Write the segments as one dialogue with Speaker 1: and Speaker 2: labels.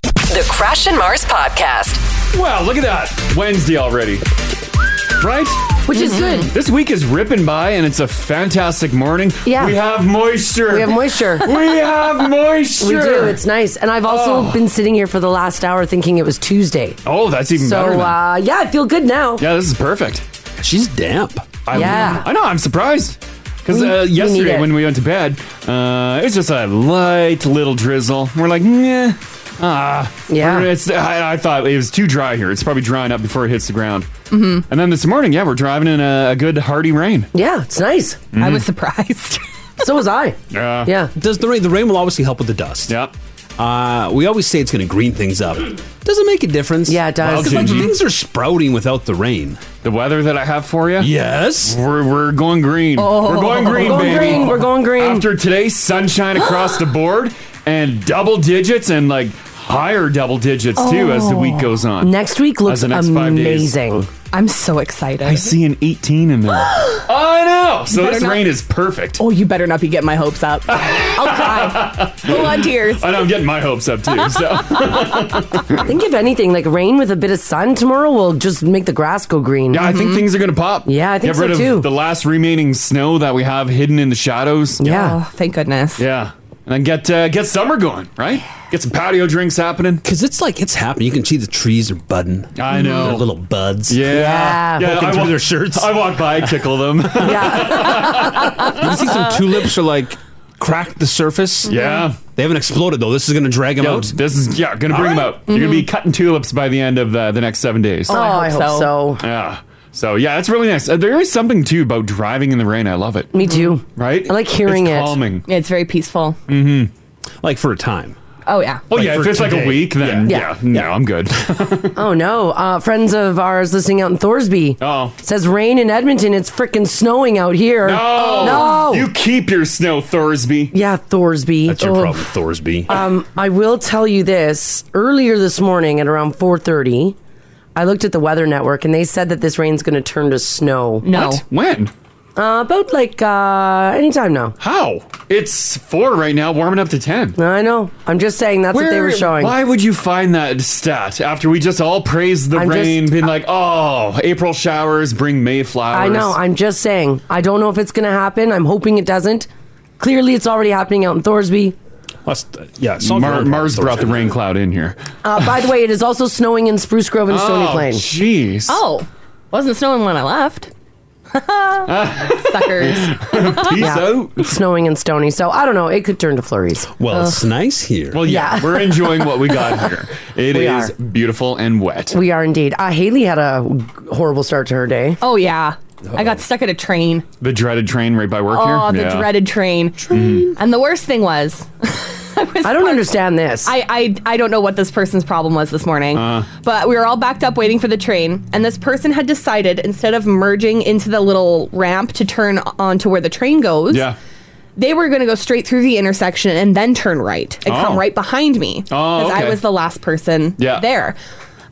Speaker 1: The Crash and Mars Podcast.
Speaker 2: Wow, look at that. Wednesday already. Right? Mm-hmm.
Speaker 3: Which is good.
Speaker 2: This week is ripping by and it's a fantastic morning.
Speaker 3: Yeah.
Speaker 2: We have moisture.
Speaker 3: We have moisture.
Speaker 2: we have moisture.
Speaker 3: We do. It's nice. And I've also been sitting here for the last hour thinking it was Tuesday.
Speaker 2: Oh, that's even
Speaker 3: so,
Speaker 2: better. then.
Speaker 3: uh, yeah, I feel good now.
Speaker 2: yeah, this is perfect. She's damp. I,
Speaker 3: Yeah.
Speaker 2: I know, I'm surprised. Because
Speaker 3: We-
Speaker 2: uh,
Speaker 3: we need
Speaker 2: yesterday
Speaker 3: it.
Speaker 2: when we went to bed, uh, it was just a light little drizzle. We're like, nah. Ah,
Speaker 3: Yeah.
Speaker 2: It's, I, I thought it was too dry here. It's probably drying up before it hits the ground. Mm-hmm. And then this morning, yeah, we're driving in a, a good hearty rain. Mm.
Speaker 3: Yeah, it's nice.
Speaker 2: I was
Speaker 3: surprised. so was I.
Speaker 2: Yeah.
Speaker 3: Yeah.
Speaker 4: Does the rain? The rain will obviously help with the dust.
Speaker 2: Yep.
Speaker 4: Uh, we always say it's going to green things up. Does it make a difference? Yeah, it
Speaker 2: does.
Speaker 4: Because like
Speaker 2: Well, Gigi.
Speaker 4: things are sprouting without the rain.
Speaker 2: The weather that I have for you?
Speaker 4: Yes.
Speaker 2: We're, we're going green.
Speaker 4: Oh.
Speaker 2: We're going green,
Speaker 4: We're going
Speaker 2: baby.
Speaker 4: green. We're
Speaker 2: going green. After today's sunshine across the board and double digits and like higher double digits too as the week goes on.
Speaker 5: Next week
Speaker 2: As
Speaker 5: looks
Speaker 2: the next five days.
Speaker 5: amazing. I'm so excited.
Speaker 2: I see an 18 in there. I know. Oh, So this rain is perfect.
Speaker 5: Oh, you better not be getting my hopes up. I'll cry. Full on tears.
Speaker 2: I know I'm getting my hopes up too. So
Speaker 3: I think if anything, like rain with a bit of sun tomorrow will just make the grass go green. Mm-hmm.
Speaker 2: Yeah, I think things are going to pop. Yeah,
Speaker 3: I think
Speaker 2: Get rid
Speaker 3: so
Speaker 2: of
Speaker 3: too.
Speaker 2: the last remaining snow that we have hidden in the shadows.
Speaker 3: Yeah.
Speaker 5: thank goodness.
Speaker 2: Yeah. And then get uh, get summer going, right? Get some patio drinks happening.
Speaker 4: Cause it's like it's happening. You can see the trees are budding.
Speaker 2: I know.
Speaker 4: Their little buds.
Speaker 2: Yeah.
Speaker 4: Poking
Speaker 2: I
Speaker 4: through
Speaker 2: wa-
Speaker 4: their shirts.
Speaker 2: I walk by, tickle them.
Speaker 4: you see
Speaker 1: Uh,
Speaker 4: some tulips are like cracked the surface.
Speaker 2: Yeah.
Speaker 4: They haven't exploded though. This is going to drag them
Speaker 2: Yo,
Speaker 4: out.
Speaker 2: This is yeah, gonna bring them out. You're gonna be cutting tulips by the end of uh, the, the next seven days.
Speaker 3: Mm-hmm. Oh, I hope so.
Speaker 2: Yeah. So yeah, it's really nice. Uh, There is something too about driving in the rain. I love it. Mm-hmm.
Speaker 3: Me too.
Speaker 2: Right?
Speaker 5: I like hearing
Speaker 2: it's
Speaker 5: it.
Speaker 2: Calming.
Speaker 5: Yeah, it's very peaceful.
Speaker 2: Mm-hmm.
Speaker 4: Like for a time.
Speaker 5: Oh yeah.
Speaker 2: Oh yeah, if it's like a week, then
Speaker 3: Yeah.
Speaker 2: yeah, no, I'm good.
Speaker 3: Oh no! Uh, friends of ours listening out in Thorsby oh. says rain in Edmonton. It's freaking snowing out here. Oh, no.
Speaker 2: you keep your snow, Thorsby.
Speaker 3: Yeah, Thorsby.
Speaker 4: That's your
Speaker 3: Oh.
Speaker 4: problem, Thorsby.
Speaker 3: Um, I will tell you this. Earlier this morning at around 4:30, I looked at the weather network and they said that this rain's going to turn to snow.
Speaker 5: No. What?
Speaker 2: When?
Speaker 3: Uh, about like uh, anytime now.
Speaker 2: How? It's four right now, warming up to ten.
Speaker 3: I know. I'm just saying that's what they
Speaker 2: Where-
Speaker 3: were showing.
Speaker 2: Why would you find that stat after we just all praised the
Speaker 3: I'm just-
Speaker 2: rain, being like, "Oh, April showers bring May
Speaker 3: I
Speaker 2: flowers."
Speaker 3: know. I'm just saying. I don't know if it's going to happen. I'm hoping it doesn't. Clearly, it's already happening out in Thorsby.
Speaker 4: Plus, yeah,
Speaker 2: Mar- Mars brought the rain cloud in here.
Speaker 3: Uh, by the way, it is also snowing in Spruce Grove and Stony
Speaker 2: Oh,
Speaker 3: Plain.
Speaker 2: Jeez.
Speaker 5: Oh, wasn't snowing when I left. Suckers.
Speaker 2: Peace out.
Speaker 3: Snowing and stony. So I don't know. It could turn to flurries.
Speaker 4: Well, it's nice here.
Speaker 2: Well, yeah,
Speaker 3: Yeah.
Speaker 2: we're enjoying what we got here. It
Speaker 3: We
Speaker 2: is beautiful and wet.
Speaker 3: We are indeed. Uh, Haley had a horrible start to her day.
Speaker 5: Oh yeah. I got stuck at a train.
Speaker 2: The dreaded train right by work here.
Speaker 5: Oh, the
Speaker 2: Yeah.
Speaker 5: dreaded train. Train. And the worst thing was, I,
Speaker 3: don't understand this.
Speaker 5: I, I I don't know what this person's problem was this morning.
Speaker 2: Uh.
Speaker 5: but we were all backed up waiting for the train, and this person had decided instead of merging into the little ramp to turn onto where the train goes,
Speaker 2: Yeah.
Speaker 5: they were going to go straight through the intersection and then turn right and
Speaker 2: Oh.
Speaker 5: come right behind me because
Speaker 2: okay.
Speaker 5: I was the last person
Speaker 2: Yeah.
Speaker 5: there.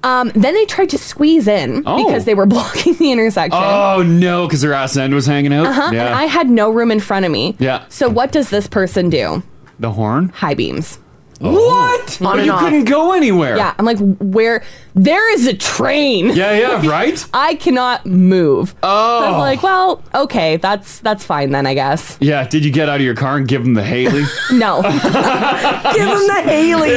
Speaker 5: Um, then they tried to squeeze in
Speaker 2: Oh.
Speaker 5: because they were blocking the intersection.
Speaker 2: Oh no, because her ass end was hanging out.
Speaker 5: Uh-huh.
Speaker 2: Yeah.
Speaker 5: And I had no room in front of me.
Speaker 2: Yeah.
Speaker 5: So what does this person do?
Speaker 2: the horn.
Speaker 5: High beams.
Speaker 2: What?
Speaker 5: On
Speaker 2: but
Speaker 5: and
Speaker 2: you
Speaker 5: off.
Speaker 2: couldn't Oh. go anywhere.
Speaker 5: Yeah. I'm like, where? There is a train.
Speaker 2: Yeah, yeah, right?
Speaker 5: I cannot move. Oh. So I
Speaker 2: Oh.
Speaker 5: was like, well, okay, that's that's fine then, I guess.
Speaker 2: Yeah, Did you get out of your car and give him the Haley?
Speaker 5: No.
Speaker 3: Give him the Haley.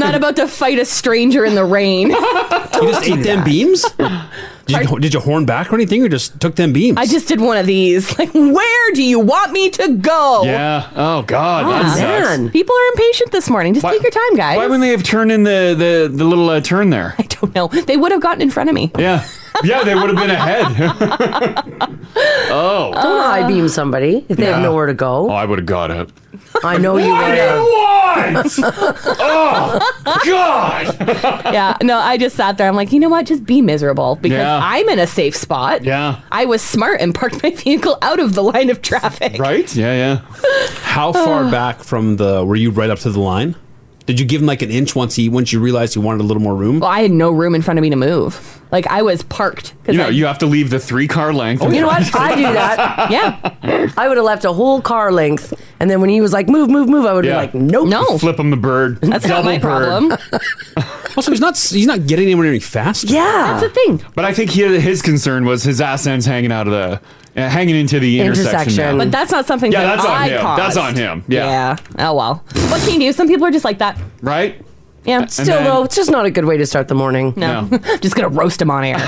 Speaker 5: Not about to fight a stranger in the rain.
Speaker 4: You just ate them beams? Did you, did you horn back or anything, or just took them beams?
Speaker 5: I just did one of these. Like, where do you want me to go? Ah,
Speaker 2: yeah. Oh God. that sucks.
Speaker 5: People are impatient this morning. Just take your time, guys.
Speaker 2: Why wouldn't they have turned in the the, the little uh, turn there? I
Speaker 5: don't know. They would have gotten in front of me.
Speaker 2: Yeah. Yeah, they would have been ahead. oh.
Speaker 5: Uh,
Speaker 3: Don't high beam somebody if they have
Speaker 2: Yeah.
Speaker 3: nowhere to go.
Speaker 2: Oh, I would have got up.
Speaker 3: I know you
Speaker 2: What
Speaker 3: would
Speaker 2: do you
Speaker 3: have.
Speaker 2: want? oh, God.
Speaker 5: yeah, no, I just sat there. I'm like, you know what? Just be miserable because
Speaker 2: Yeah.
Speaker 5: I'm in a safe spot.
Speaker 2: Yeah.
Speaker 5: I was smart and parked my vehicle out of the line of traffic.
Speaker 2: Right? Yeah, yeah.
Speaker 4: How far back from the were you right up to the line? Did you give him like an inch once he once you realized he wanted a little more room?
Speaker 5: Well, I had no room in front of me to move. Like I was parked. 'cause
Speaker 2: You know,
Speaker 5: I-
Speaker 2: you have to leave the three car length.
Speaker 3: You know what? I do that.
Speaker 5: Yeah.
Speaker 3: I would have left a whole car length, and then when he was like, "Move, move, move," I would be like, "Nope,
Speaker 2: Flip him the bird.
Speaker 3: That's not
Speaker 2: Double
Speaker 3: my
Speaker 2: bird.
Speaker 5: problem.
Speaker 4: Also, he's not he's not getting anywhere any faster.
Speaker 2: Yeah. That's the
Speaker 5: thing.
Speaker 2: But I think he, his concern was his ass ends hanging out of the, uh, hanging into the intersection. now.
Speaker 5: But that's not something
Speaker 2: yeah,
Speaker 5: that
Speaker 2: that's on
Speaker 5: I
Speaker 2: him.
Speaker 5: caused.
Speaker 2: That's on him. Yeah.
Speaker 5: Oh well. What can you do? Some people are just like that.
Speaker 2: Right?
Speaker 5: Yeah.
Speaker 3: Still, though, it's just not a good way to start the morning.
Speaker 5: No. just gonna roast him on air.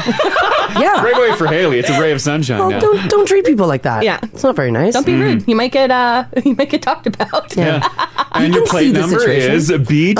Speaker 3: yeah.
Speaker 2: Great way for Haley. It's a ray of sunshine
Speaker 3: Well,
Speaker 2: now.
Speaker 3: don't don't treat people like that.
Speaker 5: Yeah.
Speaker 3: it's not very nice.
Speaker 5: Don't be rude.
Speaker 2: Mm-hmm.
Speaker 5: You might get uh you might get talked about.
Speaker 2: Yeah. And your plate number is a beach.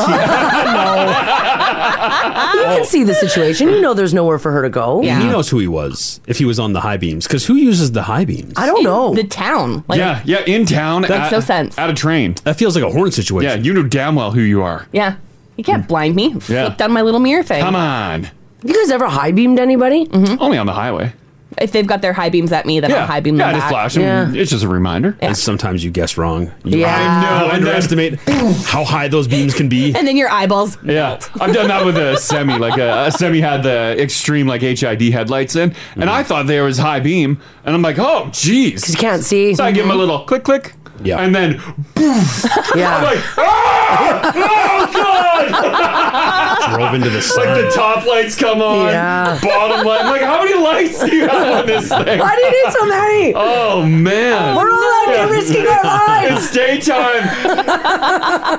Speaker 3: You can see the situation. You know, there's nowhere for her to go.
Speaker 4: He knows who he was if he was on the high beams. Because who uses the high beams?
Speaker 3: I don't know.
Speaker 5: The town.
Speaker 2: yeah, yeah, in town.
Speaker 4: That makes
Speaker 2: at,
Speaker 4: no sense.
Speaker 2: At a train.
Speaker 4: That feels like a horn situation.
Speaker 2: Yeah, you know damn well who you are.
Speaker 5: Yeah. You can't blind me.
Speaker 2: Hmm. Yeah.
Speaker 5: Flip down my little mirror thing.
Speaker 2: Come on.
Speaker 3: You guys ever high beamed anybody? Mm-hmm.
Speaker 2: Only on the highway.
Speaker 5: If they've got their high beams at me, then I'll high beam
Speaker 2: yeah,
Speaker 5: them
Speaker 2: just
Speaker 5: back.
Speaker 2: flash 'em. It's just a reminder.
Speaker 4: And sometimes you guess wrong. You
Speaker 5: Yeah.
Speaker 4: I know.
Speaker 2: And then-
Speaker 4: Underestimate how high those beams can be.
Speaker 5: And then your eyeballs.
Speaker 2: Yeah, I've done that with a semi. Like a, a semi had the extreme like HID headlights in, and
Speaker 4: Mm-hmm.
Speaker 2: I thought there was high beam, and I'm like, oh, jeez, you
Speaker 3: can't see. Mm-hmm.
Speaker 2: So I give him a little click, click, yeah, and then boof.
Speaker 3: Yeah.
Speaker 2: I'm like, ah! oh god!
Speaker 4: Drove into the sun.
Speaker 2: Like the top lights come on,
Speaker 4: Yeah.
Speaker 2: bottom light. I'm like, how many lights do you have on this thing?
Speaker 3: Why do you need so many?
Speaker 2: Oh man,
Speaker 3: We're all out here risking our lives.
Speaker 2: It's daytime.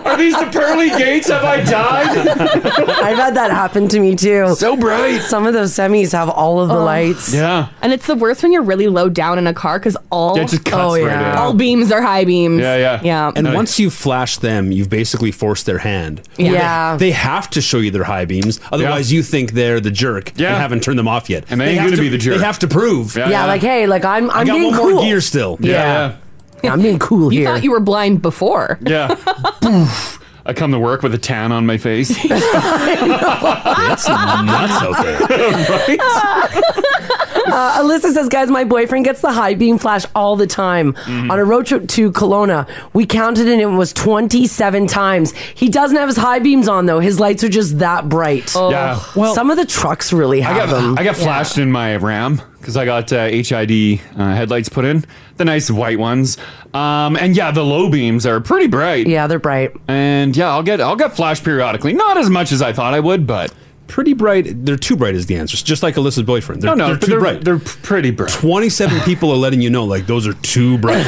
Speaker 2: Are these the pearly gates? Have I died?
Speaker 3: I've had that happen to me too.
Speaker 2: So bright.
Speaker 3: Some of those semis have all of the
Speaker 5: Oh.
Speaker 3: lights.
Speaker 2: Yeah.
Speaker 5: And it's the worst when you're really low down in a car because all
Speaker 4: Yeah, it just cuts Oh, right yeah. in.
Speaker 5: all beams are high beams. yeah.
Speaker 4: And once you flash them, you've basically forced their hand.
Speaker 5: Yeah.
Speaker 4: They-
Speaker 5: Yeah.
Speaker 4: They, have to show you their high beams. Otherwise, you think they're the jerk and haven't turned them off yet. And
Speaker 2: they ain't gonna be the jerk.
Speaker 4: They have to prove.
Speaker 3: Yeah, like hey, like I'm
Speaker 4: I
Speaker 3: I'm
Speaker 4: got
Speaker 3: being
Speaker 4: one
Speaker 3: cool.
Speaker 4: more gear still.
Speaker 2: Yeah.
Speaker 3: Yeah, I'm being cool
Speaker 5: You
Speaker 3: here.
Speaker 5: thought you were blind before.
Speaker 2: Yeah. Poof. I come to work with a tan on my face.
Speaker 4: That's nuts out there.
Speaker 3: Uh, Alyssa says, guys, my boyfriend gets the high beam flash all the time.
Speaker 2: Mm-hmm.
Speaker 3: On a road trip to Kelowna, we counted and it was 27 times. He doesn't have his high beams on, though. His lights are just that bright.
Speaker 2: Yeah.
Speaker 3: Well, Some of the trucks really
Speaker 2: I
Speaker 3: have
Speaker 2: got
Speaker 3: them.
Speaker 2: I got flashed in my Ram because I got uh, HID uh, headlights put in, the nice white ones. Um, and yeah, the low beams are pretty bright.
Speaker 3: Yeah, they're bright.
Speaker 2: And yeah, I'll get I'll get flashed periodically. Not as much as I thought I would, but
Speaker 4: pretty bright. They're too bright is the answer. Just like Alyssa's boyfriend.
Speaker 2: No,
Speaker 4: They're,
Speaker 2: no,
Speaker 4: they're
Speaker 2: but
Speaker 4: too
Speaker 2: they're-
Speaker 4: bright.
Speaker 2: They're pretty bright.
Speaker 4: Twenty-seven people are letting you know like those are too bright.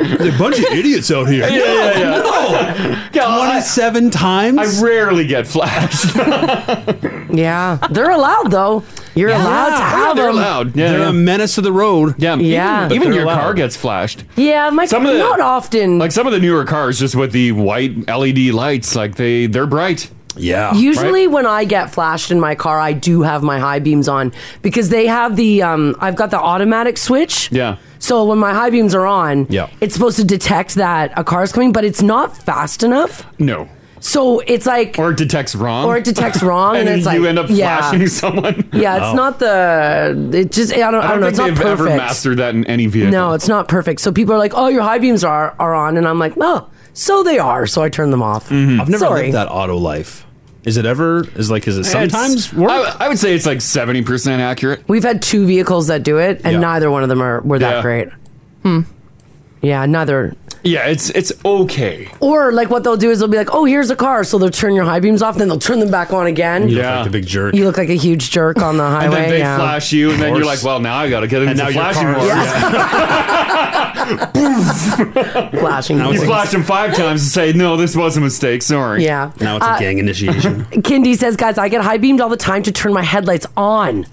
Speaker 4: There's a bunch of idiots out here.
Speaker 2: Yeah, yeah, yeah.
Speaker 4: No. Twenty-seven times.
Speaker 2: I rarely get flashed.
Speaker 3: yeah. They're allowed, though. You're allowed to have
Speaker 2: They're
Speaker 3: them.
Speaker 2: allowed. Yeah,
Speaker 4: They're a menace to the road.
Speaker 2: Yeah,
Speaker 3: Yeah.
Speaker 2: Even,
Speaker 3: But
Speaker 2: even
Speaker 3: they're
Speaker 2: your car
Speaker 3: allowed.
Speaker 2: gets flashed.
Speaker 3: Yeah, my,
Speaker 2: Some of the-
Speaker 3: not often.
Speaker 2: Like some of the newer cars, just with the white LED lights, like they they're bright.
Speaker 4: Yeah.
Speaker 3: Usually, when I get flashed in my car, I do have my high beams on because they have the. Um, I've got the automatic switch.
Speaker 2: Yeah.
Speaker 3: So when my high beams are on,
Speaker 2: Yeah.
Speaker 3: it's supposed to detect that a car's coming, but it's not fast enough.
Speaker 2: No.
Speaker 3: So it's like,
Speaker 2: or it detects wrong,
Speaker 3: Or it detects wrong, and,
Speaker 2: and,
Speaker 3: it's
Speaker 2: you
Speaker 3: like
Speaker 2: end up
Speaker 3: yeah.
Speaker 2: flashing someone.
Speaker 3: Yeah, it's not the. It just I don't. I don't,
Speaker 2: I don't,
Speaker 3: know.
Speaker 2: think
Speaker 3: It's not
Speaker 2: they've
Speaker 3: perfect.
Speaker 2: ever mastered that in any vehicle.
Speaker 3: no, it's not perfect. So people are like, "Oh, your high beams are are on," and I'm like, "No." So they are. So I turn them off.
Speaker 2: Mm-hmm.
Speaker 4: I've never
Speaker 3: Sorry.
Speaker 4: lived that auto life. Is it ever? Is like? Is it sometimes?
Speaker 2: It's- I, I would say it's like seventy percent accurate.
Speaker 3: We've had two vehicles that do it, and neither one of them are were that
Speaker 2: Yeah.
Speaker 3: great. Hmm. Yeah, neither.
Speaker 2: Yeah, it's it's okay.
Speaker 3: Or like what they'll do is they'll be like, "Oh, here's a car," so they'll turn your high beams off, then they'll turn them back on again.
Speaker 4: You look like the big jerk.
Speaker 3: You look like a huge jerk on the highway.
Speaker 2: And then they
Speaker 3: yeah.
Speaker 2: flash you, and then you're
Speaker 4: course.
Speaker 2: like, "Well, now I got to get into
Speaker 4: now your
Speaker 2: flashing
Speaker 4: car's-
Speaker 2: mode."
Speaker 3: flashing.
Speaker 2: You flash them five times and say, "No, this was a mistake. Sorry."
Speaker 3: Yeah. Now it's a Uh, gang
Speaker 4: initiation.
Speaker 3: Kindy says, guys, I get high beamed all the time to turn my headlights on.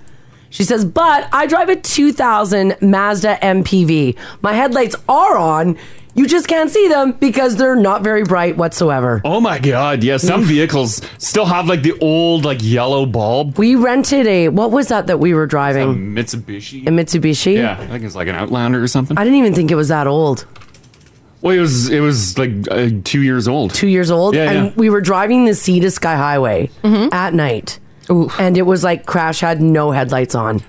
Speaker 3: She says, but I drive a 2000 Mazda MPV. My headlights are on. You just can't see them because they're not very bright whatsoever.
Speaker 2: Oh my god! Yeah, some vehicles still have like the old like yellow bulb.
Speaker 3: We rented a, what was that that we were driving?
Speaker 2: Mitsubishi.
Speaker 3: A Mitsubishi?
Speaker 2: Yeah, I think it's like an Outlander or something.
Speaker 3: I didn't even think it was that old.
Speaker 2: Well, it was it was like uh, two years old.
Speaker 3: Two years old.
Speaker 2: Yeah,
Speaker 3: and
Speaker 2: yeah.
Speaker 3: we were driving the sea to Sky Highway at night. And it was like Crash had no headlights on.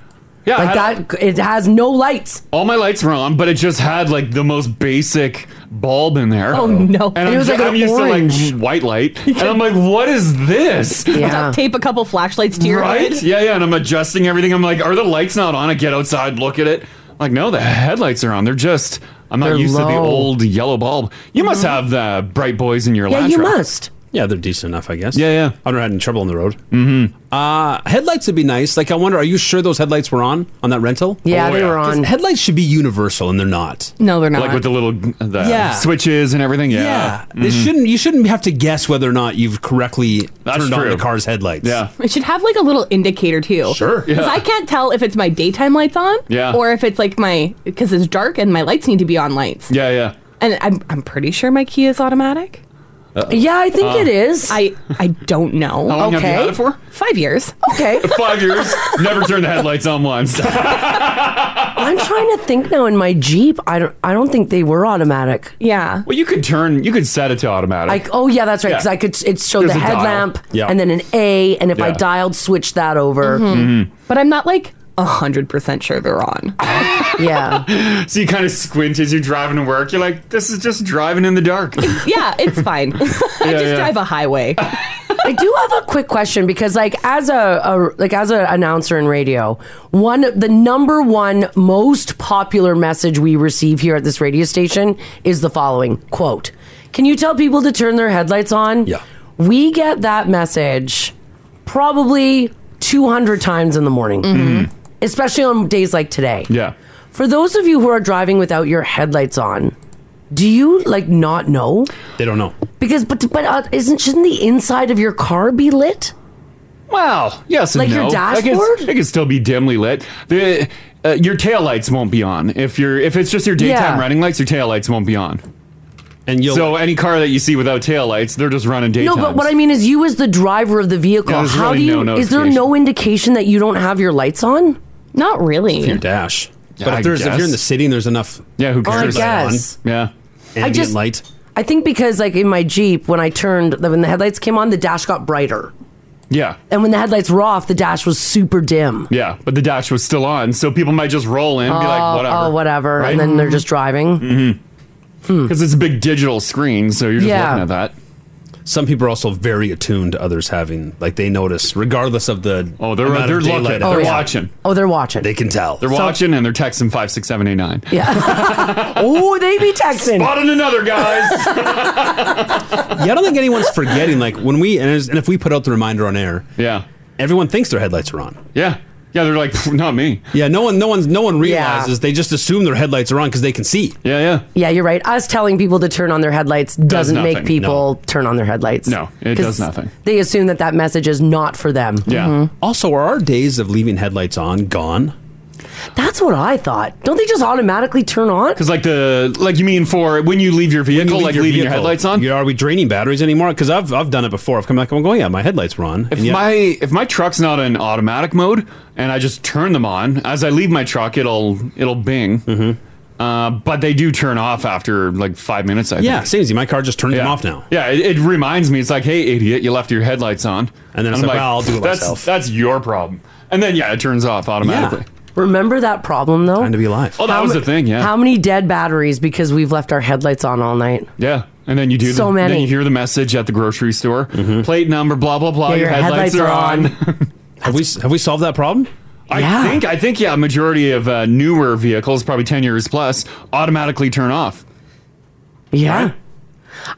Speaker 2: Yeah,
Speaker 3: Like
Speaker 2: I-
Speaker 3: that, it has no lights.
Speaker 2: All my lights were on, but it just had like the most basic bulb in there.
Speaker 5: Oh, no.
Speaker 2: And
Speaker 5: It
Speaker 2: I'm,
Speaker 5: was, like,
Speaker 2: I'm
Speaker 5: an
Speaker 2: used
Speaker 5: orange.
Speaker 2: to like white light, and I'm like, what is this?
Speaker 5: Duct tape a couple flashlights to your
Speaker 2: Right?
Speaker 5: head.
Speaker 2: Yeah, yeah. And I'm adjusting everything. I'm like, are the lights not on? I get outside, look at it. I'm like, no, the headlights are on. They're just. I'm not
Speaker 3: They're
Speaker 2: used to the
Speaker 3: low.
Speaker 5: Mm-hmm.
Speaker 2: old yellow bulb. You must have the bright boys in your
Speaker 3: yeah,
Speaker 2: Lantra.
Speaker 3: you must.
Speaker 4: Yeah, they're decent enough, I guess.
Speaker 2: Yeah, yeah.
Speaker 4: I've never had any trouble on the road. Mm-hmm. Uh, headlights would be nice. Like, I wonder, are you sure those headlights were on on that rental?
Speaker 3: Yeah, Oh, they yeah. were
Speaker 4: 'Cause
Speaker 3: on.
Speaker 4: Headlights should be universal, and they're not.
Speaker 5: No, they're not.
Speaker 2: Like with the little the
Speaker 4: Yeah.
Speaker 2: switches and everything. Yeah. Mm-hmm.
Speaker 4: Yeah, they shouldn't. You shouldn't have to guess whether or not you've correctly
Speaker 2: That's
Speaker 4: turned on
Speaker 2: true.
Speaker 4: the car's headlights.
Speaker 2: Yeah.
Speaker 5: It should have like a little indicator too.
Speaker 4: Sure.
Speaker 5: Because
Speaker 2: Yeah.
Speaker 5: I can't tell if it's my daytime lights on.
Speaker 2: Yeah.
Speaker 5: Or if it's like my because it's dark and my lights need to be on lights.
Speaker 2: Yeah, yeah.
Speaker 5: And I'm I'm pretty sure my key is automatic.
Speaker 3: Yeah, I think it
Speaker 2: Uh,
Speaker 3: is.
Speaker 5: I I don't know.
Speaker 2: How long have you had
Speaker 3: Okay.
Speaker 2: it for?
Speaker 5: Five years.
Speaker 3: okay.
Speaker 2: Five years. Never turned the headlights on once.
Speaker 3: I'm trying to think now in my Jeep. I don't I don't think they were automatic.
Speaker 5: Yeah.
Speaker 2: Well, you could turn. You could set it to automatic.
Speaker 3: Like oh yeah, that's right. Because
Speaker 2: Yeah.
Speaker 3: I could it showed
Speaker 2: There's
Speaker 3: the
Speaker 2: a dial.
Speaker 3: headlamp
Speaker 2: Yeah.
Speaker 3: and then an A, and if I
Speaker 2: Yeah. Mm-hmm.
Speaker 3: dialed switched that over.
Speaker 5: Mm-hmm. But I'm not like hundred percent sure they're on.
Speaker 3: Yeah.
Speaker 2: Mm-hmm. So you kind of squint as you're driving to work. You're like, this is just driving in the dark.
Speaker 5: yeah, it's fine. I just
Speaker 2: yeah.
Speaker 5: drive a highway.
Speaker 3: I do have a quick question because, like, as a, a like as an announcer in radio, one the number one most popular message we receive here at this radio station is the following quote: "Can you tell people to turn their headlights on?" Yeah, we get that message probably two hundred times in the morning,
Speaker 5: Mm-hmm.
Speaker 3: especially on days like today.
Speaker 2: Yeah.
Speaker 3: For those of you who are driving without your headlights on, do you like not know?
Speaker 4: they don't know.
Speaker 3: Because but but uh, isn't shouldn't the inside of your car be lit?
Speaker 2: Wow. Yes. and
Speaker 3: Like your
Speaker 2: no. I guess-
Speaker 3: dashboard?
Speaker 2: It can, still be dimly lit. The uh, your taillights won't be on if you're if it's just your daytime
Speaker 3: Yeah.
Speaker 2: running lights. Your taillights won't be on.
Speaker 4: And you'll
Speaker 2: So any car that you see without taillights, they're just running daytime.
Speaker 3: No, but what I mean is, you as the driver of the vehicle,
Speaker 2: Yeah, there's
Speaker 3: how
Speaker 2: really
Speaker 3: do you?
Speaker 2: no
Speaker 3: is there no indication that you don't have your lights on?
Speaker 5: Not really.
Speaker 4: your dash.
Speaker 2: Yeah,
Speaker 4: but
Speaker 2: I
Speaker 4: if there's if
Speaker 2: guess.
Speaker 4: you're in the city and there's enough
Speaker 2: Yeah. Who
Speaker 3: Oh, I
Speaker 2: cares?
Speaker 3: guess.
Speaker 2: Yeah.
Speaker 4: ambient
Speaker 3: just-
Speaker 4: light,
Speaker 3: I think because like in my Jeep, when I turned, when the headlights came on, the dash got brighter,
Speaker 2: Yeah.
Speaker 3: and when the headlights were off, the dash was super dim.
Speaker 2: Yeah. But the dash was still on, so people might just roll in, and be
Speaker 3: oh,
Speaker 2: like, whatever.
Speaker 3: oh, whatever,
Speaker 2: Right? Mm-hmm.
Speaker 3: and then they're just driving. Hmm.
Speaker 2: Because it's a big digital screen, so you're just
Speaker 3: Yeah.
Speaker 2: looking at that.
Speaker 4: some people are also very attuned to others having like they notice regardless of the
Speaker 2: Oh, they're
Speaker 4: amount of
Speaker 2: they're
Speaker 4: daylight
Speaker 2: looking.
Speaker 4: out
Speaker 2: They're
Speaker 4: there.
Speaker 3: yeah.
Speaker 2: watching.
Speaker 3: Oh, they're watching.
Speaker 4: They can tell.
Speaker 2: They're watching and they're texting five six seven eight nine.
Speaker 3: oh, they be texting.
Speaker 2: Spotted another, guys.
Speaker 4: yeah, I don't think anyone's forgetting. Like when we and, as- and if we put out the reminder on air,
Speaker 2: Yeah.
Speaker 4: everyone thinks their headlights are on.
Speaker 2: Yeah. Yeah. They're like, "Pff, not me.
Speaker 4: Yeah, no one, no one, no one
Speaker 3: Yeah.
Speaker 4: realizes. They just assume their headlights are on because they can see.
Speaker 2: Yeah. Yeah.
Speaker 3: Yeah, you're right. Us telling people to turn on their headlights doesn't make
Speaker 2: nothing,
Speaker 3: people turn on their headlights.
Speaker 2: No, it
Speaker 3: 'Cause
Speaker 2: does nothing.
Speaker 3: They assume that that message is not for them. Mm-hmm.
Speaker 2: Yeah.
Speaker 4: Also, are our days of leaving headlights on gone?
Speaker 3: That's what I thought. Don't they just automatically turn on?
Speaker 2: Cause like the like you mean for when you leave your vehicle,
Speaker 4: You leave
Speaker 2: like leaving your
Speaker 4: vehicle,
Speaker 2: headlights on.
Speaker 4: you- Are we draining batteries anymore? Because I've I've done it before. I've come back. I'm going. Yeah, my headlights were on.
Speaker 2: If
Speaker 4: And yet-
Speaker 2: my if my truck's not in automatic mode and I just turn them on as I leave my truck, it'll it'll bing. Mm-hmm. Uh, but they do turn off after like five minutes. I
Speaker 4: yeah,
Speaker 2: think.
Speaker 4: same as you. My car just turns them
Speaker 2: Yeah.
Speaker 4: off now.
Speaker 2: Yeah, it, it reminds me. It's like, hey, idiot, you left your headlights on.
Speaker 4: And then it's
Speaker 2: I'm
Speaker 4: like, well, I'll do it
Speaker 2: that's,
Speaker 4: myself."
Speaker 2: That's your problem. And then yeah, it turns off automatically.
Speaker 3: Remember that problem though?
Speaker 4: Trying to be alive.
Speaker 2: Oh, that
Speaker 3: How
Speaker 2: was
Speaker 3: ma-
Speaker 2: the thing. Yeah.
Speaker 3: How many dead batteries because we've left our headlights on all night?
Speaker 2: Yeah. And then you do
Speaker 3: So
Speaker 2: the, Then
Speaker 3: many.
Speaker 2: you hear the message at the grocery store.
Speaker 4: Mm-hmm.
Speaker 2: Plate number, blah blah blah.
Speaker 3: Yeah,
Speaker 2: your, headlights, are on.
Speaker 4: have we have we solved that problem?
Speaker 2: I
Speaker 3: Yeah.
Speaker 2: think I think yeah. Majority of uh, newer vehicles, probably ten years plus, automatically turn off.
Speaker 3: Yeah.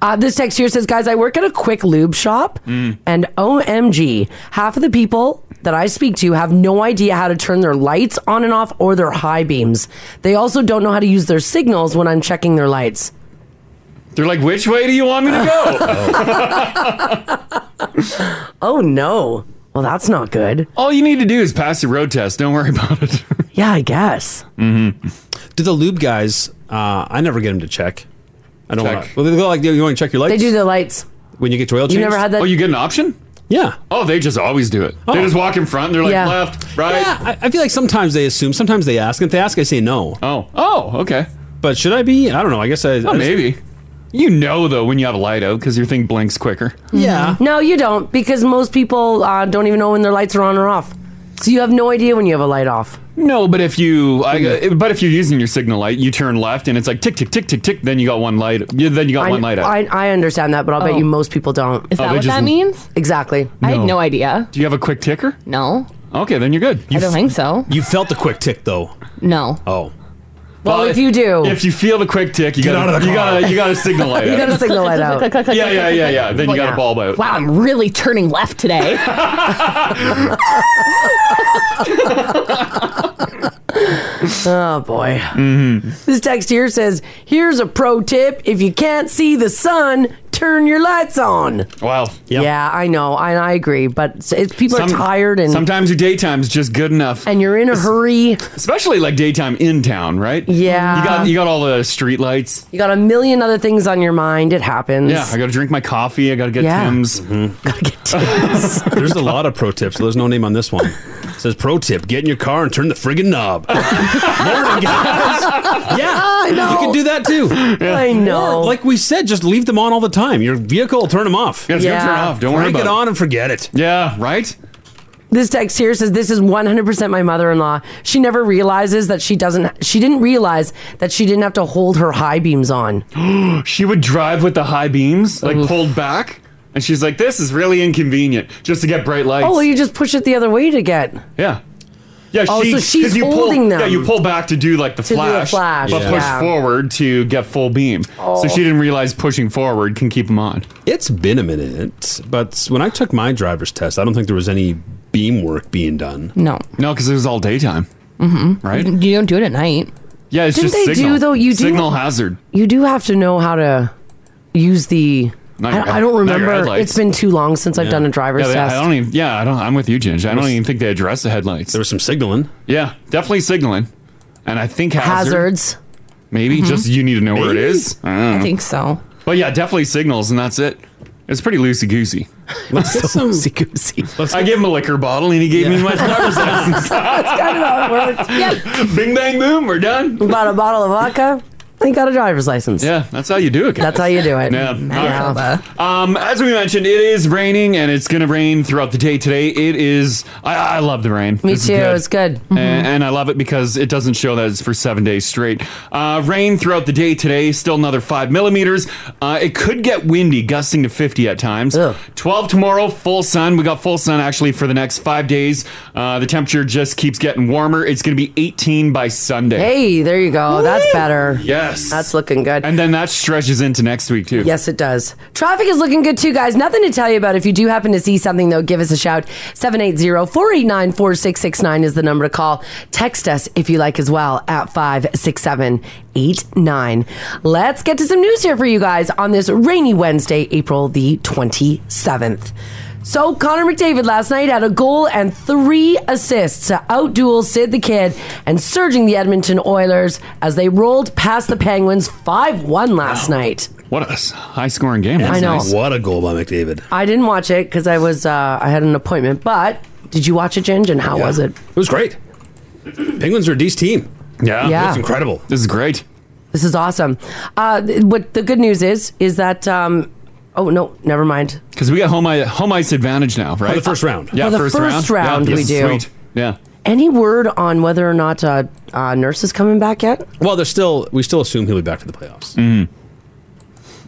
Speaker 3: Uh, this text here says, guys, I work at a quick lube shop,
Speaker 2: Mm.
Speaker 3: and OMG, half of the people that I speak to have no idea how to turn their lights on and off or their high beams. They also don't know how to use their signals when I'm checking their lights.
Speaker 2: They're like, which way do you want me to go?
Speaker 3: Oh, no. Well, that's not good.
Speaker 2: All you need to do is pass your road test. Don't worry about it. Mm-hmm.
Speaker 3: Yeah, I guess.
Speaker 4: Do the lube guys? Uh, I never get them to check. I don't.
Speaker 2: Check.
Speaker 4: Wanna, well, they go like, "You want to check your lights?"
Speaker 3: They do the lights.
Speaker 4: when you get your oil.
Speaker 3: You
Speaker 4: changed?
Speaker 3: never had that?
Speaker 2: oh, you get an option?
Speaker 4: Yeah.
Speaker 2: Oh, they just always do it. They
Speaker 4: Oh.
Speaker 2: just walk in front. and They're like
Speaker 3: Yeah.
Speaker 2: left, right.
Speaker 4: Yeah, I, I feel like sometimes they assume, sometimes they ask. And if they ask, I say no.
Speaker 2: Oh, oh, okay.
Speaker 4: But should I be? I don't know. I guess I. I
Speaker 2: Oh,
Speaker 4: just-
Speaker 2: maybe. You know though when you have a light out because your thing blinks quicker.
Speaker 4: Yeah.
Speaker 3: Mm-hmm. No, you don't, because most people uh, don't even know when their lights are on or off. So you have no idea when you have a light off.
Speaker 2: No, but if you, I, but if you're using your signal light, you turn left and it's like tick tick tick tick tick. Then you got one light. yeah, Then you got
Speaker 3: I,
Speaker 2: one light. Out.
Speaker 3: I, I understand that, but I'll bet
Speaker 5: Oh.
Speaker 3: you most people don't.
Speaker 5: Is
Speaker 2: Oh,
Speaker 5: that
Speaker 2: they
Speaker 5: what
Speaker 2: just-
Speaker 5: that means?
Speaker 3: Exactly.
Speaker 5: I had
Speaker 2: No.
Speaker 5: no idea.
Speaker 2: Do you have a quick ticker?
Speaker 5: No.
Speaker 2: Okay, then you're good.
Speaker 5: I don't think so.
Speaker 4: You felt the quick tick though.
Speaker 5: No.
Speaker 4: Oh.
Speaker 3: Well, if you do-
Speaker 2: if you feel the quick tick, you
Speaker 3: Get
Speaker 2: gotta,
Speaker 3: out of the
Speaker 2: you
Speaker 3: car.
Speaker 2: gotta, you gotta signal light.
Speaker 3: You
Speaker 2: out.
Speaker 3: gotta signal light out.
Speaker 2: Yeah, yeah, yeah, yeah. Then you gotta bulb out.
Speaker 5: Wow, I'm really turning left today.
Speaker 3: Oh boy.
Speaker 2: Mm-hmm.
Speaker 3: This text here says, "Here's a pro tip: if you can't see the sun, turn your lights on."
Speaker 2: Wow.
Speaker 3: Yeah, I know, and I agree, but it's, it's, people are
Speaker 2: Some-
Speaker 3: tired and
Speaker 2: sometimes your daytime's just good enough,
Speaker 3: and you're in a hurry.
Speaker 2: especially like daytime in town, right?
Speaker 3: Yeah.
Speaker 2: You got you got all the street lights.
Speaker 3: You got a million other things on your mind. It happens.
Speaker 2: Yeah, I gotta drink my coffee. I gotta get
Speaker 3: Yeah.
Speaker 2: Tim's.
Speaker 3: Gotta get Tim's.
Speaker 4: Mm-hmm. There's a lot of pro tips. There's no name on this one. It says pro tip: get in your car and turn the friggin' knob. Morning, guys. Yeah,
Speaker 3: I know.
Speaker 4: You can do that too.
Speaker 3: I know.
Speaker 4: Or, like we said, just leave them on all the time. Your vehicle will turn them off.
Speaker 2: Yeah, it's gonna Yeah. turn off. Don't worry
Speaker 4: Crank
Speaker 2: about
Speaker 4: it
Speaker 2: it.
Speaker 4: on and forget it.
Speaker 2: Yeah, right.
Speaker 3: This text here says this is 100% my mother-in-law. She never realizes that she doesn't she didn't realize that she didn't have to hold her high beams on.
Speaker 2: she would drive with the high beams like pulled back, and she's like, "This is really inconvenient just to get bright lights."
Speaker 3: Oh, well, you just push it the other way to get.
Speaker 2: yeah. Yeah,
Speaker 3: Oh,
Speaker 2: she,
Speaker 3: so she's
Speaker 2: 'cause you pull-
Speaker 3: holding them.
Speaker 2: Yeah, you pull back to do like the
Speaker 3: To do the
Speaker 2: flash,
Speaker 3: flash,
Speaker 2: but
Speaker 3: Yeah.
Speaker 2: push
Speaker 3: yeah.
Speaker 2: forward to get full beam.
Speaker 4: Oh.
Speaker 2: So she didn't realize pushing forward can keep them on.
Speaker 4: It's been a minute, but when I took my driver's test, I don't think there was any beam work being done.
Speaker 5: No.
Speaker 2: No, because it was all daytime.
Speaker 5: Mm-hmm.
Speaker 2: Right?
Speaker 5: You don't do it at night.
Speaker 2: Yeah, it's
Speaker 3: Didn't
Speaker 2: just
Speaker 3: they
Speaker 2: signal.
Speaker 3: do though? You do
Speaker 2: signal hazard.
Speaker 3: You do have to know how to use the.
Speaker 2: Not your
Speaker 3: I,
Speaker 2: head-
Speaker 3: I don't
Speaker 2: not your
Speaker 3: remember.
Speaker 2: headlights.
Speaker 3: It's been too long since I've done a driver's
Speaker 2: yeah, they-
Speaker 3: test.
Speaker 2: I don't even. Yeah, I don't. I'm with you, Ginger. I don't even think they addressed the headlights. There
Speaker 4: was some signaling.
Speaker 2: Yeah, definitely signaling, and I think hazard,
Speaker 3: Hazards.
Speaker 2: Maybe
Speaker 5: Mm-hmm.
Speaker 3: Mhm.
Speaker 2: just you need to know where it
Speaker 3: Maybe.
Speaker 2: is. I, don't know.
Speaker 5: so.
Speaker 2: But yeah, definitely signals, and that's it. It's pretty loosey goosey.
Speaker 4: Let's get some loosey
Speaker 3: goosey.
Speaker 2: I gave him a liquor bottle, and he gave me my driver's license.
Speaker 3: That's kind of how it works.
Speaker 2: Bing bang boom, we're done.
Speaker 3: Bought a bottle of vodka. And got a driver's license.
Speaker 2: Yeah, that's how you do it. Guys.
Speaker 3: That's how you do it.
Speaker 2: Yeah.
Speaker 3: Yeah.
Speaker 2: All right. Um, as we mentioned, it is raining and it's gonna rain throughout the day today. It is. I, I love the rain.
Speaker 3: Me
Speaker 2: This is
Speaker 3: too. It's good.
Speaker 2: A- And, I love it because it doesn't show that it's for seven days straight. Uh, rain throughout the day today. Still another five millimeters. Uh, it could get windy, gusting to fifty at times. Twelve tomorrow. Full sun. We got full sun actually for the next five days. Uh, the temperature just keeps getting warmer. It's gonna be eighteen by Sunday.
Speaker 3: Hey, there you go. That's better.
Speaker 2: Yes.
Speaker 3: That's looking good.
Speaker 2: And then that stretches into next week, too.
Speaker 3: Yes, it does. Traffic is looking good too, guys. Nothing to tell you about. If you do happen to see something, though, give us a shout. 780-489-4669 is the number to call. Text us if you like as well at 56789. Let's get to some news here for you guys on this rainy Wednesday, April the 27th. So Connor McDavid last night had a goal and three assists to outduel Sid the Kid and surging the Edmonton Oilers as they rolled past the Penguins 5-1 last night.
Speaker 2: What a high scoring game.
Speaker 3: I know.
Speaker 4: What a goal by McDavid.
Speaker 3: I didn't watch it because I was uh, I had an appointment. But did you watch it, Ginge? And how was it?
Speaker 4: It was great. Penguins are a decent team.
Speaker 2: Yeah.
Speaker 3: Yeah.
Speaker 4: It's incredible.
Speaker 2: This is great.
Speaker 3: This is awesome. Uh, th- what the good news is is that um, oh no, never mind.
Speaker 2: Because we got home ice, home ice advantage now, right?
Speaker 3: the first round.
Speaker 2: Yeah,
Speaker 3: For the
Speaker 2: first,
Speaker 3: first round,
Speaker 2: round. Yeah,
Speaker 3: we
Speaker 2: this is
Speaker 3: do.
Speaker 2: Sweet. Yeah.
Speaker 3: Any word on whether or not uh, uh, nurse is coming back yet?
Speaker 4: Well, they're still. We still assume he'll be back for the playoffs.
Speaker 2: Mm.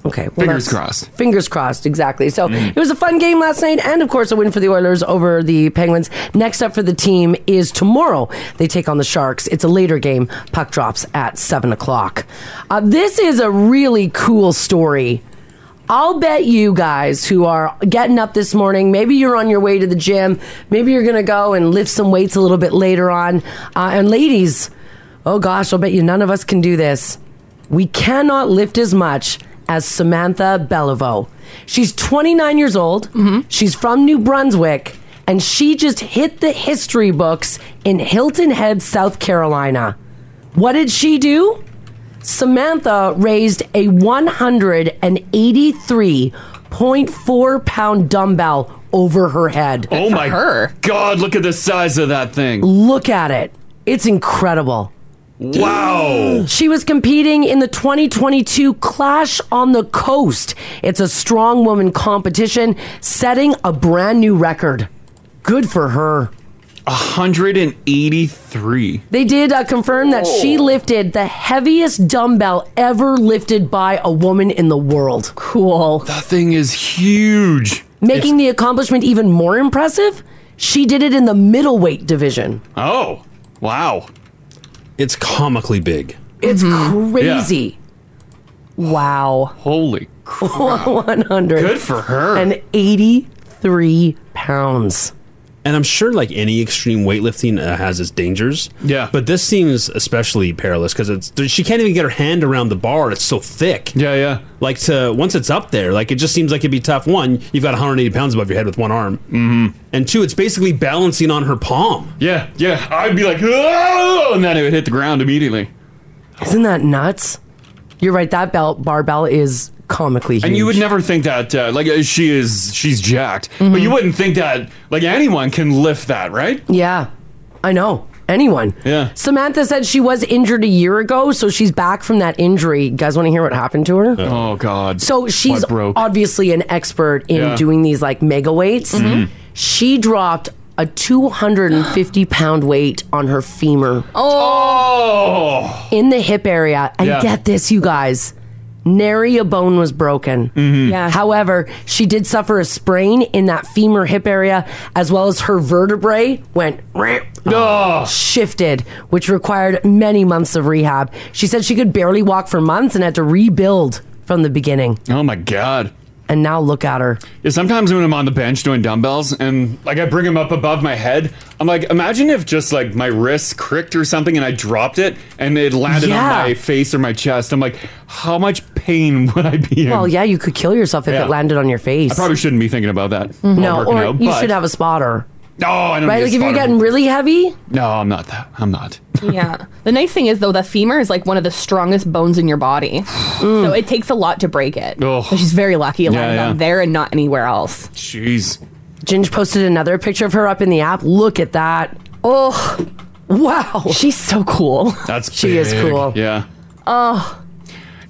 Speaker 3: Okay. well,
Speaker 4: Fingers
Speaker 3: that's-
Speaker 4: crossed.
Speaker 3: Fingers crossed, exactly. So
Speaker 4: Mm.
Speaker 3: it was a fun game last night, and of course, a win for the Oilers over the Penguins. Next up for the team is tomorrow. They take on the Sharks. It's a later game. Puck drops at 7 o'clock. Uh, this is a really cool story. I'll bet you guys who are getting up this morning, maybe you're on your way to the gym, maybe you're going to go and lift some weights a little bit later on. Uh, and ladies, oh gosh, I'll bet you none of us can do this. We cannot lift as much as Samantha Beliveau. She's 29 years old. She's from New Brunswick. And she just hit the history books in Hilton Head, South Carolina. What did she do? Samantha raised a 183.4 pound dumbbell over her head.
Speaker 2: Oh my God, look at the size of that thing.
Speaker 3: Look at it. It's incredible.
Speaker 2: Wow.
Speaker 3: She was competing in the 2022 Clash on the Coast. It's a strong woman competition, setting a brand new record. Good for her.
Speaker 2: 183.
Speaker 3: They did uh, confirm that she
Speaker 2: Oh.
Speaker 3: lifted the heaviest dumbbell ever lifted by a woman in the world. Cool.
Speaker 2: That thing is huge.
Speaker 3: Making the accomplishment even more impressive, she did it in the middleweight division.
Speaker 2: Oh, wow.
Speaker 4: It's comically big.
Speaker 3: It's
Speaker 2: Mm-hmm.
Speaker 3: crazy. Wow.
Speaker 2: Holy crap.
Speaker 3: 100.
Speaker 2: Good for her.
Speaker 3: And 83 pounds.
Speaker 4: And I'm sure like any extreme weightlifting uh, has its dangers. Yeah. But this seems especially perilous because it's she can't even get her hand around the bar. It's so thick.
Speaker 2: Yeah, yeah.
Speaker 4: Like to once it's up there, like it just seems like it'd be tough. One, you've got 180 pounds above your head with one arm, mm-hmm. and two, it's basically balancing on her palm.
Speaker 2: Yeah, yeah. I'd be like, oh, and then it would hit the ground immediately.
Speaker 3: Isn't that nuts? You're right. That belt barbell is comically huge. Mm-hmm.
Speaker 2: And you would never think that, uh, like, uh, she is, she's jacked. But you wouldn't think that, like, anyone can lift that, right?
Speaker 3: Yeah, I know. Anyone.
Speaker 2: Yeah.
Speaker 3: Samantha said she was injured a year ago, so she's back from that injury. You guys want to hear what happened to her?
Speaker 2: Oh, God.
Speaker 3: So she's
Speaker 2: What broke.
Speaker 3: obviously an expert in
Speaker 2: Yeah.
Speaker 3: doing these like mega weights.
Speaker 2: Mhm.
Speaker 3: She dropped a 250 pound weight on her femur.
Speaker 2: Oh.
Speaker 3: In the hip area. And
Speaker 6: Yeah.
Speaker 3: get this, you guys. Nary a bone was broken.
Speaker 2: Mm-hmm.
Speaker 6: Yeah.
Speaker 3: However, she did suffer a sprain in that femur hip area, as well as her vertebrae went shifted, which required many months of rehab. She said she could barely walk for months and had to rebuild from the beginning.
Speaker 2: Oh my god.
Speaker 3: And now look at her.
Speaker 2: Yeah, sometimes when I'm on the bench doing dumbbells and like I bring them up above my head, I'm like, imagine if just like my wrist cricked or something and I dropped it and it landed
Speaker 3: Yeah.
Speaker 2: on my face or my chest. I'm like, how much pain would I be in?
Speaker 3: Well, yeah, you could kill yourself if
Speaker 2: Yeah.
Speaker 3: it landed on your face. Mm-hmm.
Speaker 2: I probably shouldn't be thinking about that. while
Speaker 3: no,
Speaker 2: working
Speaker 3: or
Speaker 2: out,
Speaker 3: you
Speaker 2: but-
Speaker 3: should have a spotter.
Speaker 2: No, Oh, I don't.
Speaker 3: Right?
Speaker 2: need a
Speaker 3: Like if you're
Speaker 2: spotter.
Speaker 3: getting really heavy,
Speaker 2: No, I'm not that. I'm not.
Speaker 5: yeah. The nice thing is though, the femur is like one of the strongest bones in your body, so it takes a lot to break it.
Speaker 3: Ugh.
Speaker 5: So she's very lucky it
Speaker 3: Yeah,
Speaker 5: landed on
Speaker 3: yeah.
Speaker 5: there and not anywhere else.
Speaker 2: Jeez.
Speaker 3: Ginge posted another picture of her up in the app. Look at that. Oh, wow.
Speaker 5: She's so cool.
Speaker 2: That's
Speaker 3: She is
Speaker 2: big.
Speaker 3: cool.
Speaker 2: Yeah.
Speaker 5: Oh,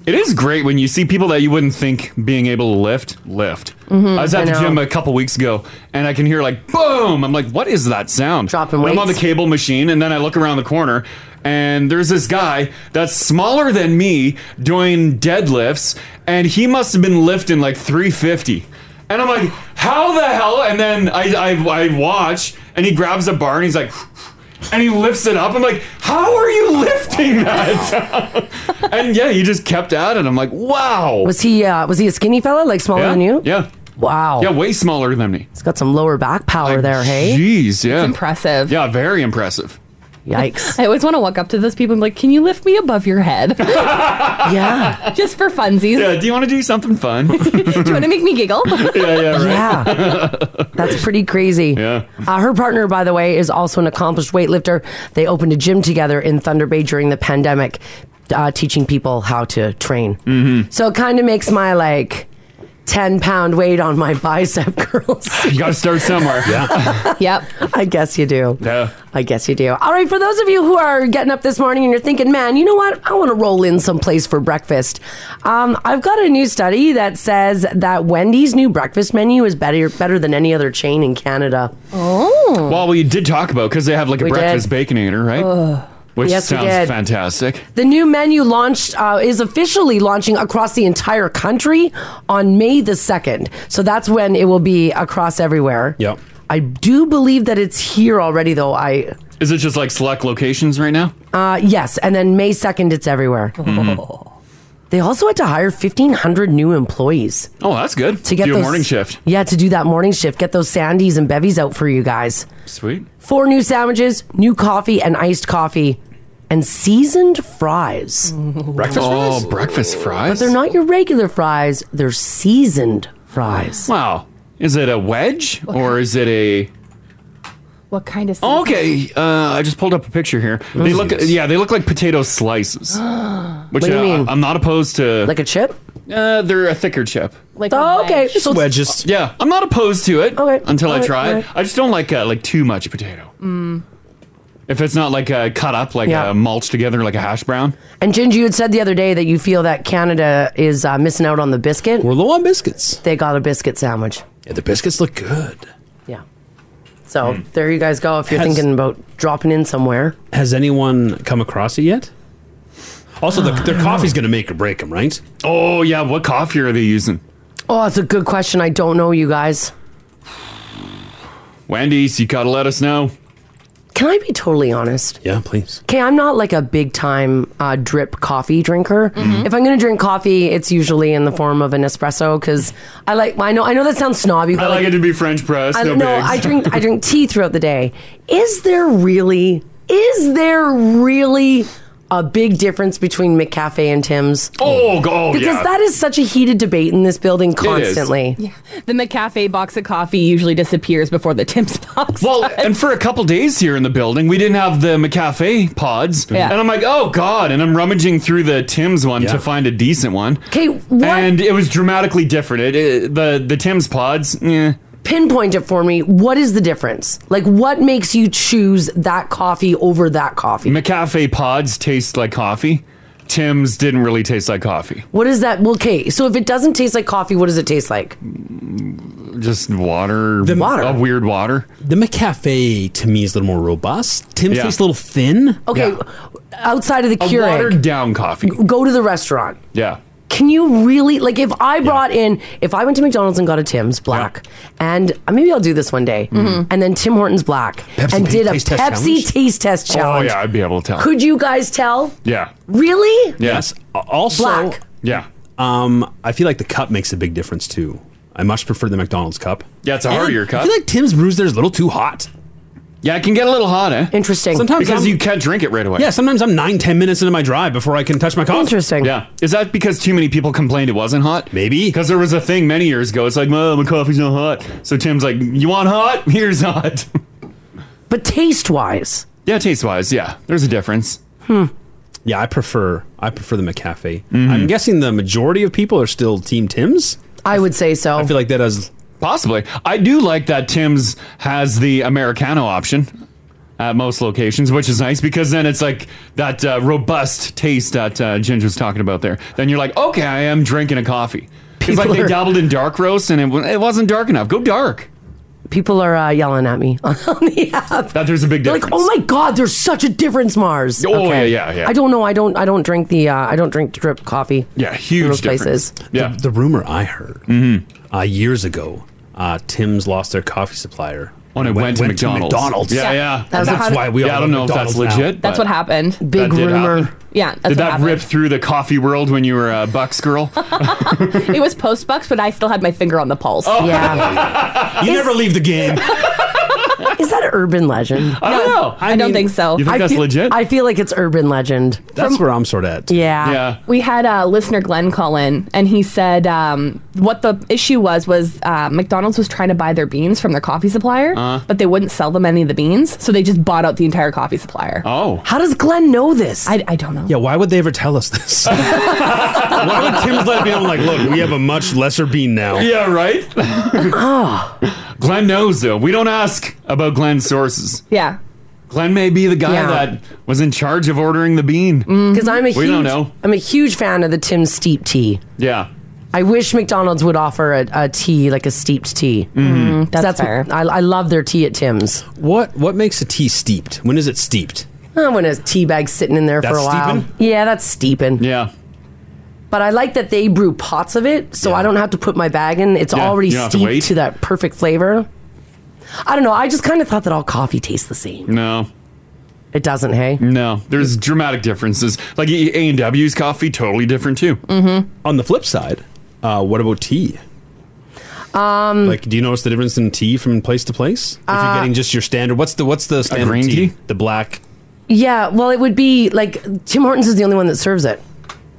Speaker 2: It is great when you see people that you wouldn't think being able to lift lift.
Speaker 6: Mhm,
Speaker 3: Mm-hmm.
Speaker 2: I was
Speaker 6: I
Speaker 2: at the
Speaker 6: know.
Speaker 2: gym a couple weeks ago, and I can hear like boom. I'm like, what is that sound? Dropping I'm on the
Speaker 6: weights.
Speaker 2: cable machine, and then I look around the corner, and there's this guy that's smaller than me doing deadlifts, and he must have been lifting like 350. And I'm like, how the hell? And then I I, I watch, and he grabs a bar, and he's like. And he lifts it up. I'm like, how are you lifting that? and yeah, he just kept at it. I'm like, wow.
Speaker 3: Was he uh, was he a skinny fella, like smaller
Speaker 2: yeah,
Speaker 3: than you?
Speaker 2: Yeah.
Speaker 3: Wow.
Speaker 2: Yeah, way smaller than me.
Speaker 3: It's got some lower back power there, hey?
Speaker 2: Jeez, yeah.
Speaker 5: impressive.
Speaker 2: Yeah, very impressive.
Speaker 3: Yikes.
Speaker 5: I always want to walk up to those people and be like, "Can you lift me above your head?"
Speaker 3: yeah.
Speaker 5: Just for funsies.
Speaker 2: Yeah, do you want to do something fun?
Speaker 5: do you want to make me giggle?
Speaker 2: yeah, yeah, right.
Speaker 3: That's pretty crazy. Yeah. Uh, her partner, by the way, is also an accomplished weightlifter. They opened a gym together in Thunder Bay during the pandemic, uh, teaching people how to train. Mm-hmm. So it kind of makes my like 10 pound weight on my bicep curls.
Speaker 2: You got to start somewhere. Yeah.
Speaker 5: yep.
Speaker 3: I guess you do.
Speaker 2: Yeah.
Speaker 3: I guess you do. All right, for those of you who are getting up this morning and you're thinking, man, you know what? I want to roll in someplace for breakfast. Um, I've got a new study that says that Wendy's new breakfast menu is better better than any other chain in Canada. Oh.
Speaker 2: Well, we did talk about because they have like a
Speaker 3: We did.
Speaker 2: breakfast baconator, right?
Speaker 3: Ugh.
Speaker 2: Which
Speaker 3: Yes, we
Speaker 2: sounds
Speaker 3: did.
Speaker 2: fantastic.
Speaker 3: The new menu launched uh, is officially launching across the entire country on May the second. So that's when it will be across everywhere.
Speaker 4: Yep.
Speaker 3: I do believe that it's here already, though. I
Speaker 2: Is it just like select locations right now?
Speaker 3: uh, yes, and then May second, it's everywhere.
Speaker 2: Mm-hmm.
Speaker 3: They also had to hire fifteen hundred new employees.
Speaker 2: Oh, that's good.
Speaker 3: To get
Speaker 2: Do a
Speaker 3: those-
Speaker 2: morning shift.
Speaker 3: Yeah, to do that morning shift, get those sandies and bevies out for you guys.
Speaker 2: Sweet.
Speaker 3: Four new sandwiches, new coffee and iced coffee, and seasoned fries.
Speaker 2: Breakfast oh, fries? breakfast fries?
Speaker 3: But they're not your regular fries, they're seasoned fries.
Speaker 2: Wow. Is it a wedge or is it a?
Speaker 5: What kind of?
Speaker 2: Oh, okay, uh, I just pulled up a picture here. They look, yeah, they look like potato slices. Which
Speaker 3: What do you
Speaker 2: uh,
Speaker 3: mean?
Speaker 2: I'm not opposed to. Like
Speaker 3: a chip?
Speaker 2: Uh, they're a thicker chip.
Speaker 5: Like
Speaker 3: oh, okay. So it's-
Speaker 2: wedges. Yeah, I'm not opposed to it until I
Speaker 3: alright,
Speaker 2: try it.
Speaker 3: alright.
Speaker 2: I just don't like uh, like too much potato.
Speaker 3: Mm.
Speaker 2: If it's not like uh, cut up, like
Speaker 3: Yeah.
Speaker 2: uh, mulched together, like a hash brown.
Speaker 3: And Ginger, you had said the other day that you feel that Canada is uh, missing out on the biscuit. We're
Speaker 4: low on biscuits.
Speaker 3: They got a biscuit sandwich.
Speaker 4: Yeah, the biscuits look good. Hmm.
Speaker 3: So there you guys go. If you're
Speaker 4: Has-
Speaker 3: thinking about dropping in somewhere,
Speaker 4: Has anyone come across it yet? Also, the, their coffee's going to make or break them, right?
Speaker 2: Oh yeah, what coffee are they using?
Speaker 3: oh, that's a good question. I don't know, you guys.
Speaker 2: Wendy's, you gotta let us know.
Speaker 3: Can I be totally honest?
Speaker 4: Yeah, please.
Speaker 3: Okay, I'm not like a big time uh, drip coffee drinker.
Speaker 4: Mhm.
Speaker 3: If I'm gonna drink coffee, it's usually in the form of an espresso because I like. I know. I know that sounds snobby, but
Speaker 2: I like it to be French press.
Speaker 3: I
Speaker 2: no,
Speaker 3: don't know.
Speaker 2: bigs.
Speaker 3: Um, I drink. I drink tea throughout the day. Is there really? Is there really a big difference between McCafe and Tim's?
Speaker 2: Oh, g- oh,
Speaker 3: because
Speaker 2: yeah.
Speaker 3: that is such a heated debate in this building constantly.
Speaker 5: Yeah. The McCafe box of coffee usually disappears before the Tim's box.
Speaker 2: Well, and for a couple days here in the building, we didn't have the McCafe pods.
Speaker 5: Yeah.
Speaker 2: And I'm like, oh, God. And I'm rummaging through the Tim's one to find a decent one.
Speaker 3: Okay, what?
Speaker 2: And it was dramatically different. It, it- the, the Tim's pods, eh.
Speaker 3: Pinpoint it for me. What is the difference? Like, what makes you choose that coffee over that coffee?
Speaker 2: McCafe pods taste like coffee. Tim's didn't really taste like coffee.
Speaker 3: What is that? Well, okay, so if it doesn't taste like coffee, what does it taste like?
Speaker 2: Just water.
Speaker 4: The water.
Speaker 2: A weird water.
Speaker 4: The McCafe to me is a little more robust. Tim's
Speaker 2: Yeah.
Speaker 4: tastes a little thin.
Speaker 3: Okay, outside of the
Speaker 2: A
Speaker 3: Keurig,
Speaker 2: watered down coffee.
Speaker 3: go to the restaurant.
Speaker 2: Yeah.
Speaker 3: Can you really like if I brought in if I went to McDonald's and got a Tim's black and uh, maybe I'll do this one day
Speaker 2: Mhm.
Speaker 3: and then Tim Hortons black
Speaker 2: Pepsi
Speaker 3: and
Speaker 2: ta-
Speaker 3: did a
Speaker 2: taste
Speaker 3: Pepsi
Speaker 2: test challenge?
Speaker 3: taste test challenge.
Speaker 2: Oh, yeah. I'd be able to tell.
Speaker 3: Could you guys tell?
Speaker 2: Yeah.
Speaker 3: Really?
Speaker 4: Yes. Also,
Speaker 3: Black.
Speaker 2: yeah.
Speaker 4: Um, I feel like the cup makes a big difference too. I much prefer the McDonald's cup.
Speaker 2: Yeah, it's a
Speaker 4: And
Speaker 2: hardier cup.
Speaker 4: I feel like Tim's brews there's a little too hot.
Speaker 2: Yeah, it can get a little hot, eh?
Speaker 3: Interesting.
Speaker 4: Sometimes
Speaker 2: because
Speaker 4: I'm-
Speaker 2: you can't drink it right away.
Speaker 4: Yeah, sometimes I'm nine, ten minutes into my drive before I can touch my coffee.
Speaker 3: Interesting.
Speaker 2: Yeah. Is that because too many people complained it wasn't hot? Maybe. Because there was a thing many years ago. It's like, well, my coffee's not hot. So Tim's like, you want hot? Here's hot.
Speaker 3: But taste wise.
Speaker 2: Yeah, taste wise. Yeah. There's a difference.
Speaker 3: Hmm.
Speaker 4: Yeah, I prefer I prefer the McCafe.
Speaker 2: Mm-hmm.
Speaker 4: I'm guessing the majority of people are still Team Tim's.
Speaker 3: I would say so. I
Speaker 4: feel like that is
Speaker 2: Possibly. I do like that Tim's has the Americano option at most locations, which is nice because then it's like that uh, robust taste that uh, Ginger was talking about there. Then you're like, okay, I am drinking a coffee. It's like
Speaker 3: People
Speaker 2: they
Speaker 3: are-
Speaker 2: dabbled in dark roast and it, wa- it wasn't dark enough. Go dark.
Speaker 3: People are uh, yelling at me on
Speaker 2: Oh,
Speaker 3: the app.
Speaker 2: That there's a big
Speaker 3: They're
Speaker 2: difference.
Speaker 3: like, oh my god, there's such a difference, Mars.
Speaker 2: Oh, yeah, yeah, yeah.
Speaker 3: I don't know. I don't. I don't drink the. Uh, I don't drink drip coffee.
Speaker 2: Yeah,
Speaker 3: from
Speaker 2: huge Mm-hmm.
Speaker 3: those places.
Speaker 4: difference. Yeah. The, the rumor I heard uh, years ago, uh, Tim's lost their coffee supplier.
Speaker 2: When it
Speaker 4: And
Speaker 2: went to McDonald's. Yeah, yeah.
Speaker 4: And
Speaker 5: That was
Speaker 4: That's,
Speaker 5: how-
Speaker 4: why we
Speaker 2: Yeah,
Speaker 4: all
Speaker 2: I don't know
Speaker 4: love
Speaker 2: if that's
Speaker 4: McDonald's now.
Speaker 2: legit.
Speaker 5: That's
Speaker 2: but
Speaker 5: what happened.
Speaker 2: Big that did rumor. happen.
Speaker 5: Yeah, that's
Speaker 2: Did
Speaker 5: what
Speaker 2: that
Speaker 5: happened.
Speaker 2: rip through the coffee world when you were a Bucks girl?
Speaker 5: it was post bucks, but I still had my finger on the pulse.
Speaker 2: Oh.
Speaker 4: You never leave the game.
Speaker 3: Is that an urban legend?
Speaker 2: I don't know.
Speaker 5: I, don't think so.
Speaker 3: I feel- I feel like it's urban legend.
Speaker 4: That's where I'm sort of at.
Speaker 3: Yeah.
Speaker 5: We had uh, listener Glenn call in, and he said um, what the issue was was uh, McDonald's was trying to buy their beans from their coffee supplier,
Speaker 2: Uh-huh.
Speaker 5: but they wouldn't sell them any of the beans, so they just bought out the entire coffee supplier.
Speaker 2: Oh,
Speaker 3: how does Glenn know this?
Speaker 5: I, I don't know.
Speaker 4: Yeah, why would they ever tell us this? why would Tim's let it be known, like, look, we have a much lesser bean now?
Speaker 2: Yeah, right? Glenn knows, though. We don't ask about Glenn's sources.
Speaker 5: Yeah.
Speaker 2: Glenn may be the guy
Speaker 3: Yeah.
Speaker 2: that was in charge of ordering the bean.
Speaker 3: Because I'm a
Speaker 2: Mm-hmm. We
Speaker 3: huge,
Speaker 2: don't know.
Speaker 3: I'm a huge fan of the Tim Steep tea.
Speaker 2: Yeah.
Speaker 3: I wish McDonald's would offer a, a tea like a steeped tea. Mm-hmm.
Speaker 5: That's fair.
Speaker 3: I, I love their tea at Tim's.
Speaker 4: What What makes a tea steeped? When is it steeped?
Speaker 3: Uh, when a tea bag's sitting in there for
Speaker 4: That's
Speaker 3: a while.
Speaker 4: steeping?
Speaker 3: Yeah, that's steeping.
Speaker 2: Yeah.
Speaker 3: But I like that they brew pots of it, so I don't have to put my bag in. It's
Speaker 2: Yeah,
Speaker 3: already
Speaker 2: you don't have to
Speaker 3: steeped
Speaker 2: wait.
Speaker 3: to, that perfect flavor. I don't know. I just kind of thought that all coffee tastes the same.
Speaker 2: No.
Speaker 3: It doesn't, hey?
Speaker 2: No. There's dramatic differences. Like E, A&W's coffee, totally different, too.
Speaker 3: Mm-hmm.
Speaker 4: On the flip side, uh, what about tea?
Speaker 3: Um,
Speaker 4: Like, do you notice the difference in tea from place to place? If
Speaker 3: Uh,
Speaker 4: you're getting just your standard, what's the what's the standard
Speaker 2: green
Speaker 4: tea? The black.
Speaker 3: yeah, well, it would be like Tim Hortons is the only one that serves it,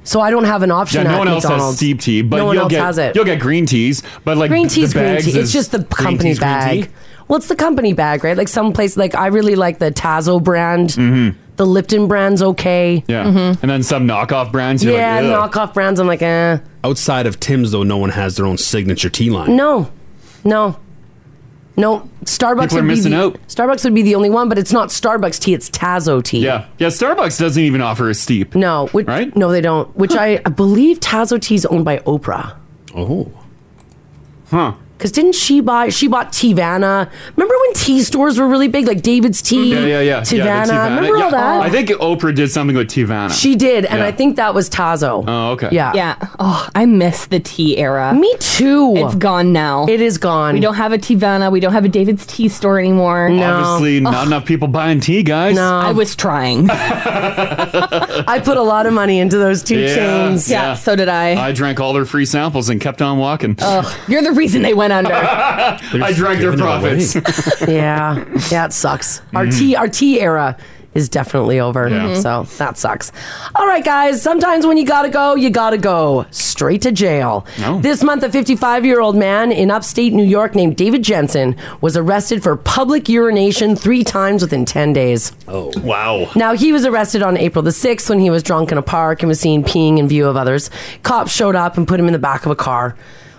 Speaker 3: so I don't have an option.
Speaker 2: Yeah,
Speaker 3: at
Speaker 2: no one
Speaker 3: McDonald's.
Speaker 2: else has steep tea, but
Speaker 3: no one
Speaker 2: you'll
Speaker 3: else
Speaker 2: get
Speaker 3: has it.
Speaker 2: you'll get green teas, but like
Speaker 3: green
Speaker 2: the
Speaker 3: tea's green
Speaker 2: bags
Speaker 3: tea. It's
Speaker 2: is-
Speaker 3: just the
Speaker 2: Green
Speaker 3: company
Speaker 2: tea's green
Speaker 3: bag.
Speaker 2: tea?
Speaker 3: Well, it's the company bag, right? Like some place, like I really like the Tazo brand.
Speaker 2: Mm-hmm.
Speaker 3: The Lipton brand's okay.
Speaker 2: Mm. Yeah,
Speaker 4: Mm-hmm.
Speaker 3: Mhm.
Speaker 2: and then some knockoff brands.
Speaker 4: you're like,
Speaker 3: yeah,
Speaker 4: "Ugh."
Speaker 3: knockoff brands. I'm like, eh,
Speaker 4: Outside of Tim's, though, no one has their own signature tea line.
Speaker 3: no, no, no. Starbucks
Speaker 4: People are
Speaker 3: would be
Speaker 4: missing
Speaker 3: the,
Speaker 4: out.
Speaker 3: Starbucks would be the only one, but it's not Starbucks tea. It's Tazo tea.
Speaker 2: Yeah, yeah. Starbucks doesn't even offer a steep.
Speaker 3: No, which, right? No, they don't. Which I, I believe Tazo tea is owned by Oprah.
Speaker 4: Oh,
Speaker 2: huh.
Speaker 3: Because didn't she buy? She bought Tivana. Remember when tea stores were really big, like David's Tea,
Speaker 2: Yeah, yeah, yeah.
Speaker 3: Tivana.
Speaker 2: Yeah, the
Speaker 3: Remember
Speaker 2: Yeah,
Speaker 3: all that?
Speaker 2: I think Oprah did something with Tivana.
Speaker 3: she did, and
Speaker 2: Yeah.
Speaker 3: I think that was Tazo.
Speaker 2: Oh, okay.
Speaker 3: Yeah.
Speaker 5: Yeah. Oh, I miss the tea era.
Speaker 3: Me too.
Speaker 5: It's gone now. It
Speaker 3: is gone.
Speaker 5: We don't have a Tivana. We don't have a David's tea store anymore.
Speaker 2: Obviously, not
Speaker 5: Ugh.
Speaker 2: enough people buying tea, guys.
Speaker 5: No. I was trying.
Speaker 2: Oh,
Speaker 3: I put a lot of money into those two chains.
Speaker 5: Yeah, so did I.
Speaker 2: I drank all their free samples and kept on walking.
Speaker 5: Ugh, you're the reason they went under.
Speaker 2: I drank their profits.
Speaker 3: yeah, yeah, it sucks. Our
Speaker 4: Mm.
Speaker 2: Mhm.
Speaker 3: tea, our tea era is definitely over.
Speaker 2: Yeah.
Speaker 4: Mm-hmm.
Speaker 2: Mhm.
Speaker 3: So that sucks. All right, guys. Sometimes when you gotta go, you gotta go straight to jail. This month, a 55 year old man in upstate New York named David Jensen was arrested for public urination three times within 10 days.
Speaker 4: Oh, wow.
Speaker 3: Now, he was arrested on April the 6th when he was drunk in a park and was seen peeing in view of others. Cops showed up and put him in the back of a car.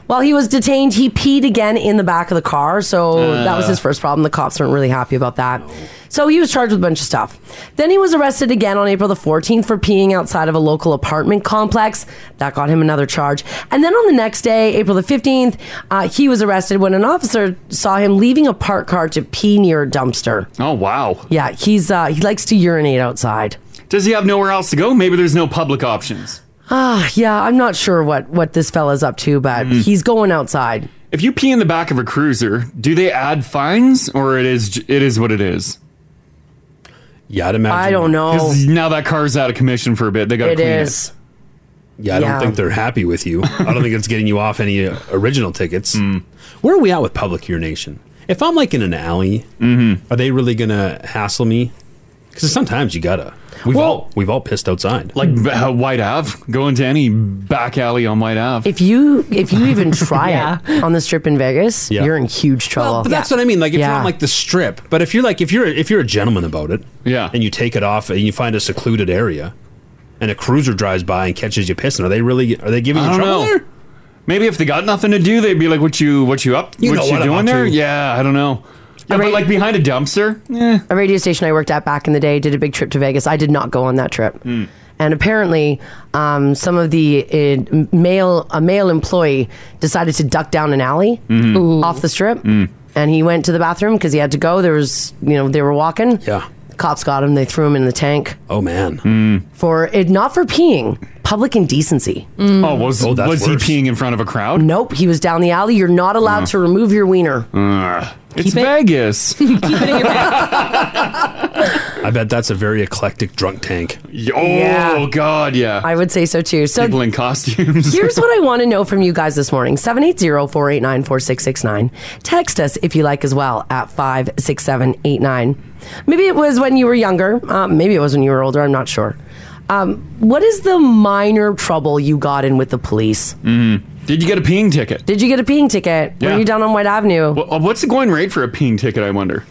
Speaker 3: While he was detained, he peed again in the back of the car, so that was
Speaker 6: Uh.
Speaker 3: his first problem. The cops weren't really happy about that. So he was charged with a bunch of stuff. Then he was arrested again on April the 14th for peeing outside of a local apartment complex. That got him another charge. And then on the next day, April the 15th, uh, he was arrested when an officer saw him leaving a parked car to pee near a dumpster.
Speaker 2: Oh, wow.
Speaker 3: Yeah, he's uh, he likes to urinate outside.
Speaker 2: Does he have nowhere else to go? Maybe there's no public options.
Speaker 3: Ah, yeah, I'm not sure what what this fella's up to, but
Speaker 2: Mm.
Speaker 3: he's going outside.
Speaker 2: If you pee in the back of a cruiser, do they add fines or it is j- it is what it is?
Speaker 4: Yeah, I'd imagine.
Speaker 3: I don't know.
Speaker 2: 'Cause Now that car's out of commission for a bit. They got to
Speaker 3: It
Speaker 2: clean
Speaker 3: is.
Speaker 4: Yeah, I
Speaker 3: Yeah.
Speaker 4: don't think they're happy with you. I don't think it's getting you off any uh, original tickets.
Speaker 2: Mm.
Speaker 4: Where are we at with public urination? If I'm like in an alley,
Speaker 2: Mm-hmm.
Speaker 4: are they really gonna hassle me? Because sometimes you gotta. We've all we've all pissed outside.
Speaker 2: Like b- uh, White Ave, go into any back alley on White Ave.
Speaker 3: If you if you even try it on the strip in Vegas,
Speaker 4: Yeah.
Speaker 3: you're in huge trouble.
Speaker 4: Well, but that's
Speaker 3: Yeah.
Speaker 4: what I mean. Like if you're
Speaker 3: Yeah.
Speaker 4: on like the strip, but if you're like if you're if you're a gentleman about it, yeah, and you take it off and you find a secluded area, and a cruiser drives by and catches you pissing, are they really are they giving you
Speaker 2: I don't
Speaker 4: trouble?
Speaker 2: know.
Speaker 4: There?
Speaker 2: Maybe if they got nothing to do, they'd be like, "What you what you up?
Speaker 4: You know
Speaker 2: what you
Speaker 4: what I'm
Speaker 2: doing
Speaker 4: up to.
Speaker 2: there? Yeah, I don't know. Yeah, but like behind a dumpster.
Speaker 3: A radio station I worked at back in the day did a big trip to Vegas. I did not go on that trip. And apparently, um, some of the uh, male a male employee decided to duck down an alley
Speaker 6: Mhm. Ooh.
Speaker 3: off the strip,
Speaker 6: Mm.
Speaker 3: and he went to the bathroom because he had to go. There was, you know, they were walking.
Speaker 4: Yeah,
Speaker 3: cops got him. They threw him in the tank.
Speaker 4: Oh man,
Speaker 2: Mm.
Speaker 3: for it not for peeing, public indecency.
Speaker 2: Oh, was
Speaker 4: Oh, that's
Speaker 2: was
Speaker 4: worse.
Speaker 2: he peeing in front of a crowd? Mm.
Speaker 3: Nope, he was down the alley. You're not allowed to remove your wiener.
Speaker 2: Ugh. it's Vegas.
Speaker 4: I bet that's a very eclectic drunk tank.
Speaker 2: Oh
Speaker 3: Yeah.
Speaker 2: God, yeah.
Speaker 3: I would say so too. So
Speaker 2: People in costumes.
Speaker 3: Here's what I want to know from you guys this morning 780 489 4669. Text us if you like as well at 56789. Maybe it was when you were younger. Uh, maybe it was when you were older. I'm not sure. Um, what is the minor trouble you got in with the police?
Speaker 2: Mm. Did you get a peeing ticket?
Speaker 3: Did you get a peeing ticket?
Speaker 2: Yeah.
Speaker 3: Were you down on White Avenue?
Speaker 2: Well, what's the going rate for a peeing ticket? I wonder.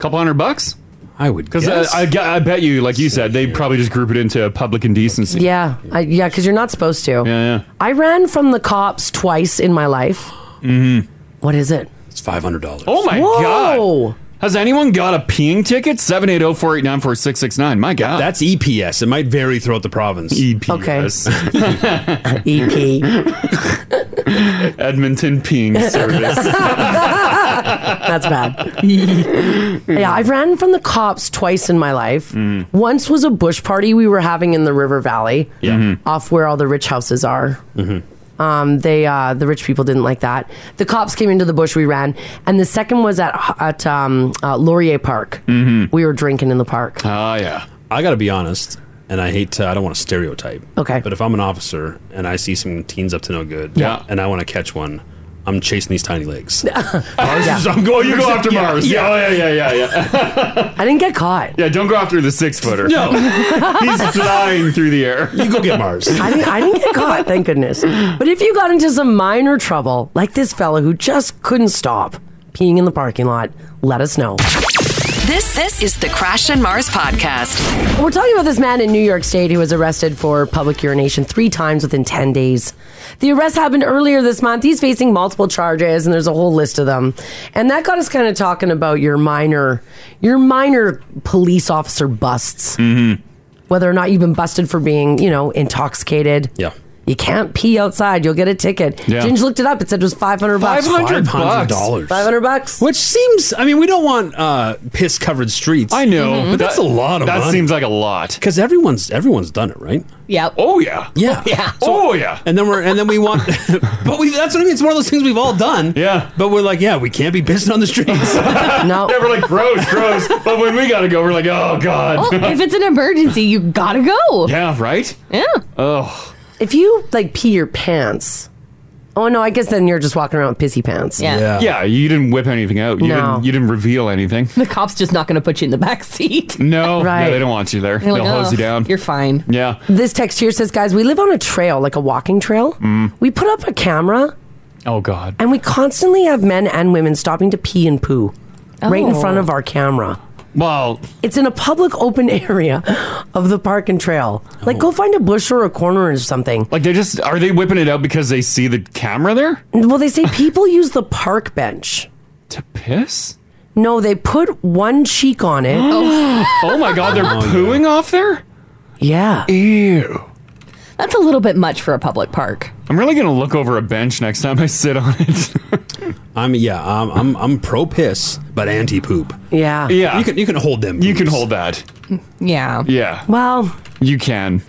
Speaker 2: Couple hundred bucks.
Speaker 4: I would
Speaker 2: because uh,
Speaker 3: guess.
Speaker 2: I, I, bet you, like you said, they probably just group it into public indecency.
Speaker 3: Yeah, I, yeah, because you're not supposed to. Yeah,
Speaker 2: yeah.
Speaker 3: I ran from the cops twice in my life.
Speaker 2: Mm-hmm.
Speaker 3: What is it?
Speaker 4: It's five hundred dollars.
Speaker 2: Oh my
Speaker 3: Whoa.
Speaker 2: god! Has anyone got a peeing ticket? Seven eight zero four eight nine four six six nine. My god, E
Speaker 4: that's EPS. It might vary throughout the province.
Speaker 2: EPS.
Speaker 3: E EP.
Speaker 2: Edmonton peeing service.
Speaker 3: That's bad. yeah, I ran from the cops twice in my life.
Speaker 2: Mm.
Speaker 3: Once was a bush party we were having in the River Valley,
Speaker 6: Yeah.
Speaker 2: Mm-hmm.
Speaker 6: Mhm.
Speaker 3: off where all the rich houses are. Um, they uh, the rich people didn't like that. The cops came into the bush. We ran, and the second was at at um, uh, Laurier Park.
Speaker 2: Mm.
Speaker 3: We were drinking in the park.
Speaker 2: Oh yeah.
Speaker 4: Mm-hmm. I got to be honest, and I hate to. I don't want to stereotype.
Speaker 3: Okay.
Speaker 4: But if I'm an officer and I see some teens up to no good,
Speaker 2: Yeah.
Speaker 4: and I want to catch one, I'm chasing these tiny legs.
Speaker 2: Mars is- I'm going. You go after
Speaker 4: Yeah,
Speaker 2: Mars. Yeah,
Speaker 4: yeah.
Speaker 2: oh, yeah, yeah, yeah, yeah.
Speaker 3: I didn't get caught.
Speaker 2: yeah, don't go after the six footer.
Speaker 3: No.
Speaker 2: he's flying through the air.
Speaker 4: You go get Mars.
Speaker 3: I didn't, I didn't get caught, thank goodness. But if you got into some minor trouble, like this fella who just couldn't stop peeing in the parking lot, let us know.
Speaker 1: This this is the Crash and Mars podcast.
Speaker 3: We're talking about this man in New York State who was arrested for public urination three times within 10 days. The arrest happened earlier this month. He's facing multiple charges, and there's a whole list of them. And that got us kind of talking about your minor, your minor police officer busts.
Speaker 6: Mm-hmm.
Speaker 3: Whether or not you've been busted for being, you know, intoxicated.
Speaker 4: Yeah.
Speaker 3: You can't pee outside. You'll get a ticket.
Speaker 4: Yeah.
Speaker 3: Ginge looked it up. It said it was 500 bucks.
Speaker 4: dollars.
Speaker 3: 500 bucks.
Speaker 4: Which seems, I mean, we don't want uh, piss covered streets. I
Speaker 2: know, Mhm.
Speaker 3: Mm-hmm.
Speaker 4: But that's a
Speaker 2: that-
Speaker 4: lot of
Speaker 2: that
Speaker 4: money.
Speaker 2: seems like a lot.
Speaker 4: Because everyone's everyone's done it, right?
Speaker 5: Yeah.
Speaker 2: Oh yeah.
Speaker 4: Yeah.
Speaker 2: Yeah. oh yeah.
Speaker 4: And then we're and then we want but we that's what I mean. It's one of those things we've all done. Yeah. But we're like, yeah, we can't be pissing on the streets.
Speaker 3: no.
Speaker 2: Yeah, we're like gross, gross. But when we gotta go, we're like, oh god.
Speaker 5: Well, if it's an emergency, you gotta go.
Speaker 2: yeah, right.
Speaker 5: Yeah.
Speaker 2: Oh.
Speaker 3: If you like pee your pants. Oh no, I guess then you're just walking around with pissy pants.
Speaker 2: yeah. you didn't whip anything out. You,
Speaker 3: No.
Speaker 2: didn't, you didn't reveal anything.
Speaker 5: The cop's just not gonna put you in the back seat.
Speaker 2: No,
Speaker 3: Right.
Speaker 2: no, they don't want you there.
Speaker 3: They're
Speaker 2: They'll
Speaker 3: like,
Speaker 2: hose
Speaker 3: "Oh,
Speaker 2: you down. You're
Speaker 5: fine.
Speaker 2: Yeah.
Speaker 3: This text here says, guys, we live on a trail, like a walking trail.
Speaker 2: Mm.
Speaker 3: We put up a camera
Speaker 2: Oh God.
Speaker 3: and we constantly have men and women stopping to pee and poo right in
Speaker 2: Oh.
Speaker 3: front of our camera.
Speaker 2: Well,
Speaker 3: it's in a public open area of the park and trail. Like, go find a bush or a corner or something.
Speaker 2: Oh. Like, they just are they whipping it out because they see the camera there?
Speaker 3: Well, they say people use the park bench
Speaker 2: to piss.
Speaker 3: No, they put one cheek on it.
Speaker 2: Oh. Oh my God, they're Oh, yeah. pooing off there?
Speaker 3: Yeah.
Speaker 2: Ew.
Speaker 5: That's a little bit much for a public park.
Speaker 2: I'm really gonna look over a bench next time I sit on it.
Speaker 4: I'm yeah, I'm I'm, I'm pro piss, but anti poop.
Speaker 3: Yeah.
Speaker 2: Yeah.
Speaker 4: You can you can hold them.
Speaker 2: You can hold that.
Speaker 5: Yeah.
Speaker 2: Yeah.
Speaker 3: Well,
Speaker 2: you can.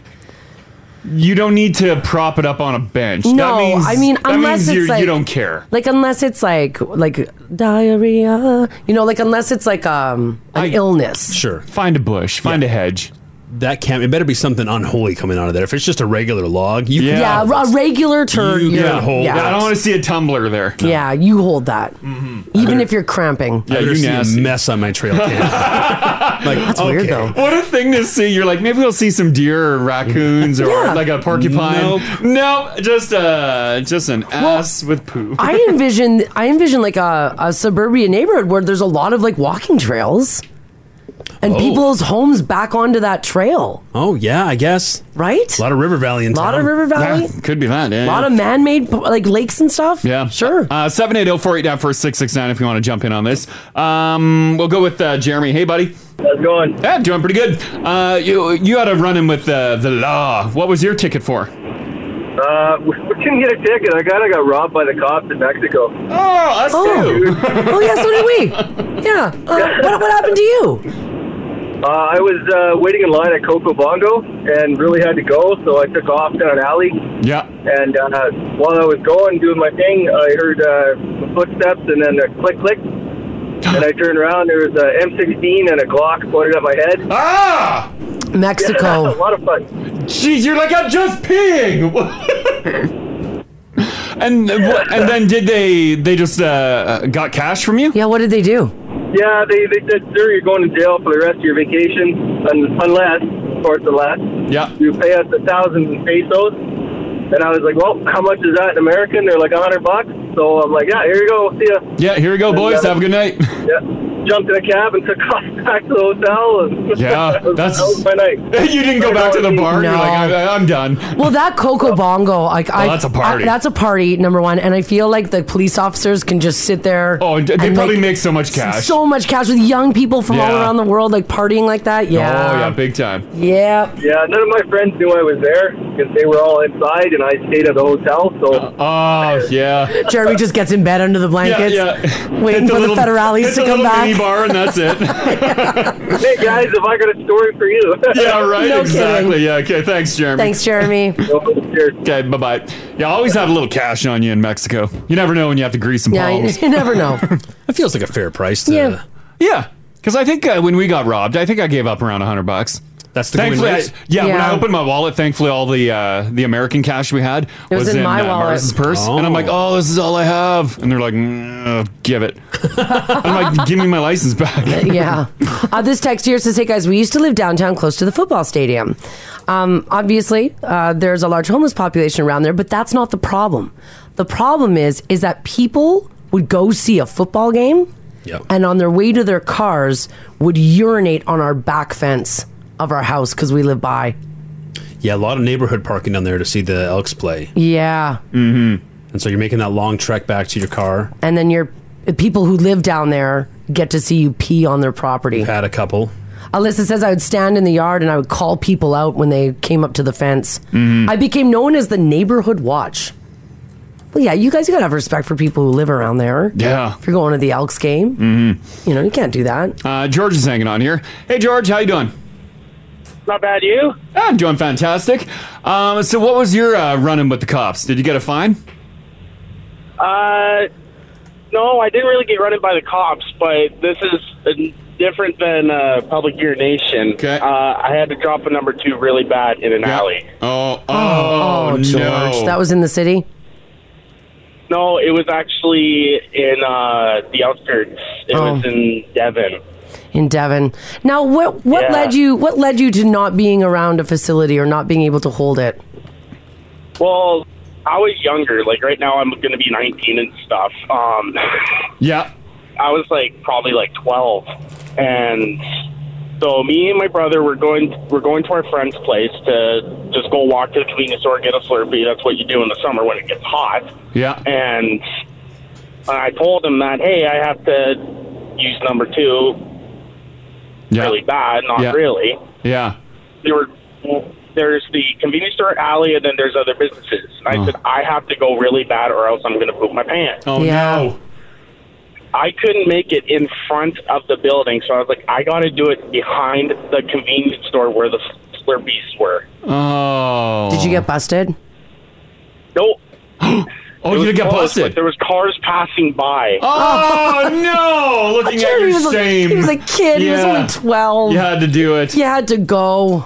Speaker 2: You don't need to prop it up on a bench.
Speaker 3: No,
Speaker 2: that means,
Speaker 3: I mean,
Speaker 2: that
Speaker 3: unless
Speaker 2: means
Speaker 3: it's
Speaker 2: you're-
Speaker 3: like-
Speaker 2: you don't care.
Speaker 3: Like unless it's like like diarrhea, you know, like unless it's like um an illness.
Speaker 4: Sure.
Speaker 2: Find a bush. Find a hedge.
Speaker 4: That can't. It better be something unholy coming out of there. If it's just a regular log, you
Speaker 3: Yeah,
Speaker 4: can
Speaker 3: a regular turd.
Speaker 4: You
Speaker 3: you're-
Speaker 4: can hold
Speaker 3: yeah.
Speaker 4: that.
Speaker 2: I don't Mm-hmm. want to see a tumbler there.
Speaker 3: Yeah, you hold that. Even if you're cramping.
Speaker 4: I better see a mess on my trail cam. like
Speaker 3: That's weird, though.
Speaker 2: What a thing to see. You're like, maybe we'll see some deer or raccoons or
Speaker 3: Yeah.
Speaker 2: like a porcupine.
Speaker 3: Nope.
Speaker 2: Nope. Just uh just an ass with poo.
Speaker 3: I envision I envision like a, a suburban neighborhood where there's a lot of like walking trails. And
Speaker 4: Oh.
Speaker 3: people's homes back onto that trail.
Speaker 4: Oh yeah, I guess.
Speaker 3: Right.
Speaker 4: A lot of River Valley in
Speaker 3: Lot
Speaker 4: town.
Speaker 3: of River Valley. Yeah,
Speaker 2: could be that.
Speaker 3: A lot of man-made like lakes and stuff.
Speaker 2: Yeah.
Speaker 3: Sure.
Speaker 2: Uh 780-489-4669 if you want to jump in on this. Um we'll go with uh, Jeremy. Hey buddy.
Speaker 7: How's it going?
Speaker 2: Yeah, doing pretty good. Uh you you had a run in with uh, the law. What was your ticket for?
Speaker 7: Uh, we couldn't get a ticket. I kind of got robbed by the cops in Mexico.
Speaker 2: Oh, us
Speaker 3: too. oh yeah, so did we. Yeah. Uh, what, what happened to you?
Speaker 7: Uh, I was uh, waiting in line at Coco Bongo and really had to go, so I took off down an alley.
Speaker 2: Yeah.
Speaker 7: And uh, while I was going doing my thing, I heard uh, footsteps and then a click click. And I turned around. There was a M16 and a Glock pointed at my head.
Speaker 2: Ah!
Speaker 3: Mexico.
Speaker 7: a lot of fun.
Speaker 2: Jeez, you're like I'm just peeing. and uh, wha- and then did they they just uh, got cash from you?
Speaker 3: Yeah. What did they do?
Speaker 7: Yeah, they, they said, sir, you're going to jail for the rest of your vacation, un- unless, of course, unless
Speaker 2: yeah.
Speaker 7: you pay us a thousand pesos. And I was like, well, how much is that in America? And they're like, a hundred bucks. So I'm like, yeah, here you go. See ya.
Speaker 2: Yeah, here we go,
Speaker 7: And,
Speaker 2: boys.
Speaker 7: uh,
Speaker 2: Have a good night.
Speaker 7: Yeah. Jumped in a cab and took off back to the hotel. And
Speaker 2: Yeah,
Speaker 7: that was-
Speaker 2: that's-
Speaker 7: that was my night.
Speaker 2: you didn't go back to the bar. You're
Speaker 3: No.
Speaker 2: like I, I'm done. Oh,
Speaker 3: Well, that Coco Bongo, like I,
Speaker 2: that's a party.
Speaker 3: I- that's a party number one, and I feel like the police officers can just sit there.
Speaker 2: Oh, d- they
Speaker 3: and,
Speaker 2: probably
Speaker 3: like,
Speaker 2: make so much cash.
Speaker 3: So much cash with young people from all
Speaker 2: Yeah.
Speaker 3: around the world, like partying like that.
Speaker 2: Oh yeah,
Speaker 3: Yeah.
Speaker 2: big time.
Speaker 3: yeah.
Speaker 7: Yeah, none of my friends knew I was there because they were all inside and I stayed at the hotel. So.
Speaker 2: Oh yeah.
Speaker 3: Jeremy just gets in bed under the blankets,
Speaker 2: Hit
Speaker 3: waiting for
Speaker 2: little-
Speaker 3: the federales
Speaker 2: hit
Speaker 3: to
Speaker 2: the
Speaker 3: come
Speaker 2: little
Speaker 3: back.
Speaker 2: Mini bar and that's it.
Speaker 7: hey guys, have I got a story for you?
Speaker 2: yeah, right.
Speaker 3: No
Speaker 2: exactly. Yeah. Okay. Thanks, Jeremy.
Speaker 3: Thanks, Jeremy.
Speaker 2: Okay. Bye bye. Yeah. Always have a little cash on you in Mexico. You never know when you have to grease some
Speaker 3: Yeah, you-
Speaker 2: palms.
Speaker 3: you never know.
Speaker 2: That feels like a fair price.
Speaker 3: to- Yeah.
Speaker 2: Yeah. Because I think uh, when we got robbed, I think I gave up around hundred bucks. That's
Speaker 4: the going
Speaker 2: thankfully. I,
Speaker 4: rate?
Speaker 2: yeah, When
Speaker 4: Yeah.
Speaker 2: I opened my wallet, thankfully all the uh, the American cash we had
Speaker 4: It was in my
Speaker 2: uh,
Speaker 4: wallet.
Speaker 2: Maris's purse, and I'm like, oh, this is all I have, and they're like, "Mm, uh, give it. I'm like, give me my license back.
Speaker 3: yeah. Uh, this text here says, "Hey guys, we used to live downtown, close to the football stadium. Um, obviously, uh, there's a large homeless population around there, but that's not the problem. The problem is, is that people would go see a football game, and on their way to their cars, would urinate on our back fence of our house because we live by.
Speaker 4: Yeah, a lot of neighborhood parking down there to see the Elks play.
Speaker 3: Yeah,
Speaker 4: Mm-hmm. And so you're making that long trek back to your car.
Speaker 3: and then your people who live down there get to see you pee on their property.
Speaker 4: Had a couple.
Speaker 3: Alyssa says I would stand in the yard and I would call people out when they came up to the fence.
Speaker 4: Mm-hmm.
Speaker 8: Mhm.
Speaker 3: I became known as the neighborhood watch. Well, yeah, you guys gotta have respect for people who live around there.
Speaker 2: Yeah.
Speaker 3: If you're going to the Elks game,
Speaker 2: Mm-hmm.
Speaker 3: you know, you can't do that.
Speaker 2: Uh, George is hanging on here. Hey, George, how you doing?
Speaker 9: Not bad, you?
Speaker 2: I'm doing fantastic. Um, so, what was your uh, running with the cops? Did you get a fine?
Speaker 9: Uh, no, I didn't really get run in by the cops, but this is uh, different than uh, public urination. Okay. Uh, I had to drop a number two really bad in an alley.
Speaker 2: Oh,
Speaker 3: Oh, George. That was in the city?
Speaker 9: no, it was actually in uh, the outskirts. It
Speaker 3: Oh.
Speaker 9: was in Devon.
Speaker 3: In Devon. Now what what
Speaker 9: Yeah.
Speaker 3: led you what led you to not being around a facility or not being able to hold it?
Speaker 9: Well, I was younger. Like right now, I'm going to be 19 and stuff. Um,
Speaker 2: yeah.
Speaker 9: I was like probably like 12, and so me and my brother were going we're going to our friend's place to just go walk to the convenience store, get a Slurpee. That's what you do in the summer when it gets hot.
Speaker 2: Yeah.
Speaker 9: And I told him that hey, I have to use number two.
Speaker 2: Yeah.
Speaker 9: Really bad, not
Speaker 2: Yeah.
Speaker 9: really.
Speaker 2: Yeah.
Speaker 9: There were there's the convenience store alley, and then there's other businesses. I said I have to go really bad, or else I'm going to poop my pants.
Speaker 2: Oh no.
Speaker 9: I couldn't make it in front of the building, so I was like, I got to do it behind the convenience store where the Slurpees were.
Speaker 2: Oh.
Speaker 3: Did you get busted?
Speaker 9: No.
Speaker 2: oh,
Speaker 9: It
Speaker 2: you
Speaker 9: was
Speaker 2: didn't get
Speaker 9: close,
Speaker 2: busted.
Speaker 9: but There was cars passing by.
Speaker 2: Oh, no! Looking at
Speaker 3: Jerry
Speaker 2: your
Speaker 3: was a-
Speaker 2: shame.
Speaker 3: he was a kid. He was only 12.
Speaker 2: You had to do it.
Speaker 3: You had to go.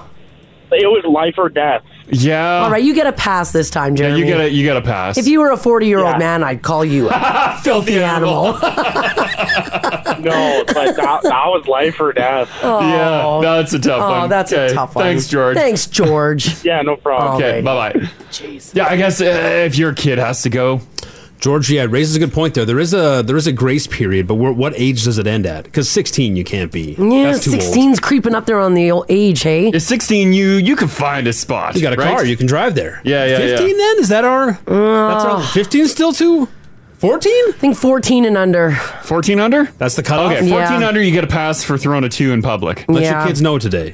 Speaker 9: It was life or death.
Speaker 2: Yeah.
Speaker 3: All right, you get a pass this time,
Speaker 2: Yeah,
Speaker 3: Jeremy.
Speaker 2: you gotta, you gotta pass.
Speaker 3: If you were a 40 year old
Speaker 2: Yeah.
Speaker 3: man, I'd call you a
Speaker 2: Ah, filthy animal.
Speaker 9: no, but that, that was life or death.
Speaker 2: yeah, that's a tough
Speaker 3: Oh,
Speaker 2: one.
Speaker 3: that's a tough one.
Speaker 2: Thanks, George.
Speaker 3: Thanks, George.
Speaker 9: yeah, no problem.
Speaker 2: Okay, bye bye. Yeah, I guess uh, if your kid has to go,
Speaker 4: George, yeah, raises a good point there. There is a there is a grace period, but we what age does it end at? Because sixteen, you can't be.
Speaker 3: Yeah,
Speaker 4: That's too old.
Speaker 3: 16's creeping up there on the old age, hey?
Speaker 2: At 16, you you can find a spot.
Speaker 4: You got a
Speaker 2: right?
Speaker 4: car, you can drive there.
Speaker 2: Yeah, yeah, yeah.
Speaker 4: 15 then? Is that our. that's our 15 still too? 14? I
Speaker 3: think 14 and under.
Speaker 2: 14 under?
Speaker 4: That's the cutoff.
Speaker 2: Okay, 14
Speaker 3: Yeah.
Speaker 2: under, you get a pass for throwing a two in public.
Speaker 3: Let your Yeah. kids
Speaker 4: know today.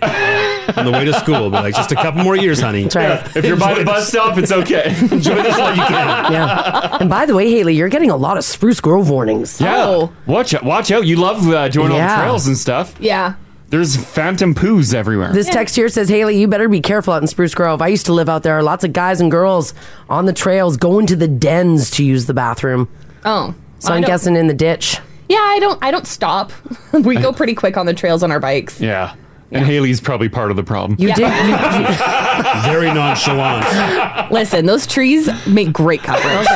Speaker 4: On the way to school, but like just a couple more years, honey.
Speaker 3: That's right.
Speaker 2: If you're by the bus stop, it's okay. Enjoy this while you can.
Speaker 3: yeah. And by the way, Haley, you're getting a lot of Spruce Grove warnings.
Speaker 2: Yeah. Watch out. Watch out. You love uh, doing all
Speaker 3: Yeah.
Speaker 2: the trails and stuff.
Speaker 5: Yeah.
Speaker 2: There's phantom poos everywhere.
Speaker 3: This text here says, Haley, you better be careful out in Spruce Grove. I used to live out there. Lots of guys and girls on the trails going to the dens to use the bathroom.
Speaker 5: Oh.
Speaker 3: So
Speaker 5: I
Speaker 3: I'm
Speaker 5: don't-
Speaker 3: guessing in the ditch.
Speaker 5: Yeah, I don't. I don't stop. we go pretty quick on the trails on our bikes.
Speaker 2: Yeah. And Haley's probably part of the problem.
Speaker 5: You Yeah.
Speaker 4: Very nonchalant.
Speaker 5: Listen, those trees make great coverage.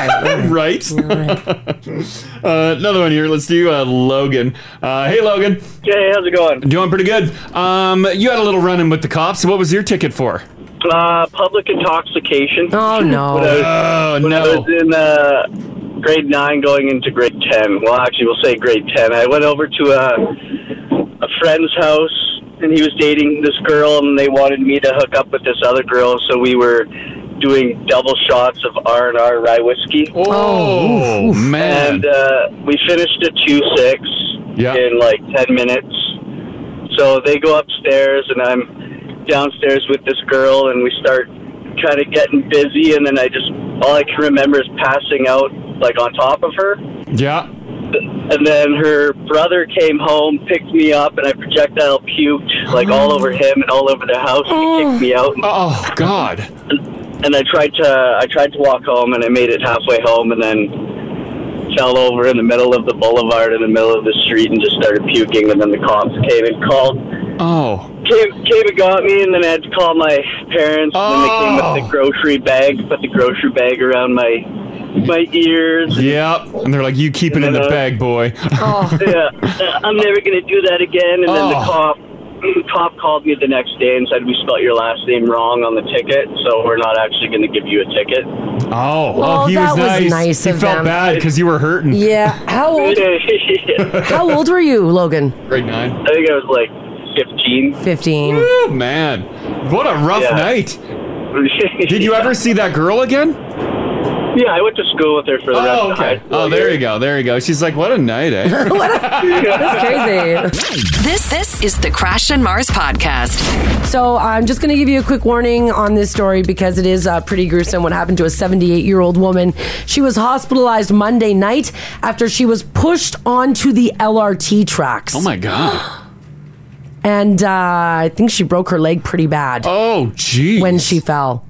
Speaker 2: right? uh, another one here. Let's do uh, Logan. Uh, hey, Logan.
Speaker 9: Hey, how's it going?
Speaker 2: Doing pretty good. Um, you had a little run in with the cops. What was your ticket for?
Speaker 9: Uh, public intoxication.
Speaker 3: Oh no!
Speaker 9: When I
Speaker 2: was,
Speaker 9: when I was in uh, grade nine, going into grade ten. Well, actually, we'll say grade ten. I went over to a a friend's house, and he was dating this girl, and they wanted me to hook up with this other girl. So we were doing double shots of R and R rye whiskey.
Speaker 2: Oh, oof, oof. man.
Speaker 9: And uh, we finished at two six in like ten minutes. So they go upstairs, and I'm downstairs with this girl, and we start kind of getting busy. And then I just all I can remember is passing out like on top of her.
Speaker 2: Yeah.
Speaker 9: And then her brother came home, picked me up, and I projectile puked like all over him and all over the house. And he kicked me out.
Speaker 2: Oh God!
Speaker 9: And, and I tried to I tried to walk home, and I made it halfway home, and then fell over in the middle of the boulevard, in the middle of the street, and just started puking. And then the cops came and called.
Speaker 2: Oh.
Speaker 9: Came, came and got me, and then I had to call my parents. And then they came with
Speaker 2: Oh.
Speaker 9: the grocery bag, put the grocery bag around my my ears.
Speaker 2: Yep. And they're like, you keep it in the bag, boy.
Speaker 9: yeah, I'm never gonna do that again. And then the
Speaker 2: Oh.
Speaker 9: cop, cop called me the next day and said we spelt your last name wrong on the ticket, so we're not actually gonna give you a ticket.
Speaker 2: Oh,
Speaker 9: Well,
Speaker 2: oh, he
Speaker 9: that
Speaker 2: was
Speaker 9: was
Speaker 2: nice.
Speaker 9: nice
Speaker 2: he
Speaker 9: of
Speaker 2: felt
Speaker 9: them.
Speaker 2: bad because you were hurting.
Speaker 3: Yeah. How old? how old were you, Logan?
Speaker 2: Grade nine.
Speaker 9: I think I was like 15.
Speaker 3: 15.
Speaker 2: Woo, man, what a rough night. Did you ever see that girl again?
Speaker 9: Yeah, I went to school with her for the rest
Speaker 2: Oh,
Speaker 9: of high
Speaker 2: okay.
Speaker 9: school.
Speaker 2: Oh, there you go. There you go. She's like, what a night, eh?
Speaker 3: That's crazy.
Speaker 1: This this is the Crash and Mars podcast.
Speaker 3: So I'm just going to give you a quick warning on this story because it is uh, pretty gruesome. What happened to a 78 year old woman? She was hospitalized Monday night after she was pushed onto the LRT tracks.
Speaker 2: Oh my god.
Speaker 3: And uh, I think she broke her leg pretty bad.
Speaker 2: Oh, geez.
Speaker 3: When she fell.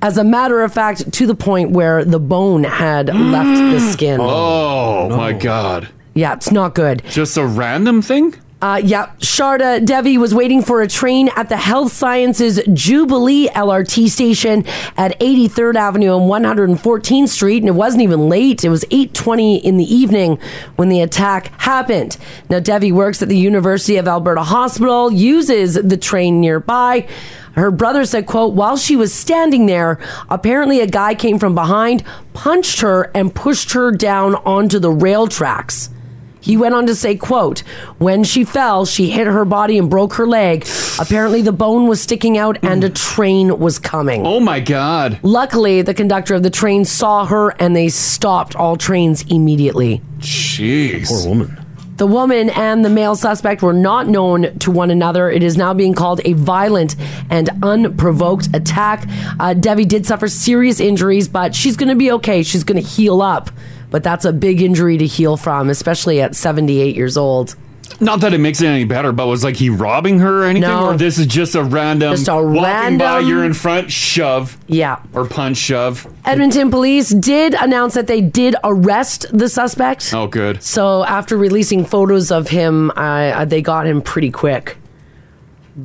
Speaker 3: As a matter of fact, to the point where the bone had left the skin.
Speaker 2: Oh my god.
Speaker 3: Yeah, it's not good.
Speaker 2: Just a random thing?
Speaker 3: Uh, yeah, Sharda Devi was waiting for a train at the Health Sciences Jubilee LRT station at 83rd Avenue and 114th Street, and it wasn't even late. It was 8:20 in the evening when the attack happened. Now Devi works at the University of Alberta Hospital, uses the train nearby. Her brother said, "quote While she was standing there, apparently a guy came from behind, punched her, and pushed her down onto the rail tracks." He went on to say, quote, when she fell, she hit her body and broke her leg. Apparently the bone was sticking out and a train was coming.
Speaker 2: Oh my god.
Speaker 3: Luckily, the conductor of the train saw her and they stopped all trains immediately.
Speaker 2: Jeez. Poor
Speaker 4: woman.
Speaker 3: The woman and the male suspect were not known to one another. It is now being called a violent and unprovoked attack. Uh, Debbie did suffer serious injuries, but she's going to be okay. She's going to heal up. But that's a big injury to heal from, especially at 78 years old.
Speaker 2: Not that it makes it any better, but was like he robbing her or anything?
Speaker 3: No.
Speaker 2: Or this is just a random
Speaker 3: Just a
Speaker 2: walking by,
Speaker 3: random-
Speaker 2: you're in front, shove.
Speaker 3: Yeah.
Speaker 2: Or punch, shove.
Speaker 3: Edmonton police did announce that they did arrest the suspect.
Speaker 2: Oh, good.
Speaker 3: So after releasing photos of him, I, I- they got him pretty quick.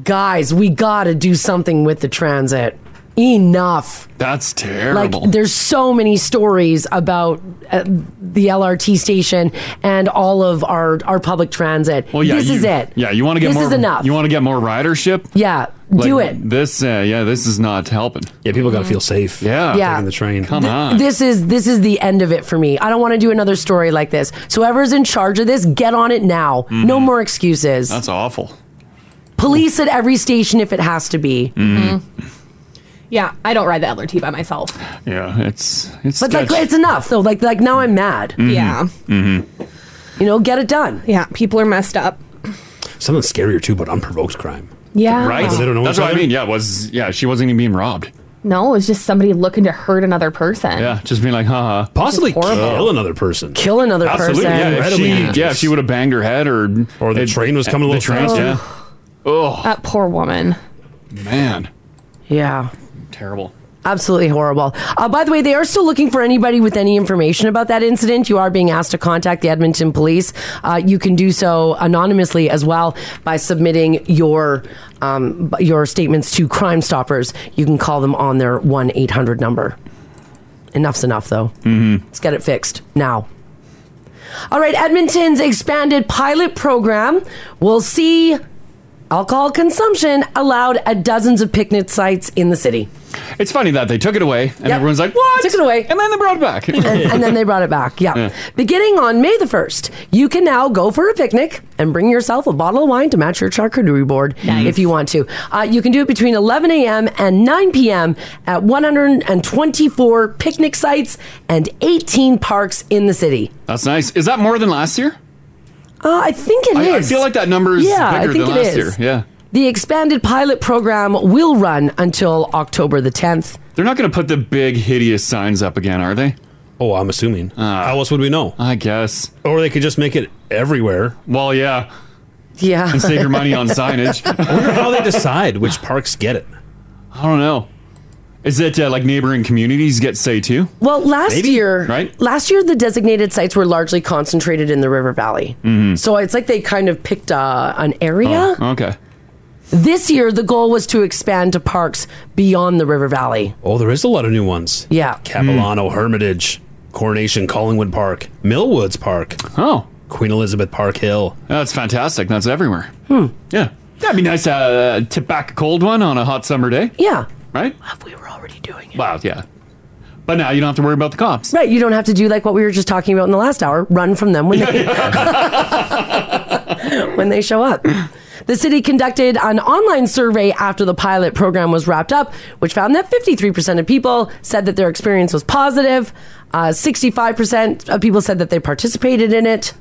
Speaker 3: Guys, we gotta do something with the transit. Enough.
Speaker 2: That's terrible.
Speaker 3: Like, there's so many stories about uh, the LRT station and all of our, our public transit.
Speaker 2: well, yeah,
Speaker 3: this
Speaker 2: you-
Speaker 3: is it.
Speaker 2: Yeah, you want to get
Speaker 3: This
Speaker 2: more.
Speaker 3: is enough.
Speaker 2: You want to get more ridership?
Speaker 3: Yeah, do it.
Speaker 2: This, uh, yeah, this is not helping.
Speaker 4: Yeah, people got to feel safe.
Speaker 2: Yeah,
Speaker 3: Yeah. taking the
Speaker 4: train.
Speaker 2: Come
Speaker 3: Th-
Speaker 2: on.
Speaker 3: This is this is the end of it for me. I don't want to do another story like this. So whoever's in charge of this, get on it now. No more excuses.
Speaker 2: Mm-hmm. That's awful.
Speaker 3: Police at every station if it has to be.
Speaker 2: Mm-hmm.
Speaker 5: Yeah, I don't ride the LRT by myself.
Speaker 2: Yeah, it's it's. mm-hmm.
Speaker 3: But like
Speaker 2: sketch.
Speaker 3: it's enough though. Like like now I'm mad.
Speaker 5: Yeah.
Speaker 3: You know, get it done.
Speaker 5: Yeah, people are messed up.
Speaker 4: Something scarier too, but unprovoked crime.
Speaker 5: Yeah.
Speaker 2: right.
Speaker 4: They don't know
Speaker 2: That's
Speaker 4: each
Speaker 2: what I
Speaker 4: other?
Speaker 2: mean. Yeah, it was yeah, she wasn't even being robbed.
Speaker 5: No, it's just somebody looking to hurt another person.
Speaker 2: Yeah, just being like, haha.
Speaker 4: Possibly
Speaker 3: horrible.
Speaker 4: kill another person.
Speaker 3: Kill another
Speaker 2: Absolutely.
Speaker 3: person.
Speaker 2: Yeah, if
Speaker 4: Incredibly
Speaker 2: she,
Speaker 4: dangerous.
Speaker 2: yeah, if she would have banged her head or
Speaker 4: Or the train was coming a
Speaker 2: the
Speaker 4: little
Speaker 2: train,
Speaker 4: fast.
Speaker 2: yeah. Oh
Speaker 5: That poor woman.
Speaker 2: man,
Speaker 3: Yeah.
Speaker 2: terrible.
Speaker 3: Absolutely horrible. Uh, by the way, they are still looking for anybody with any information about that incident. You are being asked to contact the Edmonton police. Uh, you can do so anonymously as well by submitting your um, b- your statements to Crime Stoppers. You can call them on their one eight hundred number. Enough's enough, though. Mm-hmm. Let's get it fixed now. All right, Edmonton's expanded pilot program will see alcohol consumption allowed at dozens of picnic sites in the city.
Speaker 2: It's funny that they took it away and
Speaker 3: Yep.
Speaker 2: everyone's like, what?
Speaker 3: Took it away.
Speaker 2: and then they brought it back.
Speaker 3: and, and then they brought it back. Yeah. Beginning on May the 1st, you can now go for a picnic and bring yourself a bottle of wine to match your charcuterie board if you want to. Uh, you can do it between 11 a.m. and 9 p.m. at 124 picnic sites and 18 parks in the city.
Speaker 2: That's nice. Is that more than last year?
Speaker 3: Uh, I think it is.
Speaker 2: I, I feel like that number is
Speaker 3: Yeah, I
Speaker 2: bigger
Speaker 3: think
Speaker 2: than
Speaker 3: it
Speaker 2: last
Speaker 3: is.
Speaker 2: year. Yeah.
Speaker 3: The expanded pilot program will run until October the 10th.
Speaker 2: They're not going to put the big hideous signs up again, are they? Ah.
Speaker 4: Oh, I'm assuming. How else would we know?
Speaker 2: I guess.
Speaker 4: Or they could just make it everywhere.
Speaker 2: Well, yeah.
Speaker 3: Yeah.
Speaker 2: And save your money on signage.
Speaker 4: I wonder how they decide which parks get it.
Speaker 2: I don't know. Is it uh, like neighboring communities get say too?
Speaker 3: Well, last
Speaker 4: Maybe,
Speaker 3: year,
Speaker 2: right?
Speaker 3: Last year, the designated sites were largely concentrated in the River Valley.
Speaker 2: Hmm.
Speaker 3: Mm-hmm. So it's like they kind of picked uh, an area.
Speaker 2: Oh, Okay.
Speaker 3: This year, the goal was to expand to parks beyond the River Valley.
Speaker 4: Oh, there is a lot of new ones.
Speaker 3: Yeah.
Speaker 4: Capilano,
Speaker 2: Hmm.
Speaker 4: Hermitage, Coronation, Collingwood Park, Millwoods Park,
Speaker 2: Oh,
Speaker 4: Queen Elizabeth Park Hill.
Speaker 2: that's fantastic. That's everywhere. Hmm. Yeah. That'd be nice to uh, tip back a cold one on a hot summer day,
Speaker 3: Yeah.
Speaker 2: right?
Speaker 3: We were already doing it.
Speaker 2: Wow, yeah. But now you don't have to worry about the cops.
Speaker 3: Right. You don't have to do like what we were just talking about in the last hour run from them when they, when they show up. The city conducted an online survey after the pilot program was wrapped up, which found that 53% of people said that their experience was positive, uh, 65% of people said that they participated in it,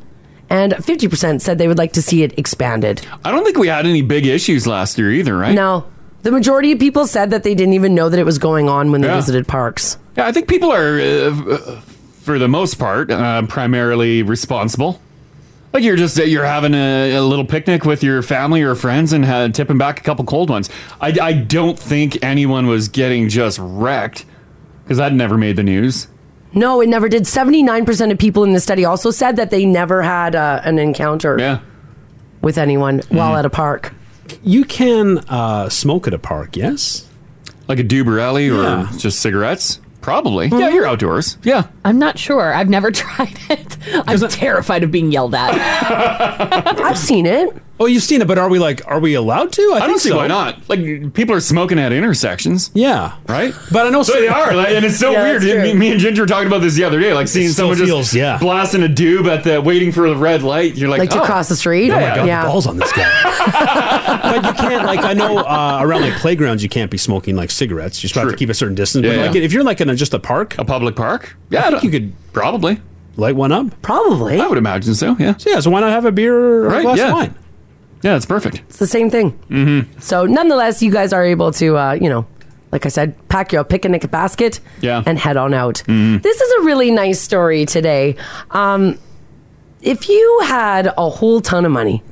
Speaker 3: and 50% said they would like to see it expanded.
Speaker 2: I don't think we had any big issues last year either, right?
Speaker 3: No, the majority of people said that they didn't even know that it was going on when they
Speaker 2: Yeah.
Speaker 3: visited parks.
Speaker 2: Yeah, I think people are, uh, f- for the most part, uh, primarily responsible. Like you're just you're having a, a little picnic with your family or friends and ha- tipping back a couple cold ones. I, I don't think anyone was getting just wrecked because I'd never made the news.
Speaker 3: No, it never did. 79% of people in the study also said that they never had uh, an encounter with anyone while at a park.
Speaker 4: You can uh, smoke at a park, yes?
Speaker 2: Like a Duber alley or just cigarettes? Probably.
Speaker 4: Mm-hmm.
Speaker 2: Yeah, you're outdoors. Yeah.
Speaker 5: I'm not sure. I've never tried it. I'm terrified of being yelled at.
Speaker 3: I've seen it.
Speaker 4: Oh, you've seen it, but are we like, are we allowed to? I,
Speaker 2: I,
Speaker 4: think
Speaker 2: don't see
Speaker 4: so.
Speaker 2: why not. Like people are smoking at intersections.
Speaker 4: Yeah.
Speaker 2: Right?
Speaker 4: But I know
Speaker 2: so they are, like, and it's so
Speaker 4: Yeah,
Speaker 2: weird.
Speaker 4: that's
Speaker 2: Me,
Speaker 4: true.
Speaker 2: me and Ginger were talking about this the other day, like seeing
Speaker 4: still
Speaker 2: someone
Speaker 4: feels-
Speaker 2: just
Speaker 4: yeah.
Speaker 2: blasting a doob at the waiting for the red light. You're like,
Speaker 3: Like to
Speaker 2: oh.
Speaker 3: cross the street.
Speaker 2: Oh my God, the
Speaker 3: yeah.
Speaker 2: balls
Speaker 4: on this guy. but you can't like I know uh, around like playgrounds you can't be smoking like cigarettes. You're supposed to keep a certain distance.
Speaker 2: Yeah,
Speaker 4: but like
Speaker 2: yeah.
Speaker 4: if you're like in a, just a park, a
Speaker 2: public park,
Speaker 4: yeah, I think you could
Speaker 2: probably
Speaker 4: light one up.
Speaker 3: Probably,
Speaker 2: I would imagine so. Yeah.
Speaker 4: So yeah, so why not have a beer or
Speaker 2: Right,
Speaker 4: a glass
Speaker 2: yeah.
Speaker 4: of wine?
Speaker 2: Yeah, it's perfect.
Speaker 3: It's the same thing. Mm-hmm. So, nonetheless, you guys are able to, uh, you know, like I said, pack your picnic basket
Speaker 8: Yeah.
Speaker 3: and head on out. This is a really nice story today. Um, if you had a whole ton of money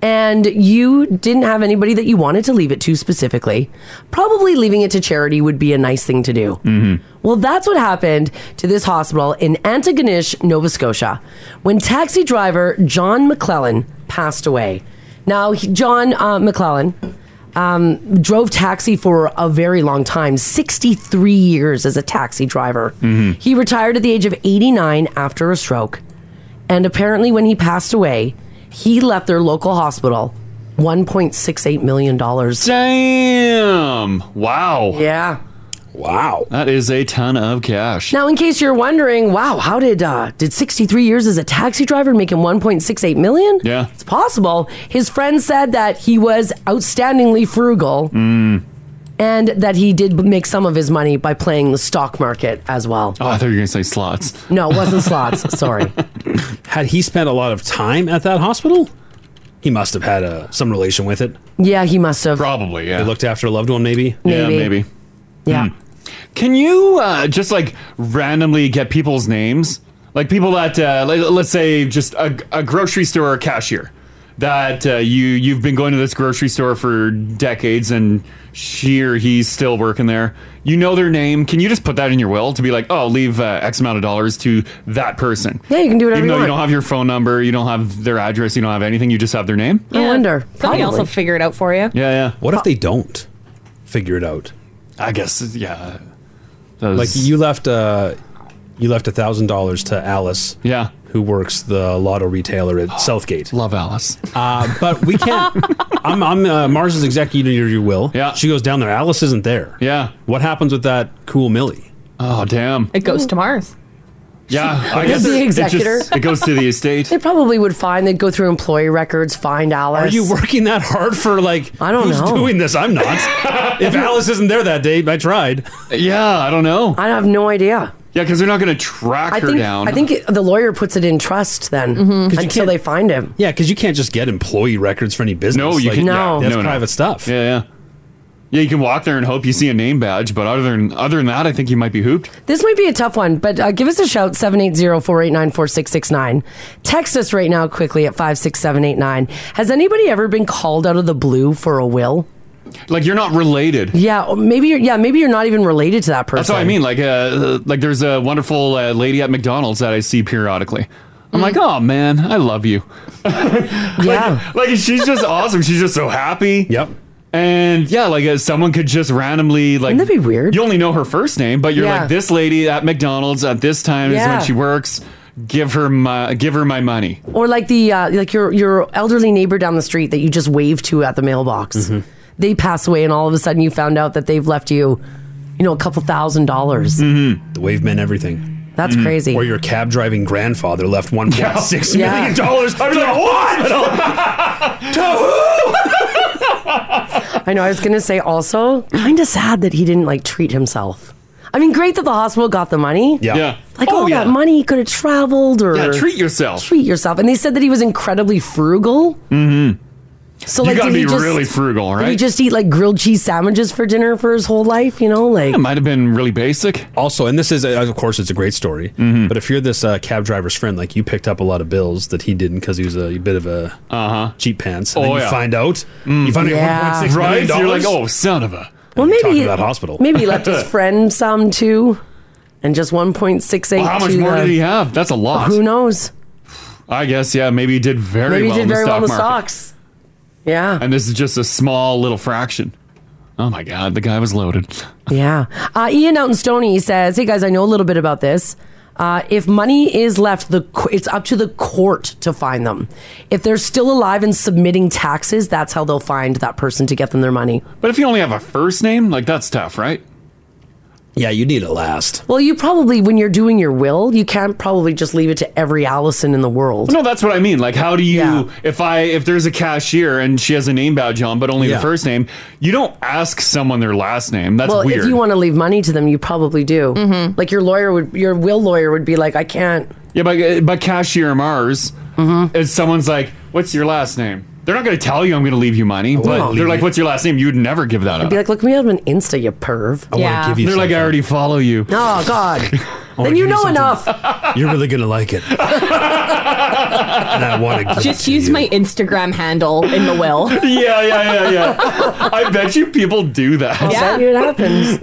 Speaker 3: and you didn't have anybody that you wanted to leave it to specifically, probably leaving it to charity would be a nice thing to do. Well, that's what happened to this hospital in Antigonish, Nova Scotia, when taxi driver John McClellan passed away. Now, he- John uh, McClellan um, drove taxi for a very long time 63 years as a taxi driver. He retired at the age of 89 after a stroke. And apparently, when he passed away, he left their local hospital $1.68 million.
Speaker 2: Damn. Wow.
Speaker 3: Yeah.
Speaker 2: Wow. That is a ton of cash.
Speaker 3: Now, in case you're wondering, wow, how did uh, did 63 years as a taxi driver make him 1.68 million?
Speaker 2: Yeah.
Speaker 3: It's possible. His friend said that he was outstandingly frugal
Speaker 2: Mm.
Speaker 3: and that he did make some of his money by playing the stock market as well.
Speaker 2: Oh, I thought you were going to say slots.
Speaker 3: No, it wasn't slots. Sorry.
Speaker 4: Had he spent a lot of time at that hospital, he must have had uh, some relation with it.
Speaker 3: Yeah, he must have.
Speaker 2: Probably, yeah.
Speaker 4: He looked after a loved one, maybe.
Speaker 2: Yeah, maybe. Hmm.
Speaker 3: Yeah.
Speaker 2: Can you uh, just like randomly get people's names? Like people that, uh, let, let's say, just a, a grocery store cashier that uh, you you've been going to this grocery store for decades, and she or he's still working there. You know their name. Can you just put that in your will to be like, oh, leave uh, X amount of dollars to that person?
Speaker 3: Yeah, you can do whatever you
Speaker 2: Even though you
Speaker 3: want.
Speaker 2: don't have your phone number, you don't have their address, you don't have anything. You just have their name.
Speaker 3: I wonder.
Speaker 5: Somebody else will
Speaker 3: Probably.
Speaker 5: figure it out for you.
Speaker 2: Yeah, yeah.
Speaker 4: What if they don't figure it out?
Speaker 2: I guess, yeah.
Speaker 4: Like you left, uh, you left a thousand dollars to Alice.
Speaker 2: Yeah,
Speaker 4: who works the lotto retailer at Southgate.
Speaker 2: Love Alice,
Speaker 4: uh, but we can't. I'm, I'm uh, Mars's executor. You will. Yeah, she goes down there. Alice isn't there.
Speaker 2: Yeah.
Speaker 4: What happens with that cool Millie?
Speaker 2: Oh damn!
Speaker 5: It goes to Mars.
Speaker 2: Yeah, I
Speaker 3: Is
Speaker 2: guess
Speaker 3: the
Speaker 2: it- it just-
Speaker 3: executor?
Speaker 2: It, goes to the estate.
Speaker 3: They probably would find, they'd go through employee records, find Alice.
Speaker 4: Are you working that hard for like? I
Speaker 3: don't
Speaker 4: who's
Speaker 3: know.
Speaker 4: Doing this, I'm not. if Alice isn't there that day, I tried.
Speaker 2: Yeah, I don't know.
Speaker 3: I have no idea.
Speaker 2: Yeah, because they're not going to track
Speaker 3: I
Speaker 2: her
Speaker 3: think,
Speaker 2: down.
Speaker 3: I think it- the lawyer puts it in trust then until they find him.
Speaker 4: Yeah, because you can't just get employee records for any business.
Speaker 2: no, you
Speaker 4: Like,
Speaker 2: can.
Speaker 4: yeah, that's
Speaker 2: no, no.
Speaker 4: private stuff.
Speaker 2: Yeah, yeah, yeah. You can walk there and hope you see a name badge, but other than other than that, I think you might be hooped.
Speaker 3: This might be a tough one, but uh, give us a shout 780-489-4669. Text us right now quickly at 56789. Has anybody ever been called out of the blue for a will?
Speaker 2: Like you're not related.
Speaker 3: Yeah, or maybe you're yeah, maybe you're not even related to that person.
Speaker 2: That's what I mean. Like, uh, like there's a wonderful uh, lady at McDonald's that I see periodically. I'm like, oh man, I love you.
Speaker 3: yeah,
Speaker 2: like, she's just awesome. She's just so happy. Yep. And yeah, like uh, someone could just randomly like that'd be
Speaker 3: weird.
Speaker 2: You only know her first name, but you're
Speaker 3: Yeah.
Speaker 2: like this lady at McDonald's at this time is
Speaker 3: Yeah.
Speaker 2: when she works. Give her my give her my money.
Speaker 3: Or like the uh, like your your elderly neighbor down the street that you just wave to at the mailbox.
Speaker 4: Mm-hmm.
Speaker 2: Mm-hmm.
Speaker 3: They pass away, and all of a sudden you found out that they've left you, you know, a couple thousand dollars.
Speaker 4: Mm-hmm. The wave meant everything.
Speaker 3: That's
Speaker 2: Mm-hmm.
Speaker 3: crazy.
Speaker 4: Or your cab driving grandfather left one point six million
Speaker 3: Yeah.
Speaker 4: dollars.
Speaker 2: I'm like, what?
Speaker 4: to
Speaker 3: I know. I was gonna say also, kind of sad that he didn't like treat himself. I mean, great that the hospital got the money.
Speaker 2: Yeah. Oh, Yeah.
Speaker 3: Like all that money, he could have traveled or
Speaker 2: Yeah, treat yourself.
Speaker 3: Treat yourself. And they said that he was incredibly frugal.
Speaker 2: Mm-hmm.
Speaker 3: So
Speaker 2: you
Speaker 3: like,
Speaker 2: gotta
Speaker 3: did
Speaker 2: be
Speaker 3: he just,
Speaker 2: really frugal,
Speaker 3: did
Speaker 2: right?
Speaker 3: he just eat like grilled cheese sandwiches for dinner for his whole life? You know, like
Speaker 4: It
Speaker 2: might have been really basic. Mm-hmm.
Speaker 4: Also, and this is, uh, of course, it's a great story. But if you're this uh, cab driver's friend, like you picked up a lot of bills that he didn't because he was a bit of a uh-huh. cheap pants. And
Speaker 2: Oh,
Speaker 4: then you
Speaker 2: yeah. Mm.
Speaker 4: find out. You find
Speaker 3: Yeah.
Speaker 4: out $1.6
Speaker 2: Right?
Speaker 4: million
Speaker 2: You're like, oh, son of a.
Speaker 3: well, maybe
Speaker 4: talking
Speaker 3: he-
Speaker 4: about hospital.
Speaker 3: Maybe he left his friend some too, and just one point six eight. uh,
Speaker 2: Well, how much more did he have? That's a lot.
Speaker 3: Who knows?
Speaker 2: I guess, yeah, maybe he did very
Speaker 3: Maybe
Speaker 2: well
Speaker 3: he
Speaker 2: in
Speaker 3: did
Speaker 2: the
Speaker 3: very well
Speaker 2: stock
Speaker 3: in the
Speaker 2: market.
Speaker 3: stocks. Yeah.
Speaker 2: And this is just a small little fraction. Oh my God, the guy was loaded.
Speaker 3: Yeah. Uh, Ian out in Stony says, "Hey guys, I know a little bit about this. Uh, if money is left, the co- it's up to the court to find them. If they're still alive and submitting taxes, that's how they'll find that person to get them their money.
Speaker 2: But if you only have a first name, like that's tough, right?
Speaker 4: Yeah, you need a last.
Speaker 3: Well, you probably when you're doing your will, you can't probably just leave it to every Allison in the world.
Speaker 2: No, that's what I mean. Like, how do you if I if there's a cashier and she has a name badge on, but only
Speaker 3: Yeah.
Speaker 2: the first name, you don't ask someone their last name. That's
Speaker 3: well,
Speaker 2: weird.
Speaker 3: if you want to leave money to them, you probably do. Like your lawyer would, your will lawyer would be like, I can't.
Speaker 2: yeah, but but cashier Mars,
Speaker 3: Mm-hmm.
Speaker 2: if someone's like, "What's your last name?" They're not going to tell you I'm going to leave you money. But
Speaker 3: No.
Speaker 2: they're like, "What's your last name?" You'd never give that
Speaker 3: I'd
Speaker 2: up.
Speaker 3: be like, look me up on Insta, you perv.
Speaker 2: I wanna Yeah. give you They're like, "I already follow you.
Speaker 3: Oh God. then you know enough.
Speaker 4: You're really going to like it. and I want to
Speaker 5: Just use my Instagram handle in the will.
Speaker 2: yeah, yeah, yeah, yeah. I bet you people do that.
Speaker 5: I'll bet Yeah. you it happens.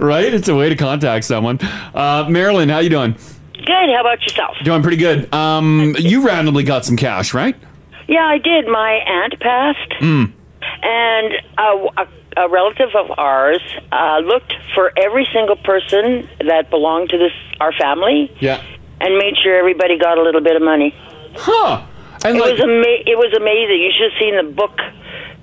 Speaker 2: right? It's a way to contact someone. Uh, Marilyn, how you doing?
Speaker 8: Good. How about yourself?
Speaker 2: Doing pretty good. Um, you randomly got some cash, right?
Speaker 8: Yeah, I did. My aunt passed,
Speaker 2: Mm.
Speaker 8: and a, a, a relative of ours uh, looked for every single person that belonged to this our family,
Speaker 2: Yeah.
Speaker 8: and made sure everybody got a little bit of money.
Speaker 2: Huh.
Speaker 8: it was ama- it was amazing. You should have seen the book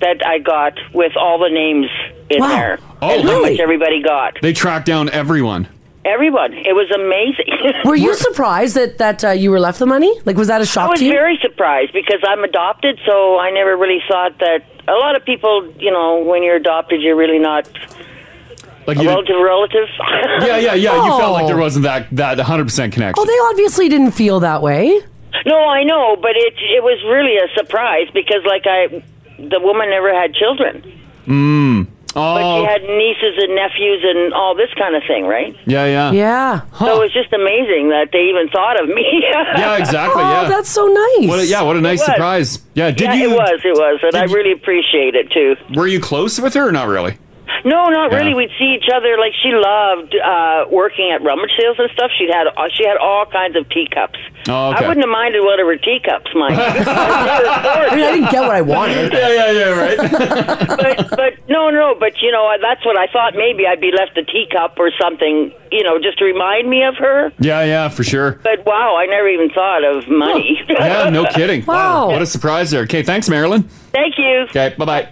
Speaker 8: that I got with all the names in
Speaker 2: Wow.
Speaker 8: there.
Speaker 2: Oh,
Speaker 8: and how
Speaker 2: really?
Speaker 8: much everybody got.
Speaker 2: They tracked down everyone.
Speaker 8: Everyone. It was amazing.
Speaker 3: Were you surprised that that uh, you were left the money? Like, was that a
Speaker 8: I
Speaker 3: shock
Speaker 8: was
Speaker 3: to you?
Speaker 8: very surprised because I'm adopted, so I never really thought that. A lot of people, you know, when you're adopted, you're really not
Speaker 2: Like
Speaker 8: a
Speaker 2: you
Speaker 8: relative. Relative.
Speaker 2: Yeah, yeah, yeah. You felt like there
Speaker 3: Oh.
Speaker 2: wasn't that that 100% connection.
Speaker 3: Oh, they obviously didn't feel that way.
Speaker 8: No, I know, but it it was really a surprise because, like, I the woman never had children,
Speaker 2: Mm.
Speaker 8: but
Speaker 2: Oh.
Speaker 8: she had nieces and nephews and all this kind of thing, right?
Speaker 2: Yeah, yeah.
Speaker 3: Yeah.
Speaker 8: So it was just amazing that they even thought of me.
Speaker 2: Yeah, exactly. yeah.
Speaker 3: Oh, so nice.
Speaker 2: What a, yeah, what a
Speaker 8: It
Speaker 2: nice
Speaker 8: was.
Speaker 2: surprise. Yeah, did
Speaker 8: yeah,
Speaker 2: you
Speaker 8: It was, it was, and I really appreciate it too.
Speaker 2: Were you close with her or not really?
Speaker 8: No, not
Speaker 2: Yeah.
Speaker 8: really. We'd see each other. Like she loved uh, working at rummage sales and stuff. She had uh, she had all kinds of teacups.
Speaker 2: Oh, okay.
Speaker 8: I wouldn't have minded whatever teacups, mine. I
Speaker 3: mean, I didn't get what I wanted.
Speaker 2: Yeah, yeah, yeah, right.
Speaker 8: but no, no. But you know, I- that's what I thought. Maybe I'd be left a teacup or something. You know, just to remind me of her.
Speaker 2: Yeah, yeah, for sure.
Speaker 8: But wow, I never even thought of money.
Speaker 2: Yeah, no kidding.
Speaker 8: Wow.
Speaker 2: What a surprise there. Okay, thanks, Marilyn.
Speaker 8: Thank you.
Speaker 2: Okay, bye bye.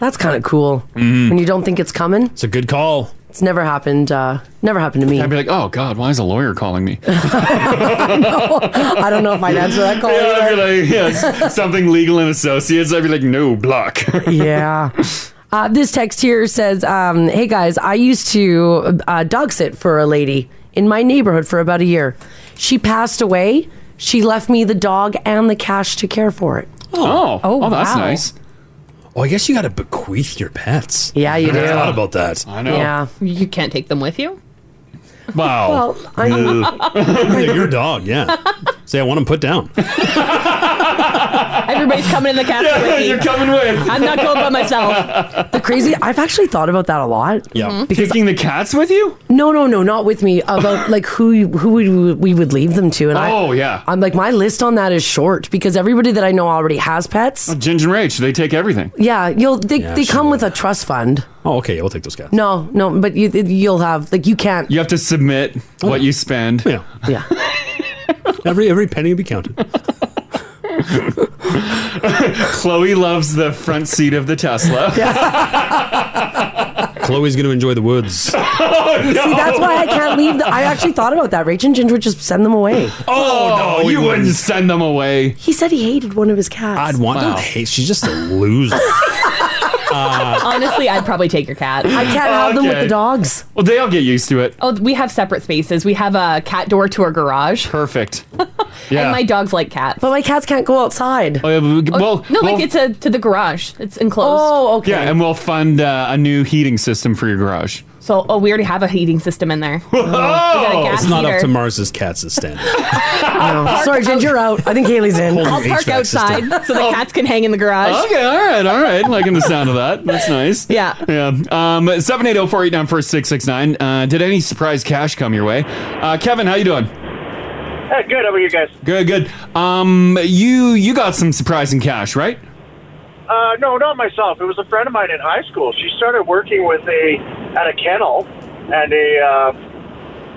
Speaker 3: That's kind of cool. When you don't think it's coming, it's
Speaker 4: a good call.
Speaker 3: It's never happened. Uh, never happened to me.
Speaker 2: I'd be like, oh, God, why is a lawyer calling me? yeah,
Speaker 3: No, I don't know if I'd answer that call.
Speaker 2: I'd be like, yeah, s- something legal and associates. I'd be like, no, block.
Speaker 3: yeah. Uh, this text here says, um, "Hey guys, I used to uh, dog sit for a lady in my neighborhood for about a year. She passed away. She left me the dog and the cash to care for it.
Speaker 2: Oh, oh, that's
Speaker 3: wow.
Speaker 2: nice.
Speaker 4: Oh, I guess you got to bequeath your pets.
Speaker 3: Yeah, you
Speaker 4: I never
Speaker 3: do.
Speaker 4: thought about that. I
Speaker 5: You can't take them with you?
Speaker 4: Wow.
Speaker 5: Well, I-
Speaker 4: Yeah. Yeah, your dog, yeah. Say, I want him put down.
Speaker 5: Everybody's coming in the castle
Speaker 3: Yeah,
Speaker 5: with me.
Speaker 3: you're coming with.
Speaker 5: I'm not going by myself.
Speaker 3: The crazy. I've actually thought about that a lot.
Speaker 2: Yeah. Mhm.
Speaker 3: taking
Speaker 2: the cats with you?
Speaker 3: No, no, no, not with me. About like who you- who we, we would leave them to. And I,
Speaker 2: Oh, yeah.
Speaker 3: I'm like my list on that is short because everybody that I know already has pets.
Speaker 2: Oh, Ginger and Rach, they take everything.
Speaker 3: Yeah, you'll they,
Speaker 2: Yeah,
Speaker 3: they
Speaker 2: she
Speaker 3: come with a trust fund.
Speaker 4: Oh, okay. We'll take those cats.
Speaker 3: No, no, but you you'll have like you can't.
Speaker 2: You have to submit what you spend.
Speaker 4: Oh, Yeah.
Speaker 3: Yeah.
Speaker 4: every every penny will be counted.
Speaker 2: Chloe loves the front seat of the Tesla.
Speaker 4: Chloe's going to enjoy the woods.
Speaker 2: Oh, no.
Speaker 3: See, that's why I can't leave. The, I actually thought about that. Rach and Ginger would just send them away.
Speaker 2: Oh, no, you wouldn't send them away.
Speaker 3: He said he hated one of his cats.
Speaker 4: I'd want to hate. She's just a loser. Ah.
Speaker 5: Honestly, I'd probably take your cat.
Speaker 3: I can't have them with the dogs.
Speaker 2: Well, they'll get used to it.
Speaker 5: Oh, we have separate spaces. We have a cat door to our garage.
Speaker 2: Perfect. Yeah.
Speaker 5: And my dogs like cats.
Speaker 3: But my cats can't go outside.
Speaker 2: Oh, yeah, but- well,
Speaker 5: no,
Speaker 2: well-
Speaker 5: like it's a to the garage. It's enclosed.
Speaker 3: Oh,
Speaker 2: Yeah, and we'll fund uh, a new heating system for your garage.
Speaker 5: so, oh, we already have a heating system in there. We got a gas
Speaker 4: Oh, it's not up
Speaker 5: heater.
Speaker 4: to Mars's cats' standard.
Speaker 3: Oh. Sorry, Ginger, you're out. I think Haley's in.
Speaker 5: I'll park outside so the cats can hang in the garage.
Speaker 2: Oh. Okay, all right, all right. Liking the sound of that. That's nice.
Speaker 5: Yeah.
Speaker 2: Yeah. Um, 780-489-4669. Uh, did any surprise cash come your way? Uh, Kevin, how you doing?
Speaker 6: Hey, Uh, good. How about you guys?
Speaker 2: Good, good. Um, you you got some surprising cash, right?
Speaker 6: Uh, no, not myself. It was a friend of mine in high school. She started working with a at a kennel, and a uh,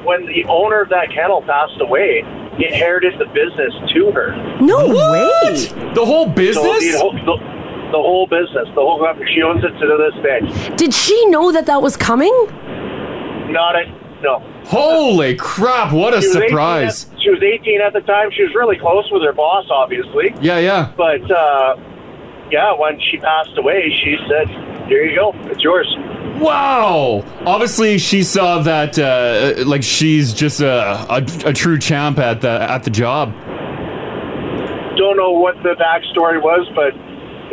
Speaker 6: when the owner of that kennel passed away, he inherited the business to her.
Speaker 3: No way.
Speaker 2: The whole
Speaker 6: So the,
Speaker 2: business?
Speaker 6: whole- the, the whole business, the whole company, she owns it to this day.
Speaker 3: Did she know that that was coming?
Speaker 6: Not a no.
Speaker 2: Holy crap! What a
Speaker 6: She was 18 at-
Speaker 2: surprise!
Speaker 6: she was 18 at the time. She was really close with her boss, obviously.
Speaker 2: Yeah, yeah.
Speaker 6: But uh, yeah, when she passed away, she said, "There you go, it's yours."
Speaker 2: Wow! Obviously, she saw that. Uh, like she's just a, a a true champ at the at the job.
Speaker 6: Don't know what the backstory was, but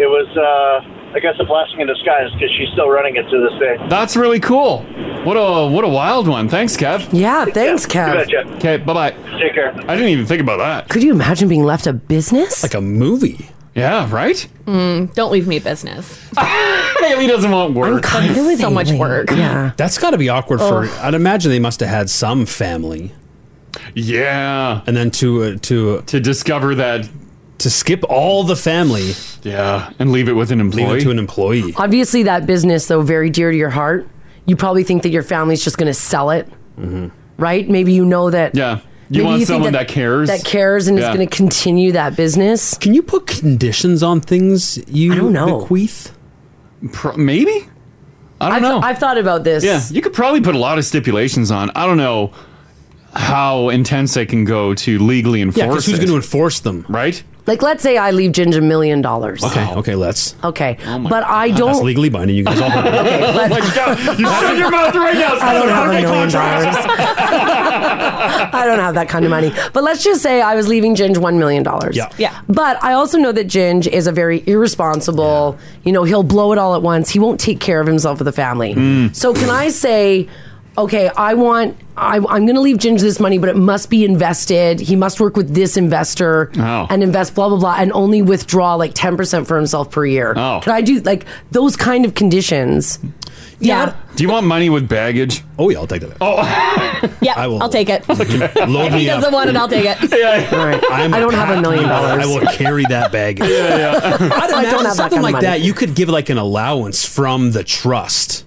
Speaker 6: it was, uh, I guess, a blessing in disguise because she's still running it to this day.
Speaker 2: That's really cool. What a what a wild one. Thanks, Kev.
Speaker 3: Yeah, thanks,
Speaker 6: You
Speaker 3: Kev.
Speaker 6: betcha.
Speaker 2: Okay, bye bye.
Speaker 6: Take care.
Speaker 2: I didn't even think about that.
Speaker 3: Could you imagine being left a business?
Speaker 4: like a movie.
Speaker 2: Yeah, right.
Speaker 5: Mm, Don't leave me business.
Speaker 2: Haley doesn't want
Speaker 3: I'm
Speaker 2: work.
Speaker 3: kind of with
Speaker 5: so much
Speaker 3: Haley.
Speaker 5: work.
Speaker 3: Yeah.
Speaker 4: That's got to be awkward for. I'd imagine they must have had some family,
Speaker 2: Yeah,
Speaker 4: and then to uh, to uh,
Speaker 2: to discover that.
Speaker 4: to skip all the family,
Speaker 2: Yeah, and leave it with an
Speaker 4: leave
Speaker 2: employee.
Speaker 4: it to an employee.
Speaker 3: Obviously, that business, though, very dear to your heart. You probably think that your family's just going to sell it, right? Maybe you know that.
Speaker 2: Mm-hmm. yeah,
Speaker 3: maybe
Speaker 2: you want
Speaker 3: think
Speaker 2: someone that, cares.
Speaker 3: That cares and
Speaker 2: Yeah.
Speaker 3: is going to continue that business.
Speaker 4: Can you put conditions on things you
Speaker 3: I don't know.
Speaker 4: bequeath?
Speaker 2: Pro- maybe. I don't
Speaker 3: I've,
Speaker 2: know.
Speaker 3: I've thought about this.
Speaker 2: Yeah, you could probably put a lot of stipulations on. I don't know how intense they can go to legally
Speaker 4: Yeah,
Speaker 2: enforce
Speaker 4: 'cause who's
Speaker 2: it,
Speaker 4: going to enforce them?
Speaker 2: right?
Speaker 3: Like, let's say I leave Ginger a million dollars.
Speaker 4: Okay, okay, let's.
Speaker 3: Okay. but I
Speaker 4: That's
Speaker 3: don't.
Speaker 4: legally binding. You guys all.
Speaker 2: Oh my god, you shut your mouth right now.
Speaker 3: I don't have a million dollars. I don't have that kind of money. But let's just say I was leaving Ginge one million dollars.
Speaker 4: Yeah.
Speaker 5: Yeah.
Speaker 3: But I also know that Ginge is a very irresponsible. You know, he'll blow it all at once. He won't take care of himself or the family. So can I say, okay, I want. I, I'm going to leave Ginge this money, but it must be invested. He must work with this investor
Speaker 2: Oh.
Speaker 3: and invest blah blah blah, and only withdraw like ten percent for himself per year.
Speaker 2: Oh.
Speaker 3: Can I do like those kind of conditions?
Speaker 5: Yeah.
Speaker 2: Do you want money with baggage?
Speaker 4: Oh yeah, I'll take that. Oh,
Speaker 5: Yeah.
Speaker 4: I will-
Speaker 5: I'll take it. If
Speaker 4: load
Speaker 5: he
Speaker 4: me up.
Speaker 5: doesn't want it, I'll take it.
Speaker 3: All right.
Speaker 4: I'm
Speaker 3: I don't have a
Speaker 4: pack
Speaker 3: million
Speaker 4: mule.
Speaker 3: dollars.
Speaker 4: I will carry that bag.
Speaker 3: I don't,
Speaker 4: Imagine
Speaker 3: have that
Speaker 4: something
Speaker 3: kind
Speaker 4: like
Speaker 3: of money.
Speaker 4: that. You could give like an allowance from the trust.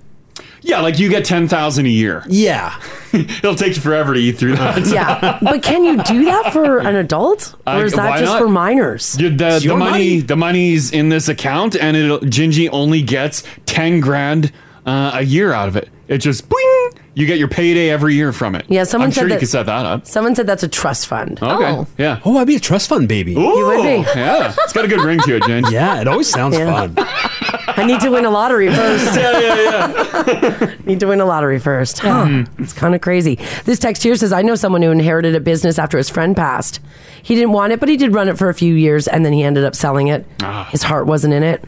Speaker 2: Yeah, like you get ten thousand a year.
Speaker 4: Yeah,
Speaker 2: It'll take you forever to eat through that.
Speaker 3: Yeah, but can you do that for an adult,
Speaker 2: I-
Speaker 3: or is
Speaker 2: why
Speaker 3: that just
Speaker 2: not?
Speaker 3: for minors?
Speaker 2: Dude, the, the
Speaker 4: your
Speaker 2: money,
Speaker 4: money.
Speaker 2: the money's in this account, and it Gingy only gets ten grand uh, a year out of it. It just boing, you get your payday every year from it.
Speaker 3: Yeah, someone
Speaker 2: I'm
Speaker 3: said
Speaker 2: sure you
Speaker 3: that-
Speaker 2: could set that up.
Speaker 3: Someone said that's a trust fund.
Speaker 2: Okay,
Speaker 5: Oh.
Speaker 2: yeah.
Speaker 4: Oh, I'd be a trust fund baby.
Speaker 2: Ooh,
Speaker 3: would be.
Speaker 2: yeah, it's got a good ring to it, Ginge.
Speaker 4: Yeah, it always sounds
Speaker 3: Yeah.
Speaker 4: fun.
Speaker 3: I need to win a lottery first. yeah, yeah, yeah. need to win a lottery first. Huh. It's kind of crazy. This text here says, I know someone who inherited a business after his friend passed. He didn't want it, but he did run it for a few years, and then he ended up selling it. His heart wasn't in it.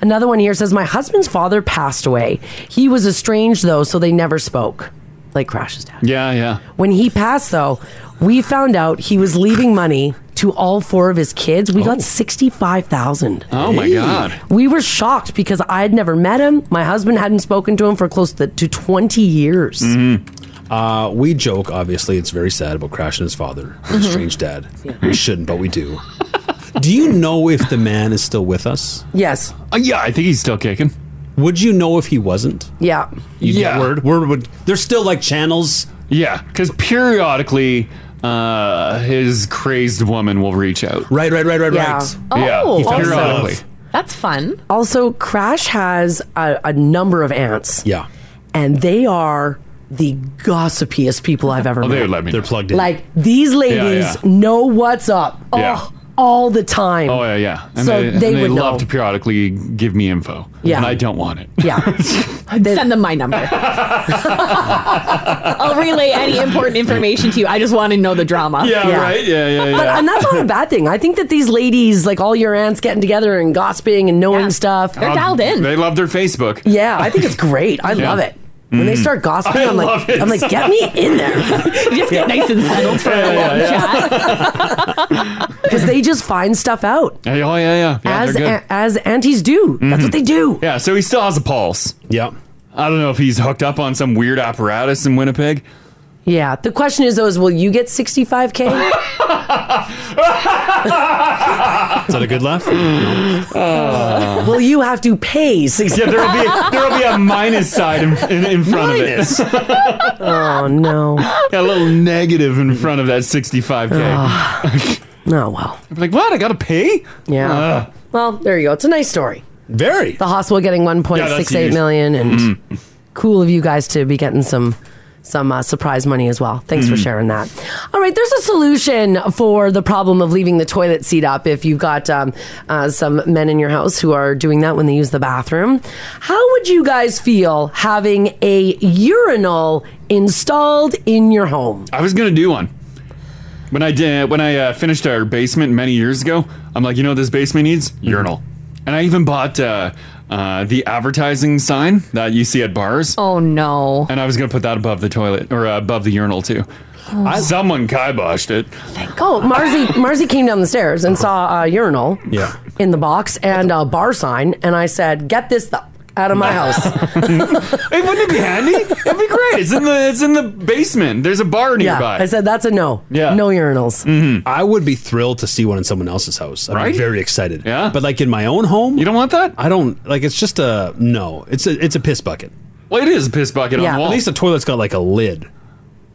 Speaker 3: Another one here says, My husband's father passed away. He was estranged, though, so they never spoke. Like Crash's dad.
Speaker 2: Yeah, yeah.
Speaker 3: When he passed, though, we found out he was leaving money to all four of his kids. We got sixty-five thousand.
Speaker 2: Oh my god.
Speaker 3: We were shocked because I had never met him. My husband hadn't spoken to him for close to, to twenty years.
Speaker 2: Mm-hmm.
Speaker 4: Uh, we joke, obviously, it's very sad about Crash and his father,
Speaker 3: Mm-hmm.
Speaker 4: his strange dad. We shouldn't, but we do. do you know if the man is still with us?
Speaker 3: Yes.
Speaker 2: Uh, yeah, I think he's still kicking.
Speaker 4: Would you know if he wasn't?
Speaker 3: Yeah.
Speaker 4: You
Speaker 2: Yeah.
Speaker 4: get word. Word would. There's still like channels.
Speaker 2: Yeah, because periodically, uh, his crazed woman will reach out.
Speaker 4: Right, right, right, right,
Speaker 3: Yeah.
Speaker 4: right.
Speaker 5: Oh,
Speaker 2: yeah,
Speaker 5: awesome.
Speaker 2: periodically.
Speaker 5: That's fun.
Speaker 3: Also, Crash has a, a number of aunts,
Speaker 4: Yeah,
Speaker 3: and they are the gossipiest people I've ever
Speaker 2: Oh, they
Speaker 3: met.
Speaker 2: would let me.
Speaker 4: they're
Speaker 2: know.
Speaker 4: plugged in.
Speaker 3: Like these ladies
Speaker 2: yeah.
Speaker 3: know what's up.
Speaker 2: Yeah.
Speaker 3: Oh, all the time.
Speaker 2: Oh yeah, yeah. And
Speaker 3: So
Speaker 2: they,
Speaker 3: they
Speaker 2: and they
Speaker 3: would
Speaker 2: love
Speaker 3: know.
Speaker 2: to periodically give me info.
Speaker 3: Yeah.
Speaker 2: and I don't want it.
Speaker 3: Yeah.
Speaker 5: Send them my number. I'll relay any important information to you. I just want to know the drama.
Speaker 3: But, and that's not a bad thing. I think that these ladies, like all your aunts getting together and gossiping and knowing stuff.
Speaker 2: Um, They love their Facebook. Mm.
Speaker 3: Yeah, I think it's great. I love it. When they start gossiping,
Speaker 2: I
Speaker 3: I'm
Speaker 2: love
Speaker 3: like,
Speaker 2: it.
Speaker 3: I'm like, get me in there.
Speaker 5: just get nice and settled for a long
Speaker 3: Because they just find stuff out.
Speaker 2: Yeah, oh yeah, yeah. yeah
Speaker 3: as
Speaker 2: they're good.
Speaker 3: a- as aunties do. That's what they do.
Speaker 2: Yeah, so he still has a pulse.
Speaker 4: Yep.
Speaker 2: I don't know if he's hooked up on some weird apparatus in Winnipeg.
Speaker 3: Yeah. The question is though, is will you get 65k?
Speaker 4: Is that a good laugh?
Speaker 5: Uh.
Speaker 3: will you have to pay 65?
Speaker 2: Yeah, there'll be there'll be a minus side in, in, in front
Speaker 3: Minus.
Speaker 2: of it.
Speaker 3: oh no.
Speaker 2: a little negative in front of that 65k.
Speaker 3: oh well.
Speaker 2: I'm like, what? I gotta pay? Uh.
Speaker 3: Yeah.
Speaker 2: Ugh.
Speaker 3: well, there you go. It's a nice story.
Speaker 4: Very.
Speaker 3: The hospital getting 1.68
Speaker 2: huge.
Speaker 3: million, and
Speaker 2: Mm-hmm.
Speaker 3: cool of you guys to be getting some some uh, surprise money as well. Thanks for
Speaker 10: Mhm.
Speaker 3: sharing that. All right, there's a solution for the problem of leaving the toilet seat up if you've got um, uh, some men in your house who are doing that when they use the bathroom. How would you guys feel having a urinal installed in your home?
Speaker 2: I was gonna do one. When I did, when I uh, finished our basement many years ago, I'm like, you know, what this basement needs urinal, and I even bought uh, uh, the advertising sign that you see at bars.
Speaker 5: Oh no!
Speaker 2: And I was gonna put that above the toilet or uh, above the urinal too.
Speaker 3: Oh. I-
Speaker 2: Someone kiboshed it.
Speaker 3: Oh, Marzi, Marzi came down the stairs and saw a urinal
Speaker 2: Yeah.
Speaker 3: in the box and a bar sign, and I said, "Get this the f- out of my house."
Speaker 2: Hey, wouldn't it be handy? It'd be great. It's in the it's in the basement. There's a bar nearby.
Speaker 3: Yeah, I said that's a no.
Speaker 4: Yeah.
Speaker 3: No urinals.
Speaker 4: I would be thrilled to see one in someone else's house. I'd
Speaker 2: Right?
Speaker 4: be very excited.
Speaker 2: Yeah.
Speaker 4: But like in my own home, you
Speaker 2: don't want that.
Speaker 4: I don't like. It's just a no. It's a it's a piss bucket.
Speaker 2: Well, it is a piss bucket on the wall.
Speaker 4: At least the toilet's got like a lid,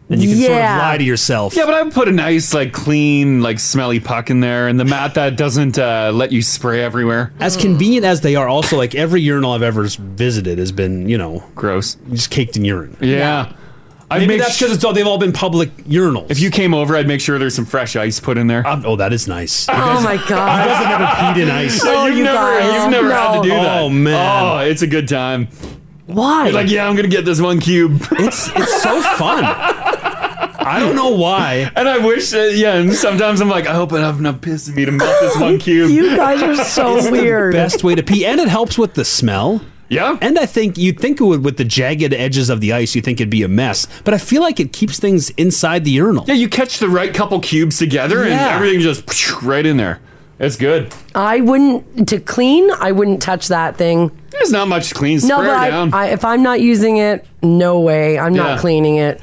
Speaker 4: and you can sort of
Speaker 2: Yeah.
Speaker 4: lie to yourself.
Speaker 2: Yeah, but I would put a nice, like, clean, like, smelly puck in there, and the mat that doesn't uh, let you spray everywhere.
Speaker 4: As convenient as they are, also like every urinal I've ever s- visited has been, you know,
Speaker 2: gross,
Speaker 4: just caked in urine.
Speaker 2: Yeah. I
Speaker 4: Maybe
Speaker 2: make
Speaker 4: that's because it's all they've all been public urinals.
Speaker 2: If you came over, I'd make sure there's some fresh ice put in there.
Speaker 4: oh, that is nice.
Speaker 3: Oh my god!
Speaker 4: He doesn't ever peed in ice.
Speaker 2: No,
Speaker 4: Oh,
Speaker 2: you've
Speaker 4: you
Speaker 2: never,
Speaker 4: guys.
Speaker 2: you've never had to do
Speaker 4: No.
Speaker 2: that.
Speaker 4: Oh, man.
Speaker 2: Oh, it's a good time.
Speaker 3: Why?
Speaker 2: You're like, yeah, I'm gonna get this one cube.
Speaker 4: It's it's so fun. I don't know why.
Speaker 2: And I wish, uh, yeah. And sometimes I'm like, I hope I have enough piss in me to melt this one cube.
Speaker 4: You guys are
Speaker 3: so
Speaker 4: It's the best way to pee, and it helps with the smell.
Speaker 2: Yeah,
Speaker 4: and I think you'd think it would with the jagged edges of the ice. You think it'd be a mess, but I feel like it keeps things inside the urinal.
Speaker 2: Yeah, you catch the right couple cubes together, and
Speaker 3: Yeah.
Speaker 2: everything just right in there. It's good.
Speaker 3: I wouldn't to clean. I wouldn't touch that thing.
Speaker 2: There's not much clean.
Speaker 3: No, but
Speaker 2: Spray her
Speaker 3: I,
Speaker 2: down.
Speaker 3: I, if I'm not using it, no way. I'm
Speaker 2: Yeah.
Speaker 3: not cleaning it.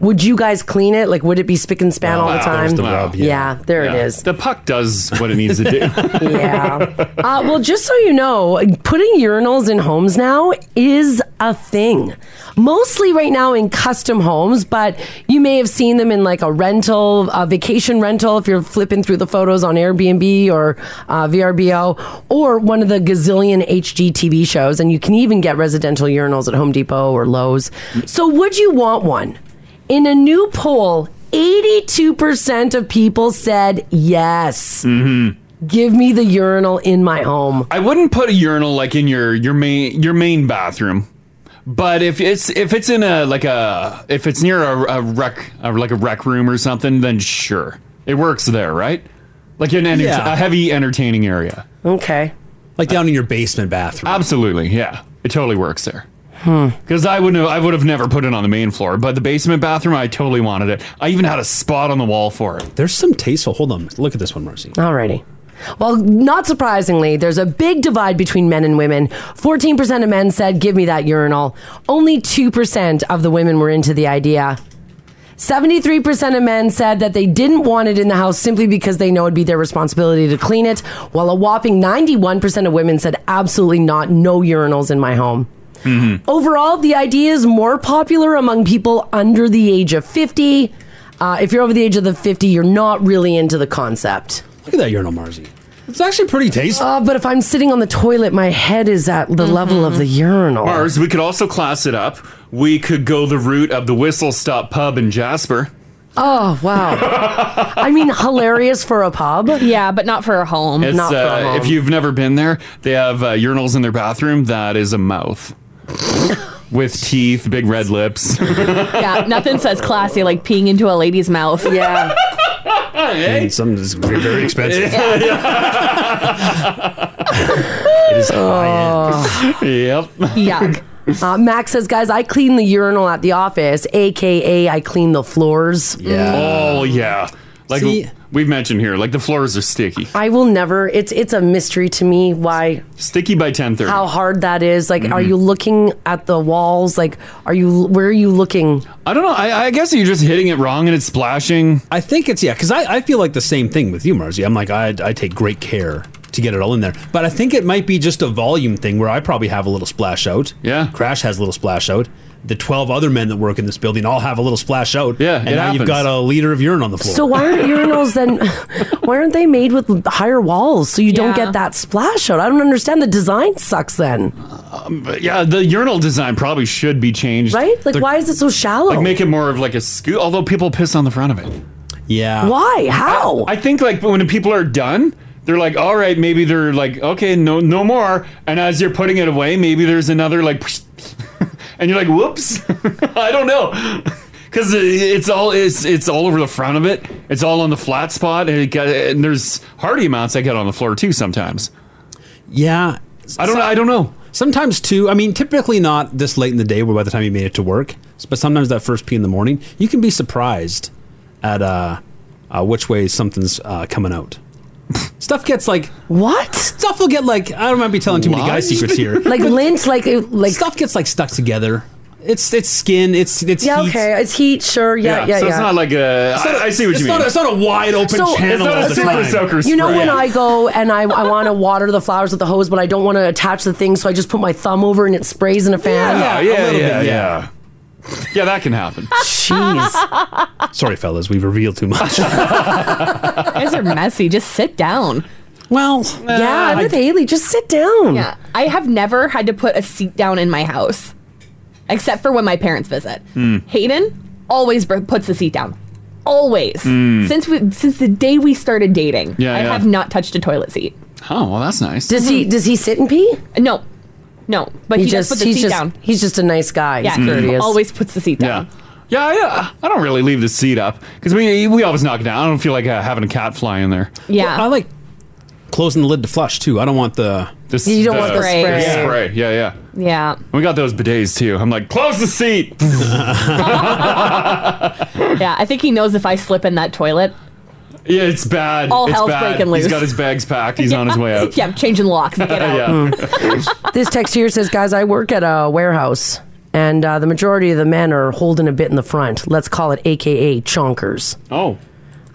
Speaker 3: Would you guys clean it? Like, would it be spick and span all the
Speaker 2: Wow.
Speaker 3: time?
Speaker 2: There's the rub,
Speaker 3: yeah. there it
Speaker 2: Yeah.
Speaker 3: is.
Speaker 2: The puck does what it needs to do.
Speaker 3: Uh, well, just so you know, putting urinals in homes now is a thing. Mostly right now in custom homes, but you may have seen them in like a rental, a vacation rental, if you're flipping through the photos on Airbnb or uh, VRBO, or one of the gazillion HGTV shows. And you can even get residential urinals at Home Depot or Lowe's. So, would you want one? In a new poll, 82% of people said yes. Give me the urinal in my home.
Speaker 2: I wouldn't put a urinal like in your your main your main bathroom. But if it's if it's in a like a if it's near a, a rec a, like a rec room or something, then sure, it works there, right? Like in enter-
Speaker 4: Yeah.
Speaker 2: a heavy entertaining area.
Speaker 3: Okay.
Speaker 4: Like down in your basement bathroom.
Speaker 2: Absolutely, yeah, it totally works there.
Speaker 3: Hmm.
Speaker 2: Because I wouldn't, have, I would have never put it on the main floor, but the basement bathroom, I totally wanted it. I even had a spot on the wall for it.
Speaker 4: There's some tasteful. Hold on, look at this one, Marcy.
Speaker 3: Alrighty. Well, not surprisingly, there's a big divide between men and women. 14% of men said, Give me that urinal. Only 2% of the women were into the idea. 73% of men said that they didn't want it in the house simply because they know it'd be their responsibility to clean it, while a whopping 91% of women said, Absolutely not, no urinals in my home. Overall, the idea is more popular among people under the age of 50. Uh, if you're over the age of the 50, you're not really into the concept.
Speaker 4: Look at that urinal, Marcy. It's actually pretty tasteful.
Speaker 3: Uh, but if I'm sitting on the toilet, my head is at the
Speaker 5: Mm-hmm.
Speaker 3: level of the urinal.
Speaker 2: Mars, we could also class it up. We could go the route of the Whistle Stop Pub in Jasper.
Speaker 3: Oh wow! I mean, hilarious for a pub.
Speaker 5: Yeah, but not for a
Speaker 3: Um,
Speaker 5: home.
Speaker 2: It's, uh, if you've never been there, they have uh, urinals in their bathroom that is a mouth with teeth, big red lips.
Speaker 5: yeah, nothing says classy like peeing into a lady's mouth.
Speaker 3: Yeah.
Speaker 4: And some is very, very expensive.
Speaker 3: It is oh.
Speaker 2: Yep.
Speaker 5: Yuck.
Speaker 3: Uh, Max says, guys, I clean the urinal at the office, aka I clean the floors. Mm.
Speaker 2: Oh yeah. Like
Speaker 3: See?
Speaker 2: we've mentioned here, like the floors are sticky.
Speaker 3: I will never. It's it's a mystery to me why
Speaker 2: Sticky by ten thirty.
Speaker 3: how hard that is. Like, are you looking at the walls? Like, are you where are you looking?
Speaker 2: I don't know. I, I guess you're just hitting it wrong and it's splashing.
Speaker 4: I think it's yeah, because I, I feel like the same thing with you, Marzi. I'm like I I take great care to get it all in there, but I think it might be just a volume thing where I probably have a little splash out. Yeah, Crash has a little splash out. The twelve other men that work in this building all have a little splash out. Yeah, and
Speaker 2: it
Speaker 4: now you've
Speaker 2: happens.
Speaker 4: got a liter of urine on the floor.
Speaker 3: So why aren't urinals then? Why aren't they made with higher walls so you don't get that splash out? I don't understand. The design sucks then,
Speaker 2: Um, but yeah, the urinal design probably should be changed.
Speaker 3: right? Like, why is it so shallow?
Speaker 2: Like make it more of like a scoot. Although people piss on the front of it.
Speaker 4: Yeah.
Speaker 3: Why? How?
Speaker 2: I, I think like when people are done, they're like, all right, maybe they're like, okay, no, no more. And as you're putting it away, maybe there's another like, and you're like, whoops, I don't know. Because it's all it's it's all over the front of it. It's all on the flat spot, and, it got, and there's hardy amounts that get on the floor too sometimes.
Speaker 4: Yeah.
Speaker 2: I don't know. I don't know.
Speaker 4: Sometimes too. I mean, typically not this late in the day, where by the time you made it to work, but sometimes that first pee in the morning, you can be surprised at uh, uh which way something's uh, coming out. stuff gets like
Speaker 3: what?
Speaker 4: Stuff will get like I don't might be telling too many guy
Speaker 3: Lodged?
Speaker 4: secrets here.
Speaker 3: Like
Speaker 4: but
Speaker 3: lint, like
Speaker 2: uh,
Speaker 3: like
Speaker 4: stuff gets like stuck together. It's it's skin. It's it's
Speaker 3: yeah,
Speaker 4: heat.
Speaker 3: okay, it's heat, sure, yeah, yeah, yeah.
Speaker 2: so it's not like a.
Speaker 4: It's not a-
Speaker 2: I- I see what
Speaker 4: it's
Speaker 2: you
Speaker 4: not
Speaker 2: mean.
Speaker 4: a- it's not a wide open
Speaker 3: So-
Speaker 2: It's
Speaker 4: channel.
Speaker 2: not
Speaker 4: all
Speaker 2: a
Speaker 4: the
Speaker 2: super
Speaker 4: time.
Speaker 2: soaker
Speaker 3: You know when
Speaker 2: Yeah.
Speaker 3: I go and I, I want to water the flowers with the hose, but I don't want to attach the thing, so I just put my thumb over and it sprays in a fan.
Speaker 2: yeah, yeah, yeah, yeah. Yeah, that can happen.
Speaker 3: Jeez.
Speaker 4: Sorry, fellas, we've revealed too much.
Speaker 5: guys are messy. Just sit down.
Speaker 4: Well,
Speaker 3: yeah, I'm with Haley. Just sit down.
Speaker 5: Yeah, I have never had to put a seat down in my house, except for when my parents visit.
Speaker 4: Hmm.
Speaker 5: Hayden always br- puts the seat down. Always
Speaker 4: Hmm.
Speaker 2: Mm.
Speaker 5: since we since the day we started dating,
Speaker 2: Yeah,
Speaker 5: I
Speaker 2: yeah.
Speaker 5: have not touched a toilet seat.
Speaker 2: Oh well, that's nice.
Speaker 3: Does he does he sit and pee?
Speaker 5: No, no. But he, just, puts the
Speaker 3: he's
Speaker 5: seat
Speaker 3: just
Speaker 5: down.
Speaker 3: he's just a nice guy.
Speaker 5: Yeah,
Speaker 3: he's
Speaker 5: he
Speaker 3: courteous.
Speaker 5: always puts the seat down.
Speaker 2: Yeah, I, uh, I don't really leave the seat up because we we always knock it down. I don't feel like uh, having a cat fly in there.
Speaker 5: Yeah.
Speaker 4: I like closing the lid to flush too. I don't want the.
Speaker 2: This,
Speaker 5: You don't want the spray.
Speaker 2: Yeah. spray. Yeah, yeah.
Speaker 5: Yeah.
Speaker 2: We got those bidets too. I'm like, close the seat.
Speaker 5: yeah, I think he knows if I slip in that toilet.
Speaker 2: Yeah, it's bad.
Speaker 5: All
Speaker 2: it's
Speaker 5: hell's
Speaker 2: bad.
Speaker 5: breaking
Speaker 2: He's
Speaker 5: loose.
Speaker 2: got his bags packed. He's on his way out.
Speaker 5: Yeah, I'm changing locks. Get out.
Speaker 3: Hmm. this text here says, guys, I work at a warehouse, and uh, the majority of the men are holding a bit in the front. Let's call it AKA chonkers.
Speaker 2: Oh.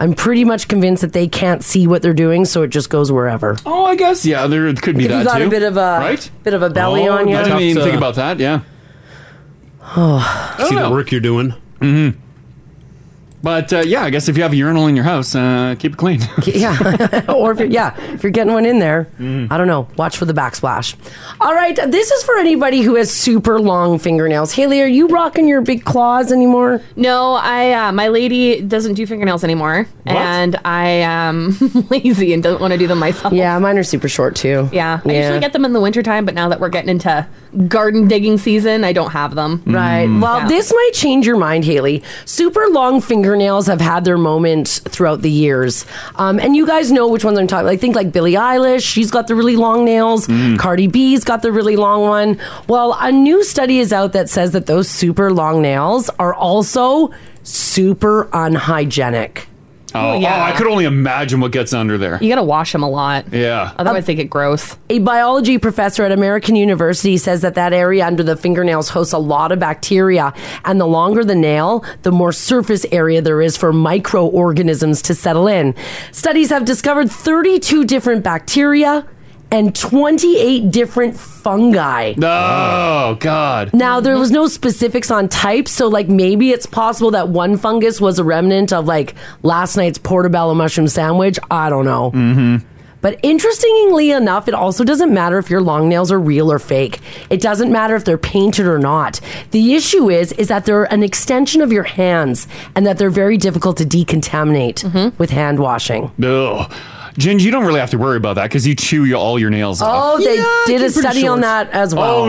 Speaker 3: I'm pretty much convinced that they can't see what they're doing, so it just goes wherever.
Speaker 2: Oh, I guess yeah. There it could be
Speaker 3: If
Speaker 2: that
Speaker 3: you got
Speaker 2: too.
Speaker 3: a bit of a
Speaker 2: right.
Speaker 3: bit of a belly
Speaker 2: Oh,
Speaker 3: on you.
Speaker 2: I didn't even think about that. Yeah.
Speaker 3: Oh.
Speaker 4: See the work you're doing.
Speaker 2: Mm-hmm. But uh, yeah, I guess if you have a urinal in your house, uh, keep it clean.
Speaker 3: yeah, or if you're, yeah, if you're getting one in there,
Speaker 2: Mm-hmm.
Speaker 3: I don't know. Watch for the backsplash. All right, this is for anybody who has super long fingernails. Haley, are you rocking your big claws anymore?
Speaker 5: No, I uh, my lady doesn't do fingernails anymore,
Speaker 3: What?
Speaker 5: and I am lazy and don't want to do them myself.
Speaker 3: Yeah, mine are super short too.
Speaker 5: Yeah, I
Speaker 3: Yeah.
Speaker 5: usually get them in the wintertime, but now that we're getting into garden digging season, I don't have them.
Speaker 3: Mm. Right.
Speaker 2: Mm.
Speaker 3: Well,
Speaker 5: Yeah.
Speaker 3: this might change your mind, Haley. Super long fingernails have had their moment throughout the years. Um, and you guys know which ones I'm talking Like, think like Billie Eilish, she's got the really long nails.
Speaker 2: Mm.
Speaker 3: Cardi B's got the really long one. Well, a new study is out that says that those super long nails are also super unhygienic.
Speaker 2: Oh,
Speaker 5: Oh, yeah.
Speaker 2: oh, I could only imagine what gets under there.
Speaker 5: You got to wash them a lot.
Speaker 2: Yeah.
Speaker 5: Otherwise, they get gross.
Speaker 3: A biology professor at American University says that that area under the fingernails hosts a lot of bacteria, and the longer the nail, the more surface area there is for microorganisms to settle in. Studies have discovered 32 different bacteria and 28 different fungi.
Speaker 2: Oh God.
Speaker 3: Now, there was no specifics on types, so like maybe it's possible that one fungus was a remnant of like last night's portobello mushroom sandwich. I don't know.
Speaker 2: Mm-hmm.
Speaker 3: But interestingly enough, it also doesn't matter if your long nails are real or fake. It doesn't matter if they're painted or not. The issue is is that they're an extension of your hands and that they're very difficult to decontaminate with hand washing.
Speaker 2: Ugh. Ginge, you don't really have to worry about that because you chew your, all your nails
Speaker 3: Oh,
Speaker 2: off.
Speaker 3: they did a
Speaker 2: keep it
Speaker 3: study
Speaker 2: short.
Speaker 3: on that as well.
Speaker 2: Oh,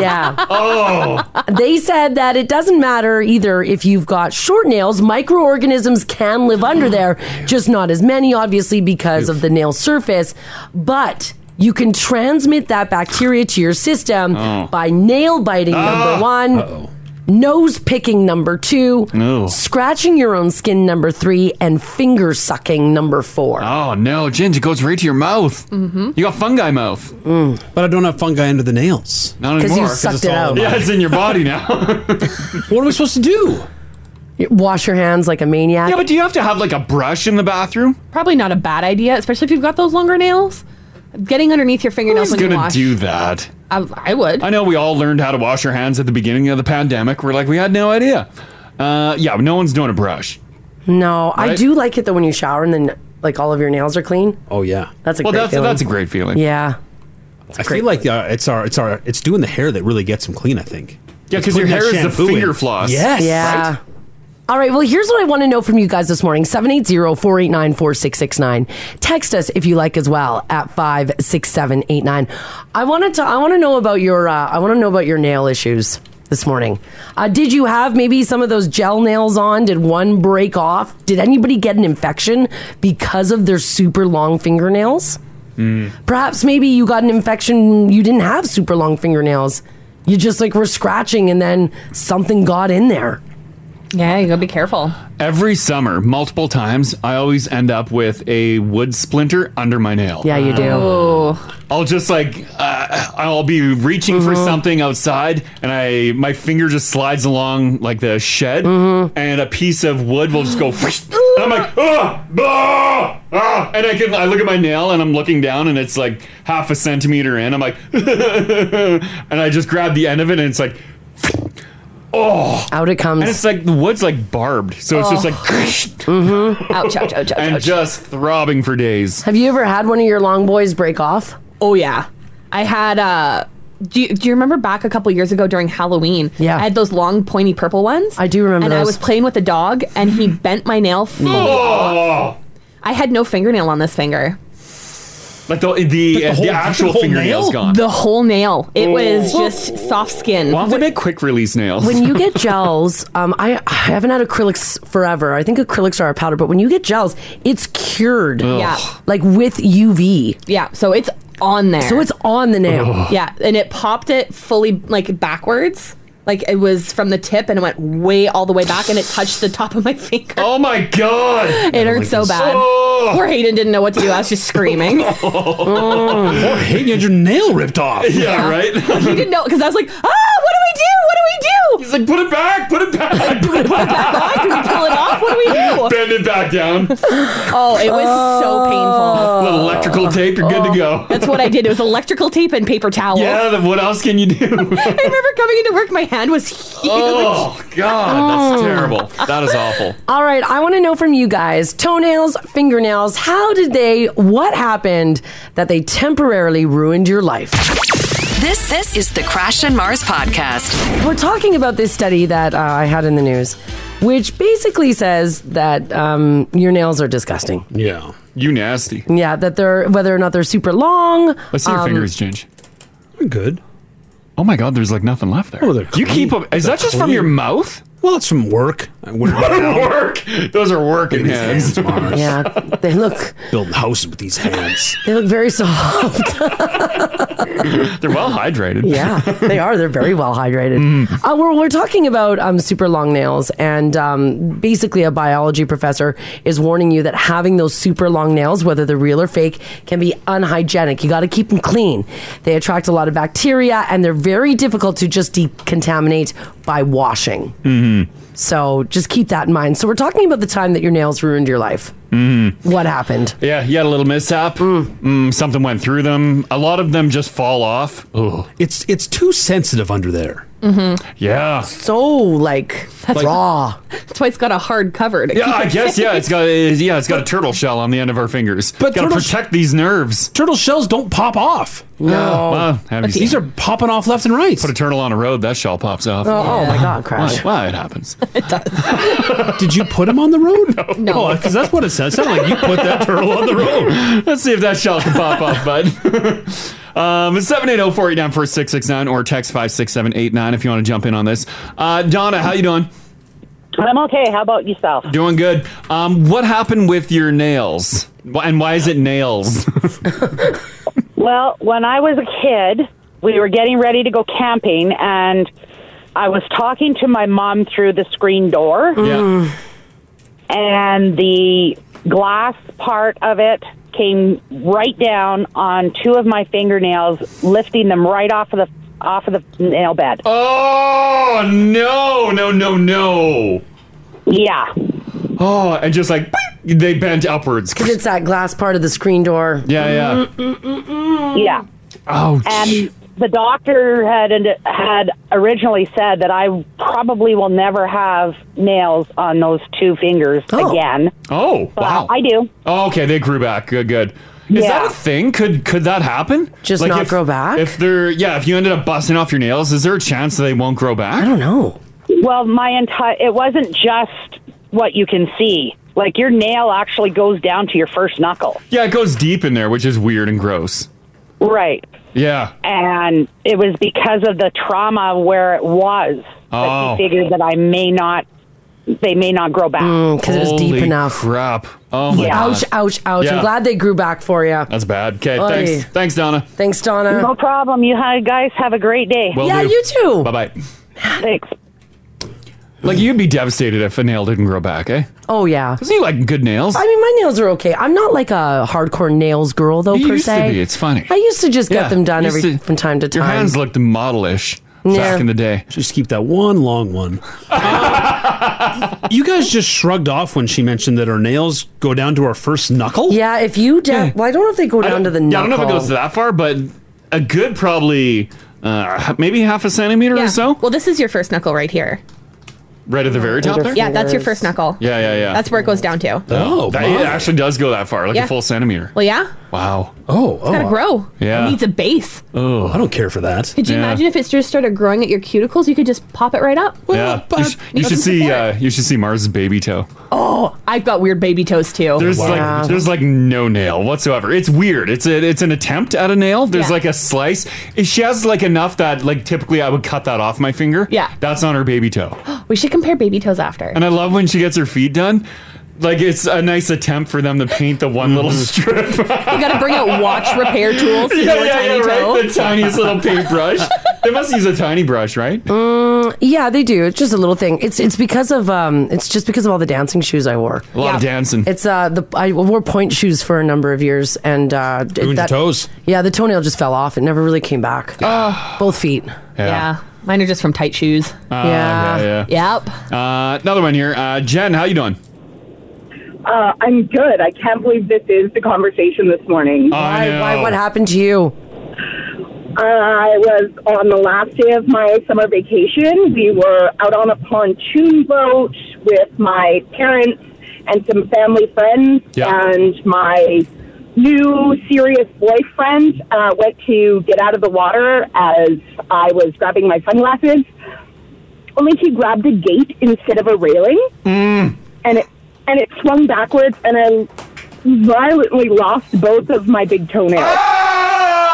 Speaker 3: yeah.
Speaker 2: Oh.
Speaker 3: They said that it doesn't matter either if you've got short nails, microorganisms can live under there, just not as many, obviously, because of the nail surface. But you can transmit that bacteria to your system
Speaker 10: Oh.
Speaker 3: by nail biting,
Speaker 10: Ah.
Speaker 3: number one. Nose picking number two,
Speaker 2: No.
Speaker 3: scratching your own skin number three, and finger sucking number four.
Speaker 2: Oh no, Ginge, it goes right to your mouth. Mm-hmm. You got fungi mouth.
Speaker 4: But I don't have fungi under the nails.
Speaker 2: Not anymore. it's all in- Yeah, it's in your body now.
Speaker 4: what are we supposed to do?
Speaker 3: Wash your hands like a maniac.
Speaker 2: yeah, but do you have to have like a brush in the bathroom?
Speaker 5: Probably not a bad idea, especially if you've got those longer nails. Getting underneath your fingernails
Speaker 2: Who's
Speaker 5: when you
Speaker 2: gonna
Speaker 5: wash.
Speaker 2: do that?
Speaker 5: I, I would.
Speaker 2: I know we all learned how to wash our hands at the beginning of the pandemic. We're like, we had no idea. Uh, yeah, no one's doing a brush.
Speaker 3: No, I
Speaker 2: Right?
Speaker 3: do like it though when you shower and then like all of your nails are clean.
Speaker 4: Oh yeah,
Speaker 3: That's a
Speaker 2: well,
Speaker 3: great
Speaker 2: that's
Speaker 3: feeling.
Speaker 2: that's a great feeling.
Speaker 3: Yeah.
Speaker 4: I feel like uh, it's our it's our it's doing the hair that really gets them clean. I think.
Speaker 2: Yeah,
Speaker 4: It's
Speaker 2: 'cause your
Speaker 4: putting
Speaker 2: hair
Speaker 4: that
Speaker 2: is the
Speaker 4: shampoo in.
Speaker 2: finger floss.
Speaker 4: Yes.
Speaker 3: Yeah. All right. Well, here's what I want to know from you guys this morning 780 489 4669. Text us if you like as well at 56789. I wanted to, I want to know about your, uh, I want to know about your nail issues this morning. Uh, did you have maybe some of those gel nails on? Did one break off? Did anybody get an infection because of their super long fingernails?
Speaker 2: Hmm.
Speaker 3: Perhaps maybe you got an infection, you didn't have super long fingernails. You just like were scratching and then something got in there.
Speaker 5: Yeah, you gotta be careful.
Speaker 2: Every summer, multiple times, I always end up with a wood splinter under my nail.
Speaker 3: Yeah, you do.
Speaker 2: I'll just like uh, I'll be reaching for
Speaker 3: Mm-hmm.
Speaker 2: something outside, and I my finger just slides along like the shed,
Speaker 3: Mm-hmm.
Speaker 2: and a piece of wood will just go. and I'm like, ah, ah, ah," and I can I look at my nail, and I'm looking down, and it's like half a centimeter in. I'm like, and I just grab the end of it, and it's like. Oh,
Speaker 3: out it comes,
Speaker 2: and it's like the wood's like barbed, so it's just
Speaker 3: Oh.
Speaker 2: like,
Speaker 5: Mm-hmm. ouch, ouch, ouch,
Speaker 2: and
Speaker 5: ouch.
Speaker 2: just throbbing for days.
Speaker 3: Have you ever had one of your long boys break off?
Speaker 5: Oh yeah, I had. uh do you, do you remember back a couple years ago during Halloween? Yeah, I had those long pointy purple ones. I
Speaker 3: do remember
Speaker 5: And I
Speaker 3: those.
Speaker 5: was playing with a dog, and he bent my nail. Fully
Speaker 2: Oh.
Speaker 5: off. I had no fingernail on this finger.
Speaker 2: Like the the, uh,
Speaker 5: Like the
Speaker 2: the,
Speaker 5: whole-
Speaker 2: actual
Speaker 5: the whole
Speaker 2: fingernail's
Speaker 5: nail?
Speaker 2: gone.
Speaker 5: The whole nail. It was
Speaker 2: Oh.
Speaker 5: just soft skin.
Speaker 2: Why don't they make quick release nails?
Speaker 3: When you get gels, um, I, I haven't had acrylics forever. I think acrylics are a powder, but when you get gels, it's cured.
Speaker 5: Yeah.
Speaker 3: Like with UV.
Speaker 5: Yeah, so it's on there.
Speaker 3: So it's on the nail.
Speaker 2: Oh.
Speaker 3: Ugh.
Speaker 5: Yeah, and it popped it fully like backwards. Like it was from the tip and it went way all the way back and it touched the top of my finger.
Speaker 2: Oh my god.
Speaker 5: It hurt so bad.
Speaker 2: Oh.
Speaker 5: Poor Hayden didn't know what to do. I was just screaming. Oh,
Speaker 4: Poor Hayden had your nail ripped off.
Speaker 5: Yeah. he didn't know because I was like, ah, what do we do? What do we do?
Speaker 2: He's like, put it back, put it back. put it
Speaker 5: back on. Can we pull it off? What do we do?
Speaker 2: Bend it back down.
Speaker 5: Oh, it was so painful.
Speaker 2: Little electrical tape, you're good to go.
Speaker 5: That's what I did. It was electrical tape and paper towel.
Speaker 2: Yeah, then what else can you do?
Speaker 5: I remember coming into work, my hand was huge.
Speaker 2: oh god, that's
Speaker 3: Oh.
Speaker 2: terrible. That is awful.
Speaker 3: All right, I want to know from you guys toenails, fingernails, how did they, what happened that they temporarily ruined your life?
Speaker 1: This this is the Crash and Mars podcast.
Speaker 3: We're talking about this study that uh, I had in the news, which basically says that um, your nails are disgusting.
Speaker 2: Yeah. You nasty.
Speaker 3: Yeah, that they're whether or not they're super long.
Speaker 2: Let's see your
Speaker 3: um,
Speaker 2: fingers, Ginge.
Speaker 4: You're good.
Speaker 2: Oh my god, there's like nothing left there. Oh, you keep up is that just from your mouth?
Speaker 4: Well, it's from work. I wear it around.
Speaker 2: Work. Those are working
Speaker 4: Look at these
Speaker 2: hands.
Speaker 4: Mars.
Speaker 3: Yeah, they look
Speaker 4: Building houses with these hands.
Speaker 3: they look very soft.
Speaker 2: They're well hydrated. Mm-hmm.
Speaker 3: Yeah, they are. They're very well hydrated. Uh, we're, we're talking about um, super long nails, and um, basically, a biology professor is warning you that having those super long nails, whether they're real or fake, can be unhygienic. You got to keep them clean. They attract a lot of bacteria, and they're very difficult to just decontaminate by washing.
Speaker 2: Mm-hmm.
Speaker 3: So just keep that in mind. So we're talking about the time that your nails ruined your life. Mm-hmm. What happened?
Speaker 2: Yeah, you had a little mishap. Mm.
Speaker 3: Hmm.
Speaker 2: something went through them. A lot of them just fall off. Ugh.
Speaker 4: It's it's too sensitive under there.
Speaker 5: Mm-hmm.
Speaker 2: Yeah.
Speaker 3: So like that's raw.
Speaker 5: That's why it's got a hard cover. To
Speaker 2: Yeah,
Speaker 5: keep
Speaker 2: I
Speaker 5: it
Speaker 2: guess.
Speaker 5: safe.
Speaker 2: Yeah, it's got it- yeah, it's got a turtle shell on the end of our fingers. But gotta
Speaker 4: turtle sh-
Speaker 2: protect these nerves.
Speaker 4: Turtle shells don't pop off.
Speaker 2: Yeah, well, have you
Speaker 4: These
Speaker 2: seen-
Speaker 4: are popping off left and right.
Speaker 2: Put a turtle on a road, that shell pops off.
Speaker 4: Oh, oh my God, Crash.
Speaker 2: Why, why it happens?
Speaker 4: Did you put him on the road?
Speaker 2: No.
Speaker 4: because that's what it says. It sounded like you put that turtle on the road.
Speaker 2: Let's see if that shell can pop off, bud. Um, it's 780-489-4669 or text 56789 if you want to jump in on this. Uh, Donna, how you doing?
Speaker 10: I'm okay. How about yourself?
Speaker 2: Doing good. Um, what happened with your nails? Wh- And why is it nails?
Speaker 10: Well, when I was a kid, we were getting ready to go camping, and I was talking to my mom through the screen door.
Speaker 2: Yeah.
Speaker 10: And the glass part of it came right down on two of my fingernails, lifting them right off of the off of the nail bed.
Speaker 2: Oh no, no, no, no.
Speaker 10: Yeah.
Speaker 2: Oh, and just like they bent upwards.
Speaker 3: Because it's that glass part of the screen door.
Speaker 2: Yeah, yeah.
Speaker 10: Yeah.
Speaker 2: Oh,
Speaker 10: and the doctor had had originally said that I probably will never have nails on those two fingers again.
Speaker 2: Oh,
Speaker 10: But
Speaker 2: wow.
Speaker 10: I do.
Speaker 2: Oh, okay, they grew back. Good, good. Is that
Speaker 10: Yeah.
Speaker 2: a thing? Could could that happen?
Speaker 10: Just not
Speaker 2: if,
Speaker 10: grow back?
Speaker 2: If they're yeah, if you ended up busting off your nails, is there a chance that they won't grow back? I
Speaker 3: don't know.
Speaker 10: Well, my entire it wasn't just what you can see. Like your nail actually goes down to your first knuckle.
Speaker 2: Yeah, it goes deep in there, which is weird and gross.
Speaker 10: Right.
Speaker 2: Yeah.
Speaker 10: And it was because of the trauma where it was
Speaker 2: Oh.
Speaker 10: that he figured that I may not they may not grow back.
Speaker 3: Because Mm, it was deep
Speaker 2: Holy
Speaker 3: enough.
Speaker 2: Crap. Oh my
Speaker 3: Ouch,
Speaker 2: God.
Speaker 3: ouch, ouch.
Speaker 2: Yeah.
Speaker 3: I'm glad they grew back for you.
Speaker 2: That's bad. Okay,
Speaker 3: Oy.
Speaker 2: thanks. Thanks, Donna.
Speaker 3: Thanks, Donna.
Speaker 10: No problem. You hi- guys have a great day.
Speaker 2: Will do. Bye bye.
Speaker 10: Thanks.
Speaker 2: Like you'd be devastated if a nail didn't grow back, eh?
Speaker 3: Oh, yeah.
Speaker 2: Because you like good nails.
Speaker 3: I mean, my nails are okay. I'm not like a hardcore nails girl, though,
Speaker 2: You
Speaker 3: per
Speaker 2: used to
Speaker 3: se.
Speaker 2: be. It's funny.
Speaker 3: I used to just get
Speaker 2: Yeah,
Speaker 3: them done
Speaker 2: you
Speaker 3: every
Speaker 2: used to-
Speaker 3: from time to time.
Speaker 2: Your hands looked modelish
Speaker 3: Yeah.
Speaker 2: back in the day.
Speaker 4: Just keep that one long one. Uh, you guys just shrugged off when she mentioned that her nails go down to our first knuckle.
Speaker 3: Yeah, if you down, well, I don't know if they go down to the
Speaker 2: Yeah,
Speaker 3: knuckle.
Speaker 2: I don't know if it goes that far, but a good probably uh, maybe half a centimeter or so.
Speaker 5: Oh. Well, this is your first knuckle right here.
Speaker 2: Right at the very top there?
Speaker 5: Yeah, that's your first knuckle.
Speaker 2: Yeah, yeah, yeah.
Speaker 5: That's where it goes down to.
Speaker 2: Oh, that, it actually does go that far, like
Speaker 5: Yeah.
Speaker 2: a full centimeter.
Speaker 5: Well, yeah,
Speaker 2: Wow.
Speaker 4: Oh,
Speaker 5: it's gotta grow.
Speaker 2: Yeah.
Speaker 5: it needs a base.
Speaker 2: Oh,
Speaker 4: I don't care for that.
Speaker 5: Could you imagine if it just started growing at your cuticles? You could just pop it right up.
Speaker 2: yeah, you, sh- you should see. Uh, you should see Mars's baby toe.
Speaker 5: Oh, I've got weird baby toes too.
Speaker 2: There's like there's like no nail whatsoever. It's weird. It's a, it's an attempt at a nail. There's
Speaker 5: Yeah.
Speaker 2: like a slice. If She has like enough that like typically I would cut that off my finger.
Speaker 5: Yeah.
Speaker 2: that's on her baby toe.
Speaker 5: we should compare baby toes after.
Speaker 2: And I love when she gets her feet done. Like it's a nice attempt for them to paint the one little strip.
Speaker 5: Mm-hmm. you gotta bring out watch repair tools. for
Speaker 2: yeah,
Speaker 5: your
Speaker 2: yeah,
Speaker 5: tiny
Speaker 2: yeah,
Speaker 5: toe.
Speaker 2: right? The tiniest little paintbrush. they must use a tiny brush, right?
Speaker 3: Mm, yeah, they do. It's just a little thing. It's it's because of um, it's just because of all the dancing shoes I wore.
Speaker 2: A lot of dancing.
Speaker 3: It's uh, the I wore point shoes for a number of years, and uh, d-
Speaker 2: Ruined your toes.
Speaker 3: Yeah, the toenail just fell off. It never really came back. Both feet.
Speaker 5: Yeah. mine are just from tight shoes.
Speaker 2: Ah, yeah, yeah.
Speaker 5: Yep.
Speaker 2: Uh, another one here. Uh, Jen, how you doing?
Speaker 11: Uh, I'm good. I can't believe this is the conversation this morning.
Speaker 2: I
Speaker 3: Why- why- know. what happened to you?
Speaker 11: I was on the last day of my summer vacation. We were out on a pontoon boat with my parents and some family friends,
Speaker 12: Yeah.
Speaker 11: and my new serious boyfriend uh, went to get out of the water as I was grabbing my sunglasses. Only he grabbed a gate instead of a railing.
Speaker 2: Mm.
Speaker 11: and it and it swung backwards, and I violently lost both of my big toenails.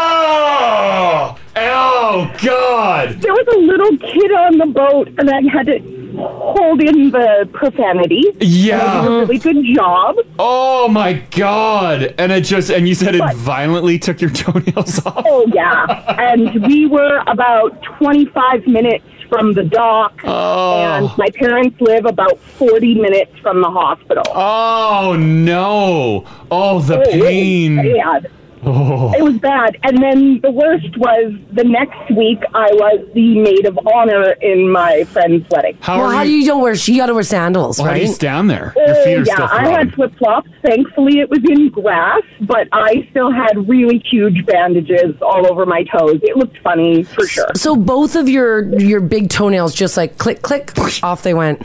Speaker 2: Oh, oh God!
Speaker 11: There was a little kid on the boat, and I had to hold in the profanity. And I
Speaker 2: Yeah.
Speaker 11: did a really good job.
Speaker 2: Oh my God! And it just and you said it violently took your toenails off.
Speaker 11: Oh yeah, and we were about twenty-five minutes from the dock,
Speaker 2: Oh.
Speaker 11: and my parents live about forty minutes from the hospital.
Speaker 2: Oh no! Oh, the
Speaker 11: It was
Speaker 2: pain.
Speaker 11: bad.
Speaker 2: Oh.
Speaker 11: It was bad. And then the worst was the next week I was the maid of honor in my friend's wedding.
Speaker 3: well, how do you don't wear? She got to wear sandals,
Speaker 2: Well, how do
Speaker 3: right?
Speaker 2: you stand there? Your feet are
Speaker 11: Uh, yeah,
Speaker 2: still
Speaker 11: I
Speaker 2: throbbing.
Speaker 11: had flip flops. Thankfully, it was in grass, but I still had really huge bandages all over my toes. It looked funny for sure.
Speaker 3: So both of your your big toenails just like click click off they went.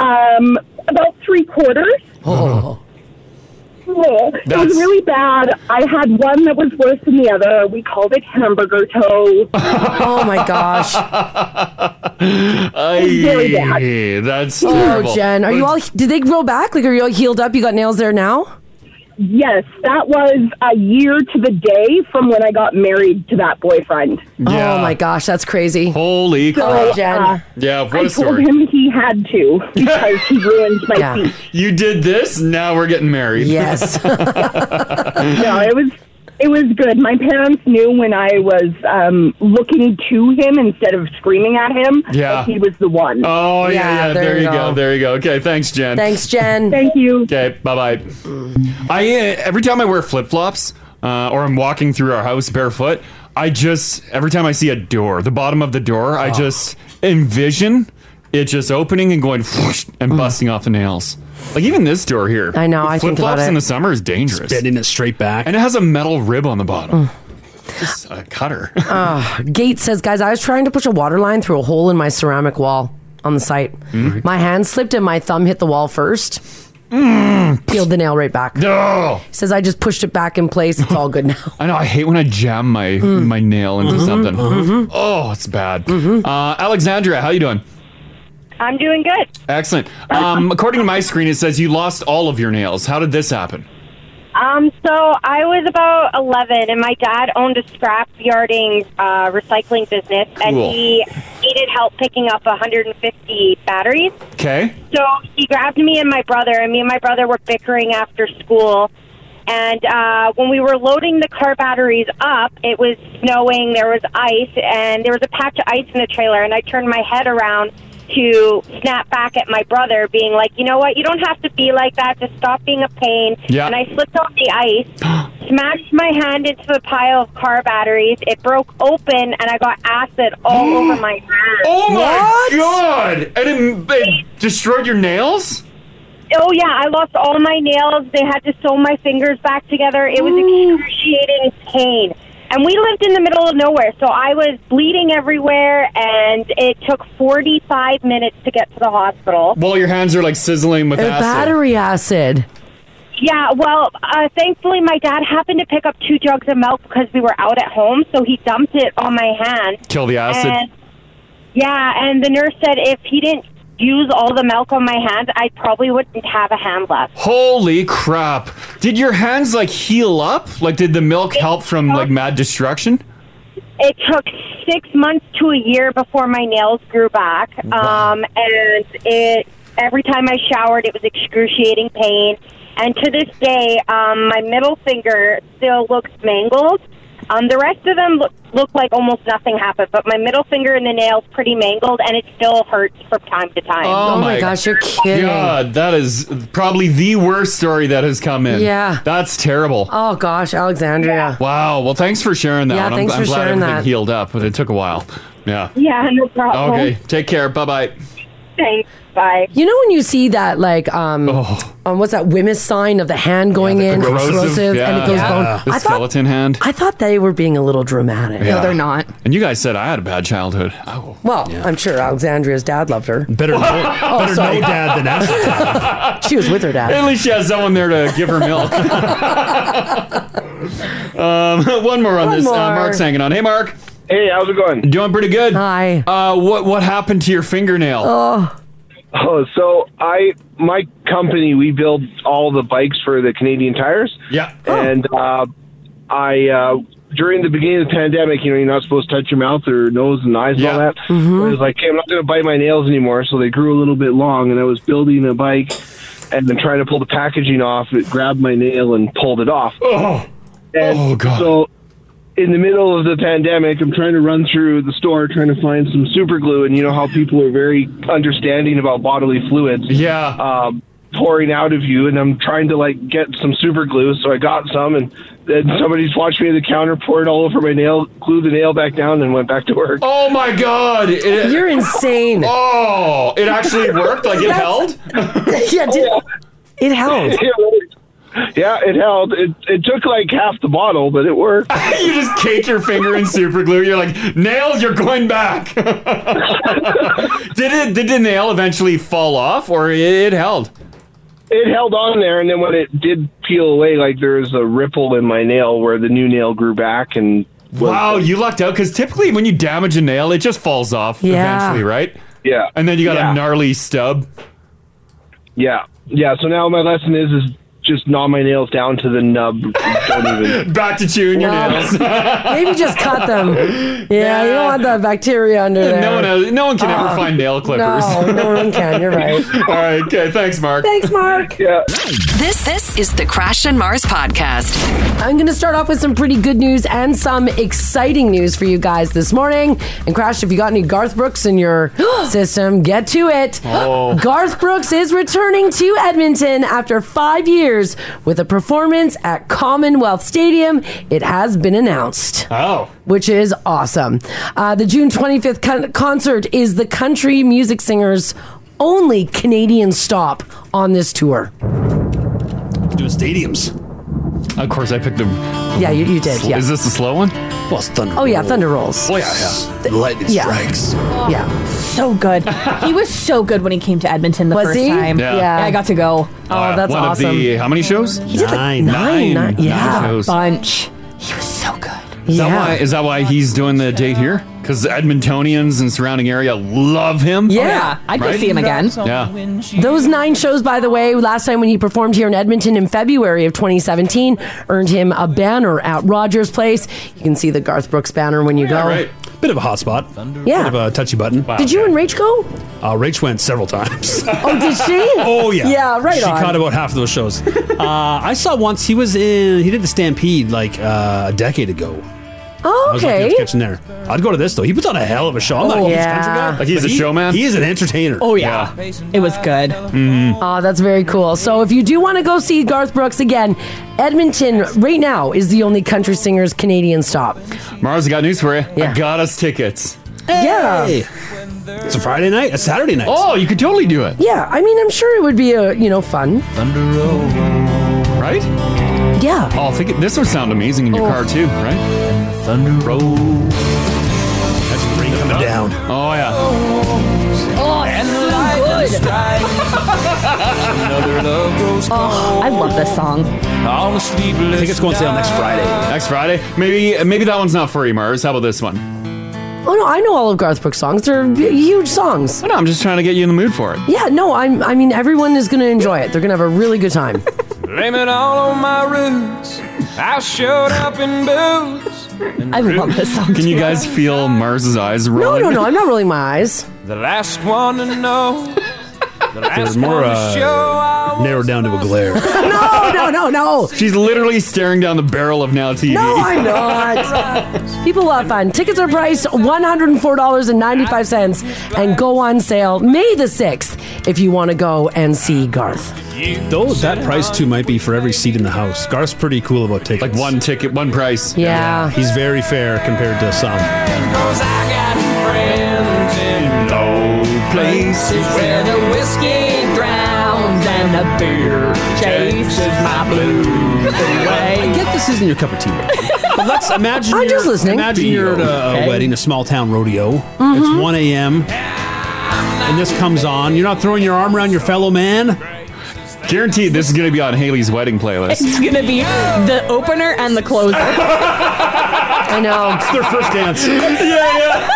Speaker 11: Um, about three quarters.
Speaker 2: Uh-huh.
Speaker 3: Oh.
Speaker 11: Oh, it
Speaker 3: That's-
Speaker 11: was really bad. I had one that was worse than the other. We called it hamburger toe.
Speaker 3: oh my gosh!
Speaker 11: very
Speaker 2: Ay, that's terrible.
Speaker 3: Oh, Jen, are you all? Did they grow back? Like, are you all healed up? You got nails there now?
Speaker 11: Yes, that was a year to the day from when I got married to that boyfriend.
Speaker 3: Oh my gosh, that's crazy.
Speaker 2: Holy
Speaker 11: So,
Speaker 2: crap.
Speaker 11: Jen. uh,
Speaker 2: yeah, what
Speaker 11: I
Speaker 2: a
Speaker 11: told
Speaker 2: story.
Speaker 11: him he had to because he ruined my feet.
Speaker 2: You did this, now we're getting married.
Speaker 11: Yes. No, it was it was good. My parents knew when I was um, looking to him instead of screaming at him
Speaker 2: Yeah.
Speaker 11: that he was the one.
Speaker 2: Oh yeah, yeah. There, you go. There you go. Okay, thanks, Jen.
Speaker 3: Thanks, Jen.
Speaker 11: Thank you.
Speaker 2: Okay, bye bye. I uh, every time I wear flip flops uh, or I'm walking through our house barefoot, I just every time I see a door, the bottom of the door,
Speaker 3: Ah.
Speaker 2: I just envision it just opening and going whoosh and busting off the nails. Like even this door here,
Speaker 3: Mm. I know, I
Speaker 2: flip
Speaker 3: think about
Speaker 2: flops
Speaker 3: it.
Speaker 2: in the summer is dangerous. Spinning
Speaker 4: it straight back,
Speaker 2: and it has a metal rib on the bottom.
Speaker 3: Mm.
Speaker 2: Just a cutter.
Speaker 3: Ah, Gate says, guys, I was trying to push a water line through a hole in my ceramic wall on the site.
Speaker 2: Mm.
Speaker 3: My hand slipped and my thumb hit the wall first. Peeled the nail right back.
Speaker 2: Mm. No.
Speaker 3: He says, I just pushed it back in place. It's all good now.
Speaker 2: I know. I hate when I jam my my nail into
Speaker 3: Mhm,
Speaker 2: something. Oh, it's bad. Uh, Alexandra, how you doing?
Speaker 12: I'm doing good.
Speaker 2: Excellent. Um, according to my screen, it says you lost all of your nails. How did this happen?
Speaker 12: Um, so I was about 11, and my dad owned a scrap yarding uh, recycling business, and
Speaker 2: Cool.
Speaker 12: he needed help picking up 150 batteries.
Speaker 2: Okay.
Speaker 12: So he grabbed me and my brother, and me and my brother were bickering after school. And uh, when we were loading the car batteries up, it was snowing, there was ice, and there was a patch of ice in the trailer. And I turned my head around to snap back at my brother, being like, you know what, you don't have to be like that, just stop being a pain.
Speaker 13: Yeah.
Speaker 12: And I slipped off the ice, smashed my hand into the pile of car batteries, it broke open, and I got acid all over my hand.
Speaker 2: Oh my god! And it, it destroyed your nails?
Speaker 12: Oh yeah, I lost all my nails. They had to sew my fingers back together. It was excruciating pain. And we lived in the middle of nowhere, so I was bleeding everywhere and it took 45 minutes to get to the hospital.
Speaker 2: Well, your hands are like sizzling with
Speaker 12: Uh,
Speaker 2: acid.
Speaker 3: Battery acid.
Speaker 12: Yeah, well, uh, thankfully my dad happened to pick up two jugs of milk because we were out at home, so he dumped it on my hand.
Speaker 2: Kill the acid.
Speaker 12: And, yeah, and the nurse said if he didn't use all the milk on my hand, I probably wouldn't have a hand left.
Speaker 2: Holy crap! Did your hands like heal up? Like, did the milk help from like mad destruction?
Speaker 12: It took six months to a year before my nails grew back. Um, and it every time I showered, it was excruciating pain. And to this day, um, my middle finger still looks mangled. Um, the rest of them look, look like almost nothing happened, but my middle finger and the nail's pretty mangled, and it still hurts from time to time.
Speaker 2: Oh
Speaker 3: Oh
Speaker 2: God, that is probably the worst story that has come in.
Speaker 3: Yeah.
Speaker 2: That's terrible.
Speaker 3: Oh gosh, Alexandria.
Speaker 2: Wow. Well, thanks for sharing that.
Speaker 3: Yeah,
Speaker 2: one. I'm,
Speaker 3: thanks
Speaker 2: I'm
Speaker 3: for
Speaker 2: glad
Speaker 3: sharing
Speaker 2: everything
Speaker 3: that.
Speaker 2: healed up, but it took a while. Yeah.
Speaker 12: Yeah, no problem.
Speaker 2: Okay. Take care. Bye bye.
Speaker 12: Thanks. Bye.
Speaker 3: You know when you see that like um, um what's that women's sign of the hand going in
Speaker 2: Oh.
Speaker 3: and it
Speaker 2: Corrosive, yeah.
Speaker 3: goes
Speaker 2: Yeah.
Speaker 3: bone.
Speaker 2: The
Speaker 3: I thought
Speaker 2: skeleton hand.
Speaker 3: I thought they were being a little dramatic.
Speaker 2: Yeah. And you guys said I had a bad childhood. Oh.
Speaker 3: Well, I'm sure Alexandria's dad loved her.
Speaker 4: Better no, better no dad than after
Speaker 3: dad. she was with her dad.
Speaker 2: At least she has someone there to give her milk. um, one more on
Speaker 14: One
Speaker 2: this.
Speaker 14: more.
Speaker 2: Uh, Mark's hanging on. Hey, Mark.
Speaker 14: Hey, how's it going?
Speaker 2: Doing pretty good.
Speaker 3: Hi.
Speaker 2: Uh, what what happened to your fingernail?
Speaker 3: Oh.
Speaker 14: Oh, so I my company we build all the bikes for the Canadian Tires.
Speaker 2: Yeah,
Speaker 14: and uh, I uh, during the beginning of the pandemic, you know, you're not supposed to touch your mouth or nose and eyes and all that. I was like, hey, I'm not going to bite my nails anymore, so they grew a little bit long, and I was building a bike and then trying to pull the packaging off. It grabbed my nail and pulled it off.
Speaker 2: Oh,
Speaker 14: and
Speaker 2: oh god.
Speaker 14: So in the middle of the pandemic, I'm trying to run through the store trying to find some super glue, and you know how people are very understanding about bodily fluids.
Speaker 2: Yeah.
Speaker 14: Um, pouring out of you, and I'm trying to like get some super glue. So I got some, and then somebody's watched me at the counter, pour it all over my nail, glued the nail back down, and went back to work.
Speaker 2: Oh my god! It,
Speaker 3: You're insane.
Speaker 2: Oh, it actually worked. Like it
Speaker 14: That's-
Speaker 2: held.
Speaker 3: yeah, did, it held.
Speaker 14: It worked. yeah, it held. It, it took like half the bottle, but it worked.
Speaker 2: you just cake your finger in super glue. You're like, nail, you're going back. did it? Did the nail eventually fall off, or it held?
Speaker 14: It held on there, and then when it did peel away, like there was a ripple in my nail where the new nail grew back, and
Speaker 2: Wow, you lucked out because typically when you damage a nail, it just falls off
Speaker 14: Yeah.
Speaker 2: eventually, right?
Speaker 14: Yeah.
Speaker 2: And then you got
Speaker 14: Yeah.
Speaker 2: a gnarly stub.
Speaker 14: yeah, yeah. So now my lesson is is just gnaw my nails down to the nub. Don't even.
Speaker 2: Back to chewing your nails.
Speaker 3: Maybe just cut them. Yeah, you don't want that bacteria under there.
Speaker 2: No one, has, no one can
Speaker 3: Uh,
Speaker 2: ever find nail clippers.
Speaker 3: No, no one can. You're right.
Speaker 2: All right. Okay. Thanks, Mark.
Speaker 3: Thanks, Mark.
Speaker 14: Yeah.
Speaker 1: This this is the Crash and Mars podcast.
Speaker 3: I'm going to start off with some pretty good news and some exciting news for you guys this morning. And Crash, if you got any Garth Brooks in your system, get to it.
Speaker 13: Oh.
Speaker 3: Garth Brooks is returning to Edmonton after five years with a performance at Commonwealth Stadium. It has been announced.
Speaker 2: Oh.
Speaker 3: Which is awesome. Uh, the June 25th con- concert is the country music singer's only Canadian stop on this tour.
Speaker 2: Doing stadiums. Of course, I picked the.
Speaker 3: Yeah, you- you did, yeah.
Speaker 2: Is this the slow one? Well, it's thunder.
Speaker 3: Oh, yeah, Thunder Rolls.
Speaker 2: Oh yeah, yeah.
Speaker 4: Lightning
Speaker 3: Yeah.
Speaker 5: strikes.
Speaker 3: Yeah.
Speaker 5: Oh, So good. he was so good when he came to Edmonton the
Speaker 3: Was
Speaker 5: first
Speaker 3: he?
Speaker 5: time.
Speaker 2: Yeah. Yeah.
Speaker 5: I got to go.
Speaker 3: Oh,
Speaker 5: Oh,
Speaker 2: Uh, one of the how many shows? He
Speaker 5: did, like, Nine.
Speaker 2: nine,
Speaker 5: nine, nine- yeah.
Speaker 2: shows.
Speaker 5: Bunch. He was so good.
Speaker 2: Is that why? Is that why he's doing the date here? Because Edmontonians and surrounding area love him.
Speaker 3: Yeah. Oh, yeah. I'd go see him again.
Speaker 2: Yeah.
Speaker 3: Those nine shows, by the way, last time when he performed here in Edmonton in February of 2017, earned him a banner at Rogers Place. You can see the Garth Brooks banner when you go.
Speaker 4: Bit of a hot spot.
Speaker 3: Yeah.
Speaker 4: Bit of a touchy button.
Speaker 3: Did you and Rach go?
Speaker 4: Uh, Rach went several times.
Speaker 3: Oh, did she?
Speaker 4: Oh yeah,
Speaker 3: Yeah, right
Speaker 4: She
Speaker 3: on.
Speaker 4: caught about half of those shows. uh, I saw once he was in. He did the Stampede like uh, a decade ago.
Speaker 3: Oh,
Speaker 4: I was lucky
Speaker 3: okay.
Speaker 4: enough to catch him there. I'd go to this though. He puts on a hell of a show. I'm not a
Speaker 3: Oh,
Speaker 4: huge
Speaker 3: yeah.
Speaker 4: country guy,
Speaker 2: Like, he's a
Speaker 4: but he-
Speaker 2: showman?
Speaker 4: He is an entertainer. Mm-hmm.
Speaker 3: Oh, yeah.
Speaker 5: It was good.
Speaker 3: Oh, that's very cool. So if you do want to go see Garth Brooks again, Edmonton right now is the only country singer's Canadian stop.
Speaker 2: Mars, I got news for you. I got us tickets.
Speaker 3: Yeah.
Speaker 2: It's a Friday night, a Saturday night. Oh, you could totally do it.
Speaker 3: Yeah, I mean, I'm sure it would be a, you know, fun.
Speaker 2: Thunder Right?
Speaker 3: Yeah.
Speaker 2: Oh, I think it, this would sound amazing in your
Speaker 3: Oh.
Speaker 2: car too, right? Thunder roll. That's bring coming down. Oh yeah.
Speaker 5: Oh, so good. oh, I love this song.
Speaker 2: I think it's going to sale next Friday. Next Friday? Maybe maybe that one's not for you, Mars. How about this one?
Speaker 3: Oh no, I know all of Garth Brooks' songs. They're b- huge songs.
Speaker 2: Oh, No, I'm just trying to get you in the mood for it.
Speaker 3: Yeah, no, I'm. I mean, everyone is going to enjoy it. They're going to have a really good time.
Speaker 15: Blame it all on my roots. I showed up in booze.
Speaker 5: I love this song.
Speaker 2: Can you guys feel Mars's eyes
Speaker 3: no,
Speaker 2: rolling?
Speaker 3: no, no, I'm not rolling my eyes.
Speaker 15: The last one to know. The last
Speaker 4: There's more
Speaker 15: one to show.
Speaker 4: uh, narrowed down to a glare.
Speaker 3: no, no, no, no.
Speaker 2: She's literally staring down the barrel of Now TV.
Speaker 3: No, I'm not. People love fun. Tickets are priced $104.95 and go on sale May the 6th if you want to go and see Garth.
Speaker 4: Though that price too might be for every seat in the house. Garth's pretty cool about tickets. Like
Speaker 2: one ticket, one price.
Speaker 3: Yeah.
Speaker 4: He's very fair compared to some.
Speaker 15: Cause I got friends in
Speaker 2: low
Speaker 15: places where the whiskey drowns and the beer chases my blues away.
Speaker 4: I get this isn't your cup of tea, but let's imagine.
Speaker 15: I'm
Speaker 4: you're,
Speaker 15: just listening.
Speaker 4: Imagine you're at a
Speaker 15: Okay.
Speaker 4: wedding, a small town rodeo.
Speaker 3: Mm-hmm.
Speaker 4: It's 1 a.m. and this comes on. You're not throwing your arm around your fellow man.
Speaker 2: Guaranteed, this is going to be on Haley's wedding playlist.
Speaker 5: It's gonna be the opener and the closer. I
Speaker 3: know. It's
Speaker 4: their first dance.
Speaker 2: yeah, yeah.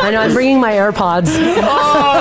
Speaker 3: I know, I'm bringing my AirPods.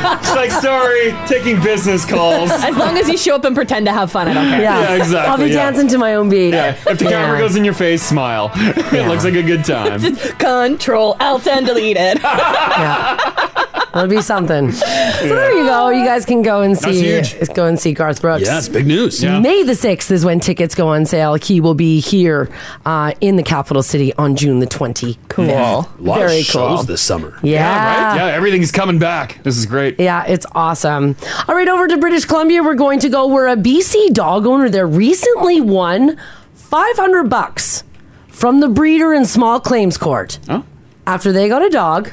Speaker 2: Oh, it's like sorry, taking business calls.
Speaker 5: As long as you show up and pretend to have fun, I don't care.
Speaker 2: Yeah. Yeah, exactly,
Speaker 3: I'll be
Speaker 2: yeah.
Speaker 3: dancing to my own beat.
Speaker 2: Yeah, if the
Speaker 3: Yeah.
Speaker 2: camera goes in your face, smile. it looks like a good time.
Speaker 5: Control Alt and delete it.
Speaker 3: That'll be something. So there you go. You guys can go and
Speaker 4: That's
Speaker 3: see. uh,
Speaker 4: huge.
Speaker 3: Go and see Garth Brooks.
Speaker 4: Yeah, it's big news.
Speaker 3: May the sixth is when tickets go on sale. He will be here uh, in the capital city on June the twenty. Cool.
Speaker 4: A lot
Speaker 3: Very
Speaker 4: of shows
Speaker 3: cool.
Speaker 4: this summer.
Speaker 3: Yeah.
Speaker 2: right? Yeah, everything's coming back. This is great.
Speaker 3: Yeah, it's awesome. All right, over to British Columbia. We're going to go where a BC dog owner there recently won 500 bucks from the breeder in small claims court. After they got a dog,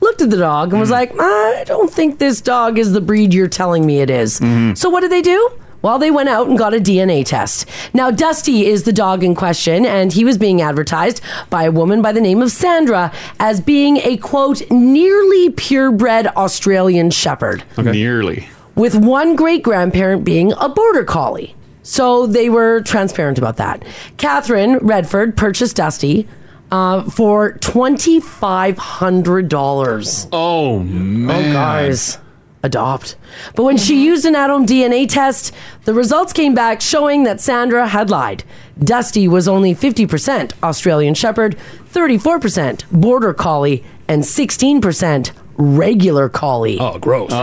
Speaker 3: looked at the dog
Speaker 2: Hmm.
Speaker 3: and was like, I don't think this dog is the breed you're telling me it is." So what did they do? Well, they went out and got a DNA test. Now, Dusty is the dog in question, and he was being advertised by a woman by the name of Sandra as being a quote, nearly purebred Australian Shepherd
Speaker 2: Nearly.
Speaker 3: with one great grandparent being a border collie. So they were transparent about that. Catherine Redford purchased Dusty uh, for twenty five hundred dollars.
Speaker 2: Oh man!
Speaker 3: Oh guys, adopt. But when she used an at home DNA test, the results came back showing that Sandra had lied. Dusty was only fifty percent Australian Shepherd, thirty four percent Border Collie, and sixteen percent regular collie.
Speaker 4: Oh, gross.
Speaker 2: Oh,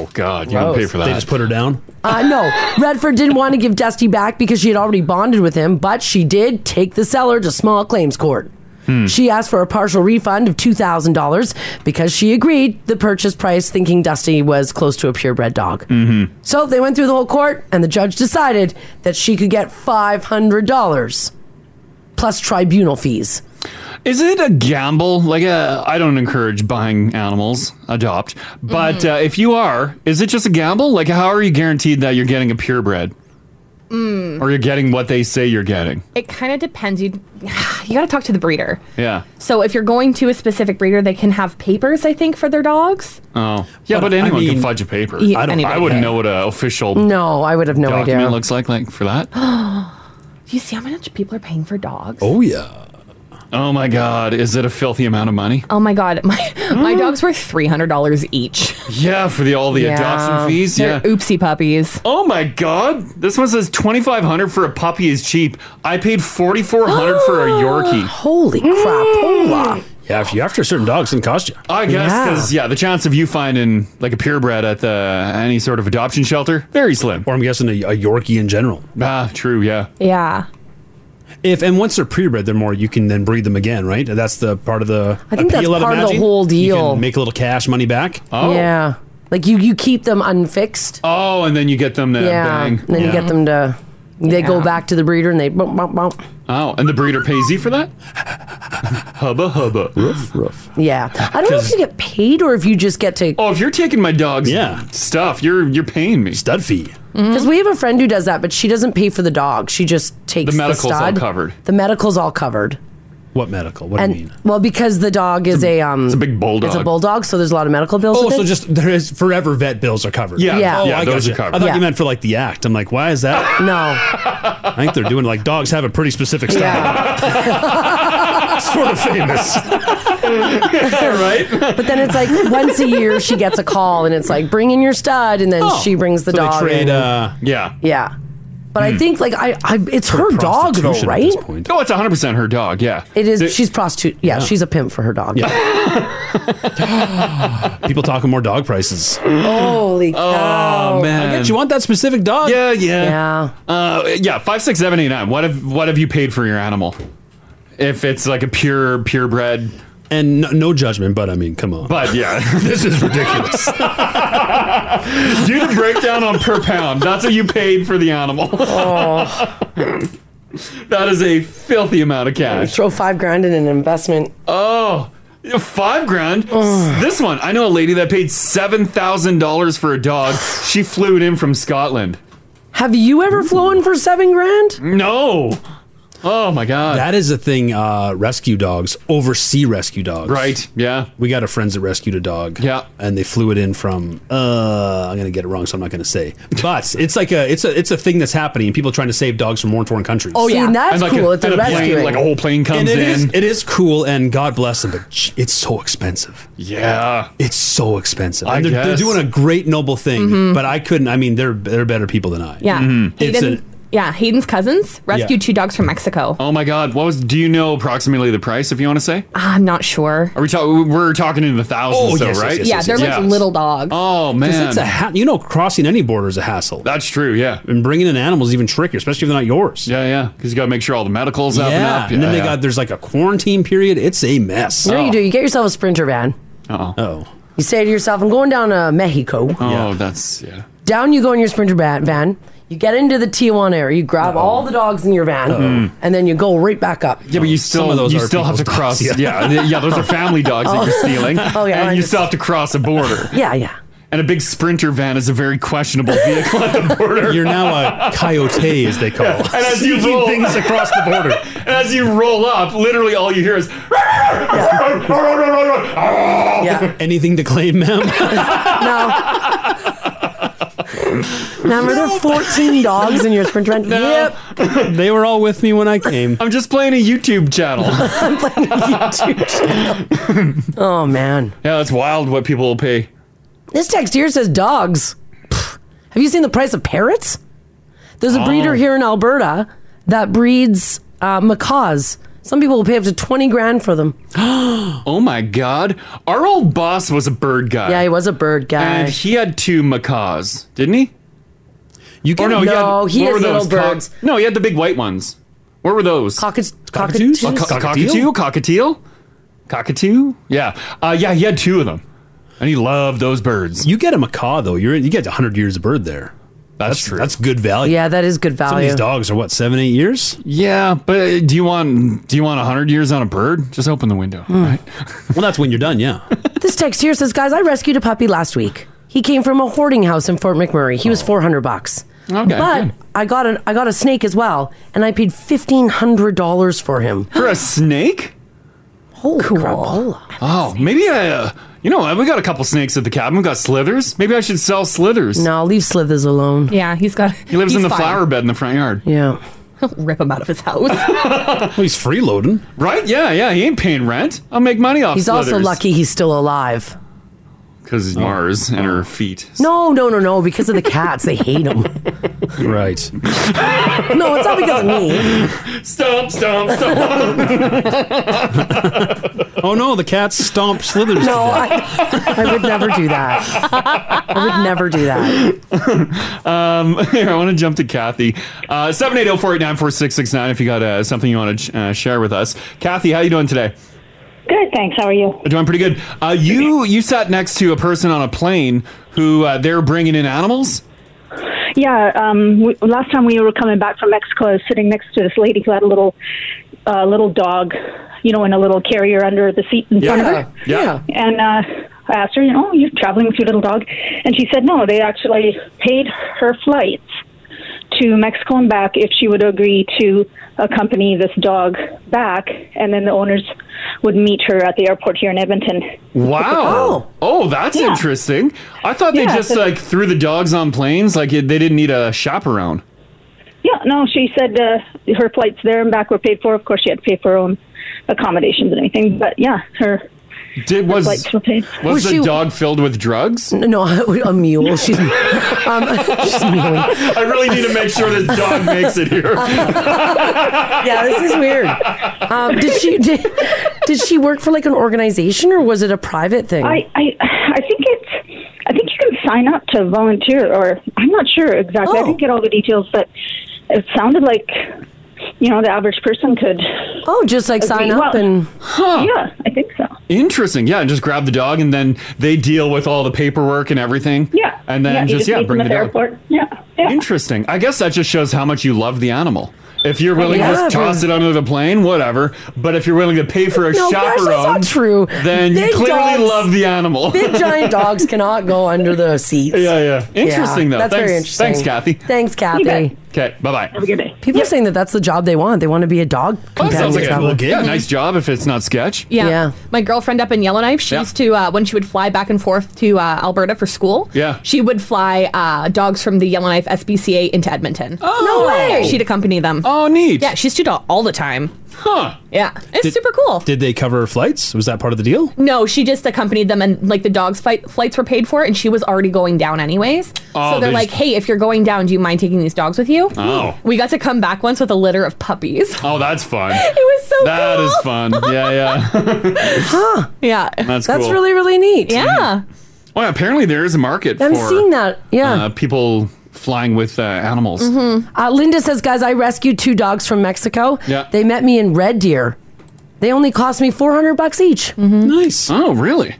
Speaker 2: oh God, you
Speaker 4: Gross.
Speaker 2: don't pay for that.
Speaker 4: They just put her down.
Speaker 3: Uh, no, Redford didn't want to give Dusty back because she had already bonded with him, but she did take the seller to small claims court.
Speaker 2: Hmm.
Speaker 3: She asked for a partial refund of $2,000 because she agreed the purchase price, thinking Dusty was close to a purebred dog.
Speaker 15: Mm-hmm.
Speaker 3: So they went through the whole court, and the judge decided that she could get $500 plus tribunal fees.
Speaker 2: Is it a gamble? Like, uh, I don't encourage buying animals, adopt. But uh, if you are, is it just a gamble? Like, how are you guaranteed that you're getting a purebred,
Speaker 5: Mm.
Speaker 2: or you're getting what they say you're getting?
Speaker 5: It kind of depends. You you got to talk to the breeder.
Speaker 2: Yeah.
Speaker 5: So if you're going to a specific breeder, they can have papers, I think, for their dogs.
Speaker 2: Oh, yeah. But,
Speaker 5: I
Speaker 2: anyone
Speaker 5: mean,
Speaker 2: can fudge a paper.
Speaker 5: yeah,
Speaker 2: I, don't, I
Speaker 5: anybody
Speaker 2: wouldn't
Speaker 5: can.
Speaker 2: know what an official
Speaker 3: No, I would have no
Speaker 2: Oh. document
Speaker 3: idea.
Speaker 2: looks like like for that.
Speaker 5: Do you see how much people are paying for dogs?
Speaker 2: Oh yeah. Oh my God! Is it a filthy amount of money?
Speaker 5: Oh my god, my my dogs were three hundred dollars each.
Speaker 2: Yeah, for the Mm. all the adoption fees.
Speaker 5: They're
Speaker 2: Yeah.
Speaker 5: oopsie puppies.
Speaker 2: Oh my god! This one says twenty five hundred for a puppy is cheap. I paid forty four hundred for a Yorkie.
Speaker 3: Holy crap! Hola.
Speaker 2: Yeah, if you after certain dogs, can cost you. Mm. I guess
Speaker 4: Yeah.
Speaker 2: because yeah. the chance of you finding like a purebred at the any sort of adoption shelter very slim. Or I'm guessing a, a Yorkie in general. Ah, true. Yeah.
Speaker 5: Yeah.
Speaker 4: If and once they're purebred, they're more you can then breed them again, right? That's the part of the.
Speaker 3: I think that's
Speaker 4: appeal, I'd
Speaker 3: part of the
Speaker 4: imagine.
Speaker 3: whole
Speaker 4: You can
Speaker 3: deal.
Speaker 4: make a little cash, money back.
Speaker 3: Yeah. Like you, you keep them unfixed.
Speaker 2: Oh, and then you get them to bang.
Speaker 3: And then you get them to, they go
Speaker 2: Yeah.
Speaker 3: back to the breeder and they bump, bump, bump.
Speaker 2: Oh, and the breeder pays you for that. hubba hubba. Roof roof.
Speaker 3: Yeah. I don't know if you get paid or if you just get to.
Speaker 2: Oh, if you're taking my dog's yeah. stuff, you're you're paying me stud fee.
Speaker 3: Because we have a friend who does that, but she doesn't pay for the dog. She just takes
Speaker 2: The medical's all
Speaker 3: stud.
Speaker 2: covered.
Speaker 3: The medical's all covered.
Speaker 4: What medical? What
Speaker 3: and
Speaker 4: do you mean?
Speaker 3: well, because the dog is a, um, it's a
Speaker 2: big bulldog.
Speaker 3: It's a bulldog, so there's a lot of medical bills.
Speaker 4: Oh,
Speaker 3: with
Speaker 4: so
Speaker 3: it.
Speaker 4: just there is forever vet bills are covered.
Speaker 3: Yeah. Yeah.
Speaker 4: Oh,
Speaker 3: Yeah,
Speaker 4: I
Speaker 3: those
Speaker 4: gotcha.
Speaker 3: are covered.
Speaker 4: I thought
Speaker 3: Yeah.
Speaker 4: you meant for like the act. I'm like, why is that?
Speaker 3: no.
Speaker 4: I think they're doing like dogs have a pretty specific style. sort of famous.
Speaker 2: right.
Speaker 3: But then it's like once a year she gets a call and it's like bring in your stud, and then she brings the
Speaker 4: so
Speaker 3: dog.
Speaker 4: They trade,
Speaker 3: in.
Speaker 4: uh,
Speaker 2: yeah.
Speaker 3: yeah. But I think like I, I it's her dog though, right?
Speaker 2: Oh, it's 100 percent her dog. Yeah.
Speaker 3: It is. she's prostitute. Yeah, she's a pimp for her dog.
Speaker 4: People talking more dog prices.
Speaker 3: Holy
Speaker 2: cow. Oh, man.
Speaker 4: I get you want that specific dog.
Speaker 2: Yeah, yeah, yeah. Uh, yeah, five, six, seven, eight, nine. What have what have you paid for your animal? If it's like a pure purebred,
Speaker 4: and no, no judgment, but I mean, come on.
Speaker 2: But yeah,
Speaker 4: this is ridiculous.
Speaker 2: do the breakdown on per pound. That's what you paid for the animal. that is a filthy amount of cash.
Speaker 3: Throw five grand in an investment.
Speaker 2: Oh, five grand. This one, I know a lady that paid seven thousand dollars for a dog. She flew it in from Scotland.
Speaker 3: Have you ever flown for seven grand?
Speaker 2: No. Oh my god.
Speaker 4: That is a thing. Uh, rescue dogs, oversea rescue dogs.
Speaker 2: Right. Yeah.
Speaker 4: We got a friends that rescued a dog. Yeah. And they flew it in from. Uh, I'm gonna get it wrong, so I'm not gonna say. But it's like a it's a it's a thing that's happening. People trying to save dogs from war torn countries.
Speaker 3: Oh, See, yeah. and that's And like cool a- if they're and a plane- rescuing. like a whole
Speaker 2: plane
Speaker 4: and
Speaker 2: comes
Speaker 4: it is-
Speaker 2: in.
Speaker 4: it is cool, and God bless them, but j- it's so expensive.
Speaker 2: Yeah.
Speaker 4: It's so expensive.
Speaker 2: I
Speaker 4: And they're, they're
Speaker 2: guess.
Speaker 3: Mm-hmm.
Speaker 2: Mm-hmm.
Speaker 4: doing a great noble thing, but I couldn't. I mean, they're they're better people than I.
Speaker 5: Yeah.
Speaker 4: It's
Speaker 5: Hayden,
Speaker 4: a
Speaker 5: yeah, Hayden's cousins rescued
Speaker 2: Yeah.
Speaker 5: two dogs from Mexico.
Speaker 2: Oh my God! What was? Do you know approximately the price? If you want to say,
Speaker 5: I'm not sure.
Speaker 2: Are we talking? We're talking in the
Speaker 5: Oh,
Speaker 2: thousands, though, right?
Speaker 5: yeah, they're like little dogs.
Speaker 2: Oh
Speaker 4: it's a ha- you know crossing any border is a hassle.
Speaker 2: That's true. Yeah,
Speaker 4: and bringing in animals is even trickier, especially if they're not yours.
Speaker 2: Yeah, yeah, because you got to make sure all the medicals up and up.
Speaker 4: and then
Speaker 2: Yeah,
Speaker 4: they
Speaker 2: yeah.
Speaker 4: got there's like a quarantine period. It's a mess.
Speaker 3: You know what you do? You get yourself a Sprinter van.
Speaker 2: Oh,
Speaker 4: oh,
Speaker 3: You say to yourself, I'm going down to Mexico.
Speaker 2: oh, that's yeah.
Speaker 3: Down you go in your Sprinter ba- van. You get into the Tijuana area. You grab all the dogs in your van,
Speaker 2: Uh-oh.
Speaker 3: and then you go right back up.
Speaker 2: Yeah,
Speaker 4: Um,
Speaker 2: but you still you still have to cross. yeah, yeah, those are family dogs that you're stealing,
Speaker 3: Oh, yeah, I
Speaker 2: and you still have to cross a border.
Speaker 3: Yeah, yeah.
Speaker 2: And a big sprinter van is a very questionable vehicle at the border.
Speaker 4: You're now a coyote, as they call. it.
Speaker 2: And as you
Speaker 4: Sneaking
Speaker 2: roll
Speaker 4: things across the border,
Speaker 2: and as you roll up, literally all you hear is.
Speaker 3: Yeah.
Speaker 4: Anything to claim, ma'am?
Speaker 3: Now, were there 14 dogs in your Sprinter van?
Speaker 4: Yep. they were all with me when I came.
Speaker 2: I'm just playing a YouTube channel.
Speaker 3: I'm playing a YouTube channel. oh man.
Speaker 2: Yeah, it's wild what people will pay.
Speaker 3: This text here says dogs. Pfft. Have you seen the price of parrots? There's a breeder
Speaker 2: Oh.
Speaker 3: here in Alberta that breeds uh, macaws. Some people will pay up to 20 grand for them.
Speaker 2: oh my god. Our old boss was a bird guy.
Speaker 3: Yeah, he was a bird guy.
Speaker 2: And he had two macaws, didn't he? You
Speaker 3: get- No, he had little birds.
Speaker 2: no, he had the big white ones. Where were those?
Speaker 3: Cockats,
Speaker 2: cockatoos?
Speaker 3: cockatoos?
Speaker 2: cockatoo? Cockatiel? Cockatoo? Yeah. Uh, yeah, he had two of them. And he loved those birds.
Speaker 4: You get a macaw though. You're you get 100 years a bird there.
Speaker 2: That's, true.
Speaker 4: That's good value.
Speaker 3: Yeah, that is good
Speaker 4: Some of
Speaker 3: value.
Speaker 4: these dogs are what seven, eight years.
Speaker 2: Yeah, but uh, do you want do you want hundred years on a bird? Just open the window.
Speaker 3: Hmm.
Speaker 2: Right?
Speaker 4: well, that's when you're done. Yeah.
Speaker 3: this text here says, guys, I rescued a puppy last week. He came from a hoarding house in Fort McMurray. He was 400 bucks.
Speaker 2: Okay,
Speaker 3: but
Speaker 2: good.
Speaker 3: I got an I got a snake as well, and I paid fifteen hundred dollars for him.
Speaker 2: For a snake?
Speaker 3: Holy cool.
Speaker 2: Oh, maybe I. Uh, you know, what, we got a couple snakes at the cabin. We got slithers. Maybe I should sell slithers.
Speaker 3: No, leave slithers alone.
Speaker 5: Yeah, he's got.
Speaker 2: He lives in
Speaker 5: he's
Speaker 2: the
Speaker 5: fine.
Speaker 2: flower bed in the front yard.
Speaker 3: Yeah.
Speaker 5: Rip him out of his house.
Speaker 2: well,
Speaker 4: he's freeloading,
Speaker 2: right? Yeah, yeah. He ain't paying rent. I'll make money off.
Speaker 3: He's also lucky he's still alive.
Speaker 2: because
Speaker 4: Oh.
Speaker 2: he's Mars and her feet.
Speaker 3: No, no, no, no. Because of the cats, they hate him.
Speaker 4: Right.
Speaker 3: No, Oh, it's not because of me.
Speaker 2: Stomp, stomp,
Speaker 4: oh no, the cat stomped slithers.
Speaker 3: No, I, I would never do that. I would never do that.
Speaker 2: Um, here, I want to jump to Kathy. Uh, Seven eight zero four eight nine four six six nine. If you got uh, something you want to uh, share with us, Kathy, how you doing today?
Speaker 13: Good, thanks. How are you?
Speaker 2: Doing pretty good. Uh, you you sat next to a person on a plane who uh, they're bringing in animals.
Speaker 13: Yeah, um, we, last time we were coming back from Mexico, I was sitting next to this lady who had a little, uh, little dog, you know, in a little carrier under the seat in front of her.
Speaker 2: Yeah.
Speaker 13: And uh, I asked her, you know, you're traveling with your little dog, and she said no. They actually paid her flights to Mexico and back if she would agree to accompany this dog back, and then the owners would meet her at the airport here in Edmonton.
Speaker 2: Wow. Oh, that's
Speaker 13: Yeah.
Speaker 2: interesting. I thought they
Speaker 13: Yeah,
Speaker 2: just
Speaker 13: so-
Speaker 2: like threw the dogs on planes. Like it, they didn't need a chaperone.
Speaker 13: Yeah, no, she said uh, her flights there and back were paid for. Of course, she had to pay for her own accommodations and anything, but yeah, her
Speaker 2: Did was
Speaker 13: flights were paid.
Speaker 2: was, the dog filled with drugs?
Speaker 3: No, a mule. She's, um, she's mewing.
Speaker 2: I really need to make sure this dog makes it here.
Speaker 3: yeah, this is weird. Um, did she did, did she work for like an organization or was it a private thing?
Speaker 13: I, I, I think it's. I think you can sign up to volunteer, or I'm not sure exactly.
Speaker 3: Oh.
Speaker 13: I didn't get all the details, but it sounded like you know the average person could.
Speaker 3: Oh, just like sign up and-
Speaker 13: yeah, I think so.
Speaker 2: Interesting. Yeah, and just grab the dog and then they deal with all the paperwork and everything. Yeah. And then
Speaker 13: yeah, you
Speaker 2: just, yeah,
Speaker 13: meet them
Speaker 2: bring
Speaker 13: at
Speaker 2: the
Speaker 13: the
Speaker 2: dog.
Speaker 13: airport. Yeah,
Speaker 2: Interesting. I guess that just shows how much you love the animal. If you're willing to
Speaker 3: Yeah,
Speaker 2: just toss
Speaker 3: but-
Speaker 2: it under the plane, whatever. But if you're willing to pay for a
Speaker 3: No, gosh, that's
Speaker 2: chaperone,
Speaker 3: not true.
Speaker 2: then you
Speaker 3: Big
Speaker 2: clearly
Speaker 3: dogs-
Speaker 2: love the animal.
Speaker 3: Big giant dogs cannot go under the seats.
Speaker 2: Yeah, yeah. Interesting, though.
Speaker 3: That's
Speaker 2: Thanks-
Speaker 3: very interesting.
Speaker 2: thanks, Kathy.
Speaker 3: Thanks,
Speaker 2: Okay.
Speaker 3: Kathy.
Speaker 2: Bye bye. Have
Speaker 13: a good day.
Speaker 3: People are saying that that's the job they want. They want to be a dog companion.
Speaker 2: Oh, sounds like a
Speaker 3: traveler.
Speaker 2: cool gig. Yeah, nice job if it's not sketch.
Speaker 5: Yeah. My girlfriend up in Yellowknife, she
Speaker 2: Yeah.
Speaker 5: used to, uh, when she would fly back and forth to uh, Alberta for school,
Speaker 2: Yeah.
Speaker 5: she would fly uh, dogs from the Yellowknife SPCA into Edmonton.
Speaker 2: Oh. No way.
Speaker 5: She'd accompany them.
Speaker 2: Oh, neat.
Speaker 5: Yeah, she used to do it all the time.
Speaker 2: Huh.
Speaker 5: Yeah. It's
Speaker 4: Did-
Speaker 5: super cool.
Speaker 4: Did they cover flights? Was that part of the deal?
Speaker 5: No, she just accompanied them, and like the dogs' fight, flights were paid for, and she was already going down anyways.
Speaker 4: Oh,
Speaker 5: so they're
Speaker 4: they
Speaker 5: like,
Speaker 4: just-
Speaker 5: "Hey, if you're going down, do you mind taking these dogs with you?"
Speaker 2: Oh.
Speaker 5: We got to come back once with a litter of puppies.
Speaker 2: Oh, that's fun.
Speaker 5: It was so
Speaker 2: That is fun. Yeah, yeah.
Speaker 3: huh.
Speaker 5: Yeah.
Speaker 2: That's cool.
Speaker 3: really, really neat.
Speaker 5: Yeah.
Speaker 2: Oh, yeah, apparently there is a market
Speaker 3: I'm
Speaker 2: for
Speaker 3: seeing that. Yeah.
Speaker 2: uh, people flying with uh, animals.
Speaker 5: Mm-hmm.
Speaker 3: Mhm. Uh, Linda says, guys, I rescued two dogs from Mexico.
Speaker 2: Yeah.
Speaker 3: They met me in Red Deer. They only cost me 400 bucks each. Mm-hmm.
Speaker 4: Nice.
Speaker 2: Oh, really?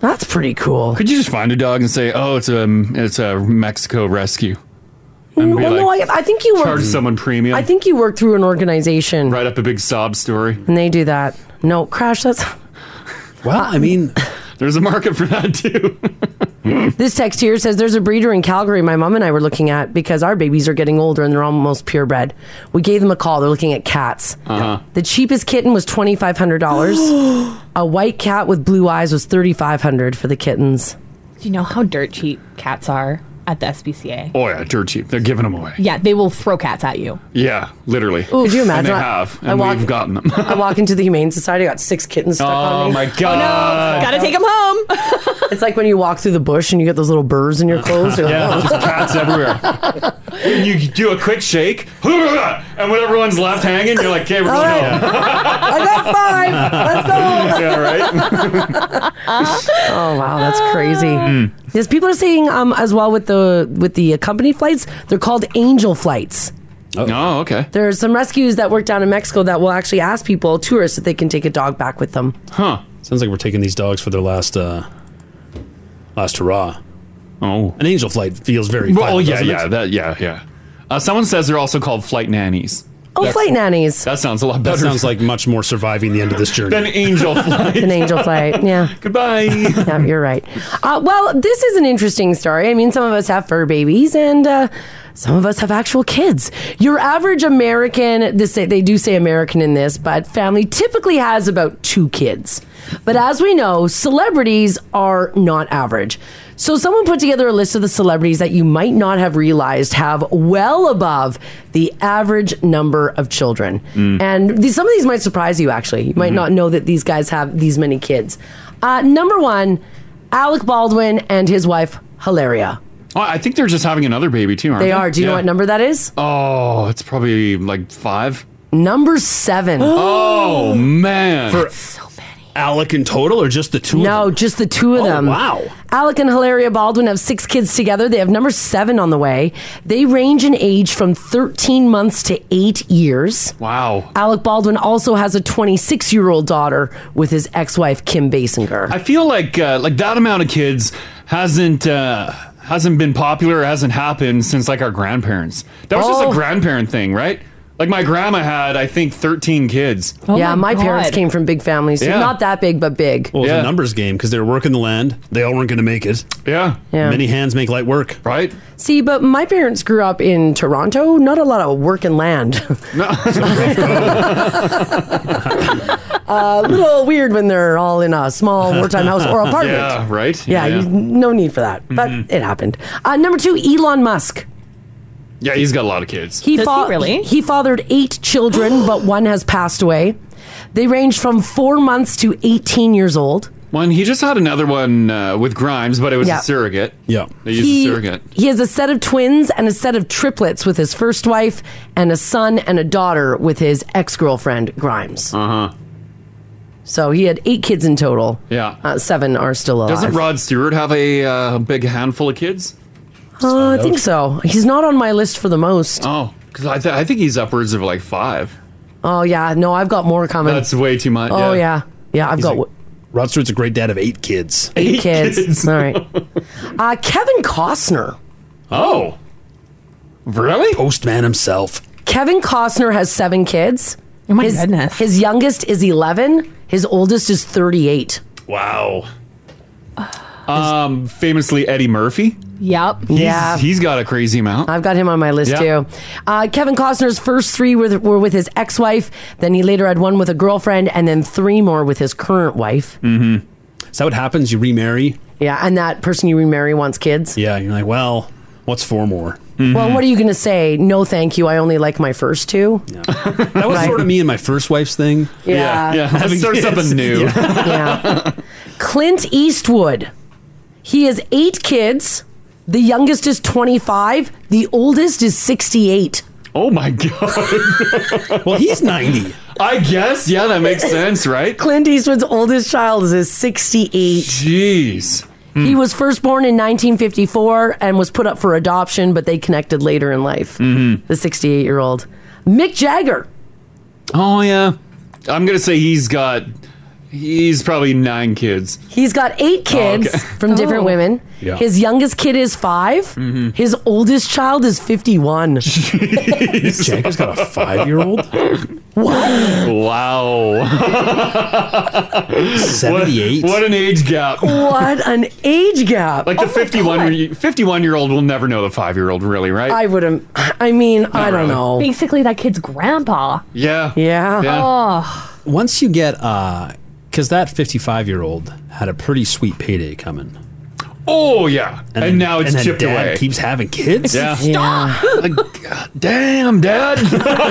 Speaker 3: That's pretty cool.
Speaker 2: Could you just find a dog and say, "Oh, it's a it's a Mexico rescue"? And
Speaker 3: Mm,
Speaker 2: be
Speaker 3: Well, no,
Speaker 2: like,
Speaker 3: I, I think you work.
Speaker 2: charge someone premium.
Speaker 3: I think you work through an organization.
Speaker 2: Write up a big sob story.
Speaker 3: And they do that. No, Crash, that's.
Speaker 4: Well, I mean,
Speaker 2: there's a market for that too.
Speaker 3: this text here says there's a breeder in Calgary my mom and I were looking at because our babies are getting older and they're almost purebred. We gave them a call. They're looking at cats.
Speaker 2: Uh-huh.
Speaker 3: The cheapest kitten was twenty five hundred dollars. a white cat with blue eyes was thirty five hundred for the kittens.
Speaker 5: Do you know how dirt cheap cats are at the SPCA?
Speaker 2: Oh yeah, dirt cheap. They're giving them away.
Speaker 5: Yeah, they will throw cats at you.
Speaker 2: Yeah, literally.
Speaker 3: Ooh, could you
Speaker 2: And
Speaker 3: imagine?
Speaker 2: they
Speaker 3: I-
Speaker 2: have,
Speaker 3: I
Speaker 2: and
Speaker 3: walk-
Speaker 2: we've gotten them.
Speaker 3: I walk into the Humane Society, I got six kittens stuck on
Speaker 2: oh
Speaker 3: me.
Speaker 2: my god!
Speaker 5: Gotta take them home.
Speaker 3: it's like when you walk through the bush and you get those little burrs in your clothes. You're like,
Speaker 2: yeah,
Speaker 3: "Oh."
Speaker 2: just cats everywhere. and you do a quick shake, and when everyone's left hanging, you're like, "Okay, we're going home."
Speaker 3: I got five. Let's go.
Speaker 2: yeah, right.
Speaker 3: Oh wow, that's crazy.
Speaker 2: Hmm.
Speaker 4: Mm.
Speaker 3: Yes, people are saying um, as well with the with the accompany flights. They're called angel flights.
Speaker 2: Oh, okay.
Speaker 3: There's some rescues that work down in Mexico that will actually ask people, tourists, if they can take a dog back with them.
Speaker 2: Huh.
Speaker 4: Sounds like we're taking these dogs for their last uh last hurrah.
Speaker 2: Oh.
Speaker 4: An angel flight feels very
Speaker 2: Well,
Speaker 4: final,
Speaker 2: oh yeah,
Speaker 4: doesn't it?
Speaker 2: yeah, that, yeah, yeah. Uh, someone says they're also called flight nannies.
Speaker 3: Oh, flight nannies.
Speaker 2: That sounds a lot
Speaker 4: That
Speaker 2: better.
Speaker 4: sounds like much more surviving the end of this journey.
Speaker 2: Than angel flight.
Speaker 3: An angel flight. Yeah.
Speaker 2: Goodbye. yeah,
Speaker 3: you're right. Uh, well, this is an interesting story. I mean, some of us have fur babies and. Uh, some of us have actual kids. Your average American, this they do say American in this, but family typically has about two kids. But as we know, celebrities are not average. So someone put together a list of the celebrities that you might not have realized have well above the average number of children. And these, some of these might surprise you, actually. You might not know that these guys have these many kids. Uh, number one, Alec Baldwin and his wife, Hilaria.
Speaker 2: Oh, I think they're just having another baby too, aren't they?
Speaker 3: They are. Do you know
Speaker 2: Yeah.
Speaker 3: what number that is?
Speaker 2: Oh, it's probably like five.
Speaker 3: Number seven.
Speaker 2: Oh man.
Speaker 4: For Alec in total or just the two Oh,
Speaker 3: No, just the two of them.
Speaker 4: wow.
Speaker 3: Alec and Hilaria Baldwin have six kids together. They have number seven on the way. They range in age from 13 months to eight years.
Speaker 2: Wow.
Speaker 3: Alec Baldwin also has a 26 year old daughter with his ex wife, Kim Basinger.
Speaker 2: I feel like uh, like that amount of kids hasn't uh, hasn't been popular, or hasn't happened since like our grandparents. That was just
Speaker 3: Oh.
Speaker 2: a grandparent thing, right? Like my grandma had, I think, thirteen kids.
Speaker 3: Oh yeah, my, parents came from big families. So
Speaker 2: Oh Yeah.
Speaker 3: Not that big, but big.
Speaker 4: Well, it was a numbers game because they were working the land. They all weren't going to make it.
Speaker 2: Yeah.
Speaker 3: Yeah.
Speaker 4: Many hands make light work.
Speaker 2: Right.
Speaker 3: See, but my parents grew up in Toronto. Not a lot of work and land. uh, a little weird when they're all in a small wartime house or apartment.
Speaker 2: Yeah, right?
Speaker 3: Yeah,
Speaker 2: Yeah, Mm-hmm.
Speaker 3: you-
Speaker 2: yeah.
Speaker 3: no need for that. But it happened. Uh, number two, Elon Musk.
Speaker 2: Yeah, he's got a lot of kids.
Speaker 3: fa- He fathered eight children, but one has passed away. They range from four months to 18 years old.
Speaker 2: One, he just had another one uh, with Grimes, but it was
Speaker 3: Yeah.
Speaker 2: a surrogate. Yeah, they used
Speaker 3: He-
Speaker 2: a surrogate.
Speaker 3: He has a set of twins and a set of triplets with his first wife, and a son and a daughter with his ex girlfriend, Grimes.
Speaker 2: Uh huh.
Speaker 3: So he had eight kids in total.
Speaker 2: Yeah.
Speaker 3: Uh, seven are still alive.
Speaker 2: Doesn't Rod Stewart have a uh, big handful of kids?
Speaker 3: Uh, I think so. He's not on my list for the most.
Speaker 2: Oh, because I, th- I think he's upwards of like five.
Speaker 3: Oh, yeah. No, I've got more coming.
Speaker 2: That's way too much.
Speaker 3: oh, yeah. Yeah, I've got
Speaker 4: Rod Stewart's a great dad of eight kids.
Speaker 3: eight, kids. All right. Uh, Kevin Costner.
Speaker 2: Oh. Really?
Speaker 4: Postman himself.
Speaker 3: Kevin Costner has seven kids. Oh, my his, goodness. His youngest is 11, his oldest is 38.
Speaker 2: Wow. Um, famously Eddie Murphy.
Speaker 5: Yep.
Speaker 2: He's, He's got a crazy amount.
Speaker 3: I've got him on my list
Speaker 2: Oh. Yeah.
Speaker 3: too. Uh, Kevin Costner's first three were, were with his ex wife. Then he later had one with a girlfriend, and then three more with his current wife.
Speaker 4: Mm-hmm. Is that what happens? You remarry.
Speaker 3: Yeah, and that person you remarry wants kids.
Speaker 4: Yeah, and you're like, well, What's four more?
Speaker 3: Well, what are you going to say? No, thank you. I only like my first two.
Speaker 4: That was sort of me and my first wife's thing.
Speaker 3: Yeah. Yeah. Let's
Speaker 4: Having
Speaker 2: start
Speaker 4: kids.
Speaker 2: something new.
Speaker 3: Clint Eastwood. He has eight kids. The youngest is 25. The oldest is 68.
Speaker 2: Oh my God.
Speaker 4: well, he's 90.
Speaker 2: I guess. Yeah, that makes sense, right?
Speaker 3: Clint Eastwood's oldest child is his 68.
Speaker 2: Jeez. Hmm.
Speaker 3: He was first born in 1954 and was put up for adoption, but they connected later in life.
Speaker 2: Mm-hmm.
Speaker 3: The 68 year old. Mick Jagger.
Speaker 2: Oh yeah. I'm gonna say he's got. He's probably nine kids.
Speaker 3: He's got eight
Speaker 2: Oh, okay.
Speaker 3: kids from different
Speaker 2: Oh.
Speaker 3: women.
Speaker 2: Yeah.
Speaker 3: His youngest kid is 5
Speaker 2: Mhm.
Speaker 3: His oldest child is 51.
Speaker 4: Jagger's got a five-year-old.
Speaker 2: Wow. Seventy-eight. What, an age gap.
Speaker 3: What an age gap.
Speaker 5: Oh
Speaker 3: Oh
Speaker 2: Like the 51 year, 51 year old will never know the 5 year old really, right?
Speaker 3: I wouldn't. I mean, I don't know.
Speaker 5: Basically, that kid's grandpa.
Speaker 2: yeah.
Speaker 3: Yeah.
Speaker 5: Oh,
Speaker 4: Once you get, uh, because that 55 year old had a pretty sweet payday coming.
Speaker 2: Oh yeah. And,
Speaker 4: then-
Speaker 2: now it's
Speaker 4: and then
Speaker 2: chipped
Speaker 4: dad
Speaker 2: away.
Speaker 4: Keeps having kids.
Speaker 2: Yeah. Like, God damn,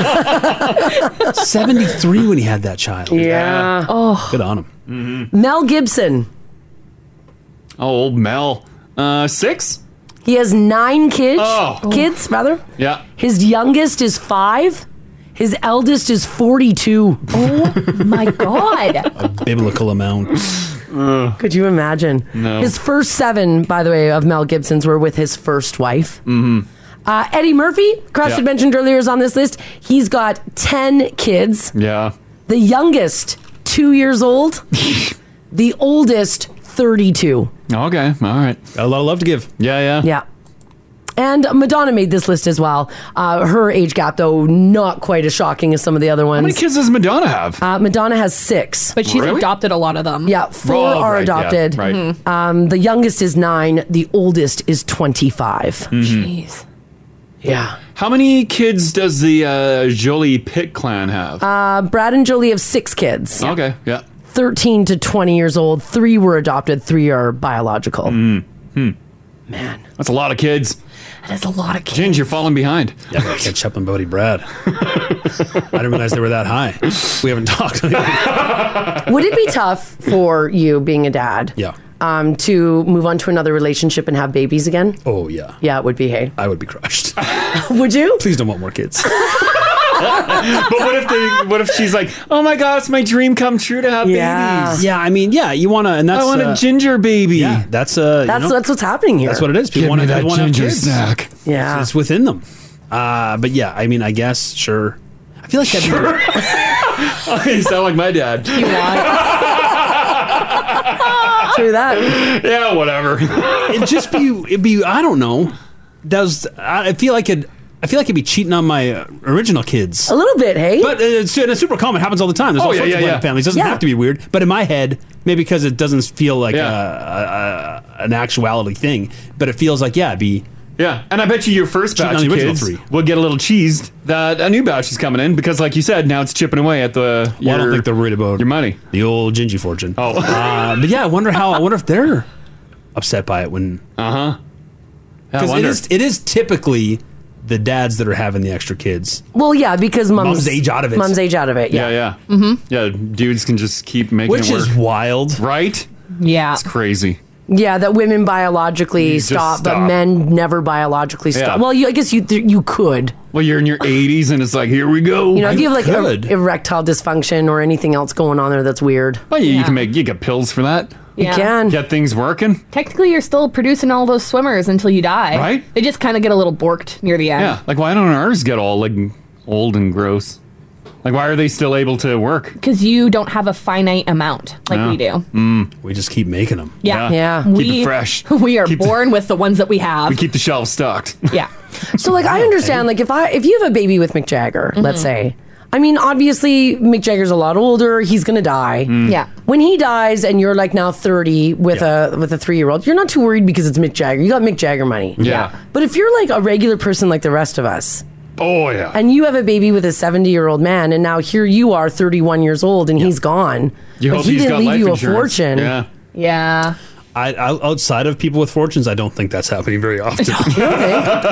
Speaker 2: dad.
Speaker 4: 73 when he had that child.
Speaker 3: Yeah. Oh.
Speaker 4: Good on him.
Speaker 2: Mm-hmm.
Speaker 3: Mel Gibson.
Speaker 2: Oh, old Mel. Uh, six?
Speaker 3: He has nine kids.
Speaker 2: Oh.
Speaker 3: Kids, rather.
Speaker 2: Yeah.
Speaker 3: His youngest is five. His eldest is 42. Oh
Speaker 5: my God.
Speaker 4: Biblical amount.
Speaker 3: Could you imagine?
Speaker 4: No.
Speaker 3: His first seven, by the way, of Mel Gibson's were with his first wife.
Speaker 2: Mm-hmm.
Speaker 3: Uh, Eddie Murphy, Crash
Speaker 2: Yeah.
Speaker 3: had mentioned earlier, is on this list. He's got 10 kids.
Speaker 2: Yeah.
Speaker 3: The youngest, two years old. the oldest, 32.
Speaker 2: Okay. All right.
Speaker 4: A lot of love to give.
Speaker 2: Yeah, yeah.
Speaker 3: Yeah. And Madonna made this list as well. Uh, her age gap, though, not quite as shocking as some of the other ones.
Speaker 2: many kids does Madonna have?
Speaker 3: Uh, Madonna has six.
Speaker 5: But she's Really? adopted a lot of them.
Speaker 3: Yeah, four
Speaker 5: Oh,
Speaker 3: are
Speaker 5: right, yeah,
Speaker 3: adopted.
Speaker 5: right. Mhm.
Speaker 3: um, the youngest is nine. The oldest is 25.
Speaker 5: Jeez.
Speaker 3: Yeah.
Speaker 2: How many kids does the uh, Jolie Pitt clan have?
Speaker 3: Uh, Brad and Jolie have six kids.
Speaker 2: Okay. Yeah.
Speaker 3: 13 to 20 years old. Three were adopted, three are biological.
Speaker 2: Hmm.
Speaker 3: Man.
Speaker 2: That's a lot of kids.
Speaker 5: That is a lot of kids.
Speaker 2: Ginge, you're falling behind.
Speaker 4: Yeah, I gotta catch up on Buddy Brad. I didn't realize they were that high. We haven't talked.
Speaker 3: Would it be tough for you being a dad?
Speaker 4: Yeah.
Speaker 3: Um, to move on to another relationship and have babies again?
Speaker 4: Oh, yeah.
Speaker 3: Yeah, it would be, hey.
Speaker 4: I would be crushed.
Speaker 3: would you?
Speaker 4: Please don't want more kids.
Speaker 2: but what if they? What if she's like, oh my god, it's my dream come true to have babies.
Speaker 4: Yeah, I mean, yeah, you want to, and that's uh,
Speaker 2: I want a ginger baby.
Speaker 4: Yeah, that's uh, you
Speaker 3: That's-
Speaker 4: know,
Speaker 3: that's what's happening here.
Speaker 4: That's what it is.
Speaker 2: Give
Speaker 4: People want
Speaker 2: me
Speaker 4: to
Speaker 2: that
Speaker 4: want to have
Speaker 2: ginger
Speaker 4: kids.
Speaker 2: snack.
Speaker 3: Yeah,
Speaker 4: it's, it's within them. Uh, but yeah, I mean, I guess sure. I feel like that'd
Speaker 2: be. you sound like my dad.
Speaker 3: True that.
Speaker 2: Yeah, whatever.
Speaker 4: it'd just be it'd be I don't know. That was I I feel like it. I feel like I'd be cheating on my uh, original kids.
Speaker 3: A little bit, hey.
Speaker 4: But uh, it's, and it's super common. It happens all the time. There's
Speaker 2: Oh,
Speaker 4: all
Speaker 2: yeah,
Speaker 4: sorts
Speaker 2: yeah,
Speaker 4: of
Speaker 2: yeah.
Speaker 4: blended families. It doesn't
Speaker 2: Yeah.
Speaker 4: have to be weird. But in my head, maybe because it doesn't feel like uh a, a, an actuality thing, but it feels like yeah, it'd be
Speaker 2: Yeah, and I bet you your first
Speaker 4: Cheating
Speaker 2: batch
Speaker 4: on
Speaker 2: of
Speaker 4: the original
Speaker 2: kids
Speaker 4: three.
Speaker 2: will get a little cheesed that a new batch is coming in because, like you said, now it's chipping away at the.
Speaker 4: Well, I don't think they're worried about your
Speaker 2: money,
Speaker 4: the old Gingy fortune.
Speaker 2: Oh,
Speaker 4: uh, but yeah, I wonder how. I wonder if they're upset by it when.
Speaker 2: Uh huh. I
Speaker 4: it
Speaker 2: wonder.
Speaker 4: is, it is typically the dads that are having the extra kids.
Speaker 3: Well, yeah, because mom's,
Speaker 4: Mom's age out of it.
Speaker 3: Mom's age out of it. Yeah.
Speaker 2: Yeah, yeah,
Speaker 3: Mhm.
Speaker 2: yeah. Dudes can just keep making
Speaker 4: Which
Speaker 2: it work.
Speaker 4: is wild,
Speaker 2: right?
Speaker 5: Yeah.
Speaker 2: It's crazy.
Speaker 3: Yeah, that women biologically
Speaker 2: You just
Speaker 3: stop, but
Speaker 2: stop.
Speaker 3: men never biologically
Speaker 2: Yeah.
Speaker 3: stop. Well, you, I guess you th- you could.
Speaker 2: Well, you're in your 80s and it's like, here we go.
Speaker 3: You know, if you have like er- erectile dysfunction or anything else going on there that's weird.
Speaker 2: Well, yeah, you can make you get pills for that.
Speaker 5: You Yeah. can.
Speaker 2: get things working.
Speaker 5: Technically, you're still producing all those swimmers until you die.
Speaker 2: Right?
Speaker 5: They just kind of get a little borked near the
Speaker 2: Yeah.
Speaker 5: end.
Speaker 2: like why don't ours get all like old and gross? Like why are they still able to work
Speaker 5: Because you don't have a finite amount like we do.
Speaker 4: Mm. We just keep making them.
Speaker 5: Yeah.
Speaker 2: Keep
Speaker 5: We-
Speaker 2: it fresh.
Speaker 5: We are
Speaker 2: Keep the-
Speaker 5: born with the ones that we have.
Speaker 2: We keep the shelves stocked.
Speaker 5: yeah.
Speaker 3: So like I understand like if I if you have a baby with Mick Jagger, let's
Speaker 2: Mm-hmm.
Speaker 3: say. I mean, obviously Mick Jagger's a lot older, he's going to die.
Speaker 5: Mm. Yeah.
Speaker 3: When he dies and you're like now 30 with a with a 3-year-old, you're not too worried because it's Mick Jagger. You got Mick Jagger money.
Speaker 2: Yeah.
Speaker 3: But if you're like a regular person like the rest of us,
Speaker 2: Oh yeah.
Speaker 3: and you have a baby with a 70 year old man, and now here you are, 31 years old, and he's gone.
Speaker 2: You
Speaker 3: but
Speaker 2: hope
Speaker 3: he
Speaker 2: he's
Speaker 3: didn't
Speaker 2: got
Speaker 3: leave
Speaker 2: life
Speaker 3: you
Speaker 2: insurance.
Speaker 3: a fortune.
Speaker 2: Yeah.
Speaker 5: Yeah.
Speaker 4: I, I outside of people with fortunes, I don't think that's happening very often.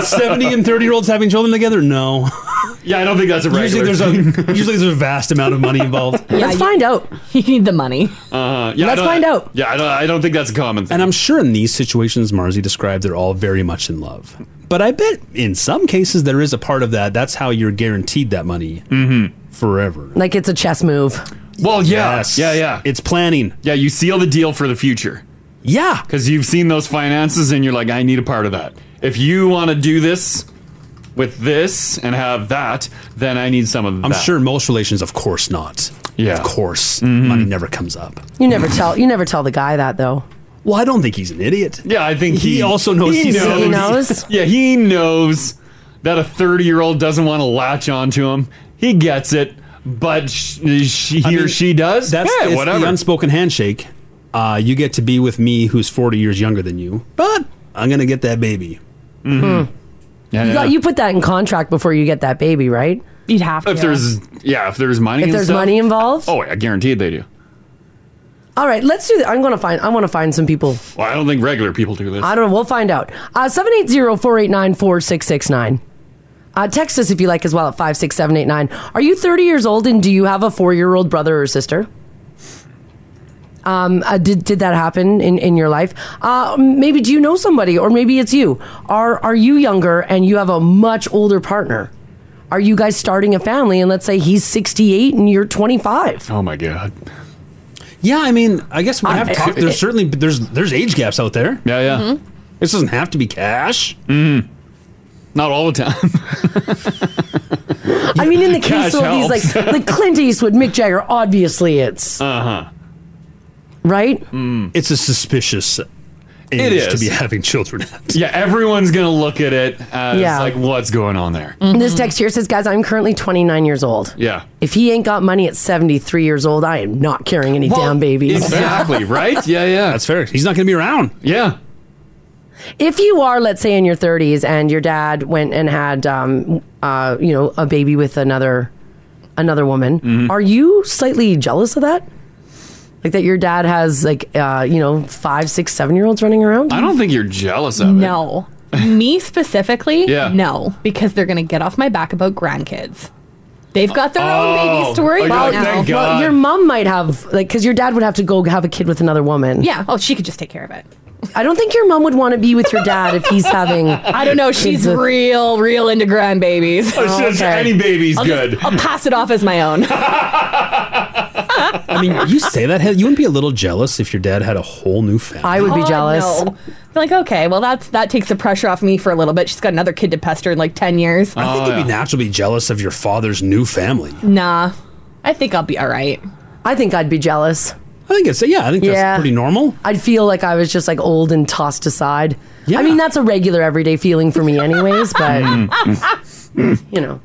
Speaker 4: Seventy and thirty year olds having children together? No.
Speaker 2: Yeah, I don't think that's a
Speaker 4: usually
Speaker 2: regular
Speaker 4: there's a usually there's a vast amount of money involved.
Speaker 3: Let's find out.
Speaker 5: You need the money.
Speaker 2: Uh, yeah, I
Speaker 4: Let's
Speaker 2: don't-
Speaker 4: find out.
Speaker 2: Yeah, I don't, I don't think that's a common thing.
Speaker 4: And I'm sure in these situations Marzi described, they're all very much in love. But I bet in some cases there is a part of that. That's how you're guaranteed that money forever.
Speaker 3: Like it's a chess move.
Speaker 2: Mm-hmm. Well, yeah, yeah, yeah.
Speaker 4: It's planning.
Speaker 2: Yeah, you seal the deal for the future.
Speaker 4: Yeah,
Speaker 2: because you've seen those finances and you're like, I need a part of that. If you want to do this with this and have that, then I need some of
Speaker 4: I'm
Speaker 2: that.
Speaker 4: sure in most relations, of course not.
Speaker 2: Yeah, Mm-hmm.
Speaker 4: of course, money never comes up.
Speaker 3: You never tell. You never tell the guy that though.
Speaker 4: Well, I don't think he's an idiot.
Speaker 2: Yeah, I think
Speaker 4: He
Speaker 2: he,
Speaker 4: also knows
Speaker 2: He
Speaker 4: he's-
Speaker 2: knows.
Speaker 4: He knows?
Speaker 2: yeah, he knows that a 30 year old doesn't want to latch onto him. He gets it, but sh- she, he or she does.
Speaker 4: That's
Speaker 2: Yeah,
Speaker 4: it's
Speaker 2: whatever.
Speaker 4: the unspoken handshake. Uh, you get to be with me, who's 40 years younger than you, but I'm gonna get that baby.
Speaker 2: Mm-hmm.
Speaker 3: Mhm. You, got- you put that in contract before you get that baby, right?
Speaker 5: You'd have
Speaker 2: if there's yeah, if there's money,
Speaker 3: If
Speaker 2: and
Speaker 3: there's
Speaker 2: stuff-
Speaker 3: money involved?
Speaker 2: oh, I guarantee they do.
Speaker 3: All right, let's do that. I'm gonna find. I want to find some people.
Speaker 2: Well, I don't think regular people do this.
Speaker 3: I don't know. We'll find out. Uh, 780-489-4669. Uh, text us if you like as well at 56789. Are you 30 years old and do you have a four-year-old brother or sister? Um, uh, did, did that happen in, in your life? Uh, maybe do you know somebody or maybe it's you? Are, are you younger and you have a much older partner? Are you guys starting a family and let's say he's 68 and you're 25?
Speaker 2: Oh my God.
Speaker 4: Yeah, I mean, I guess we
Speaker 3: I-
Speaker 4: have talked. There's certainly there's there's age gaps out there.
Speaker 2: Yeah, yeah. Mhm.
Speaker 3: Mm-hmm.
Speaker 4: This doesn't have to be cash.
Speaker 2: Mm. Not all the time.
Speaker 3: I mean, in the
Speaker 2: Cash
Speaker 3: case of these,
Speaker 2: helps.
Speaker 3: like, like Clint Eastwood, Mick Jagger, obviously it's.
Speaker 2: Uh huh.
Speaker 3: Right?
Speaker 2: Mm.
Speaker 4: It's a suspicious age
Speaker 2: It is.
Speaker 4: to be having children.
Speaker 2: Yeah, everyone's gonna look at it as
Speaker 3: Yeah.
Speaker 2: like, what's going on there?
Speaker 3: This text here says, guys, I'm currently 29 years old.
Speaker 2: Yeah.
Speaker 3: If he ain't got money at 73 years old, I am not carrying any damn babies.
Speaker 2: Exactly, right? Yeah, yeah.
Speaker 4: That's fair. He's not going to be around.
Speaker 2: Yeah.
Speaker 3: if you are, let's say, in your 30s and your dad went and had, um, uh, you know, a baby with another another woman,
Speaker 2: Mm-hmm.
Speaker 3: are you slightly jealous of that? Like that your dad has, like, uh, you know, five, six, seven year olds running around?
Speaker 2: I don't think you're jealous of it.
Speaker 5: No. Me specifically,
Speaker 2: Yeah.
Speaker 5: no, because they're going to get off my back about grandkids. They've got their own
Speaker 2: Oh.
Speaker 5: babies to worry about now.
Speaker 3: Well, your mom might have, like, because your dad would have to go have a kid with another woman.
Speaker 5: yeah. Oh, she could just take care of it.
Speaker 3: I don't think your mom would want to be with your dad if he's having.
Speaker 5: I don't know. She's
Speaker 3: kids with-
Speaker 5: real, real into grandbabies.
Speaker 3: Oh, she doesn't- Okay. any baby's
Speaker 5: I'll just-
Speaker 3: good.
Speaker 5: I'll pass it off as my own.
Speaker 4: I mean, you say that, Heather, you wouldn't be a little jealous if your dad had a whole new family.
Speaker 5: God, Oh, no. Like, okay, well, that's that takes the pressure off me for a little bit. She's got another kid to pester in like ten years.
Speaker 4: I
Speaker 3: Oh,
Speaker 2: Oh,
Speaker 4: think it'd be natural to be jealous of your father's new family.
Speaker 5: nah. I think I'll be all right.
Speaker 3: I think I'd be jealous.
Speaker 4: I think it's yeah. I think that's pretty normal.
Speaker 3: I'd feel like I was just like old and tossed aside. I mean, that's a regular everyday feeling for me, anyways. But
Speaker 4: Mm-hmm.
Speaker 3: you know,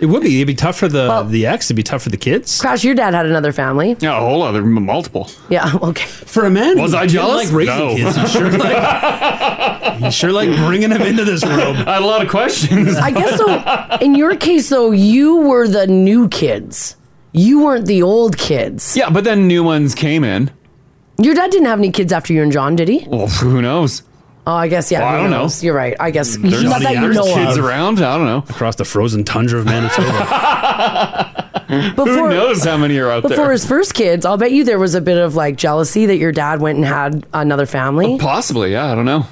Speaker 4: It would be. It'd be tough for the the ex. It'd be tough for the kids.
Speaker 3: Crash, your dad had another family.
Speaker 2: Yeah, a whole other m- multiple.
Speaker 3: Yeah. Okay.
Speaker 4: For a man,
Speaker 2: Was I
Speaker 4: didn't
Speaker 2: jealous?
Speaker 4: Like raising
Speaker 2: No.
Speaker 4: kids, you sure like, you sure like bringing them into this world. I
Speaker 2: had a lot of questions.
Speaker 3: I guess so. In your case, though, you were the new kids. You weren't the old kids.
Speaker 2: Yeah, but then new ones came in.
Speaker 3: Your dad didn't have any kids after you and John, did he?
Speaker 2: Well, who knows?
Speaker 3: Oh, I guess yeah.
Speaker 2: Well, I
Speaker 3: who
Speaker 2: don't know.
Speaker 3: knows? You're right. I guess
Speaker 2: There's
Speaker 3: not that you
Speaker 2: there's
Speaker 3: know
Speaker 2: kids
Speaker 3: of.
Speaker 2: around. I don't know.
Speaker 4: Across the frozen tundra of Manitoba.
Speaker 2: who
Speaker 3: Before-
Speaker 2: knows how many are out
Speaker 3: Before
Speaker 2: there?
Speaker 3: his first kids, I'll bet you there was a bit of like jealousy that your dad went and had another family.
Speaker 2: Possibly. Yeah, I don't know.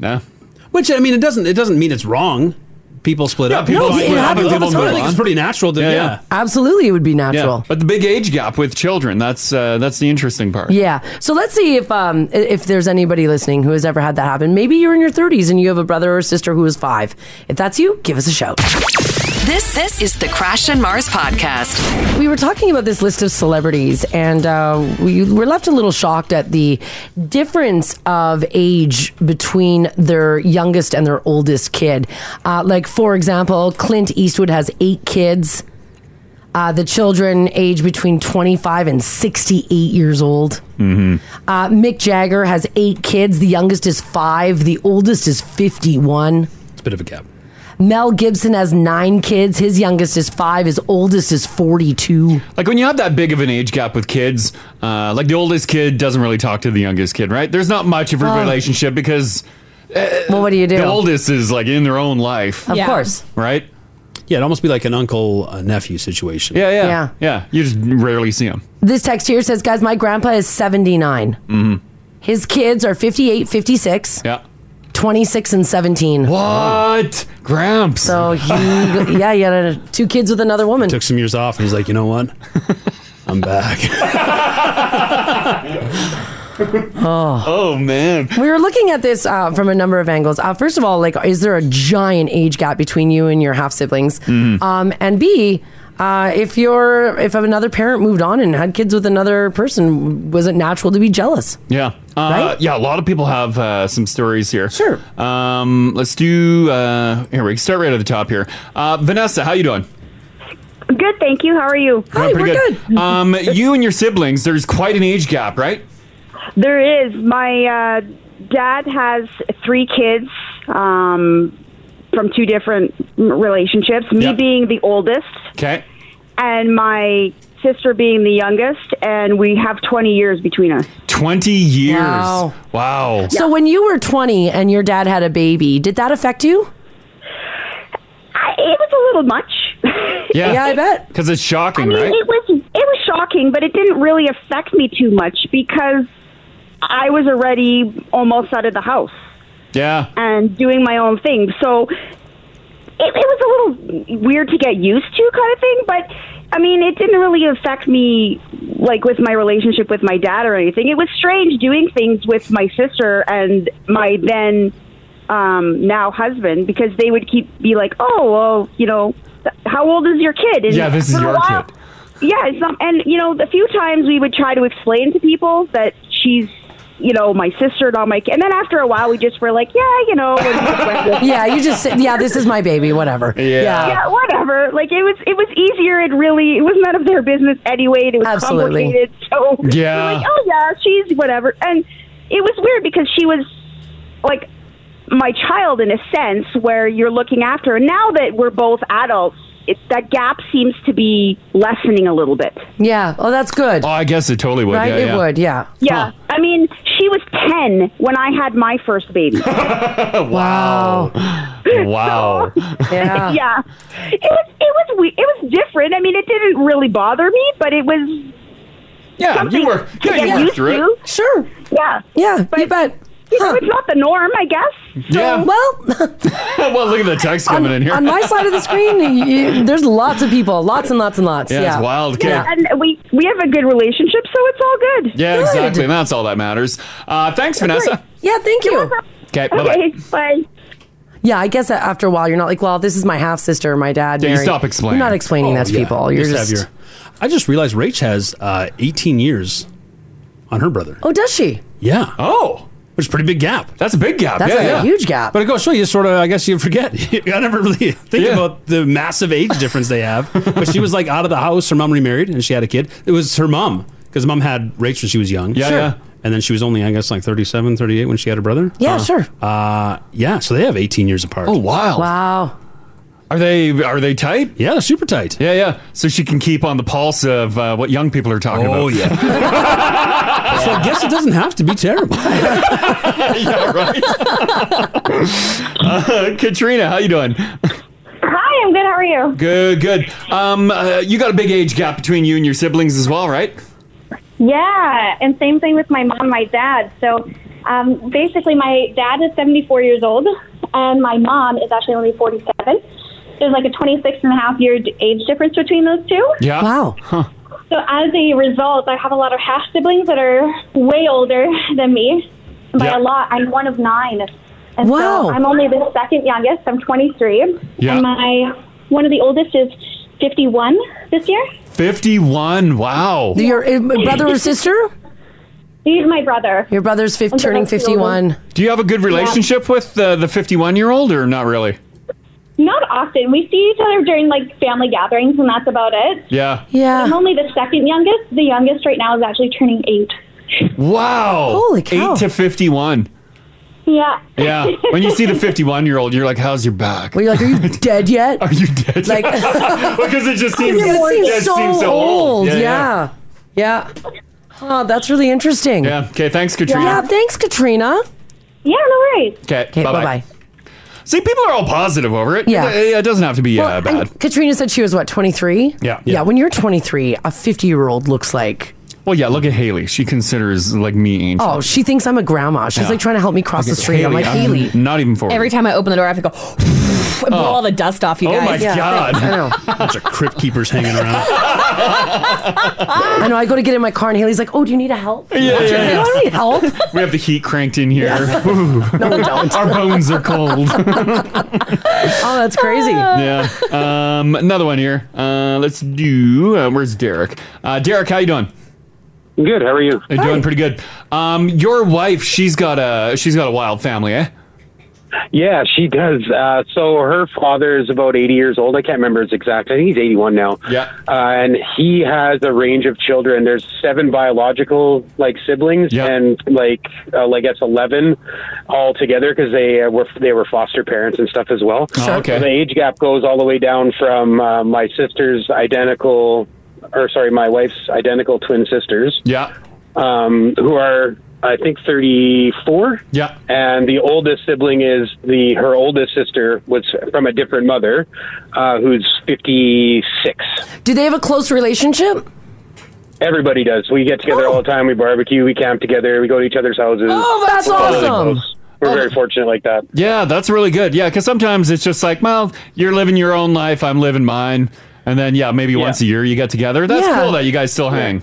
Speaker 2: No.
Speaker 4: Which I mean, it doesn't it doesn't mean it's wrong. People split
Speaker 2: Yeah,
Speaker 4: up.
Speaker 2: people
Speaker 4: fight,
Speaker 2: split
Speaker 4: whatever.
Speaker 2: up and people
Speaker 4: I
Speaker 2: move
Speaker 4: think it's
Speaker 2: on.
Speaker 4: pretty natural. To,
Speaker 2: Yeah,
Speaker 4: yeah,
Speaker 2: yeah.
Speaker 3: Absolutely, it would be
Speaker 2: Yeah.
Speaker 3: natural.
Speaker 2: But the big age gap with children, that's uh, that's the interesting part.
Speaker 3: Yeah. So let's see if um i- if there's anybody listening who has ever had that happen. Maybe you're in your 30s and you have a brother or sister who is 5. If that's you, give us a shout.
Speaker 1: This this is the Crash and Mars podcast.
Speaker 3: We were talking about this list of celebrities, and uh, we were left a little shocked at the difference of age between their youngest and their oldest kid. Uh, like, for example, Clint Eastwood has eight kids. Uh, the children age between 25 and 68 years old.
Speaker 15: Mm-hmm.
Speaker 3: Uh, Mick Jagger has eight kids. The youngest is five. The oldest is 51.
Speaker 4: It's a bit of a gap.
Speaker 3: Mel Gibson has nine kids. His youngest is five. His oldest is 42.
Speaker 2: Like when you have that big of an age gap with kids, uh, like the oldest kid doesn't really talk to the youngest kid, right? There's not much of a
Speaker 3: Oh.
Speaker 2: relationship because
Speaker 4: Uh,
Speaker 3: well, what do you do?
Speaker 2: the oldest is like in their own life.
Speaker 3: Of Yeah. course.
Speaker 2: Right?
Speaker 4: Yeah, it'd almost be like an uncle uh, nephew situation.
Speaker 2: Yeah, yeah,
Speaker 3: Yeah.
Speaker 2: yeah. You just rarely see them.
Speaker 3: This text here says, guys, my grandpa is 79.
Speaker 4: Mm-hmm.
Speaker 2: hmm
Speaker 3: His kids are 58, 56.
Speaker 2: Yeah.
Speaker 3: 26 and 17.
Speaker 2: What? Gramps.
Speaker 3: So he, yeah, he had a, two kids with another woman.
Speaker 4: Took some years off and he's like, you know what? I'm back.
Speaker 3: Oh.
Speaker 2: oh man.
Speaker 3: We were looking at this uh, from a number of angles. Uh, first of all, like, is there a giant age gap between you and your half siblings?
Speaker 15: Mhm.
Speaker 2: Mm-hmm.
Speaker 3: Um, and B, uh, if you're if another parent moved on and had kids with another person, was it natural to be jealous?
Speaker 2: Yeah. Uh, Yeah, a lot of people have uh, some stories here. Sure. Um, let's do, uh, here, we can start right at the top here. Uh, Vanessa, how you doing?
Speaker 16: Good, thank you. How are you?
Speaker 2: Hi, we're good. um, you and your siblings, there's quite an age gap, right?
Speaker 16: There is. My uh, dad has three kids um, from two different relationships, me being the oldest
Speaker 2: Okay.
Speaker 16: and my sister being the youngest, and we have 20 years between us.
Speaker 2: 20 years.
Speaker 3: Wow.
Speaker 2: Wow.
Speaker 3: So when you were 20 and your dad had a baby, did that affect you?
Speaker 16: It was a little much.
Speaker 2: yeah.
Speaker 16: Yeah, I bet.
Speaker 2: Because it's shocking,
Speaker 16: I mean,
Speaker 2: right?
Speaker 16: It was it was shocking, but it didn't really affect me too much because I was already almost out of the house.
Speaker 2: Yeah.
Speaker 16: and doing my own thing. So it, it was a little weird to get used to, kind of thing. But I mean, it didn't really affect me, like with my relationship with my dad or anything. It was strange doing things with my sister and my then um, now husband because they would keep be like, "Oh, well, you know, th- how old is your kid?" And
Speaker 2: Yeah, this is
Speaker 16: for a
Speaker 2: your
Speaker 16: while-
Speaker 2: kid.
Speaker 16: Yeah, it's not, and you know, the few times we would try to explain to people that she's. You know, my sister, not my kid. And then after a while, we just were like, yeah, you know.
Speaker 3: yeah, you just said, yeah, this is my baby, whatever.
Speaker 16: Yeah. whatever. Like it was, it was easier. It really, it was none of their business anyway. and It was
Speaker 3: Absolutely.
Speaker 16: complicated. So we were
Speaker 3: Yeah.
Speaker 16: like, oh yeah, she's whatever. And it was weird because she was like my child in a sense, where you're looking after. her. now that we're both adults, it, that gap seems to be lessening a little bit.
Speaker 3: Yeah. Oh, that's good. Oh,
Speaker 2: I guess it totally would.
Speaker 3: Right?
Speaker 2: Yeah,
Speaker 3: it
Speaker 2: yeah.
Speaker 3: would, yeah.
Speaker 16: Yeah, I mean, she was ten when I had my first baby.
Speaker 2: wow. Wow.
Speaker 16: yeah. It was it was we- it was different. I mean, it didn't really bother me, but it was
Speaker 2: yeah,
Speaker 16: something
Speaker 2: you were
Speaker 16: to
Speaker 2: yeah,
Speaker 16: get
Speaker 2: you
Speaker 16: used
Speaker 2: worked through
Speaker 16: to.
Speaker 2: it.
Speaker 3: Sure.
Speaker 16: Yeah.
Speaker 3: Yeah, but, you bet.
Speaker 16: know, it's not the norm, I guess.
Speaker 2: Yeah.
Speaker 3: Well,
Speaker 2: well, look at the text coming in here.
Speaker 3: on my side of the screen, you, there's lots of people, lots and lots and lots.
Speaker 2: Yeah,
Speaker 3: Yeah,
Speaker 2: it's wild, kid. Yeah,
Speaker 16: and we we have a good relationship, so it's all good.
Speaker 2: Yeah, exactly. And that's all that matters. Uh, thanks, Vanessa.
Speaker 3: Yeah, thank you.
Speaker 2: Okay, bye-bye. Okay,
Speaker 16: bye.
Speaker 3: Yeah, I guess that after a while, you're not like, well, this is my half sister or my dad.
Speaker 4: Yeah, you
Speaker 3: married-
Speaker 4: stop explaining.
Speaker 3: You're not explaining
Speaker 4: Oh,
Speaker 3: that to
Speaker 4: yeah.
Speaker 3: people. You're just.
Speaker 4: have your- I just realized Rach has uh, 18 years on her brother.
Speaker 3: oh, does she?
Speaker 4: Yeah.
Speaker 2: Oh.
Speaker 4: Which is a pretty big gap.
Speaker 2: That's a big gap.
Speaker 3: That's yeah, a yeah. huge gap.
Speaker 4: But it goes to show you, sort of, I guess you forget. I never really think about the massive age difference they have. But she was like out of the house. Her mom remarried and she had a kid. It was her mom because mom had Rach when she was young.
Speaker 2: Yeah, Sure. yeah.
Speaker 4: And then she was only, I guess, like 37, 38 when she had a brother.
Speaker 3: Yeah,
Speaker 4: Uh,
Speaker 3: sure.
Speaker 4: Uh, yeah. So they have 18 years apart.
Speaker 2: Oh, wow.
Speaker 3: Wow.
Speaker 2: Are they are they tight?
Speaker 4: Yeah, they're super tight.
Speaker 2: Yeah, yeah. So she can keep on the pulse of uh, what young people are talking about.
Speaker 4: Oh, yeah. So I guess it doesn't have to be terrible.
Speaker 2: yeah, right. uh, Katrina, how you doing?
Speaker 17: Hi, I'm good. How are you?
Speaker 2: Good, good. Um, uh, you got a big age gap between you and your siblings as well, right?
Speaker 17: Yeah, and same thing with my mom and my dad. So um, basically, my dad is 74 years old, and my mom is actually only 47. There's like a 26 and a half year d- age difference between those two.
Speaker 2: Yeah.
Speaker 3: Wow.
Speaker 17: So as a result, I have a lot of half siblings that are way older than me by
Speaker 2: Yeah.
Speaker 17: a lot. I'm one of nine, and
Speaker 3: Wow.
Speaker 17: so I'm only the second youngest. I'm 23,
Speaker 2: Yeah.
Speaker 17: and my one of the oldest is 51 this year.
Speaker 2: Fifty-one. Wow.
Speaker 3: Your
Speaker 4: eh,
Speaker 3: uh, brother or sister?
Speaker 17: He's my brother.
Speaker 3: Your brother's fif- turning 51.
Speaker 2: Do you have a good relationship with uh, the fifty-one-year-old, or not really?
Speaker 17: Not often. We see each other during like family gatherings, and that's about it.
Speaker 2: Yeah.
Speaker 3: Yeah.
Speaker 17: I'm only the second youngest. The youngest right now is actually turning eight.
Speaker 2: Wow.
Speaker 17: Holy cow.
Speaker 2: Eight to fifty-one.
Speaker 17: Yeah.
Speaker 2: Yeah. When you see the 51 year old, you're like, how's your back?
Speaker 3: Well, you're like, are you dead yet?
Speaker 2: Are you dead?
Speaker 3: Like,
Speaker 2: because it just seems,
Speaker 3: it
Speaker 2: yeah,
Speaker 3: seems so, old. Yeah. yeah, Oh, that's really interesting.
Speaker 2: Yeah. Okay. Thanks, Katrina.
Speaker 3: Yeah, thanks, Katrina.
Speaker 17: Yeah, no worries.
Speaker 2: Okay.
Speaker 3: Okay, bye-bye.
Speaker 2: See, people are all positive over it.
Speaker 3: Yeah.
Speaker 2: It, it doesn't have to be uh,
Speaker 3: Well,
Speaker 2: bad.
Speaker 3: and Katrina said she was what, 23?
Speaker 2: Yeah.
Speaker 3: Yeah, when you're 23, a 50 year old looks like.
Speaker 2: Well, yeah. Look at Haley. She considers like me ancient.
Speaker 3: Oh, she thinks I'm a grandma. She's
Speaker 2: Yeah.
Speaker 3: like trying to help me cross the street. I'm like, Haley.
Speaker 2: Not even for
Speaker 5: Every time I open the door, I have to go and blow
Speaker 2: Oh.
Speaker 5: all the dust off you
Speaker 2: Oh
Speaker 5: guys.
Speaker 2: my God. I know.
Speaker 4: Bunch of crypt keepers hanging around.
Speaker 3: I know. I go to get in my car, and Haley's like, "Oh, do you need a help? Oh,
Speaker 2: Yeah, yeah,
Speaker 3: You
Speaker 2: yeah.
Speaker 3: don't need help."
Speaker 2: We have the heat cranked in here. Ooh. Our bones are cold.
Speaker 3: Oh, that's crazy.
Speaker 2: yeah. Um, another one here. Uh, let's do. Uh, where's Derek? Uh, Derek, how you doing?
Speaker 18: Good. How are you?
Speaker 2: Doing pretty good. Um, your wife, she's got a she's got a wild family, eh?
Speaker 18: Yeah, she does. Uh, so her father is about 80 years old. I can't remember his exact. I think he's 81 now.
Speaker 2: Yeah.
Speaker 18: Uh, and he has a range of children. There's seven biological like siblings and like uh, like I guess 11 all together because they uh, were they were foster parents and stuff as well.
Speaker 2: Sure. Oh, okay.
Speaker 18: So the age gap goes all the way down from uh, my sister's identical, or sorry, my wife's identical twin sisters.
Speaker 2: Yeah.
Speaker 18: Um, who are I think 34.
Speaker 2: Yeah.
Speaker 18: and the oldest sibling is the her oldest sister was from a different mother, uh, who's fifty six.
Speaker 3: Do they have a close relationship?
Speaker 18: Everybody does. We get together all the time. We barbecue. We camp together. We go to each other's houses.
Speaker 3: Oh, that's Oh.
Speaker 18: We're really
Speaker 2: awesome.
Speaker 18: close. We're very fortunate like that.
Speaker 2: Yeah, that's really good. Yeah, because sometimes it's just like, well, you're living your own life, I'm living mine, and then yeah, maybe once a year you get together. That's
Speaker 18: Yeah.
Speaker 2: cool that you guys still hang.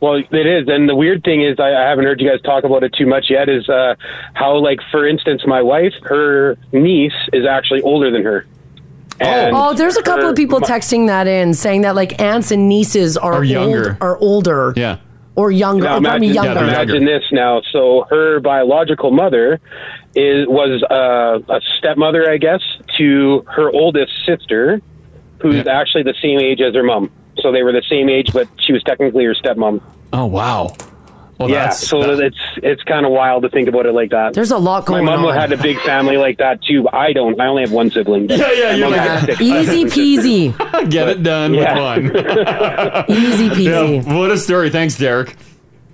Speaker 18: Well, it is, and the weird thing is, I, I haven't heard you guys talk about it too much yet. Is uh, how, like, for instance, my wife, her niece is actually older than her. And
Speaker 3: oh, there's a couple
Speaker 18: her-
Speaker 3: of people
Speaker 18: my-
Speaker 3: texting that in saying that like aunts and nieces are
Speaker 18: Are younger.
Speaker 3: old, are older,
Speaker 2: yeah,
Speaker 3: or younger.
Speaker 18: Now
Speaker 3: or
Speaker 18: imagine,
Speaker 3: probably younger.
Speaker 18: imagine this now. So her biological mother is was uh, a stepmother, I guess, to her oldest sister, who's actually the same age as her mom. So they were the same age, but she was technically her stepmom.
Speaker 2: Oh wow. Well,
Speaker 18: yeah,
Speaker 2: that's-
Speaker 18: so it's it's kind of wild to think about it like that.
Speaker 3: There's a lot going
Speaker 18: My mom
Speaker 3: on.
Speaker 18: had a big family like that too. I don't. I only have one sibling.
Speaker 2: Yeah, yeah,
Speaker 18: My
Speaker 2: you're
Speaker 18: mom
Speaker 2: like,
Speaker 18: had six
Speaker 3: Easy
Speaker 18: sisters.
Speaker 3: peasy.
Speaker 2: Get it done
Speaker 18: Yeah.
Speaker 2: with one.
Speaker 3: Easy
Speaker 2: peasy. what a story. Thanks, Derek.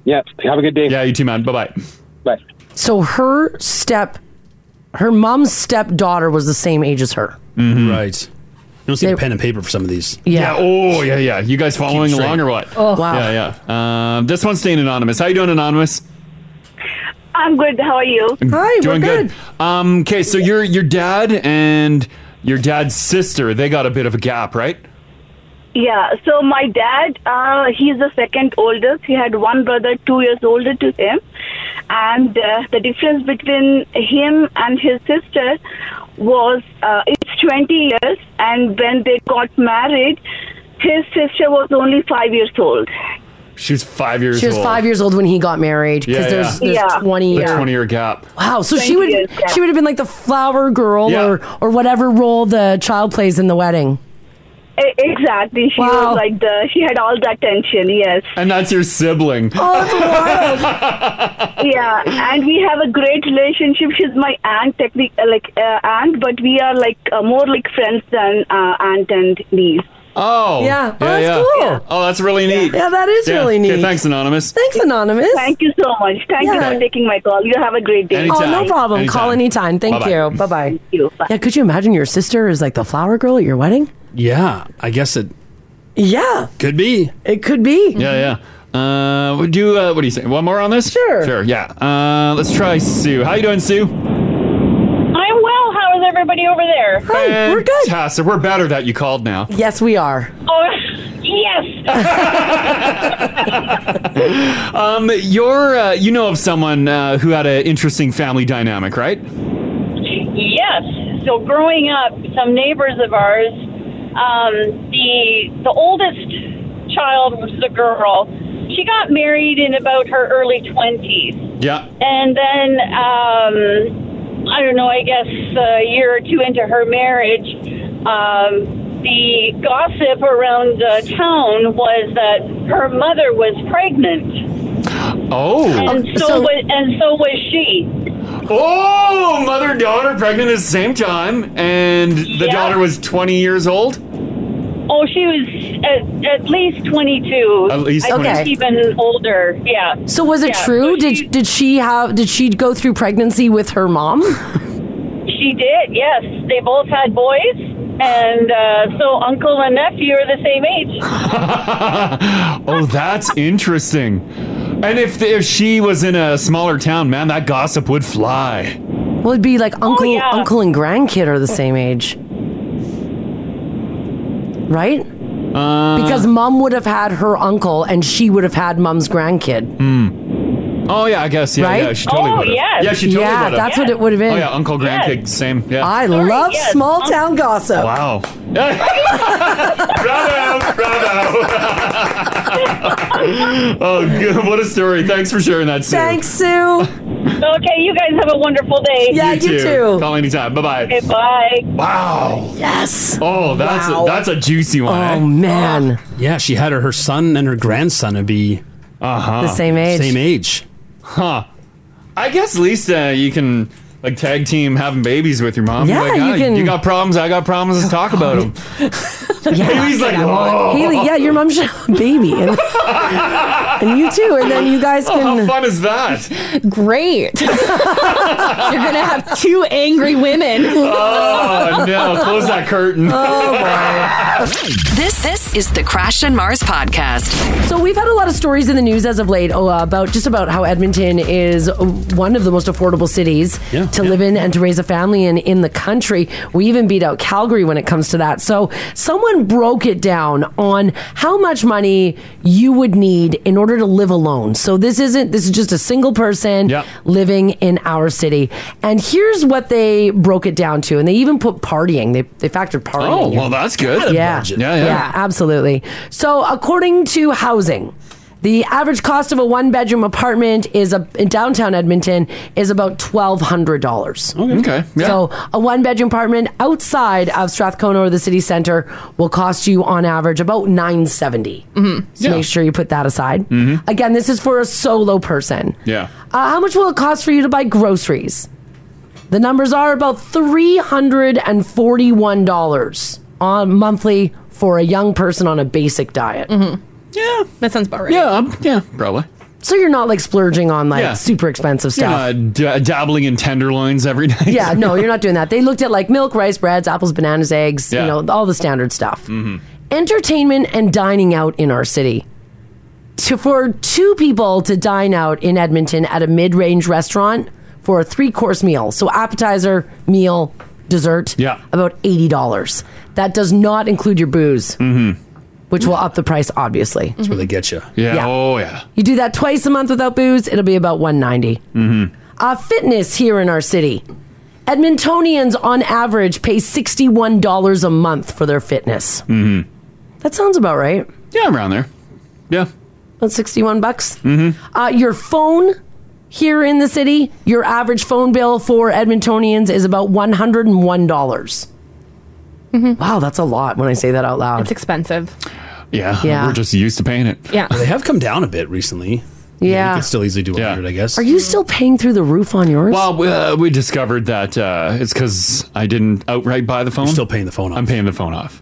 Speaker 18: Yeah. Have a good day.
Speaker 2: Yeah, you too, man. Bye bye.
Speaker 18: Bye.
Speaker 3: So her step, her mom's stepdaughter was the same age as her.
Speaker 2: Mm-hmm.
Speaker 4: Right. You don't see the pen and paper for some of these.
Speaker 3: Yeah.
Speaker 2: Oh yeah, yeah. You guys following
Speaker 4: straight.
Speaker 2: along or what?
Speaker 3: Oh. Wow.
Speaker 2: Yeah, yeah. Um, this one's staying anonymous. How you doing, anonymous?
Speaker 17: I'm good. How are you?
Speaker 2: doing good. Um, okay, so your your dad and your dad's sister, they got a bit of a gap, right?
Speaker 11: Yeah, so my dad, uh, he's the second oldest. He had one brother two years older to him. And uh, the difference between him and his sister was uh, it's 20 years. And when they got married, his sister was only five years old.
Speaker 2: She was five years.
Speaker 3: She was
Speaker 2: old.
Speaker 3: five years old when he got married because
Speaker 2: Yeah,
Speaker 3: there's,
Speaker 2: yeah.
Speaker 3: there's
Speaker 2: Yeah.
Speaker 3: twenty
Speaker 2: Like
Speaker 3: years.
Speaker 2: twenty year gap.
Speaker 3: Wow, so she
Speaker 11: Twenty
Speaker 3: would
Speaker 11: years, yeah.
Speaker 3: she would have been like the flower girl
Speaker 2: Yeah.
Speaker 3: or or whatever role the child plays in the wedding.
Speaker 11: E- exactly. She was like the, she Uh, had all the attention, yes.
Speaker 2: And that's your sibling.
Speaker 3: Oh,
Speaker 11: yeah, and we have a great relationship. She's my aunt, technic- uh, like uh, aunt, but we are like uh, more like friends than uh, aunt and niece. Yeah. Oh,
Speaker 2: Oh. yeah,
Speaker 11: that's
Speaker 2: yeah.
Speaker 11: cool.
Speaker 2: Oh, that's really neat.
Speaker 11: Yeah, that is really
Speaker 2: Okay,
Speaker 11: neat.
Speaker 2: thanks, anonymous.
Speaker 3: Thanks, anonymous.
Speaker 11: Thank you so much. Thank
Speaker 3: Yeah.
Speaker 11: you for taking my call. You have a great day.
Speaker 3: Oh, no problem. Call anytime. Thank
Speaker 4: Bye-bye.
Speaker 3: you. Bye bye. Thank you. Yeah, could you imagine your sister is like the flower girl at your wedding?
Speaker 4: Yeah, I guess it
Speaker 3: Yeah.
Speaker 4: could be.
Speaker 3: It could be.
Speaker 2: Yeah, yeah. Uh, would you? Uh, what do you say? One more on this? Sure. Sure. Yeah. Uh, let's try Sue. How you doing, Sue?
Speaker 19: I'm well. How is everybody over there?
Speaker 2: we're good. Fantastic. We're better that you called now.
Speaker 3: Yes, we are.
Speaker 19: Oh, yes.
Speaker 2: Um, you're, uh, you know of someone uh, who had an interesting family dynamic, right?
Speaker 19: yes. So growing up, some neighbors of ours, um, the the oldest child was a girl. She got married in about her early twenties.
Speaker 2: Yeah.
Speaker 19: And then, um, I don't know, I guess a year or two into her marriage, um, the gossip around uh, town was that her mother was pregnant.
Speaker 2: Oh.
Speaker 19: And so, was, and so was she.
Speaker 2: Oh, mother and daughter pregnant at the same time, and the
Speaker 19: Yeah.
Speaker 2: daughter was 20 years old.
Speaker 19: Oh, she was at, at least 22.
Speaker 2: At least
Speaker 19: I think
Speaker 3: 22.
Speaker 19: even older. Yeah.
Speaker 3: So was it
Speaker 19: Yeah,
Speaker 3: true? did did she have? Did she go through pregnancy with her mom?
Speaker 19: She did. Yes, they both had boys, and uh, so uncle and nephew are the same age.
Speaker 2: oh, that's interesting. And if if she was in a smaller town, man, that gossip would fly.
Speaker 3: Well, it'd be like uncle,
Speaker 19: yeah.
Speaker 3: uncle, and grandkid are the same age, right?
Speaker 2: Uh,
Speaker 3: because mom would have had her uncle, and she would have had mom's grandkid.
Speaker 2: Hmm. Oh yeah, I guess yeah,
Speaker 3: Right?
Speaker 2: yeah. She totally
Speaker 3: Oh,
Speaker 2: would have.
Speaker 3: yes.
Speaker 2: Yeah, she totally
Speaker 3: Yeah,
Speaker 2: would have.
Speaker 3: that's what it would've been.
Speaker 2: Oh yeah, Uncle Grandkid, same. Yeah.
Speaker 3: I love small town gossip.
Speaker 2: Wow. oh, good. what a story! Thanks for sharing that. Sue.
Speaker 19: Thanks,
Speaker 3: Sue. okay,
Speaker 19: you guys have a wonderful day.
Speaker 2: Call anytime. Bye bye.
Speaker 19: Okay, bye.
Speaker 2: Wow.
Speaker 3: Yes.
Speaker 2: Oh, that's a, that's a juicy one. eh?
Speaker 3: Oh, man.
Speaker 4: Yeah, she had her, her son and her grandson to be
Speaker 2: uh-huh.
Speaker 3: The same age.
Speaker 4: Same age.
Speaker 2: Huh. I guess at least uh, you can like tag team having babies with your mom.
Speaker 3: Yeah,
Speaker 2: Like,
Speaker 3: you
Speaker 2: ah,
Speaker 3: can-
Speaker 2: You got problems. I got problems. Let's talk about them. Haley's like, whoa.
Speaker 3: Haley, yeah, your mom should have a baby, and, and you too, and then you guys
Speaker 2: Oh,
Speaker 3: can.
Speaker 2: how fun is that?
Speaker 5: Great. You're gonna have two angry women.
Speaker 2: Oh no! Close that curtain.
Speaker 3: Oh,
Speaker 1: This this is the Crash and Mars podcast.
Speaker 3: So we've had a lot of stories in the news as of late oh, about just about how Edmonton is one of the most affordable cities to live in and to raise a family in in the country. We even beat out Calgary when it comes to that. So someone broke it down on how much money you would need in order to live alone. So this isn't this is just a single person living in our city. And here's what they broke it down to. And they even put partying. They they factored partying.
Speaker 2: Oh,
Speaker 3: in.
Speaker 2: well, that's good. Had a
Speaker 3: Yeah.
Speaker 2: budget. Yeah, yeah.
Speaker 3: yeah, absolutely. So, according to housing, the average cost of a one bedroom apartment is a, in downtown Edmonton is about twelve hundred dollars.
Speaker 2: Okay. Okay, yeah.
Speaker 3: So, a one bedroom apartment outside of Strathcona or the city center will cost you on average about nine seventy. Mm-hmm. So
Speaker 2: Yeah.
Speaker 3: make sure you put that aside.
Speaker 2: Mhm.
Speaker 3: Again, this is for a solo person.
Speaker 2: Yeah.
Speaker 3: Uh, how much will it cost for you to buy groceries? The numbers are about $341 on monthly for a young person on a basic diet.
Speaker 5: Mm-hmm. Yeah, that sounds about right.
Speaker 2: Yeah, um, yeah, probably.
Speaker 3: So you're not like splurging on like
Speaker 2: Yeah.
Speaker 3: super expensive
Speaker 2: You're
Speaker 3: stuff.
Speaker 2: not d- uh, dabbling in tenderloins every night.
Speaker 3: yeah, no, you're not doing that. They looked at like milk, rice, breads, apples, bananas, eggs,
Speaker 2: Yeah.
Speaker 3: you know, all the standard stuff.
Speaker 2: hmm
Speaker 5: Mm-hmm.
Speaker 3: Entertainment and dining out in our city. To, for two people to dine out in Edmonton at a mid range restaurant for a three course meal, so appetizer, meal, dessert, yeah. about $80. That does not include your booze, which will up the price, obviously.
Speaker 4: That's where they get you.
Speaker 2: Yeah. Oh yeah.
Speaker 3: You do that twice a month without booze, it'll be about 190.
Speaker 2: Mm-hmm.
Speaker 3: Uh, fitness here in our city. Edmontonians on average pay $61 a month for their fitness.
Speaker 2: Mm-hmm.
Speaker 3: That sounds about right.
Speaker 2: Yeah, around there. Yeah.
Speaker 3: About 61 bucks.
Speaker 2: Mm-hmm.
Speaker 3: Uh, your phone here in the city, your average phone bill for Edmontonians is about $101. dollars Wow, that's a lot when I say that out loud. It's
Speaker 5: expensive.
Speaker 2: Yeah.
Speaker 3: Yeah.
Speaker 2: We're just used to paying it.
Speaker 5: Yeah.
Speaker 4: They have come down a bit recently.
Speaker 3: Yeah.
Speaker 4: You could still easily do 100, I guess.
Speaker 3: Are you still paying through the roof on yours?
Speaker 2: Well, we, uh, we discovered that uh, it's because I didn't outright buy the phone. still paying the phone off. I'm paying the phone off.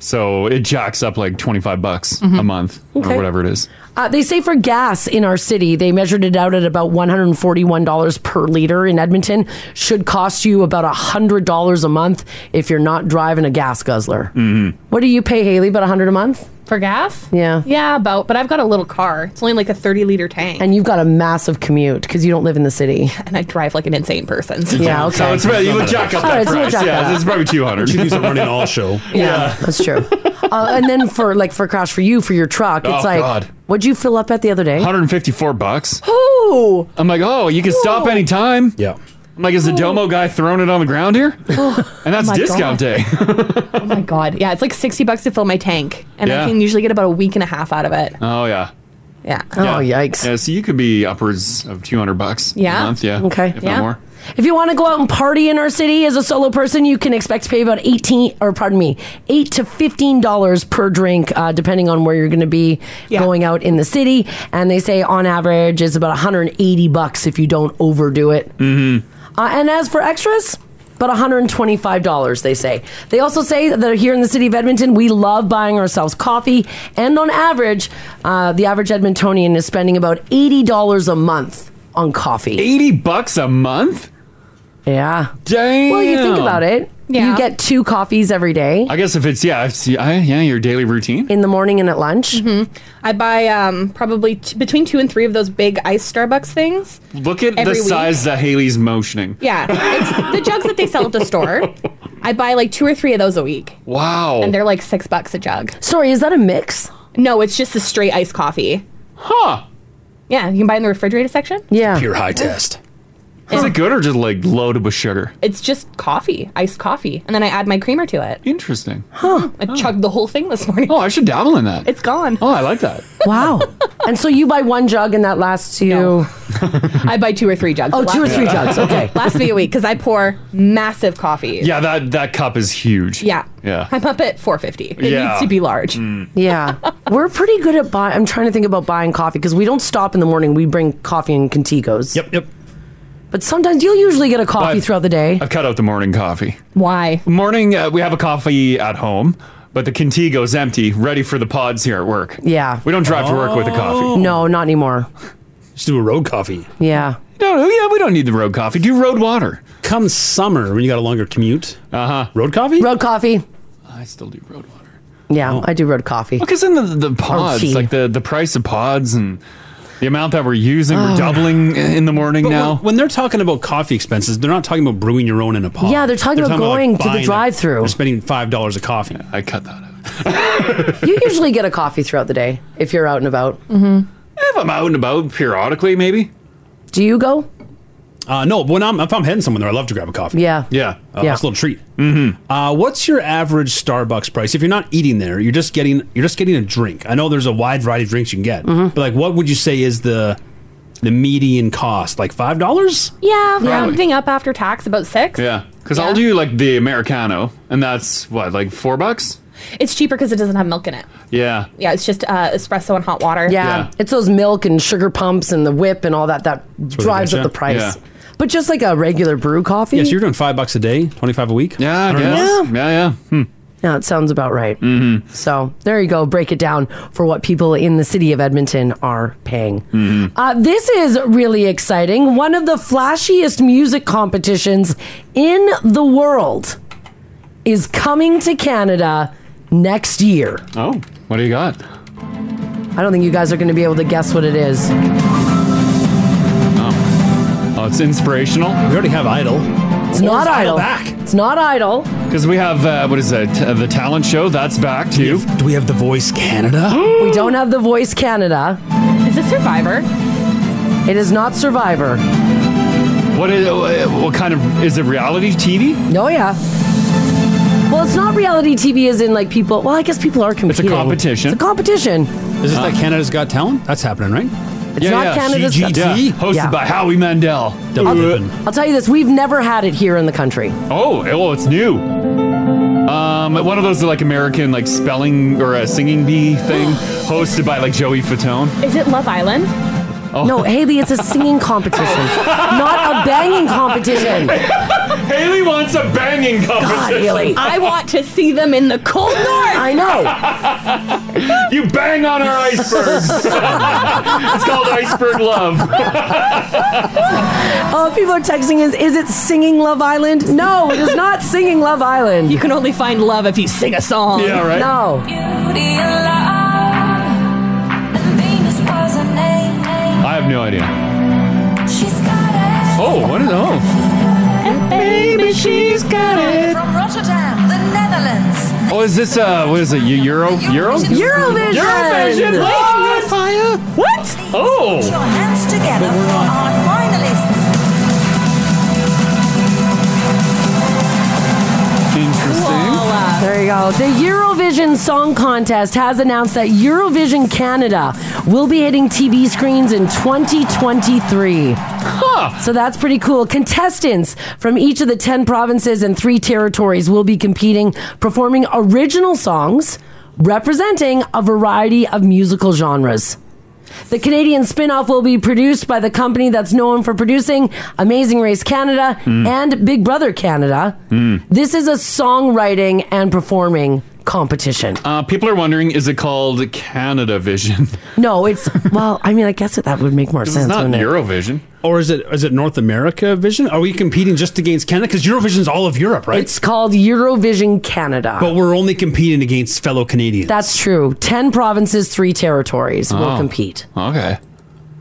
Speaker 2: So it jacks up like 25 bucks a
Speaker 3: Mhm.
Speaker 2: month
Speaker 3: Okay.
Speaker 2: or whatever it is.
Speaker 3: Uh, they say for gas in our city, they measured it out at about $141 per liter in Edmonton. Should cost you about $100 a month if you're not driving a gas guzzler.
Speaker 2: Mm-hmm.
Speaker 3: What do you pay, Haley? About 100 a month?
Speaker 5: For gas?
Speaker 3: Yeah.
Speaker 5: Yeah, about. But I've got a little car. It's only like a 30 liter tank.
Speaker 3: And you've got a massive commute because you don't live in the city.
Speaker 5: And I drive like an insane person. so-
Speaker 3: Yeah, okay.
Speaker 2: So it's about, you would jack up
Speaker 3: All
Speaker 2: that
Speaker 3: right, so we'll
Speaker 2: price.
Speaker 3: jack
Speaker 2: yeah,
Speaker 3: that up.
Speaker 2: it's probably 200.
Speaker 4: She'd use a running all show.
Speaker 3: Yeah, that's true. uh, and then for like for crash for you for your truck, it's
Speaker 2: Oh,
Speaker 3: like
Speaker 2: God.
Speaker 3: what'd you fill up at the other day?
Speaker 2: 154 bucks.
Speaker 5: Oh.
Speaker 2: I'm like, oh, you can stop anytime.
Speaker 4: Yeah.
Speaker 2: I'm like, is the Domo guy throwing it on the ground here? and that's
Speaker 5: Oh my
Speaker 2: discount
Speaker 5: God.
Speaker 2: day.
Speaker 5: Oh my god. Yeah, it's like 60 bucks to fill my tank. And
Speaker 2: Yeah.
Speaker 5: I can usually get about a week and a half out of it.
Speaker 2: Oh yeah.
Speaker 5: Yeah.
Speaker 2: yikes! Yeah, so you could be upwards of two hundred bucks.
Speaker 3: Yeah.
Speaker 2: A month, yeah.
Speaker 3: Okay.
Speaker 2: If
Speaker 3: Yeah.
Speaker 2: not more.
Speaker 3: If you want to go out and party in our city as a solo person, you can expect to pay about eighteen, or pardon me, eight to fifteen dollars per drink, uh, depending on where you're going to be going out in the city. And they say on average is about 180 bucks if you don't overdo it.
Speaker 15: Mm-hmm.
Speaker 3: Uh, and as for extras, but $125, they say. They also say that here in the city of Edmonton, we love buying ourselves coffee. And on average, uh, the average Edmontonian is spending about $80 a month on coffee.
Speaker 2: 80 bucks a month?
Speaker 3: Yeah.
Speaker 2: Dang.
Speaker 3: Well, you think about it. You get two coffees every day
Speaker 2: I guess if it's yeah, if, I, yeah, your daily routine.
Speaker 3: in the morning and at lunch.
Speaker 5: hmm I buy um, probably t- between two and three of those big ice Starbucks things.
Speaker 2: Look at the
Speaker 5: Every week.
Speaker 2: size that Haley's motioning.
Speaker 5: Yeah, it's the jugs that they sell at the store. I buy like two or three of those a week,
Speaker 2: Wow.
Speaker 5: and they're like six bucks a jug.
Speaker 3: Sorry, is that a mix?
Speaker 5: No, it's just a straight iced coffee.
Speaker 2: Huh.
Speaker 5: Yeah, you can buy it in the refrigerator section.
Speaker 3: Yeah.
Speaker 2: Pure high test. Is it good or just like loaded with sugar?
Speaker 5: It's just coffee, iced coffee, and then I add my creamer to it.
Speaker 2: Interesting.
Speaker 5: Huh. I chugged the whole thing this morning.
Speaker 2: Oh, I should dabble in that.
Speaker 5: It's gone.
Speaker 2: Oh, I like that.
Speaker 3: Wow. and so you buy one jug and that lasts you.
Speaker 5: I buy two or three jugs.
Speaker 3: Oh,
Speaker 5: It
Speaker 3: two or
Speaker 5: lasts-
Speaker 3: three jugs, okay.
Speaker 5: lasts me a week because I pour massive coffee.
Speaker 2: Yeah, that that cup is huge.
Speaker 5: Yeah.
Speaker 2: Yeah.
Speaker 5: I'm up at 450. It
Speaker 2: Yeah. Mm.
Speaker 5: needs to be large.
Speaker 3: Yeah. We're pretty good at buying. I'm trying to think about buying coffee because we don't stop in the morning. We bring coffee and Contigos. Yep,
Speaker 4: yep.
Speaker 3: But sometimes you'll usually get a coffee
Speaker 2: But-
Speaker 3: throughout the day.
Speaker 2: I've cut out the morning coffee.
Speaker 5: Why?
Speaker 2: Morning, uh, we have a coffee at home, but the Contigo's empty, ready for the pods here at work.
Speaker 3: Yeah. Oh.
Speaker 2: We don't drive to work with a coffee.
Speaker 3: No, not anymore.
Speaker 4: Just do a road coffee.
Speaker 3: Yeah.
Speaker 2: No, no, yeah, we don't need the road coffee. Do road water.
Speaker 4: Come summer when you got a longer commute.
Speaker 2: Uh huh.
Speaker 4: Road coffee?
Speaker 3: Road coffee.
Speaker 2: I still do road water.
Speaker 3: Yeah, I do road coffee.
Speaker 2: Because Oh. then the, the pods,
Speaker 3: tea.
Speaker 2: like the, the price of pods and the amount that we're using,
Speaker 4: Oh.
Speaker 2: we're doubling in the morning
Speaker 4: But when-
Speaker 2: now.
Speaker 4: When, they're talking about coffee expenses, they're not talking about brewing your own in a pot.
Speaker 3: Yeah, they're talking about going to the
Speaker 4: drive-through. They're spending five dollars a coffee. I cut that.
Speaker 3: you usually get a coffee throughout the day if you're out and about.
Speaker 2: Mm-hmm. If I'm out and about periodically, maybe.
Speaker 3: Do you go?
Speaker 4: Uh, no, when I'm if I'm heading somewhere, I love to grab a coffee.
Speaker 3: Yeah.
Speaker 2: Yeah.
Speaker 4: Uh,
Speaker 2: Yeah.
Speaker 4: It's a little treat. Mm-hmm. Uh, what's your average Starbucks price? If you're not eating there, you're just getting you're just getting a drink. I know there's a wide variety of drinks you can get,
Speaker 3: Mm-hmm.
Speaker 4: but like, what would you say is the the median cost? Like five dollars?
Speaker 5: Yeah,
Speaker 2: Probably.
Speaker 5: rounding up after tax, about six.
Speaker 2: Yeah. Because I'll do like the Americano, and that's what, like four bucks?
Speaker 5: It's cheaper because it doesn't have milk in it.
Speaker 2: Yeah.
Speaker 5: Yeah, it's just uh, espresso and hot water.
Speaker 3: Yeah. It's those milk and sugar pumps and the whip and all that that
Speaker 4: where they
Speaker 3: drives
Speaker 4: get
Speaker 3: up
Speaker 4: ya.
Speaker 3: the price.
Speaker 4: Yeah.
Speaker 3: But just like a regular brew coffee.
Speaker 4: Yeah, so you're doing five bucks a day, twenty five a week. Yeah,
Speaker 3: guess.
Speaker 2: Yeah, yeah. Hmm.
Speaker 3: Yeah, it sounds about right. Mm-hmm. So there you go. Break it down for what people in the city of Edmonton are paying. Uh, this is really exciting. One of the flashiest music competitions in the world is coming to Canada next year.
Speaker 2: Oh, what do you got?
Speaker 3: I don't think you guys are going to be able to guess what it is.
Speaker 2: Oh. Oh, it's inspirational. We
Speaker 4: already have Idol.
Speaker 3: It's not idle. It's not idle.
Speaker 2: Because we have, uh, what is it, uh, the talent show? That's back too.
Speaker 4: Do we have The Voice Canada?
Speaker 3: we don't have The Voice Canada.
Speaker 5: Is it Survivor?
Speaker 3: It is not Survivor.
Speaker 2: What is, uh, what kind of, is it reality TV?
Speaker 3: No, Oh, yeah. Well, it's not reality TV as in like people. Well, I guess people are competing. It's a
Speaker 2: competition.
Speaker 3: It's a competition.
Speaker 4: Is this like Canada's Got Talent? That's happening, right?
Speaker 3: It's not Canada's Got-
Speaker 4: GGT,
Speaker 3: Yeah.
Speaker 2: Hosted
Speaker 3: Yeah. Uh,
Speaker 2: by Howie Mandel.
Speaker 4: Double dipping.
Speaker 3: I'll tell you this: we've never had it here in the country.
Speaker 2: Oh, oh, it's new. Um, one of those like American like spelling or a singing bee thing, hosted by like Joey Fatone.
Speaker 5: Is it Love Island?
Speaker 2: Oh.
Speaker 3: No, Haley, it's a singing competition, not a banging competition.
Speaker 2: Haley wants a banging competition.
Speaker 5: I want to see them in the cold north. I
Speaker 2: know. you bang on our icebergs. it's called iceberg love.
Speaker 3: Oh, people are texting us. Is it singing Love Island? No, it is not singing Love Island. You
Speaker 5: can only find love if you sing a song.
Speaker 15: Yeah, right.
Speaker 3: No.
Speaker 2: I have no idea. Oh, what is oh?
Speaker 15: Baby, she's got it.
Speaker 20: From Rotterdam, the Netherlands.
Speaker 2: Oh, is this uh? What is it? Eu- Euro Euro
Speaker 15: Eurovision!
Speaker 2: Eurovision. What?
Speaker 15: What?
Speaker 20: Put your
Speaker 2: Oh.
Speaker 20: hands together for our finalists.
Speaker 3: There you go. The Eurovision Song Contest has announced that Eurovision Canada will be hitting TV screens in 2023. So that's pretty cool. Contestants from each of the 10 provinces and three territories will be competing, performing original songs representing a variety of musical genres. The Canadian spin-off will be produced by the company that's known for producing Amazing Race Canada
Speaker 15: Mm.
Speaker 3: and Big Brother Canada.
Speaker 2: Hmm.
Speaker 3: This is a songwriting and performing competition.
Speaker 2: Uh, people are wondering, is it called Canada Vision?
Speaker 3: No, it's well, I mean, I guess that would make more
Speaker 2: It's
Speaker 3: sense.
Speaker 2: not
Speaker 3: wouldn't it?
Speaker 2: Eurovision.
Speaker 4: Or is it is it North America Vision? Are we competing just against Canada? Because Eurovision's all of Europe, right?
Speaker 3: It's called Eurovision Canada.
Speaker 4: but we're only competing against fellow Canadians.
Speaker 3: uh, that's true. 10 provinces, 3 territories will
Speaker 4: Ah.
Speaker 2: Oh.
Speaker 3: compete.
Speaker 2: Okay.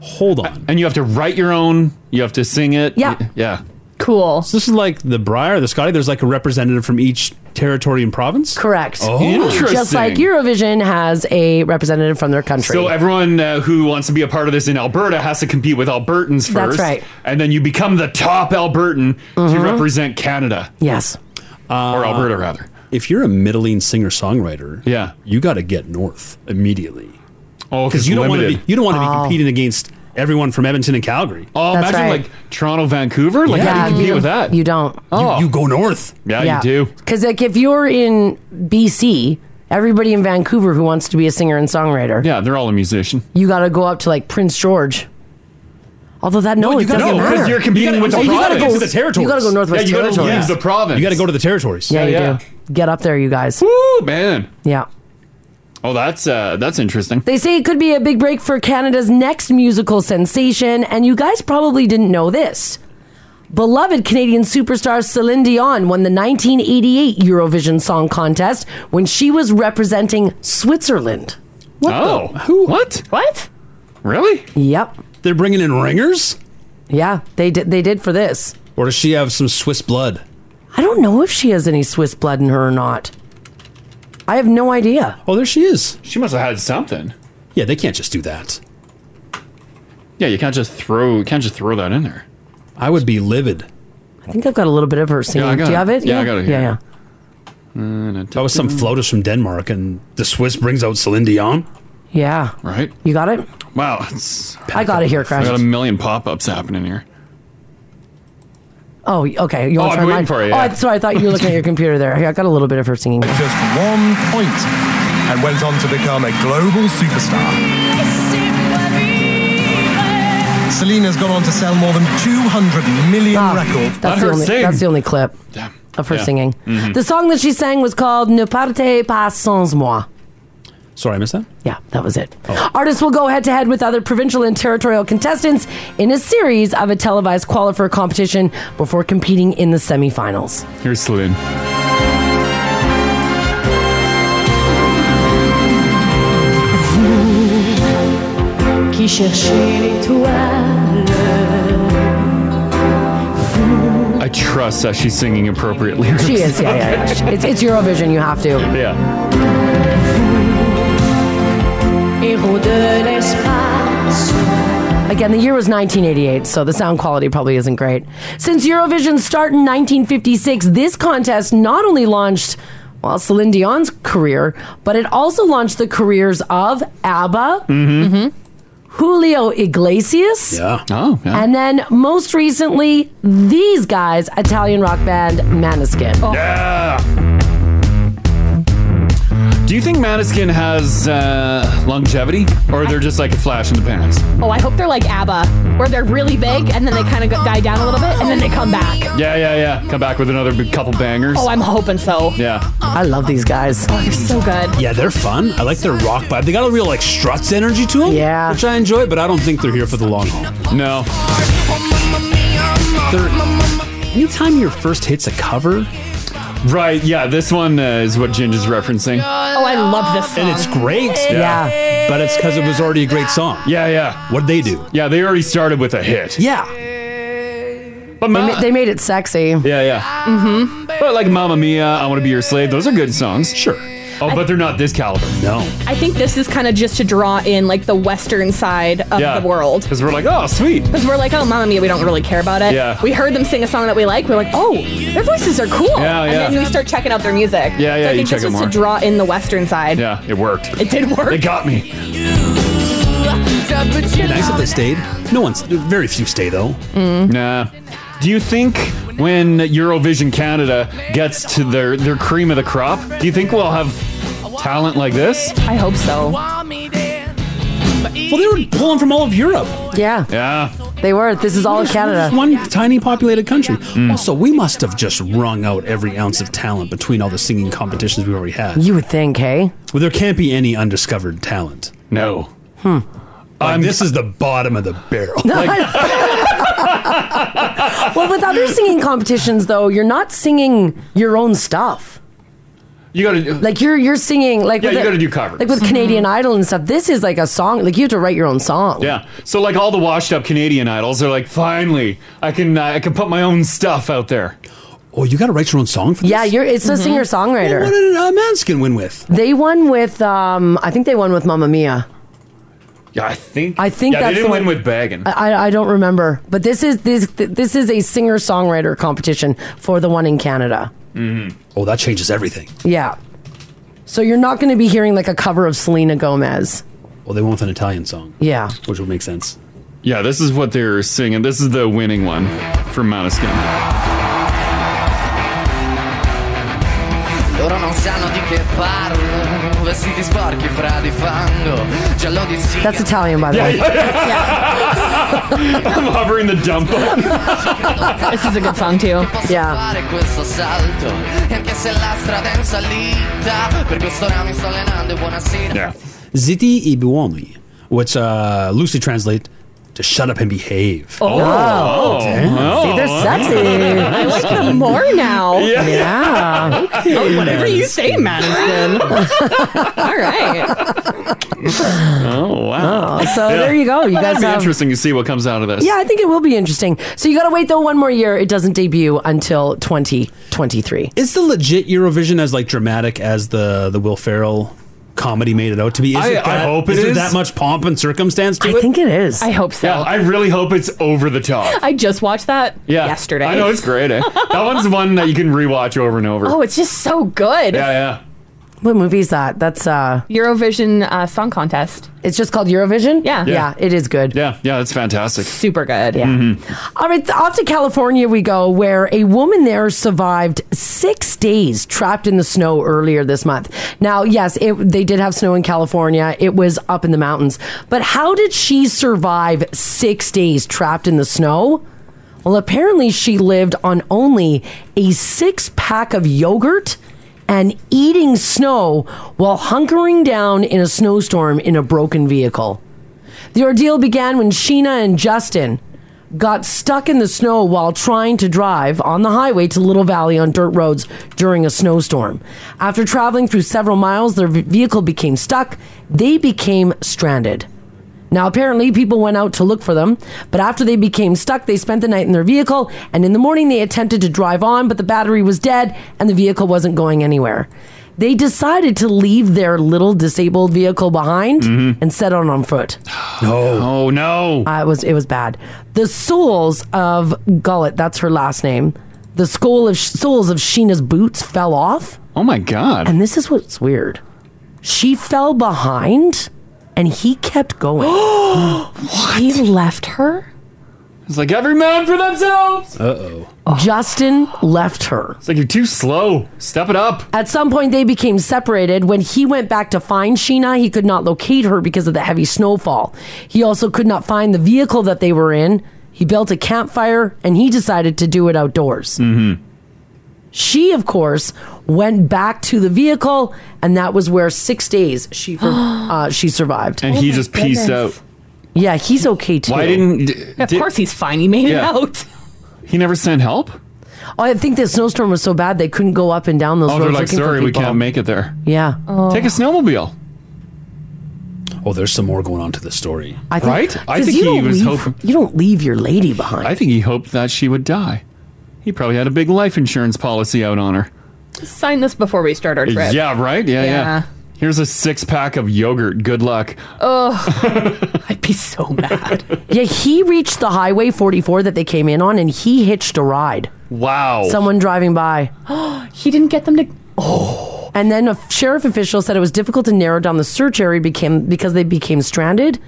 Speaker 4: Hold on.
Speaker 2: And you have to write your own. You have to sing it.
Speaker 3: Yeah.
Speaker 2: Yeah.
Speaker 5: Cool.
Speaker 4: So this is like the Briar, the Scotty. There's like a representative from each territory and province.
Speaker 3: Correct.
Speaker 4: Oh,
Speaker 3: Just like Eurovision has a representative from their country.
Speaker 2: So everyone uh, who wants to be a part of this in Alberta has to compete with Albertans first.
Speaker 3: That's right.
Speaker 2: And then you become the top Albertan to
Speaker 3: Mhm.
Speaker 2: represent Canada.
Speaker 3: Yes.
Speaker 2: or Alberta rather.
Speaker 4: Uh, If you're a middling singer songwriter, yeah, you got to get north immediately.
Speaker 2: Oh, 'cause
Speaker 4: you don't want to be
Speaker 2: limited.
Speaker 4: you don't want to
Speaker 2: Oh.
Speaker 4: be competing against everyone from Edmonton and Calgary.
Speaker 2: Oh, That's imagine, right. like, Toronto, Vancouver. Like how do you compete with that?
Speaker 3: You don't.
Speaker 4: Oh, you, go north.
Speaker 3: Because like if you're in BC, everybody in Vancouver who wants to be a singer and songwriter,
Speaker 2: yeah, they're all a musician.
Speaker 3: you got to go up to like Prince George. Although that no, it doesn't matter.
Speaker 2: because you're competing with the
Speaker 3: you gotta
Speaker 2: province.
Speaker 3: go, You got to go Northwest
Speaker 2: yeah, you
Speaker 3: Territories.
Speaker 2: gotta leave the province.
Speaker 4: Oh, You got to go to the territories.
Speaker 3: Yeah, you do. Get up there, you guys.
Speaker 2: Woo, man.
Speaker 3: Yeah.
Speaker 2: Oh, that's uh, that's interesting.
Speaker 3: They say it could be a big break for Canada's next musical sensation, and you guys probably didn't know this. Beloved Canadian superstar Celine Dion won the 1988 Eurovision Song Contest when she was representing Switzerland.
Speaker 4: What
Speaker 2: oh,
Speaker 4: who? What?
Speaker 5: What?
Speaker 2: Really?
Speaker 3: Yep.
Speaker 4: They're bringing in ringers.
Speaker 3: Yeah, they did. They did for this.
Speaker 4: Or does she have some Swiss blood?
Speaker 3: I don't know if she has any Swiss blood in her or not. I have no idea.
Speaker 4: Oh, there she is.
Speaker 2: She must have had something.
Speaker 4: Yeah, they can't just do that.
Speaker 2: Yeah, you can't just throw you can't just throw that in there.
Speaker 4: I would be livid.
Speaker 3: I think I've got a little bit of her singing.
Speaker 4: I got
Speaker 3: Do you
Speaker 4: it.
Speaker 3: have it?
Speaker 4: Yeah, I got it here.
Speaker 3: Yeah, yeah.
Speaker 2: Mm,
Speaker 4: That was some floaters from Denmark, and the Swiss brings out Celine Dion.
Speaker 3: Yeah.
Speaker 2: Right.
Speaker 3: You got it.
Speaker 2: Wow. It's,
Speaker 3: I got it here,
Speaker 2: I
Speaker 3: Crash.
Speaker 2: got a million pop ups happening here.
Speaker 3: Oh, okay. You
Speaker 2: Oh,
Speaker 3: want to try
Speaker 2: I'm waiting
Speaker 3: mine?
Speaker 2: for it,
Speaker 3: Oh,
Speaker 2: yeah.
Speaker 3: I'm sorry. I thought you were looking at your computer there. I got a little bit of her singing.
Speaker 21: Just one point and went on to become a global superstar. Selena's gone on to sell more than 200 million
Speaker 5: Ah,
Speaker 21: records.
Speaker 3: That's the only. That's the only clip of her
Speaker 21: Yeah.
Speaker 3: singing.
Speaker 2: Mm-hmm.
Speaker 21: Mhm.
Speaker 3: The song that she sang was called "Ne partez pas sans moi."
Speaker 4: Sorry, I missed that. Oh.
Speaker 3: Yeah, that was it. Artists will go head to head with other provincial and territorial contestants in a series of a televised qualifier competition before competing in the semifinals.
Speaker 2: Here's Celine.
Speaker 15: Vous qui cherchez l'étoile,
Speaker 2: I trust that she's singing appropriate lyrics.
Speaker 3: She is. Yeah, yeah. yeah. It's, it's Eurovision. You have to.
Speaker 2: Yeah.
Speaker 15: héros de l'espace.
Speaker 3: Again, the year was 1988, so the sound quality probably isn't great. Since Eurovision start in 1956, this contest not only launched well Celine Dion's career, but it also launched the careers of ABBA, Julio Iglesias,
Speaker 4: Yeah.
Speaker 2: Oh, yeah.
Speaker 3: and then most recently these guys, Italian rock band Maniskin.
Speaker 5: Oh.
Speaker 2: Oh. Yeah. Do you think Maniskin has uh, longevity, or they're just like a flash in the pans?
Speaker 5: Oh, I hope they're like ABBA, where they're really big and then they kind of die down a little bit and then they come back.
Speaker 2: Yeah, yeah, yeah. Come back with another big couple bangers.
Speaker 5: Oh, I'm hoping so.
Speaker 2: Yeah.
Speaker 3: I love these guys.
Speaker 5: Oh, they're so good.
Speaker 4: Yeah, they're fun. I like their rock vibe. They got a real like struts energy to them. Yeah, which I enjoy, but I don't think they're here for the long haul.
Speaker 2: No.
Speaker 4: They're, anytime your first hit's a cover,
Speaker 2: Right. Yeah. This one uh, is what Ginge is referencing.
Speaker 5: Oh, I love this song.
Speaker 4: and it's great.
Speaker 5: Yeah.
Speaker 4: but it's because it was already a great song.
Speaker 2: Yeah, yeah.
Speaker 4: What they do?
Speaker 2: Yeah, they already started with a hit.
Speaker 4: Yeah.
Speaker 2: But
Speaker 3: They,
Speaker 2: Ma-
Speaker 3: ma- they made it sexy.
Speaker 2: Yeah, yeah.
Speaker 3: Mm-hmm.
Speaker 2: But like Mamma Mia, I Want to Be Your Slave, those are good songs. Sure. Oh, but they're not this caliber.
Speaker 4: No.
Speaker 5: I think this is kind of just to draw in like the western side of
Speaker 2: Yeah.
Speaker 5: the world.
Speaker 2: Because we're like, oh, sweet.
Speaker 5: Because we're like, oh, Mamma Mia, we don't really care about it.
Speaker 2: Yeah.
Speaker 5: We heard them sing a song that we like. We're like, oh, their voices are cool.
Speaker 2: Yeah, yeah.
Speaker 5: And then we start checking out their music.
Speaker 2: Yeah,
Speaker 5: So
Speaker 2: yeah,
Speaker 5: I
Speaker 2: you
Speaker 5: think
Speaker 2: check
Speaker 5: this
Speaker 2: it
Speaker 5: was
Speaker 2: more.
Speaker 5: to draw in the western side.
Speaker 2: Yeah, it worked.
Speaker 5: It did work.
Speaker 2: It got me.
Speaker 4: Nice if they stayed. No one's very few stay though.
Speaker 5: Mm.
Speaker 2: Nah. Do you think when Eurovision Canada gets to their, their cream of the crop, do you think we'll have talent like this?
Speaker 5: I hope so.
Speaker 4: Well, they were pulling from all of Europe.
Speaker 3: Yeah.
Speaker 2: Yeah.
Speaker 3: They were. This is all of Canada. Mm.
Speaker 4: One tiny populated country. Also, we must have just wrung out every ounce of talent between all the singing competitions we already had.
Speaker 3: You would think, hey?
Speaker 4: Well, there can't be any undiscovered talent.
Speaker 2: No.
Speaker 4: Hmm. this is the bottom of the barrel.
Speaker 3: well, with other singing competitions though, you're not singing your own stuff.
Speaker 2: You gotta do
Speaker 3: Like you're you're singing like
Speaker 2: Yeah,
Speaker 3: with
Speaker 2: you
Speaker 3: the-
Speaker 2: gotta do covers.
Speaker 3: Like with Canadian Idol and stuff. This is like a song. Like you have to write your own song.
Speaker 2: Yeah. So like all the washed up Canadian idols are like, finally, I can uh, I can put my own stuff out there.
Speaker 4: Oh, you got to write your own song for Mm-hmm.
Speaker 3: Yeah, you're it's a singer songwriter.
Speaker 4: What did uh, Manskin win with?
Speaker 3: They won with um I think they won with Mamma Mia.
Speaker 2: Yeah, I think.
Speaker 3: I think
Speaker 2: yeah,
Speaker 3: that's
Speaker 2: they didn't
Speaker 3: the
Speaker 2: win
Speaker 3: one- Uh,
Speaker 2: with Baggin.
Speaker 3: I, I- I don't remember, but this is this this is a singer songwriter competition for the one in Canada.
Speaker 4: Mm-hmm. Oh, that changes everything.
Speaker 3: Yeah, so you're not going to be hearing like a cover of Selena Gomez.
Speaker 4: Well, they went with an Italian song.
Speaker 3: Yeah,
Speaker 4: which would make sense.
Speaker 2: Yeah, this is what they're singing. This is the winning one from Mount of Skin.
Speaker 22: Loro non sanno di che parlo, vestiti sporchi fra di fango, giallo di sì.
Speaker 3: That's Italian, by the way.
Speaker 2: I'm hovering the dump.
Speaker 5: this is a good song too.
Speaker 22: Posso fare questo salto, e anche se la strada è in salita, per questo ora mi sto allenando e buonasera.
Speaker 4: Ziti i buoni, which uh, loosely translate to shut up and behave.
Speaker 5: Oh. Oh.
Speaker 4: Damn.
Speaker 5: See, they're sexy. I like them more now.
Speaker 4: Yeah.
Speaker 5: Yeah.
Speaker 4: Okay.
Speaker 5: Whatever you say, Madison. All right.
Speaker 2: Oh wow!
Speaker 3: Oh, so there you go. You
Speaker 2: That'd
Speaker 3: guys
Speaker 2: be
Speaker 3: have-
Speaker 2: interesting to see what comes out of this.
Speaker 3: Yeah, I think it will be interesting. So you got to wait though one more year. It doesn't debut until 2023.
Speaker 4: Is the legit Eurovision as like dramatic as the the Will Ferrell comedy made it out to be? Is
Speaker 2: I-
Speaker 4: it
Speaker 2: I
Speaker 4: that-
Speaker 2: hope it
Speaker 4: is. It
Speaker 2: is.
Speaker 4: that much pomp and circumstance to it? I
Speaker 3: think it is.
Speaker 5: I hope so.
Speaker 2: Yeah, I really hope it's over the top.
Speaker 5: I just watched that
Speaker 2: Yeah,
Speaker 5: yesterday.
Speaker 2: I know it's great. Eh? that one's one that you can rewatch over and over.
Speaker 5: Oh, it's just so good.
Speaker 2: yeah, yeah.
Speaker 3: What movie is that? That's uh
Speaker 5: Eurovision uh, Song Contest.
Speaker 3: It's just called Eurovision?
Speaker 5: Yeah.
Speaker 3: Yeah, it is good.
Speaker 2: Yeah, yeah, it's fantastic. Mm-hmm.
Speaker 5: Super good.
Speaker 3: Yeah. All right, off to California we go, where a woman there survived six days trapped in the snow earlier this month. Now, yes, it, they did have snow in California. It was up in the mountains. But how did she survive six days trapped in the snow? Well, apparently she lived on only a six pack of yogurt and eating snow while hunkering down in a snowstorm in a broken vehicle. The ordeal began when Sheena and Justin got stuck in the snow while trying to drive on the highway to Little Valley on dirt roads during a snowstorm. After traveling through several miles, their v- vehicle became stuck. They became stranded. Now, apparently, people went out to look for them, but after they became stuck, they spent the night in their vehicle, and in the morning, they attempted to drive on, but the battery was dead and the vehicle wasn't going anywhere. They decided to leave their little disabled vehicle behind and set out on foot.
Speaker 2: Mm-hmm. No. Oh no.
Speaker 3: Uh, it was it was bad. The soles of Gullet, that's her last name. The skull of soles of Sheena's boots fell off.
Speaker 2: Oh my god.
Speaker 3: And this is what's weird. She fell behind and he kept going. He left her?
Speaker 2: It's like every man for themselves.
Speaker 4: Uh
Speaker 3: Justin left her.
Speaker 2: It's like you're too slow. Step it up.
Speaker 3: At some point, they became separated. When he went back to find Sheena, he could not locate her because of the heavy snowfall. He also could not find the vehicle that they were in. He built a campfire and he decided to do it outdoors. Mm-hmm. She, of course, went back to the vehicle, and that was where six days she uh, she survived.
Speaker 5: Oh
Speaker 2: And he just pieced out.
Speaker 3: Yeah, he's okay too.
Speaker 2: Why didn't? d-
Speaker 5: Of
Speaker 2: did-
Speaker 5: course he's fine. He made
Speaker 2: Yeah.
Speaker 5: it out.
Speaker 2: He never sent help.
Speaker 3: Oh, I think the snowstorm was so bad they couldn't go up and down those
Speaker 2: oh,
Speaker 3: roads
Speaker 2: they're like,
Speaker 3: looking for
Speaker 2: sorry, we
Speaker 3: people."
Speaker 2: can't make it there.
Speaker 3: Yeah.
Speaker 5: Oh.
Speaker 2: Take a snowmobile.
Speaker 4: Oh, there's some more going on to this story.
Speaker 3: I think,
Speaker 2: right? I
Speaker 3: 'cause
Speaker 2: think
Speaker 3: you
Speaker 2: he
Speaker 3: don't
Speaker 2: was
Speaker 3: leave-
Speaker 2: hoping.
Speaker 3: You don't leave your lady behind.
Speaker 2: I think he hoped that she would die. He probably had a big life insurance policy out on her.
Speaker 5: Sign this before we start our trip.
Speaker 2: Yeah, right? Yeah, yeah,
Speaker 5: Yeah.
Speaker 2: Here's a six pack of yogurt. Good luck.
Speaker 5: Oh,
Speaker 3: Yeah, he reached the highway 44 that they came in on and he hitched a ride.
Speaker 2: Wow.
Speaker 3: Someone driving by.
Speaker 5: he didn't get them to.
Speaker 3: And then a sheriff official said it was difficult to narrow down the search area became because they became stranded.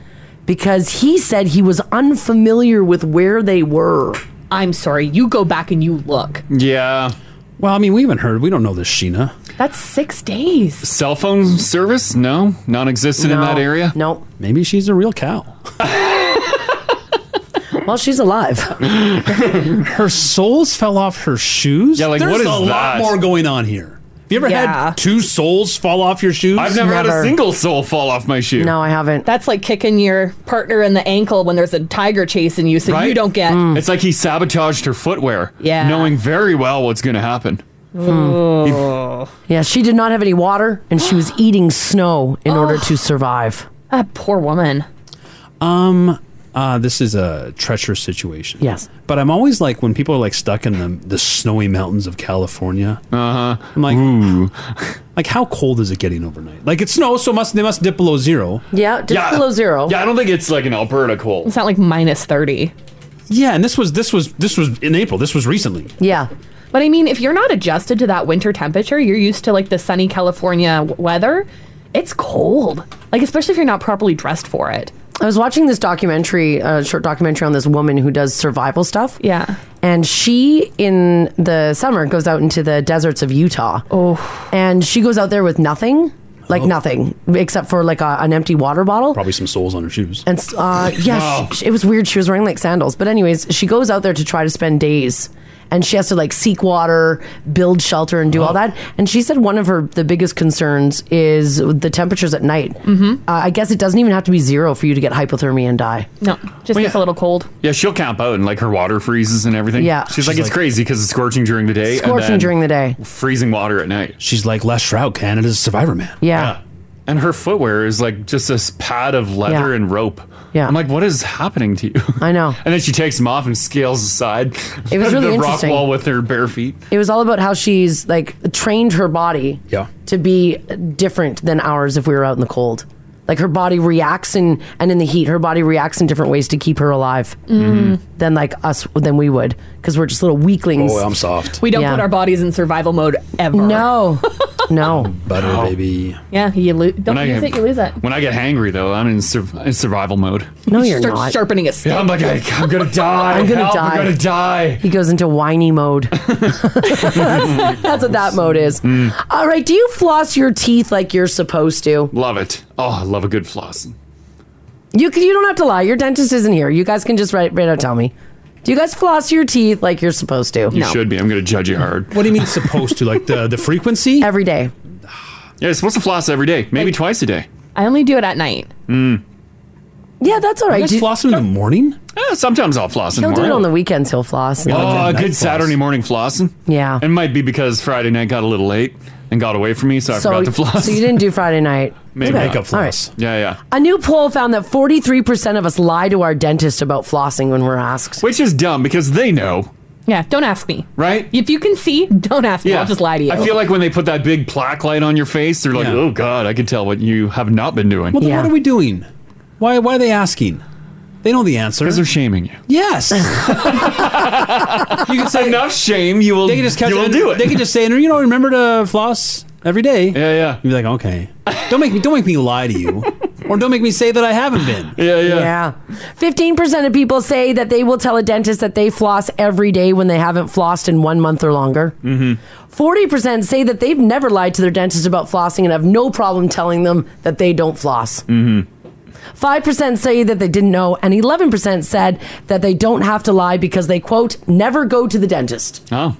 Speaker 3: because he said he was unfamiliar with where they were.
Speaker 5: I'm sorry. You go back and you look.
Speaker 2: Yeah.
Speaker 4: Well, I mean, we haven't heard. We don't know this Sheena.
Speaker 5: That's six days.
Speaker 2: Cell phone service? No, non-existent in
Speaker 5: No.
Speaker 2: that area.
Speaker 3: Nope.
Speaker 4: Maybe she's a real cow.
Speaker 3: Well, she's alive.
Speaker 4: her soles fell off her shoes. Yeah,
Speaker 2: like,
Speaker 4: There's
Speaker 2: what is
Speaker 4: a lot
Speaker 2: that?
Speaker 4: more going on here. Have you ever
Speaker 5: Yeah.
Speaker 4: had two soles fall off your shoes?
Speaker 2: I've never, had a single soul fall off my shoe.
Speaker 3: I haven't.
Speaker 5: That's like kicking your partner in the ankle when there's a tiger chasing you, so you don't get.
Speaker 3: Hmm. Mm.
Speaker 2: It's like he sabotaged her footwear.
Speaker 5: Yeah.
Speaker 2: Knowing very well what's going to happen.
Speaker 5: Oh.
Speaker 3: Hmm. Yeah, she did not have any water and she was eating snow in order to survive.
Speaker 5: That poor woman.
Speaker 4: Um, uh, this is a treacherous situation.
Speaker 3: Yes.
Speaker 4: But I'm always like, when people are like stuck in the, the snowy mountains of California, uh-huh. I'm like, like how cold is it getting overnight? Like it snows, so must they must dip below zero.
Speaker 3: Yeah,
Speaker 5: just below zero.
Speaker 2: Yeah, I don't think it's like an Alberta cold.
Speaker 5: It's not like minus 30.
Speaker 4: Yeah, and this was this was this was in April. This was recently.
Speaker 3: Yeah.
Speaker 5: But I mean, if you're not adjusted to that winter temperature, you're used to like the sunny California w- weather, it's cold. Like, especially if you're not properly dressed for it.
Speaker 3: I was watching this documentary, a short documentary on this woman who does survival stuff.
Speaker 5: Yeah.
Speaker 3: And she, in the summer, goes out into the deserts of Utah. Oh. And she goes out there with nothing, like nothing, except for like a, an empty water bottle.
Speaker 4: Probably some soles on her shoes.
Speaker 3: And s- uh, yeah,
Speaker 4: Wow.
Speaker 3: she- she- it was weird. She was wearing like sandals, but anyways, she goes out there to try to spend days, and she has to like seek water, build shelter, and do all that. And she said one of her the biggest concerns is the temperatures at night. Mm-hmm. Uh, I guess it doesn't even have to be zero for you to get hypothermia and die.
Speaker 5: No, just gets a little cold.
Speaker 2: Yeah, she'll camp out and like her water freezes and everything.
Speaker 3: Yeah.
Speaker 2: She's,
Speaker 3: She's
Speaker 2: like, it's
Speaker 3: like-
Speaker 2: crazy because it's scorching during the day.
Speaker 3: Scorching during the day.
Speaker 2: Freezing water at night.
Speaker 4: She's like Les Shroud, Canada's Survivor Man.
Speaker 3: Yeah.
Speaker 2: And her footwear is like just this pad of leather
Speaker 3: Yeah.
Speaker 2: and rope.
Speaker 3: Yeah.
Speaker 2: I'm like, what is happening to you?
Speaker 3: I know.
Speaker 2: And then she takes them off and scales aside.
Speaker 3: It was really
Speaker 2: the rock
Speaker 3: interesting.
Speaker 2: wall with her bare feet.
Speaker 3: It was all about how she's like trained her body
Speaker 2: Yeah.
Speaker 3: to be different than ours if we were out in the cold. Like her body reacts in and in the heat, her body reacts in different ways to keep her alive
Speaker 5: Mhm.
Speaker 3: than like us than we would because we're just little weaklings.
Speaker 2: Oh,
Speaker 4: soft.
Speaker 5: We don't
Speaker 3: Yeah.
Speaker 5: put our bodies in survival mode ever.
Speaker 3: No. no.
Speaker 4: Butter, baby.
Speaker 5: Yeah, you lose. Don't use it, you lose it.
Speaker 2: When I get hangry, though, I'm in, sur- in survival mode.
Speaker 3: No, you're
Speaker 5: Start
Speaker 3: not.
Speaker 5: sharpening a stick.
Speaker 2: Yeah, I'm like, I, I'm gonna die.
Speaker 3: I'm gonna
Speaker 2: Help,
Speaker 3: die.
Speaker 2: I'm gonna die.
Speaker 3: He goes into whiny mode. that's, that's what that mode is.
Speaker 2: Mm.
Speaker 3: All right. Do you floss your teeth like you're supposed to?
Speaker 2: Love it. Oh, I love a good floss.
Speaker 3: You can, you don't have to lie. Your dentist isn't here. You guys can just right right out tell me. Do you guys floss your teeth like you're supposed to?
Speaker 2: You should be. I'm gonna judge you hard.
Speaker 4: What do you mean supposed to? Like the the frequency?
Speaker 3: Every day.
Speaker 2: Yeah, you're supposed to floss every day, maybe twice a day.
Speaker 5: I only do it at night.
Speaker 2: Mm.
Speaker 3: Yeah, that's all right. Do-
Speaker 4: floss in the morning?
Speaker 2: sometimes I'll floss in the
Speaker 3: He'll do
Speaker 2: morning.
Speaker 3: it on the weekends. He'll floss.
Speaker 2: oh, a good Saturday morning flossing.
Speaker 3: Yeah.
Speaker 2: It might be because Friday night got a little late and got away from me, so I
Speaker 3: So,
Speaker 2: forgot to floss.
Speaker 3: so you didn't do Friday night.
Speaker 2: Maybe
Speaker 3: Too bad.
Speaker 2: not.
Speaker 3: All right.
Speaker 2: Yeah, yeah.
Speaker 3: A new poll found that 43% of us lie to our dentist about flossing when we're asked.
Speaker 2: Which is dumb because they know.
Speaker 5: Yeah, don't ask me.
Speaker 2: Right?
Speaker 5: If you can see, don't ask me.
Speaker 2: Yeah.
Speaker 5: I'll just lie to you.
Speaker 2: I feel like when they put that big plaque light on your face, they're like, "Oh God, I can tell what you have not been doing."
Speaker 4: Well, then what are we doing? Why why are they asking? They know the answer. Because
Speaker 2: they're shaming you.
Speaker 4: Yes. you can say
Speaker 2: enough shame, you will.
Speaker 4: They can just catch
Speaker 2: you will
Speaker 4: it,
Speaker 2: do it.
Speaker 4: They can just say, you know, remember to floss every day. Yeah,
Speaker 2: yeah.
Speaker 4: You'd be like, okay, don't make me, don't make me lie to you, or don't make me say that I haven't been.
Speaker 2: Yeah, yeah.
Speaker 3: Yeah. 15% of people say that they will tell a dentist that they floss every day when they haven't flossed in one month or longer.
Speaker 2: Mm-hmm.
Speaker 3: 40% say that they've never lied to their dentist about flossing and have no problem telling them that they don't floss.
Speaker 2: Mm-hmm.
Speaker 3: 5% say that they didn't know, and 11% said that they don't have to lie because they, quote, never go to the dentist.
Speaker 2: Oh,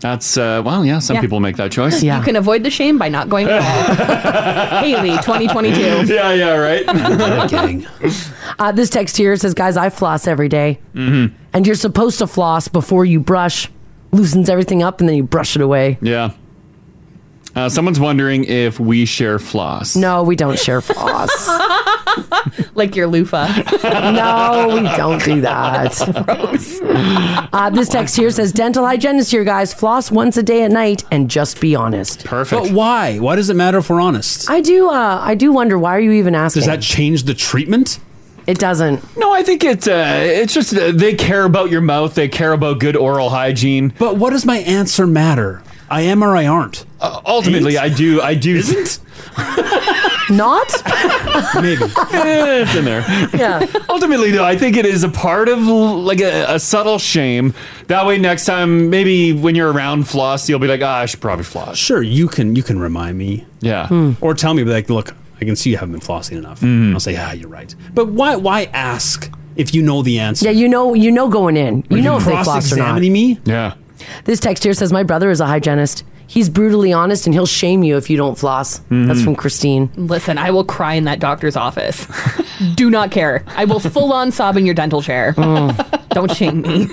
Speaker 2: that's uh, well, yeah. Some
Speaker 5: Yeah.
Speaker 2: people make that choice.
Speaker 5: You can avoid the shame by not going at all. Haley, 2022.
Speaker 2: Yeah, yeah, right.
Speaker 3: Uh, this text here says, guys, I floss every day.
Speaker 2: Mm-hmm.
Speaker 3: And you're supposed to floss before you brush, loosens everything up, and then you brush it away.
Speaker 2: Yeah. Uh, someone's wondering if we share floss.
Speaker 3: No, we don't share floss.
Speaker 5: like your loofah.
Speaker 3: no, we don't do that. Uh, this text here says, dental hygienist here, guys, floss once a day at night and just be honest.
Speaker 2: Perfect.
Speaker 4: But why? Why does it matter if we're honest?
Speaker 3: I do, uh, I do wonder, why are you even asking?
Speaker 4: Does that change the treatment?
Speaker 3: It doesn't.
Speaker 2: No, I think it's uh, it's just uh, they care about your mouth. They care about good oral hygiene.
Speaker 4: But what does my answer
Speaker 2: Uh,
Speaker 4: matter? I am or I aren't.
Speaker 2: Ultimately, I do. I do.
Speaker 3: Not?
Speaker 2: Maybe. it's in there.
Speaker 3: Yeah.
Speaker 2: Ultimately, though, I think it is a part of like a, a subtle shame. That way, next time, maybe when you're around floss, you'll be like, ah, I should probably floss.
Speaker 4: Sure, you can you can remind me.
Speaker 2: Yeah.
Speaker 4: Or tell me like, look, I can see you haven't been flossing enough.
Speaker 2: Mm-hmm.
Speaker 4: I'll say, ah, you're right. But why why ask if you know the answer?
Speaker 3: Yeah, you know, you know, going in,
Speaker 4: Are
Speaker 3: you know
Speaker 4: you
Speaker 3: if they floss or not.
Speaker 4: cross-examining me?
Speaker 2: Yeah.
Speaker 3: This text here says my brother is a hygienist. He's brutally honest, and he'll shame you if you don't floss.
Speaker 4: Mm-hmm.
Speaker 3: That's
Speaker 5: Mhm.
Speaker 2: Mm-hmm.
Speaker 3: from Christine.
Speaker 5: Listen, I will cry in that doctor's office. Do not care. I will full on sob in your dental chair.
Speaker 3: Oh.
Speaker 5: Don't shame me.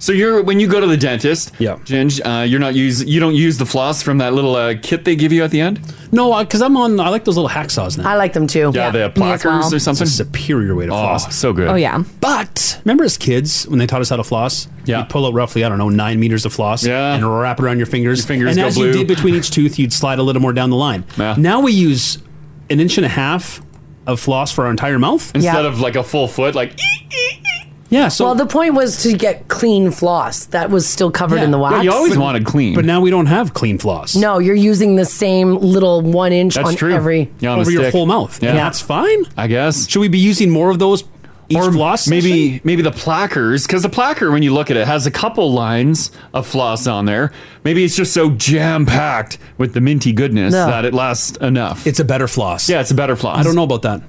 Speaker 2: So you're when you go to the dentist, yeah, Ginge, uh, you're not use you don't use the floss from that little uh, kit they give you at the end.
Speaker 4: No, because I'm on. I like those little hacksaws now.
Speaker 3: I like them too.
Speaker 2: Yeah, the plackers or something.
Speaker 4: It's a superior way to floss.
Speaker 2: so good.
Speaker 5: Oh, yeah.
Speaker 4: But remember as kids when they taught us how to floss? Yeah. You pull out roughly, I don't know, nine meters of floss yeah. and wrap it around your fingers. Your
Speaker 2: fingers
Speaker 4: and
Speaker 2: go
Speaker 4: as
Speaker 2: blue.
Speaker 4: you did between each tooth, you'd slide a little more down the line. Now we use an inch and a half of floss for our entire mouth.
Speaker 2: Instead of like a full foot, like
Speaker 4: Yeah. So
Speaker 3: well, the point was to get clean floss that was still covered in the wax.
Speaker 4: But-
Speaker 2: clean.
Speaker 4: But now we don't have clean floss.
Speaker 3: No, you're using the same little one inch
Speaker 4: That's
Speaker 3: on
Speaker 4: true.
Speaker 3: every
Speaker 4: Yeah, on a Over your stick. whole mouth. Oh, Yeah. That's fine.
Speaker 2: I guess.
Speaker 4: Should we be using more of those each or floss?
Speaker 2: Maybe maybe the plackers because the placker when you look at it has a couple lines of floss on there. Maybe it's just so jam packed with the minty goodness
Speaker 4: No.
Speaker 2: that it lasts enough.
Speaker 4: It's a better floss.
Speaker 2: Yeah, it's a better floss. I don't
Speaker 4: know about that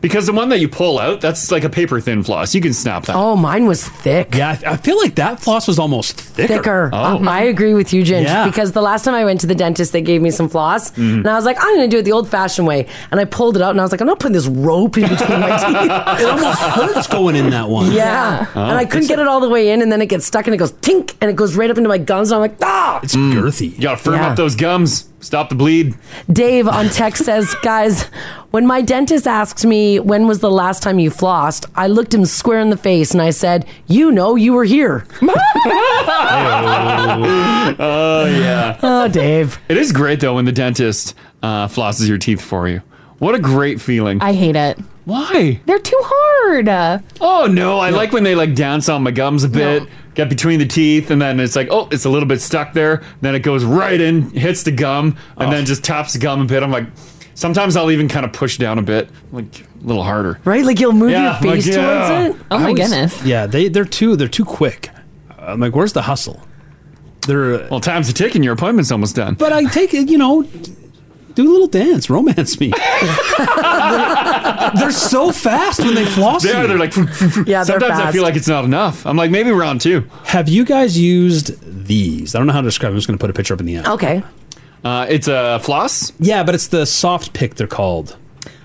Speaker 2: because the one that you pull out that's like a paper thin floss. You can snap that.
Speaker 3: Oh, mine was thick.
Speaker 4: Yeah, I feel like that floss was almost thicker.
Speaker 3: Thicker. Uh-huh.
Speaker 2: Oh.
Speaker 3: I agree with you, Ginge,
Speaker 2: Yeah.
Speaker 3: because the last time I went to the dentist, they gave me some floss,
Speaker 4: Mm-hmm.
Speaker 2: Mhm.
Speaker 3: and I was like, I'm going to do it the old-fashioned way, and I pulled it out, and I was like, I'm not putting this rope in between my teeth.
Speaker 4: it almost hurts going in that one.
Speaker 3: Yeah.
Speaker 4: Oh.
Speaker 3: and I couldn't get it all the way in, and then it gets stuck and it goes tink and it goes right up into my gums. And I'm like, ah!
Speaker 4: It's girthy. You
Speaker 2: gotta firm
Speaker 3: Yeah.
Speaker 2: up those gums. Stop the bleed.
Speaker 3: Dave on text says, guys, when my dentist asked me when was the last time you flossed, I looked him square in the face and I said, You know, you were here.
Speaker 2: Uh, oh yeah.
Speaker 3: Oh, Dave.
Speaker 2: It is great though when the dentist uh, flosses your teeth for you. What a great feeling.
Speaker 5: I hate it.
Speaker 2: Why?
Speaker 5: They're too hard.
Speaker 2: Oh no, I like when they like dance on my gums a bit, get between the teeth, and then it's like, oh, it's a little bit stuck there. Then it goes right in, hits the gum, and
Speaker 3: Oh.
Speaker 2: then just taps the gum a bit. I'm like, sometimes I'll even kind of push down a bit, like a little harder.
Speaker 3: Right? Like you'll move
Speaker 2: Yeah,
Speaker 3: your face
Speaker 2: like, yeah.
Speaker 3: towards it?
Speaker 5: Oh, my
Speaker 4: I always-
Speaker 5: goodness.
Speaker 4: Yeah, they they're too they're too quick. I'm like, where's the hustle? They're uh,
Speaker 2: well, time's a ticking. Your appointment's almost done.
Speaker 4: But I take it, you know, do a little dance, romance me. they're so fast when they floss.
Speaker 2: They are,
Speaker 4: you.
Speaker 2: they're like, yeah, sometimes I feel like it's not enough. I'm like, maybe round two.
Speaker 4: Have you guys used these? I don't know how to describe. Them. I'm just going to put a picture up in the app.
Speaker 3: Okay.
Speaker 2: Uh, it's a floss.
Speaker 4: Yeah, but it's the soft pick. They're called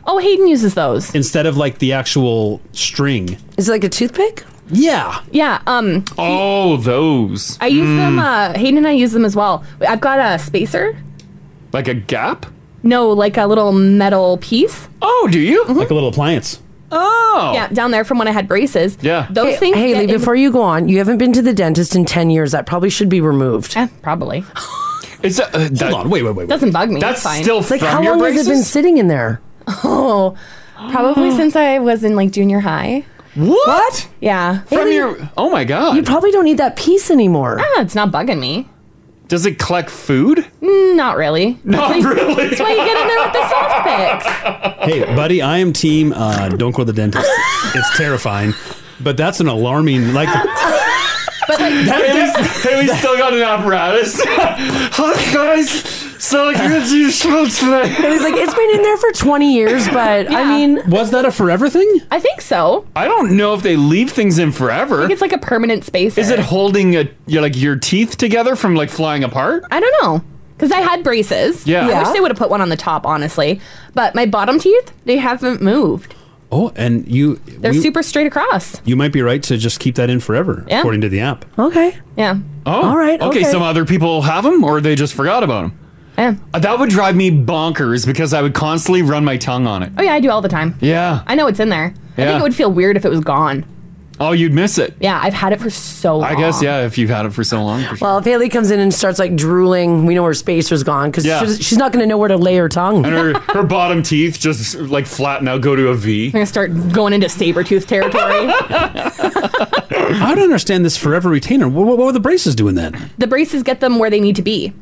Speaker 5: Oh, Hayden uses those
Speaker 4: instead of like the actual string.
Speaker 3: Is it like a toothpick?
Speaker 4: Yeah.
Speaker 5: Yeah. Um.
Speaker 2: Oh, those.
Speaker 5: I use them.
Speaker 2: Mm.
Speaker 5: Uh, Hayden and I use them as well. I've got a spacer.
Speaker 2: like a gap.
Speaker 5: No, like a little metal piece.
Speaker 2: Oh, do you?
Speaker 4: Like a little appliance.
Speaker 2: Oh.
Speaker 5: Yeah, down there from when I had braces.
Speaker 2: Yeah.
Speaker 5: Those
Speaker 3: Hey,
Speaker 5: things.
Speaker 3: Haley,
Speaker 5: get in-
Speaker 3: before you go on, you haven't been to the dentist in 10 years. That probably should be removed.
Speaker 5: probably.
Speaker 2: It's a, oh Hold
Speaker 4: Uh, on, wait, wait, wait.
Speaker 5: Doesn't bug me.
Speaker 3: That's
Speaker 5: it's fine.
Speaker 3: still Like, from how your long has it been braces? sitting in there?
Speaker 5: Oh, probably since I was in like junior high.
Speaker 3: What?
Speaker 5: Yeah.
Speaker 2: From your oh my god. You
Speaker 3: probably don't need that piece anymore.
Speaker 5: Ah, it's not bugging me.
Speaker 2: Does it collect food?
Speaker 5: Mm, Not really.
Speaker 2: Not
Speaker 5: That's why-
Speaker 2: really.
Speaker 5: That's why you get in there with the soft picks.
Speaker 4: Hey, buddy, I am team. Uh, don't go to the dentist. it's terrifying, but that's an alarming. Like
Speaker 5: But like
Speaker 2: Haley's, Haley's still got an apparatus. Hi guys. So like you're gonna do your show today.
Speaker 3: And he's like, it's been in there for 20 years, but I mean.
Speaker 4: Was that a forever thing?
Speaker 5: I think so.
Speaker 2: I don't know if they leave things in
Speaker 5: I
Speaker 2: forever.
Speaker 5: think it's like a permanent space.
Speaker 2: Is it holding a, your, like your teeth together from like flying apart?
Speaker 5: I don't know. Because I had braces.
Speaker 2: Yeah.
Speaker 5: I
Speaker 2: Yeah.
Speaker 5: wish they would have put one on the top, honestly. But my bottom teeth, they haven't moved.
Speaker 4: oh, and you
Speaker 5: They're
Speaker 4: we-
Speaker 5: super straight across.
Speaker 4: You might be right to just keep that in forever,
Speaker 5: Yeah.
Speaker 4: according to the app.
Speaker 3: Okay.
Speaker 5: Yeah.
Speaker 2: Oh, Okay, some other people have them, or they just forgot about them.
Speaker 5: Yeah.
Speaker 2: That would drive me bonkers because I would constantly run my tongue on it.
Speaker 5: Oh, yeah, I do all the time.
Speaker 2: Yeah.
Speaker 5: I know it's in there. I
Speaker 2: Yeah.
Speaker 5: think it would feel weird if it was gone.
Speaker 2: Oh, you'd miss it.
Speaker 5: Yeah, I've had it for so long.
Speaker 2: I guess yeah, if you've had it for so long. for sure.
Speaker 3: Well, if Haley comes in and starts like drooling, we know her spacer's gone because
Speaker 2: Yeah.
Speaker 3: she's, she's not going to know where to lay her tongue.
Speaker 2: And her, her bottom teeth just like flatten out, go to a V.
Speaker 5: I'm going to start going into saber tooth territory.
Speaker 4: I don't understand this forever retainer. What, what were the braces doing then?
Speaker 5: the braces get them where they need to be.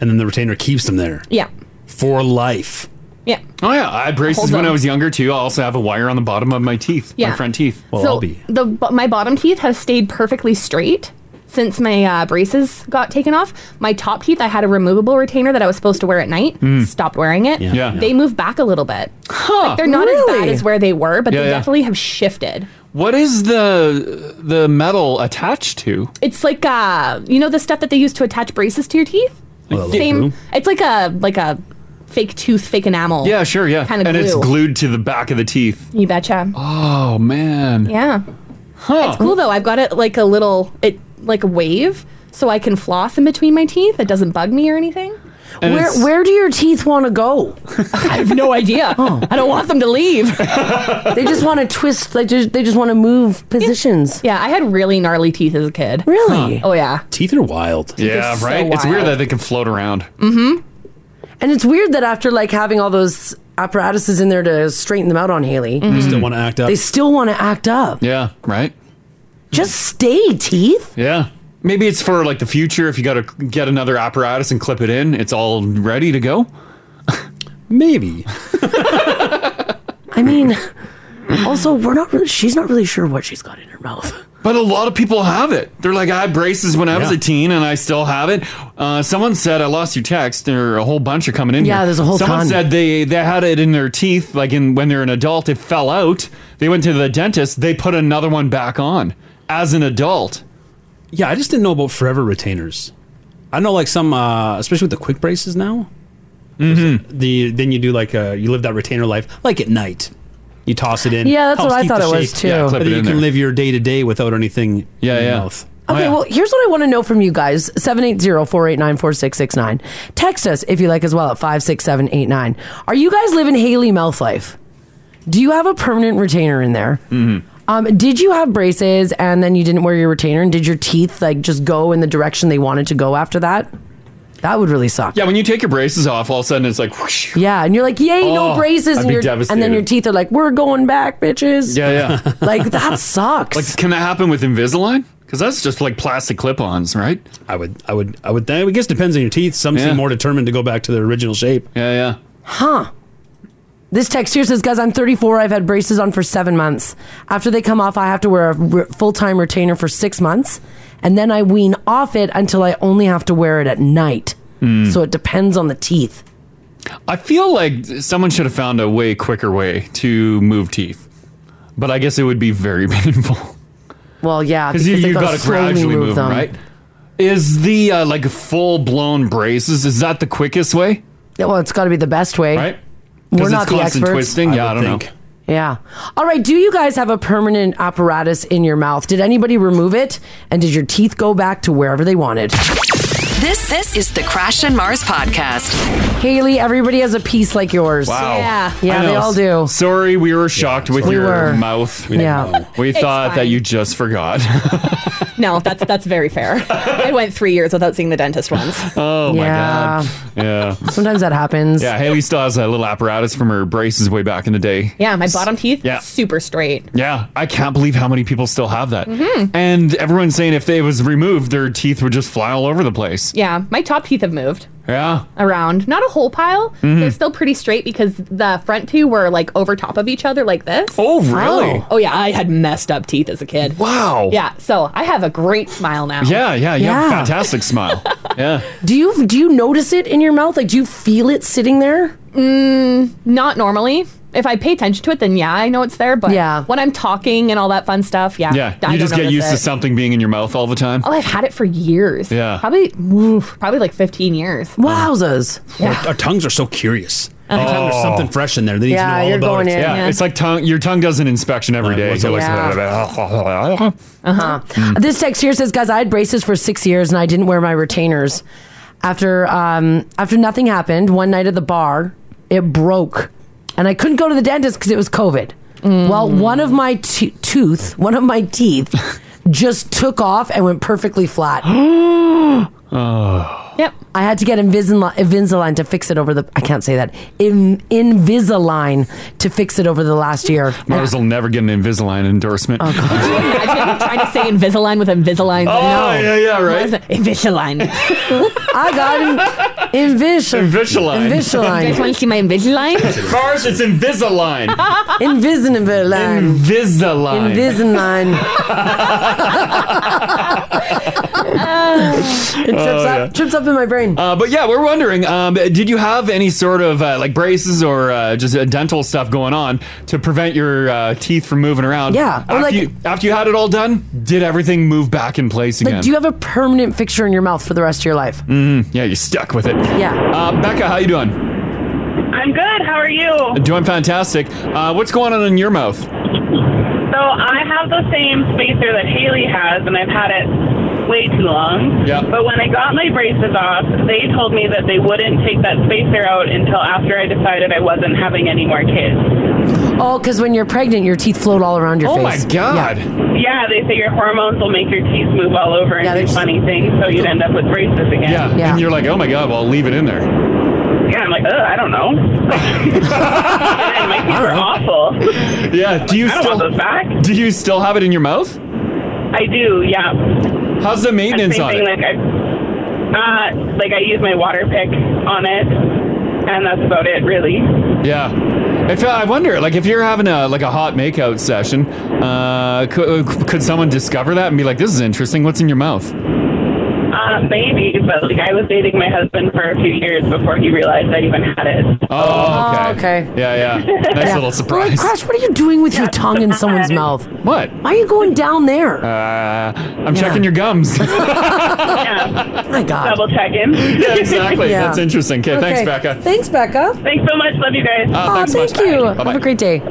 Speaker 4: And then the retainer keeps them there
Speaker 5: Yeah.
Speaker 4: for life.
Speaker 5: Yeah.
Speaker 2: Oh yeah, I had braces
Speaker 5: Hold
Speaker 2: when
Speaker 5: on.
Speaker 2: I was younger too. I also have a wire on the bottom of my teeth,
Speaker 5: Yeah.
Speaker 2: my front teeth.
Speaker 5: so The b- my bottom teeth have stayed perfectly straight since my uh, braces got taken off. My top teeth, I had a removable retainer that I was supposed to wear at night.
Speaker 2: Mm.
Speaker 5: Stopped wearing it.
Speaker 2: Yeah. Yeah.
Speaker 5: They moved back a little bit. Like, they're not as bad
Speaker 2: Really?
Speaker 5: as where they were, but
Speaker 2: Yeah,
Speaker 5: they
Speaker 2: yeah.
Speaker 5: definitely have shifted.
Speaker 2: What is the the metal attached to?
Speaker 5: It's like uh, you know the stuff that they use to attach braces to your teeth.
Speaker 2: Well,
Speaker 5: Same.
Speaker 2: glue?
Speaker 5: It's like a like a fake tooth, fake enamel.
Speaker 2: Yeah, sure, yeah.
Speaker 5: Kind of
Speaker 2: and
Speaker 5: glue.
Speaker 2: it's glued to the back of the teeth.
Speaker 5: You betcha.
Speaker 2: Oh man.
Speaker 5: Yeah. It's cool though. I've got it like a little it like a wave, so I can floss in between my teeth. It doesn't bug me or anything.
Speaker 3: And Where- it's- where do your teeth want to go? Oh.
Speaker 5: I have no idea. I don't want them to leave.
Speaker 3: they just want to twist. Like just, they just want to move positions.
Speaker 5: Yeah, I had really gnarly teeth as a kid.
Speaker 3: Really?
Speaker 5: Oh yeah.
Speaker 4: Teeth are wild.
Speaker 2: Yeah,
Speaker 3: so
Speaker 2: right. It's weird
Speaker 3: wild.
Speaker 2: that they can float around.
Speaker 3: Mm-hmm. And it's weird that after like having all those apparatuses in there to straighten them out on Haley,
Speaker 2: They still wanna act up.
Speaker 3: They still want to act up.
Speaker 2: Yeah, right.
Speaker 3: Just stay teeth.
Speaker 2: Yeah. Maybe it's for like the future. If you got to get another apparatus and clip it in, it's all ready to go.
Speaker 4: Maybe.
Speaker 3: I mean, also we're not. Really, she's not really sure what she's got in her mouth.
Speaker 2: But a lot of people have it. They're like, I had braces when I was
Speaker 3: Yeah.
Speaker 2: a teen and I still have it. Uh, someone said, I lost your text. There are a whole bunch are coming in.
Speaker 3: Yeah,
Speaker 2: here.
Speaker 3: there's a whole
Speaker 2: Someone
Speaker 3: ton.
Speaker 2: said they, they had it in their teeth. Like in, when they're an adult, it fell out. They went to the dentist. They put another one back on as an adult.
Speaker 4: Yeah, I just didn't know about forever retainers. I know like some, uh, especially with the quick braces now.
Speaker 2: Mm-hmm.
Speaker 4: The then you do like uh, you live that retainer life like at night. You toss it in.
Speaker 3: Yeah, that's
Speaker 4: Helps
Speaker 3: what I
Speaker 4: keep
Speaker 3: thought
Speaker 4: the
Speaker 3: it was,
Speaker 4: shape.
Speaker 3: too.
Speaker 4: Yeah,
Speaker 3: Yeah, clip
Speaker 4: but
Speaker 2: it
Speaker 4: you
Speaker 2: in
Speaker 4: can
Speaker 2: there.
Speaker 4: live your day to day without anything. Yeah, in your yeah. Mouth.
Speaker 2: Oh,
Speaker 3: Okay, well, here's what I want to know from you guys 780 489 4669. Text us if you like as well at 56789. Are you guys living Haley mouth life? Do you have a permanent retainer in there? Mm-hmm. Um, did you have braces and then you didn't wear your retainer? And did your teeth like just go in the direction they wanted to go after that? That would really suck.
Speaker 2: Yeah, when you take your braces off, all of a sudden it's like, whoosh.
Speaker 3: Yeah, and you're like, yay,
Speaker 2: Oh,
Speaker 3: no braces,
Speaker 2: I'd
Speaker 3: and,
Speaker 2: be
Speaker 3: you're, and then
Speaker 2: devastated.
Speaker 3: your teeth are like, we're going back, bitches.
Speaker 2: Yeah, yeah.
Speaker 3: like that sucks.
Speaker 2: Like, can that happen with Invisalign? Because that's just like plastic clip-ons, right?
Speaker 4: I would, I would, I would. I guess it depends on your teeth. Some
Speaker 2: Yeah.
Speaker 4: seem more determined to go back to their original shape.
Speaker 2: Yeah, yeah.
Speaker 3: Huh. This text here says, guys, I'm 34. I've had braces on for seven months. After they come off, I have to wear a re- full time retainer for six months. And then I wean off it until I only have to wear it at night.
Speaker 2: Hmm.
Speaker 3: So it depends on the teeth.
Speaker 2: I feel like someone should have found a way quicker way to move teeth, but I guess it would be very painful
Speaker 3: Well, yeah.
Speaker 2: because you,
Speaker 3: they
Speaker 2: you got to
Speaker 3: slowly
Speaker 2: gradually move them, right? Is the uh, like full blown braces? Is that the quickest way?
Speaker 3: Yeah, well, it's got to be the best way.
Speaker 2: Right? 'Cause
Speaker 3: We're
Speaker 2: it's
Speaker 3: not the
Speaker 2: constant
Speaker 3: experts.
Speaker 2: twisting. yeah, I don't know.
Speaker 3: Yeah. All right. Do you guys have a permanent apparatus in your mouth? Did anybody remove it? And did your teeth go back to wherever they wanted?
Speaker 1: This this is the Crash and Mars podcast.
Speaker 3: Haley, everybody has a piece like yours.
Speaker 2: Wow.
Speaker 3: Yeah,
Speaker 2: I
Speaker 3: they
Speaker 2: know.
Speaker 3: all do.
Speaker 2: Sorry, we were shocked with
Speaker 3: sorry.
Speaker 2: your
Speaker 3: We were.
Speaker 2: mouth.
Speaker 3: We didn't Yeah. know.
Speaker 2: we
Speaker 5: It's
Speaker 2: thought that
Speaker 5: fine.
Speaker 2: you just forgot.
Speaker 5: No, that's that's very fair. I went three years without seeing the dentist once.
Speaker 2: oh my god. Yeah.
Speaker 3: Sometimes that happens.
Speaker 2: Yeah, Haley still has that little apparatus from her braces way back in the day.
Speaker 5: Yeah, my bottom teeth.
Speaker 2: Yeah.
Speaker 5: Super straight.
Speaker 2: Yeah, I can't believe how many people still have that.
Speaker 5: Mhm.
Speaker 2: And everyone's saying if they was removed, their teeth would just fly all over the place.
Speaker 5: Yeah, my top teeth have moved.
Speaker 2: Yeah.
Speaker 5: around. Not a whole pile.
Speaker 2: Mhm.
Speaker 5: They're still pretty straight because the front two were like over top of each other like this.
Speaker 2: Oh, really?
Speaker 5: Oh, yeah. I had messed up teeth as a kid.
Speaker 2: Wow.
Speaker 5: Yeah. So I have a great smile now.
Speaker 2: Yeah, yeah, you have a
Speaker 3: Yeah.
Speaker 2: fantastic smile. Yeah.
Speaker 3: Do you do you notice it in your mouth? Like, do you feel it sitting there?
Speaker 5: Mm, not normally. If I pay attention to it, then yeah, I know it's there. But yeah. when I'm talking and all that fun stuff, yeah.
Speaker 2: Yeah.
Speaker 5: I
Speaker 2: you
Speaker 5: don't
Speaker 2: just get
Speaker 5: notice
Speaker 2: used
Speaker 5: it.
Speaker 2: to something being in your mouth all the time.
Speaker 5: Oh, I've had it for years.
Speaker 2: Yeah.
Speaker 5: Probably, oof, probably like 15 years.
Speaker 3: Wowzers.
Speaker 4: Our, our tongues are so curious. Anytime
Speaker 2: Oh.
Speaker 4: there's something fresh in there, they need
Speaker 5: Yeah,
Speaker 4: to know all
Speaker 5: you're
Speaker 4: about
Speaker 5: going
Speaker 4: it.
Speaker 5: in,
Speaker 2: Yeah,
Speaker 5: yeah.
Speaker 2: it's like tongue. Your tongue does an inspection every day.
Speaker 4: what's it like?
Speaker 3: Uh-huh. This text here says, guys, I had braces for six years and I didn't wear my retainers. After um, after nothing happened, one night at the bar, it broke, and I couldn't go to the dentist because it was COVID. Well, one of my to- tooth, one of my teeth, just took off and went perfectly flat.
Speaker 2: Oh.
Speaker 5: Yep.
Speaker 3: I had to get Invisalign, Invisalign to fix it over the. I can't say that. In, Invisalign to fix it over the last year.
Speaker 2: Mars will never get an Invisalign endorsement.
Speaker 3: Oh,
Speaker 5: Imagine trying to say Invisalign with Invisalign.
Speaker 2: Oh, yeah, yeah, right.
Speaker 5: Invisalign.
Speaker 3: I got Invisalign.
Speaker 2: Invisalign.
Speaker 5: You guys want to see my Invisalign?
Speaker 2: Mars, it's Invisalign.
Speaker 3: Invisalign.
Speaker 2: Invisalign.
Speaker 3: Invisalign. it trips
Speaker 2: Oh,
Speaker 3: up.
Speaker 2: yeah.
Speaker 3: Trips up in my brain.
Speaker 2: Uh, but yeah, we're wondering, um, did you have any sort of uh, like braces or uh, just uh, dental stuff going on to prevent your uh, teeth from moving around?
Speaker 3: Yeah, or
Speaker 2: After,
Speaker 3: like-
Speaker 2: you, after you had it all done, did everything move back in place again?
Speaker 3: Like, do you have a permanent fixture in your mouth for the rest of your life?
Speaker 2: Mhm, yeah, you're stuck with it.
Speaker 3: Yeah.
Speaker 2: Uh, Becca, how you doing?
Speaker 9: I'm good. How are you?
Speaker 2: Doing fantastic. Uh, what's going on in your mouth?
Speaker 9: So I have the same spacer that Haley has, and I've had it way too long.
Speaker 2: Yeah.
Speaker 9: But when I got my braces off, they told me that they wouldn't take that spacer out until after I decided I wasn't having any more kids.
Speaker 3: Oh, because when you're pregnant, your teeth float all around your
Speaker 9: Oh my
Speaker 3: face.
Speaker 9: God.
Speaker 3: Yeah.
Speaker 9: Yeah, they say your hormones will make your teeth move all over and do funny things, so you'd end up with braces again.
Speaker 2: Yeah. And you're like, oh my god, well, I'll leave it in there.
Speaker 9: Yeah, I'm like, ugh, I don't know. and my teeth are awful.
Speaker 2: Yeah. Do you
Speaker 9: I don't
Speaker 2: still
Speaker 9: want those back.
Speaker 2: do you still have it in your mouth?
Speaker 9: I do, yeah.
Speaker 2: How's the maintenance
Speaker 9: And
Speaker 2: on
Speaker 9: same
Speaker 2: it?
Speaker 9: thing, Like I, uh, like I use my water pick on it, and that's about it, really.
Speaker 2: Yeah. If, I wonder, like, if you're having a like a hot makeout session, uh, could, could someone discover that and be like, "This is interesting. What's in your mouth?"
Speaker 9: Uh, maybe, but like I was dating my husband for a few years before he realized I even had it.
Speaker 2: Oh,
Speaker 3: okay.
Speaker 2: Yeah, yeah. Nice
Speaker 3: Yeah.
Speaker 2: little
Speaker 3: We're like,
Speaker 2: surprise.
Speaker 3: Crash, what are you doing with your tongue in someone's mouth?
Speaker 2: What?
Speaker 3: Why are you going down there?
Speaker 2: Uh, I'm checking your gums.
Speaker 3: My God.
Speaker 9: Double checking.
Speaker 2: Yeah, exactly. That's interesting. Okay, thanks, Becca.
Speaker 3: Thanks, Becca.
Speaker 9: Thanks so much. Love you guys.
Speaker 2: Uh,
Speaker 3: Aw,
Speaker 2: thanks so much.
Speaker 3: thank you.
Speaker 2: Bye.
Speaker 3: Have
Speaker 2: Bye-bye.
Speaker 3: a great day.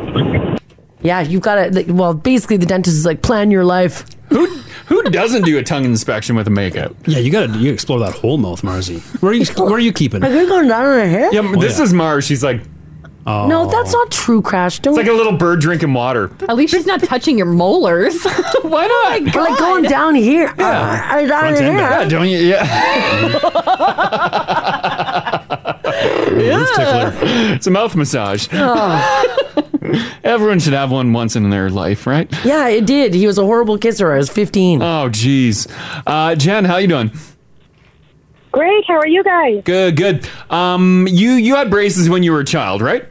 Speaker 3: Yeah, you've got to. Well, basically, the dentist is like, plan your life.
Speaker 2: Who doesn't do a tongue inspection with a makeout?
Speaker 4: Yeah, you gotta you explore that whole mouth, Marzi. Where are you where are you keeping? it?
Speaker 3: you going down on a hair?
Speaker 2: Yeah, this is Mars. She's like,
Speaker 4: oh.
Speaker 3: No, that's not true, Crash. Don't.
Speaker 2: It's like a little bird drinking water.
Speaker 5: At least she's not touching your molars. Oh Why
Speaker 3: not? Like, going down here. Yeah. Uh, down
Speaker 2: Front
Speaker 3: here.
Speaker 2: end back. Yeah, don't you? Yeah.
Speaker 3: Yeah. Ah.
Speaker 2: It's a mouth massage. Everyone should have one once in their life, right?
Speaker 3: Yeah, it did. He was a horrible kisser. I was 15.
Speaker 2: Oh, jeez. Uh, Jen, how you doing?
Speaker 23: Great. How are you guys?
Speaker 2: Good, good. Um, you you had braces when you were a child, right?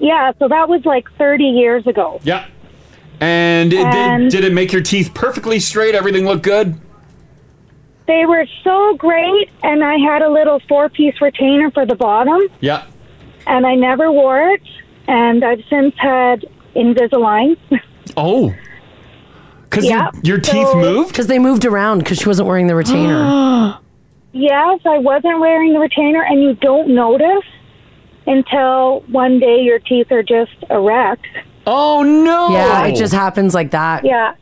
Speaker 23: Yeah, so that was like 30 years ago.
Speaker 2: Yeah. And, it,
Speaker 23: And-
Speaker 2: did, did it make your teeth perfectly straight? Everything look good?
Speaker 23: They were so great, and I had a little four piece retainer for the bottom,
Speaker 2: Yeah.
Speaker 23: and I never wore it. And I've since had Invisalign.
Speaker 2: Oh. Because
Speaker 23: Yeah,
Speaker 2: your teeth
Speaker 23: so-
Speaker 2: moved?
Speaker 3: Because they moved around because she wasn't wearing the retainer.
Speaker 23: yes, I wasn't wearing the retainer, and you don't notice until one day your teeth are just a wreck.
Speaker 2: Oh, no.
Speaker 23: Yeah,
Speaker 3: Yeah, it just happens like that.
Speaker 23: Yeah.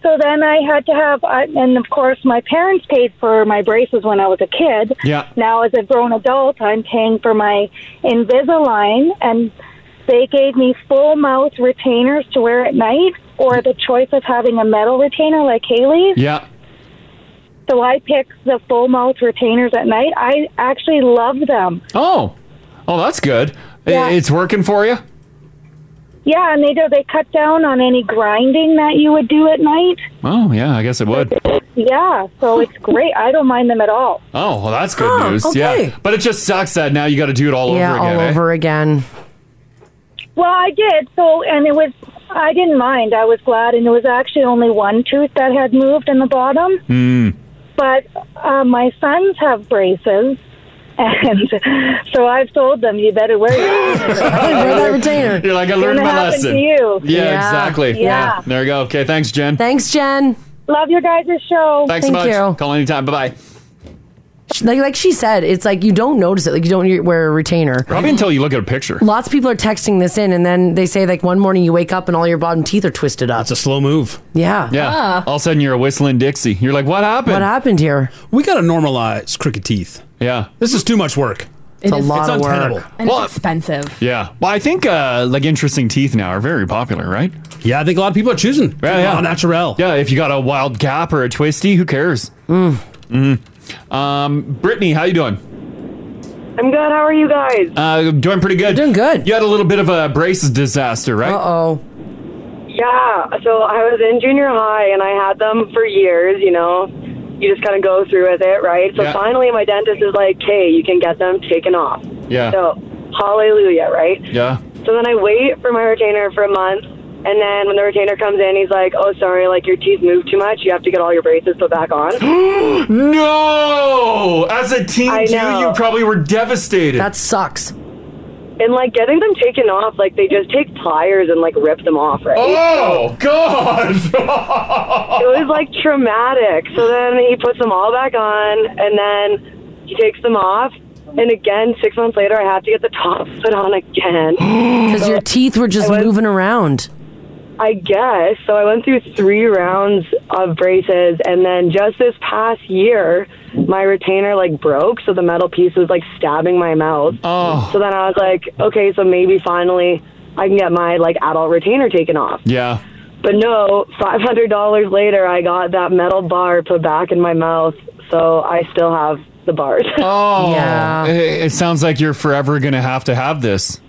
Speaker 23: So then I had to have, I and of course, my parents paid for my braces when I was a kid.
Speaker 2: Yeah.
Speaker 23: Now, as a grown adult, I'm paying for my Invisalign, and they gave me full mouth retainers to wear at night, or the choice of having a metal retainer like Haley's.
Speaker 2: Yeah.
Speaker 23: So I picked the full mouth retainers at night. I actually love them.
Speaker 2: Oh. Oh, that's good. I-
Speaker 23: Yeah.
Speaker 2: It's working for you?
Speaker 23: Yeah, and they do. They cut down on any grinding that you would do at night.
Speaker 2: Oh, yeah, I guess it would.
Speaker 23: Yeah, so it's great. I don't mind them at all.
Speaker 2: Oh, well, that's good
Speaker 23: Huh,
Speaker 2: news.
Speaker 23: okay.
Speaker 2: Yeah. But it just sucks that now you got to do it all
Speaker 23: Yeah,
Speaker 2: over again.
Speaker 23: all
Speaker 2: eh?
Speaker 3: Over again.
Speaker 23: Well, I did. So, and it was, I didn't mind. I was glad. And it was actually only one tooth that had moved in the bottom.
Speaker 2: Hmm.
Speaker 23: But uh, my sons have braces. And so I've told them, you better wear your
Speaker 3: retainer.
Speaker 2: You're like, I
Speaker 23: It's
Speaker 2: learned
Speaker 23: gonna
Speaker 2: my
Speaker 23: happen
Speaker 2: lesson.
Speaker 23: to you.
Speaker 2: Yeah,
Speaker 23: Yeah.
Speaker 2: exactly.
Speaker 23: Yeah.
Speaker 2: There you go. Okay, thanks, Jen.
Speaker 3: Thanks, Jen.
Speaker 23: Love your guys' show.
Speaker 2: Thanks so much. Call anytime. Bye bye.
Speaker 3: She- Like, like she said, it's like you don't notice it. Like you don't wear a retainer.
Speaker 2: Probably until you look at a picture.
Speaker 3: Lots of people are texting this in, and then they say like one morning you wake up and all your bottom teeth are twisted up. It's
Speaker 4: a slow move.
Speaker 3: Yeah.
Speaker 2: Yeah. All of a sudden, you're a whistling Dixie. You're like, what happened?
Speaker 3: What happened here?
Speaker 4: We gotta normalize crooked teeth.
Speaker 2: Yeah.
Speaker 4: This is too much work.
Speaker 5: It is-
Speaker 4: untenable.
Speaker 5: And it's expensive.
Speaker 2: Yeah. Well, I think uh, like interesting teeth now are very popular, right?
Speaker 4: Yeah, I think a lot of people are choosing.
Speaker 2: Yeah, yeah.
Speaker 4: naturel.
Speaker 2: Yeah, if you got a wild gap or a twisty, who cares? Mm. hmm Um, Brittany, how you doing?
Speaker 24: I'm good. How are you guys?
Speaker 2: Uh, doing pretty good. Doing
Speaker 3: good.
Speaker 2: You had a little bit of a braces disaster, right? Uh
Speaker 3: oh.
Speaker 24: Yeah. So I was in junior high and I had them for years, you know. you just kind of go through with it, right? So
Speaker 2: Yeah.
Speaker 24: finally, my dentist is like, "Hey, you can get them taken off."
Speaker 2: Yeah.
Speaker 24: So hallelujah, right?
Speaker 2: Yeah.
Speaker 24: So then I wait for my retainer for a month, and then when the retainer comes in, he's like, "Oh, sorry, like your teeth move too much. You have to get all your braces put back on."
Speaker 2: no! As a teen,
Speaker 24: I
Speaker 2: too,
Speaker 24: know.
Speaker 2: you probably were devastated. That
Speaker 3: sucks.
Speaker 24: and like getting them taken off, like they just take pliers and like rip them off, right?
Speaker 2: Oh, God!
Speaker 24: it was like traumatic. So then he puts them all back on, and then he takes them off. And again, six months later, I have to get the top put on again.
Speaker 3: Because your teeth were just moving around.
Speaker 24: I guess. So I went through three rounds of braces, and then just this past year, my retainer like broke, so the metal piece was like stabbing my mouth.
Speaker 2: Oh.
Speaker 24: So then I was like, okay, so maybe finally I can get my like adult retainer taken off.
Speaker 2: Yeah.
Speaker 24: But no, five hundred dollars later, I got that metal bar put back in my mouth, so I still have the bars.
Speaker 2: Oh. It, it sounds like you're forever going to have to have this.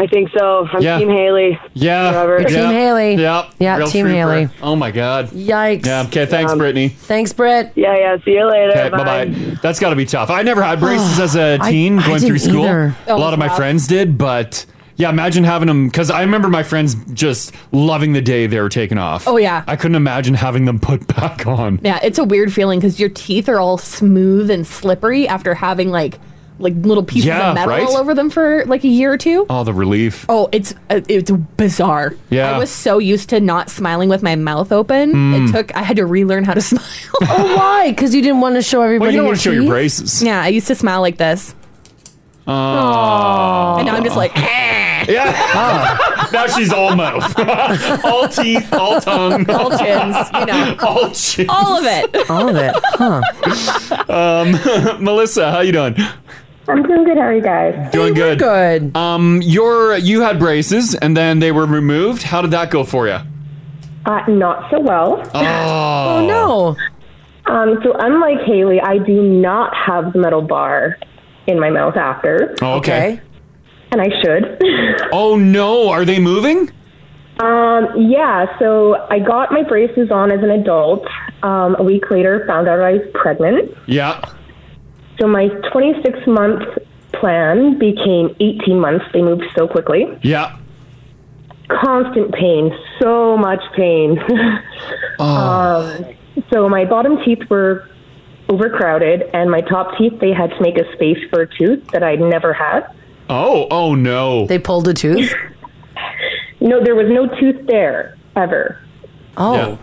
Speaker 24: I think so. I'm
Speaker 2: Yeah.
Speaker 24: Team Haley.
Speaker 2: Yeah.
Speaker 24: Forever.
Speaker 2: Yep. Yep.
Speaker 24: Yeah,
Speaker 2: Real
Speaker 24: Team
Speaker 2: trooper.
Speaker 24: Haley.
Speaker 2: Oh, my God.
Speaker 3: Yikes.
Speaker 2: Yeah. Okay. Thanks, Brittany.
Speaker 3: Thanks, Britt.
Speaker 24: Yeah, yeah. See you later.
Speaker 2: Okay, bye bye. That's got to be tough. I never had braces as a
Speaker 24: I-
Speaker 2: teen
Speaker 24: I
Speaker 2: going through
Speaker 24: didn't
Speaker 2: school.
Speaker 24: either.
Speaker 2: A lot
Speaker 24: That
Speaker 2: of my
Speaker 24: was rough.
Speaker 2: friends did, but yeah, imagine having them because I remember my friends just loving the day they were taken off.
Speaker 5: Oh, yeah.
Speaker 2: I couldn't imagine having them put back on.
Speaker 5: Yeah, it's a weird feeling because your teeth are all smooth and slippery after having like like little pieces
Speaker 2: Yeah,
Speaker 5: of metal
Speaker 2: right?
Speaker 5: all over them for like a year or two.
Speaker 2: Oh, the relief.
Speaker 5: Oh, it's uh, it's bizarre.
Speaker 2: Yeah.
Speaker 5: I was so used to not smiling with my mouth open.
Speaker 2: Mm.
Speaker 5: It took I had to relearn how to smile.
Speaker 3: oh, why? Because you didn't want to show everybody.
Speaker 2: Well, you don't
Speaker 5: your
Speaker 2: want to show your
Speaker 5: teeth?
Speaker 2: braces.
Speaker 5: Yeah, I used to smile like this,
Speaker 2: Oh.
Speaker 5: and now I'm just like.
Speaker 2: Yeah. now she's all mouth, all teeth, all tongue,
Speaker 5: all chins, you know,
Speaker 2: all chins,
Speaker 5: all of it.
Speaker 3: All of it, huh?
Speaker 2: Um, Melissa, how you doing?
Speaker 6: I'm doing good. How are you guys?
Speaker 2: Doing good.
Speaker 3: Good.
Speaker 2: Um, your you had braces and then they were removed. How did that go for you?
Speaker 6: Uh, not so well.
Speaker 2: Oh.
Speaker 6: no. Um, so unlike Haley, I do not have the metal bar in my mouth after.
Speaker 2: Oh, okay.
Speaker 6: And I should.
Speaker 2: Oh no, are they moving?
Speaker 6: Um, yeah, so I got my braces on as an adult. Um, a week later, found out I was pregnant.
Speaker 2: Yeah.
Speaker 6: So my 26 month plan became 18 months. They moved so quickly.
Speaker 2: Yeah.
Speaker 6: Constant pain, so much pain. um, so my bottom teeth were overcrowded, and my top teeth, they had to make a space for a tooth that I'd never had.
Speaker 2: Oh, oh no.
Speaker 6: They
Speaker 3: pulled a tooth?
Speaker 6: no, there was no tooth there ever.
Speaker 3: Oh.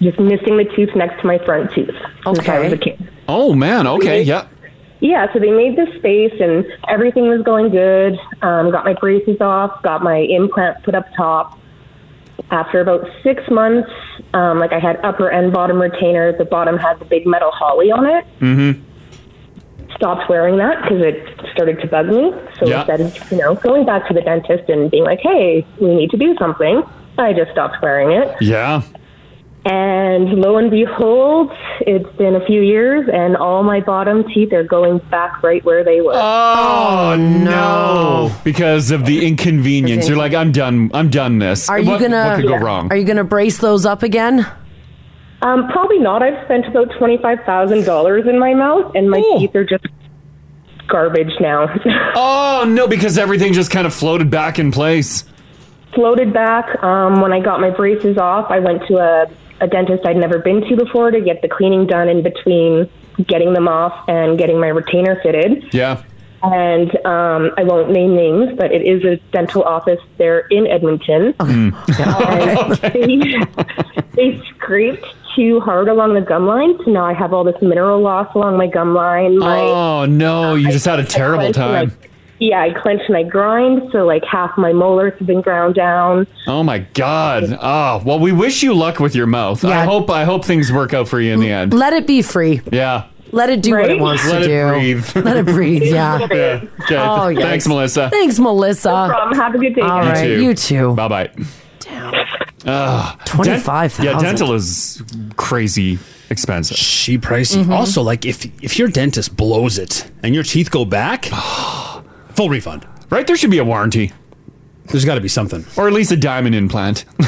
Speaker 6: Just missing the tooth next to my front tooth. since I was a kid.
Speaker 2: Oh man, okay, yeah.
Speaker 6: Yeah, so they made this space and everything was going good. Um, got my braces off, got my implant put up top. After about six months, um, like I had upper and bottom retainers. The bottom had the big metal holly on it.
Speaker 2: Mm-hmm.
Speaker 6: Stopped wearing that because it started to bug me. So
Speaker 2: Yeah.
Speaker 6: instead of you know going back to the dentist and being like, "Hey, we need to do something," I just stopped wearing it.
Speaker 2: Yeah.
Speaker 6: And lo and behold, it's been a few years, and all my bottom teeth are going back right where they were.
Speaker 2: Oh no. Because of the inconvenience. You're like, I'm done I'm done this.
Speaker 6: Are you
Speaker 2: What-
Speaker 6: gonna-
Speaker 2: what could go
Speaker 6: Yeah.
Speaker 2: wrong?
Speaker 3: Are you going to brace those up again?
Speaker 6: Um, probably not. I've spent about twenty five thousand dollars in my mouth, and my teeth are just garbage now.
Speaker 2: Oh no, because everything just kind of floated back in place.
Speaker 6: Floated back. Um, when I got my braces off, I went to a, a dentist I'd never been to before to get the cleaning done in between getting them off and getting my retainer fitted.
Speaker 2: Yeah.
Speaker 6: And um, I won't name names, but it is a dental office there in Edmonton. And they, they scraped too hard along the gum line, so now I have all this mineral loss along my gum line. My,
Speaker 2: Oh no, you just had a terrible
Speaker 6: clench and
Speaker 2: time.
Speaker 6: I- yeah, I clench and I grind, so like half my molars have been ground down.
Speaker 2: Oh my god. Oh, well we wish you luck with your mouth. I
Speaker 6: Yeah.
Speaker 2: hope I hope things work out for you in the end.
Speaker 3: Let it be free.
Speaker 2: Yeah.
Speaker 3: Let it do what it
Speaker 2: Right?
Speaker 3: wants
Speaker 2: Let
Speaker 3: to
Speaker 2: it
Speaker 3: do.
Speaker 2: breathe.
Speaker 3: Let it breathe. Yeah.
Speaker 2: Yeah. Okay.
Speaker 3: Oh, yikes.
Speaker 2: Thanks, Melissa.
Speaker 3: Thanks, Melissa.
Speaker 6: Have a good day.
Speaker 3: All
Speaker 2: you
Speaker 3: right.
Speaker 2: Too.
Speaker 3: You too.
Speaker 2: Bye bye. Damn. Yeah,
Speaker 3: 25,000.
Speaker 2: dental is crazy expensive.
Speaker 4: She pricey.
Speaker 3: Mhm.
Speaker 4: Also, like if if your dentist blows it and your teeth go back, full refund.
Speaker 2: Right? There should be a warranty.
Speaker 4: There's got to be something.
Speaker 2: Or at least a diamond implant.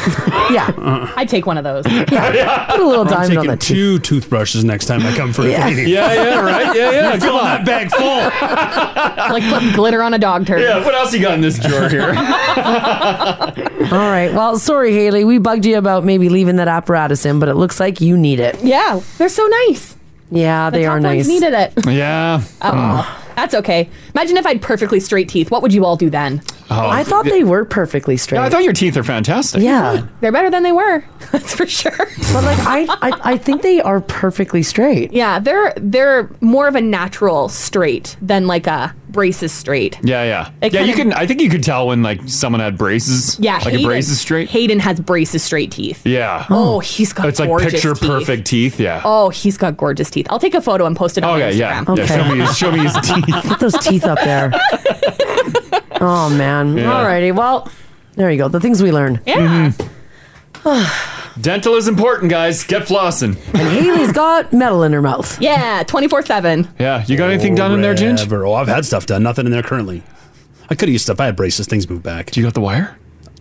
Speaker 3: yeah.
Speaker 5: I'd take one of those.
Speaker 3: Put a little diamond on
Speaker 4: taking
Speaker 3: that
Speaker 4: two toothbrushes next time I come for
Speaker 5: Yeah.
Speaker 4: a cleaning.
Speaker 5: Yeah, yeah, right? Yeah, yeah,
Speaker 4: You're
Speaker 5: come
Speaker 4: filling that
Speaker 5: on.
Speaker 4: bag full.
Speaker 5: like putting glitter on a dog turd.
Speaker 2: Yeah, what else you got in this drawer here?
Speaker 3: All right. Well, sorry, Haley. We bugged you about maybe leaving that apparatus in, but it looks like you need it.
Speaker 5: Yeah, they're so nice.
Speaker 3: Yeah,
Speaker 5: The
Speaker 3: they
Speaker 5: top
Speaker 3: are
Speaker 5: ones
Speaker 3: nice.
Speaker 5: needed it.
Speaker 2: Yeah. Ah.
Speaker 5: Oh, that's okay. Imagine if I had perfectly straight teeth. What would you all do then?
Speaker 2: Oh,
Speaker 3: I thought they were perfectly straight.
Speaker 2: I thought your teeth are fantastic.
Speaker 3: Yeah.
Speaker 5: They're better than they were. That's for sure.
Speaker 3: But like I, I, I think they are perfectly straight.
Speaker 5: Yeah, they're they're more of a natural straight than like a braces straight.
Speaker 2: Yeah, yeah.
Speaker 5: It
Speaker 2: yeah,
Speaker 5: kind
Speaker 2: you
Speaker 5: of-
Speaker 2: can I think you could tell when like someone had braces.
Speaker 5: Yeah,
Speaker 2: Like a braces straight.
Speaker 5: Hayden has braces straight teeth.
Speaker 2: Yeah.
Speaker 5: Oh, he's got
Speaker 2: It's like
Speaker 5: gorgeous
Speaker 2: picture
Speaker 5: teeth.
Speaker 2: perfect teeth, yeah.
Speaker 5: Oh, he's got gorgeous teeth. I'll take a photo and post it on
Speaker 2: Okay,
Speaker 5: Instagram.
Speaker 2: yeah. Yeah, show me his show me his teeth.
Speaker 3: Get those teeth up there. oh man.
Speaker 2: Yeah. Mm-hmm.
Speaker 3: All righty. Well, there you go. The things we learn.
Speaker 5: Yeah.
Speaker 2: Dental is important, guys. Get flossing.
Speaker 3: And Haley's got metal in her mouth.
Speaker 5: Yeah, 24 7.
Speaker 2: Yeah, you got anything done in there, Ginge?
Speaker 4: Forever. Oh, I've had stuff done. Nothing in there currently. I could have used stuff. I had braces. Things moved back. Do
Speaker 2: you got the wire?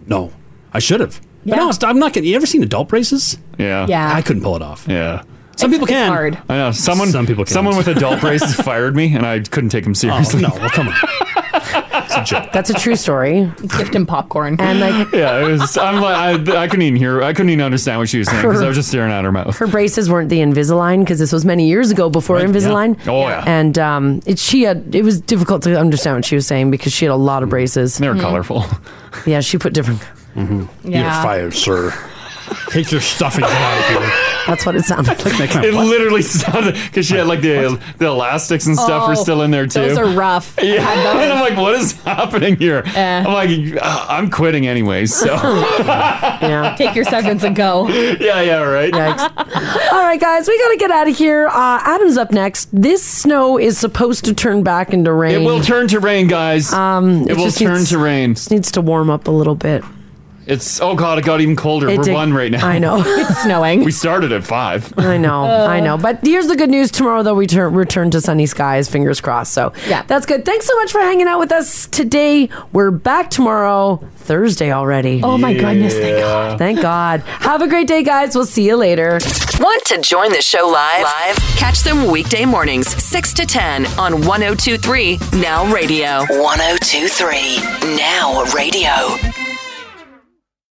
Speaker 4: No, I should have.
Speaker 5: Yeah.
Speaker 4: But no, it's- I'm not getting. You ever seen adult braces?
Speaker 2: Yeah.
Speaker 5: Yeah.
Speaker 4: I couldn't pull it off.
Speaker 2: Yeah.
Speaker 4: Some people can.
Speaker 5: hard.
Speaker 2: I know. Someone
Speaker 4: Some people can't.
Speaker 2: someone with adult braces fired me and I couldn't take
Speaker 3: Oh,
Speaker 2: him seriously.
Speaker 4: no, well, come on.
Speaker 2: it's a joke.
Speaker 3: That's a true story.
Speaker 5: Gift him popcorn.
Speaker 3: And like
Speaker 2: yeah, it was. I'm like, I, I couldn't even hear. I couldn't even understand what she was saying because I was just staring at her mouth.
Speaker 3: her braces weren't the Invisalign because this was many years ago before Invisalign.
Speaker 2: Oh, yeah.
Speaker 3: And um, it, she had it was difficult to understand what she was saying because she had a lot of braces. Mm-hmm.
Speaker 2: They're colorful.
Speaker 3: Yeah, she put different. Yeah.
Speaker 4: You're fired, sir. Take your stuff and get out of here.
Speaker 3: That's what it sounded like.
Speaker 2: It literally sounded because she had like the the elastics and stuff were
Speaker 5: Oh,
Speaker 2: still in there too.
Speaker 5: Those are rough. I
Speaker 2: Yeah,
Speaker 5: had those.
Speaker 2: and I'm like, what is happening here?
Speaker 3: Eh.
Speaker 2: I'm like, "Uh, I'm quitting anyways. So
Speaker 3: yeah.
Speaker 5: Take your severance and go.
Speaker 2: yeah, yeah, right.
Speaker 3: All right, guys, we got to get out of here. Uh, Adam's up next. This snow is supposed to turn back into rain.
Speaker 2: It will turn to rain, guys. Um, it, will
Speaker 3: just
Speaker 2: turn
Speaker 3: needs-
Speaker 2: to rain.
Speaker 3: Just needs to warm up a little bit.
Speaker 2: It's oh god, it got even colder.
Speaker 3: It
Speaker 2: We're
Speaker 3: did-
Speaker 2: one right now.
Speaker 3: I know. It's
Speaker 5: snowing.
Speaker 2: We started at five.
Speaker 3: I know, I know. But here's the good news: tomorrow, though, we turn, return to sunny skies. Fingers crossed. So yeah, that's good. Thanks so much for hanging out with us today. We're back tomorrow, Thursday already.
Speaker 1: Oh, my goodness, thank Yeah.
Speaker 2: God!
Speaker 3: Thank God. Have a great day, guys. We'll see you later.
Speaker 1: Want to join the show live? Live? Catch them weekday mornings, 6 to 10 on 1023 Now Radio. 1023 Now Radio.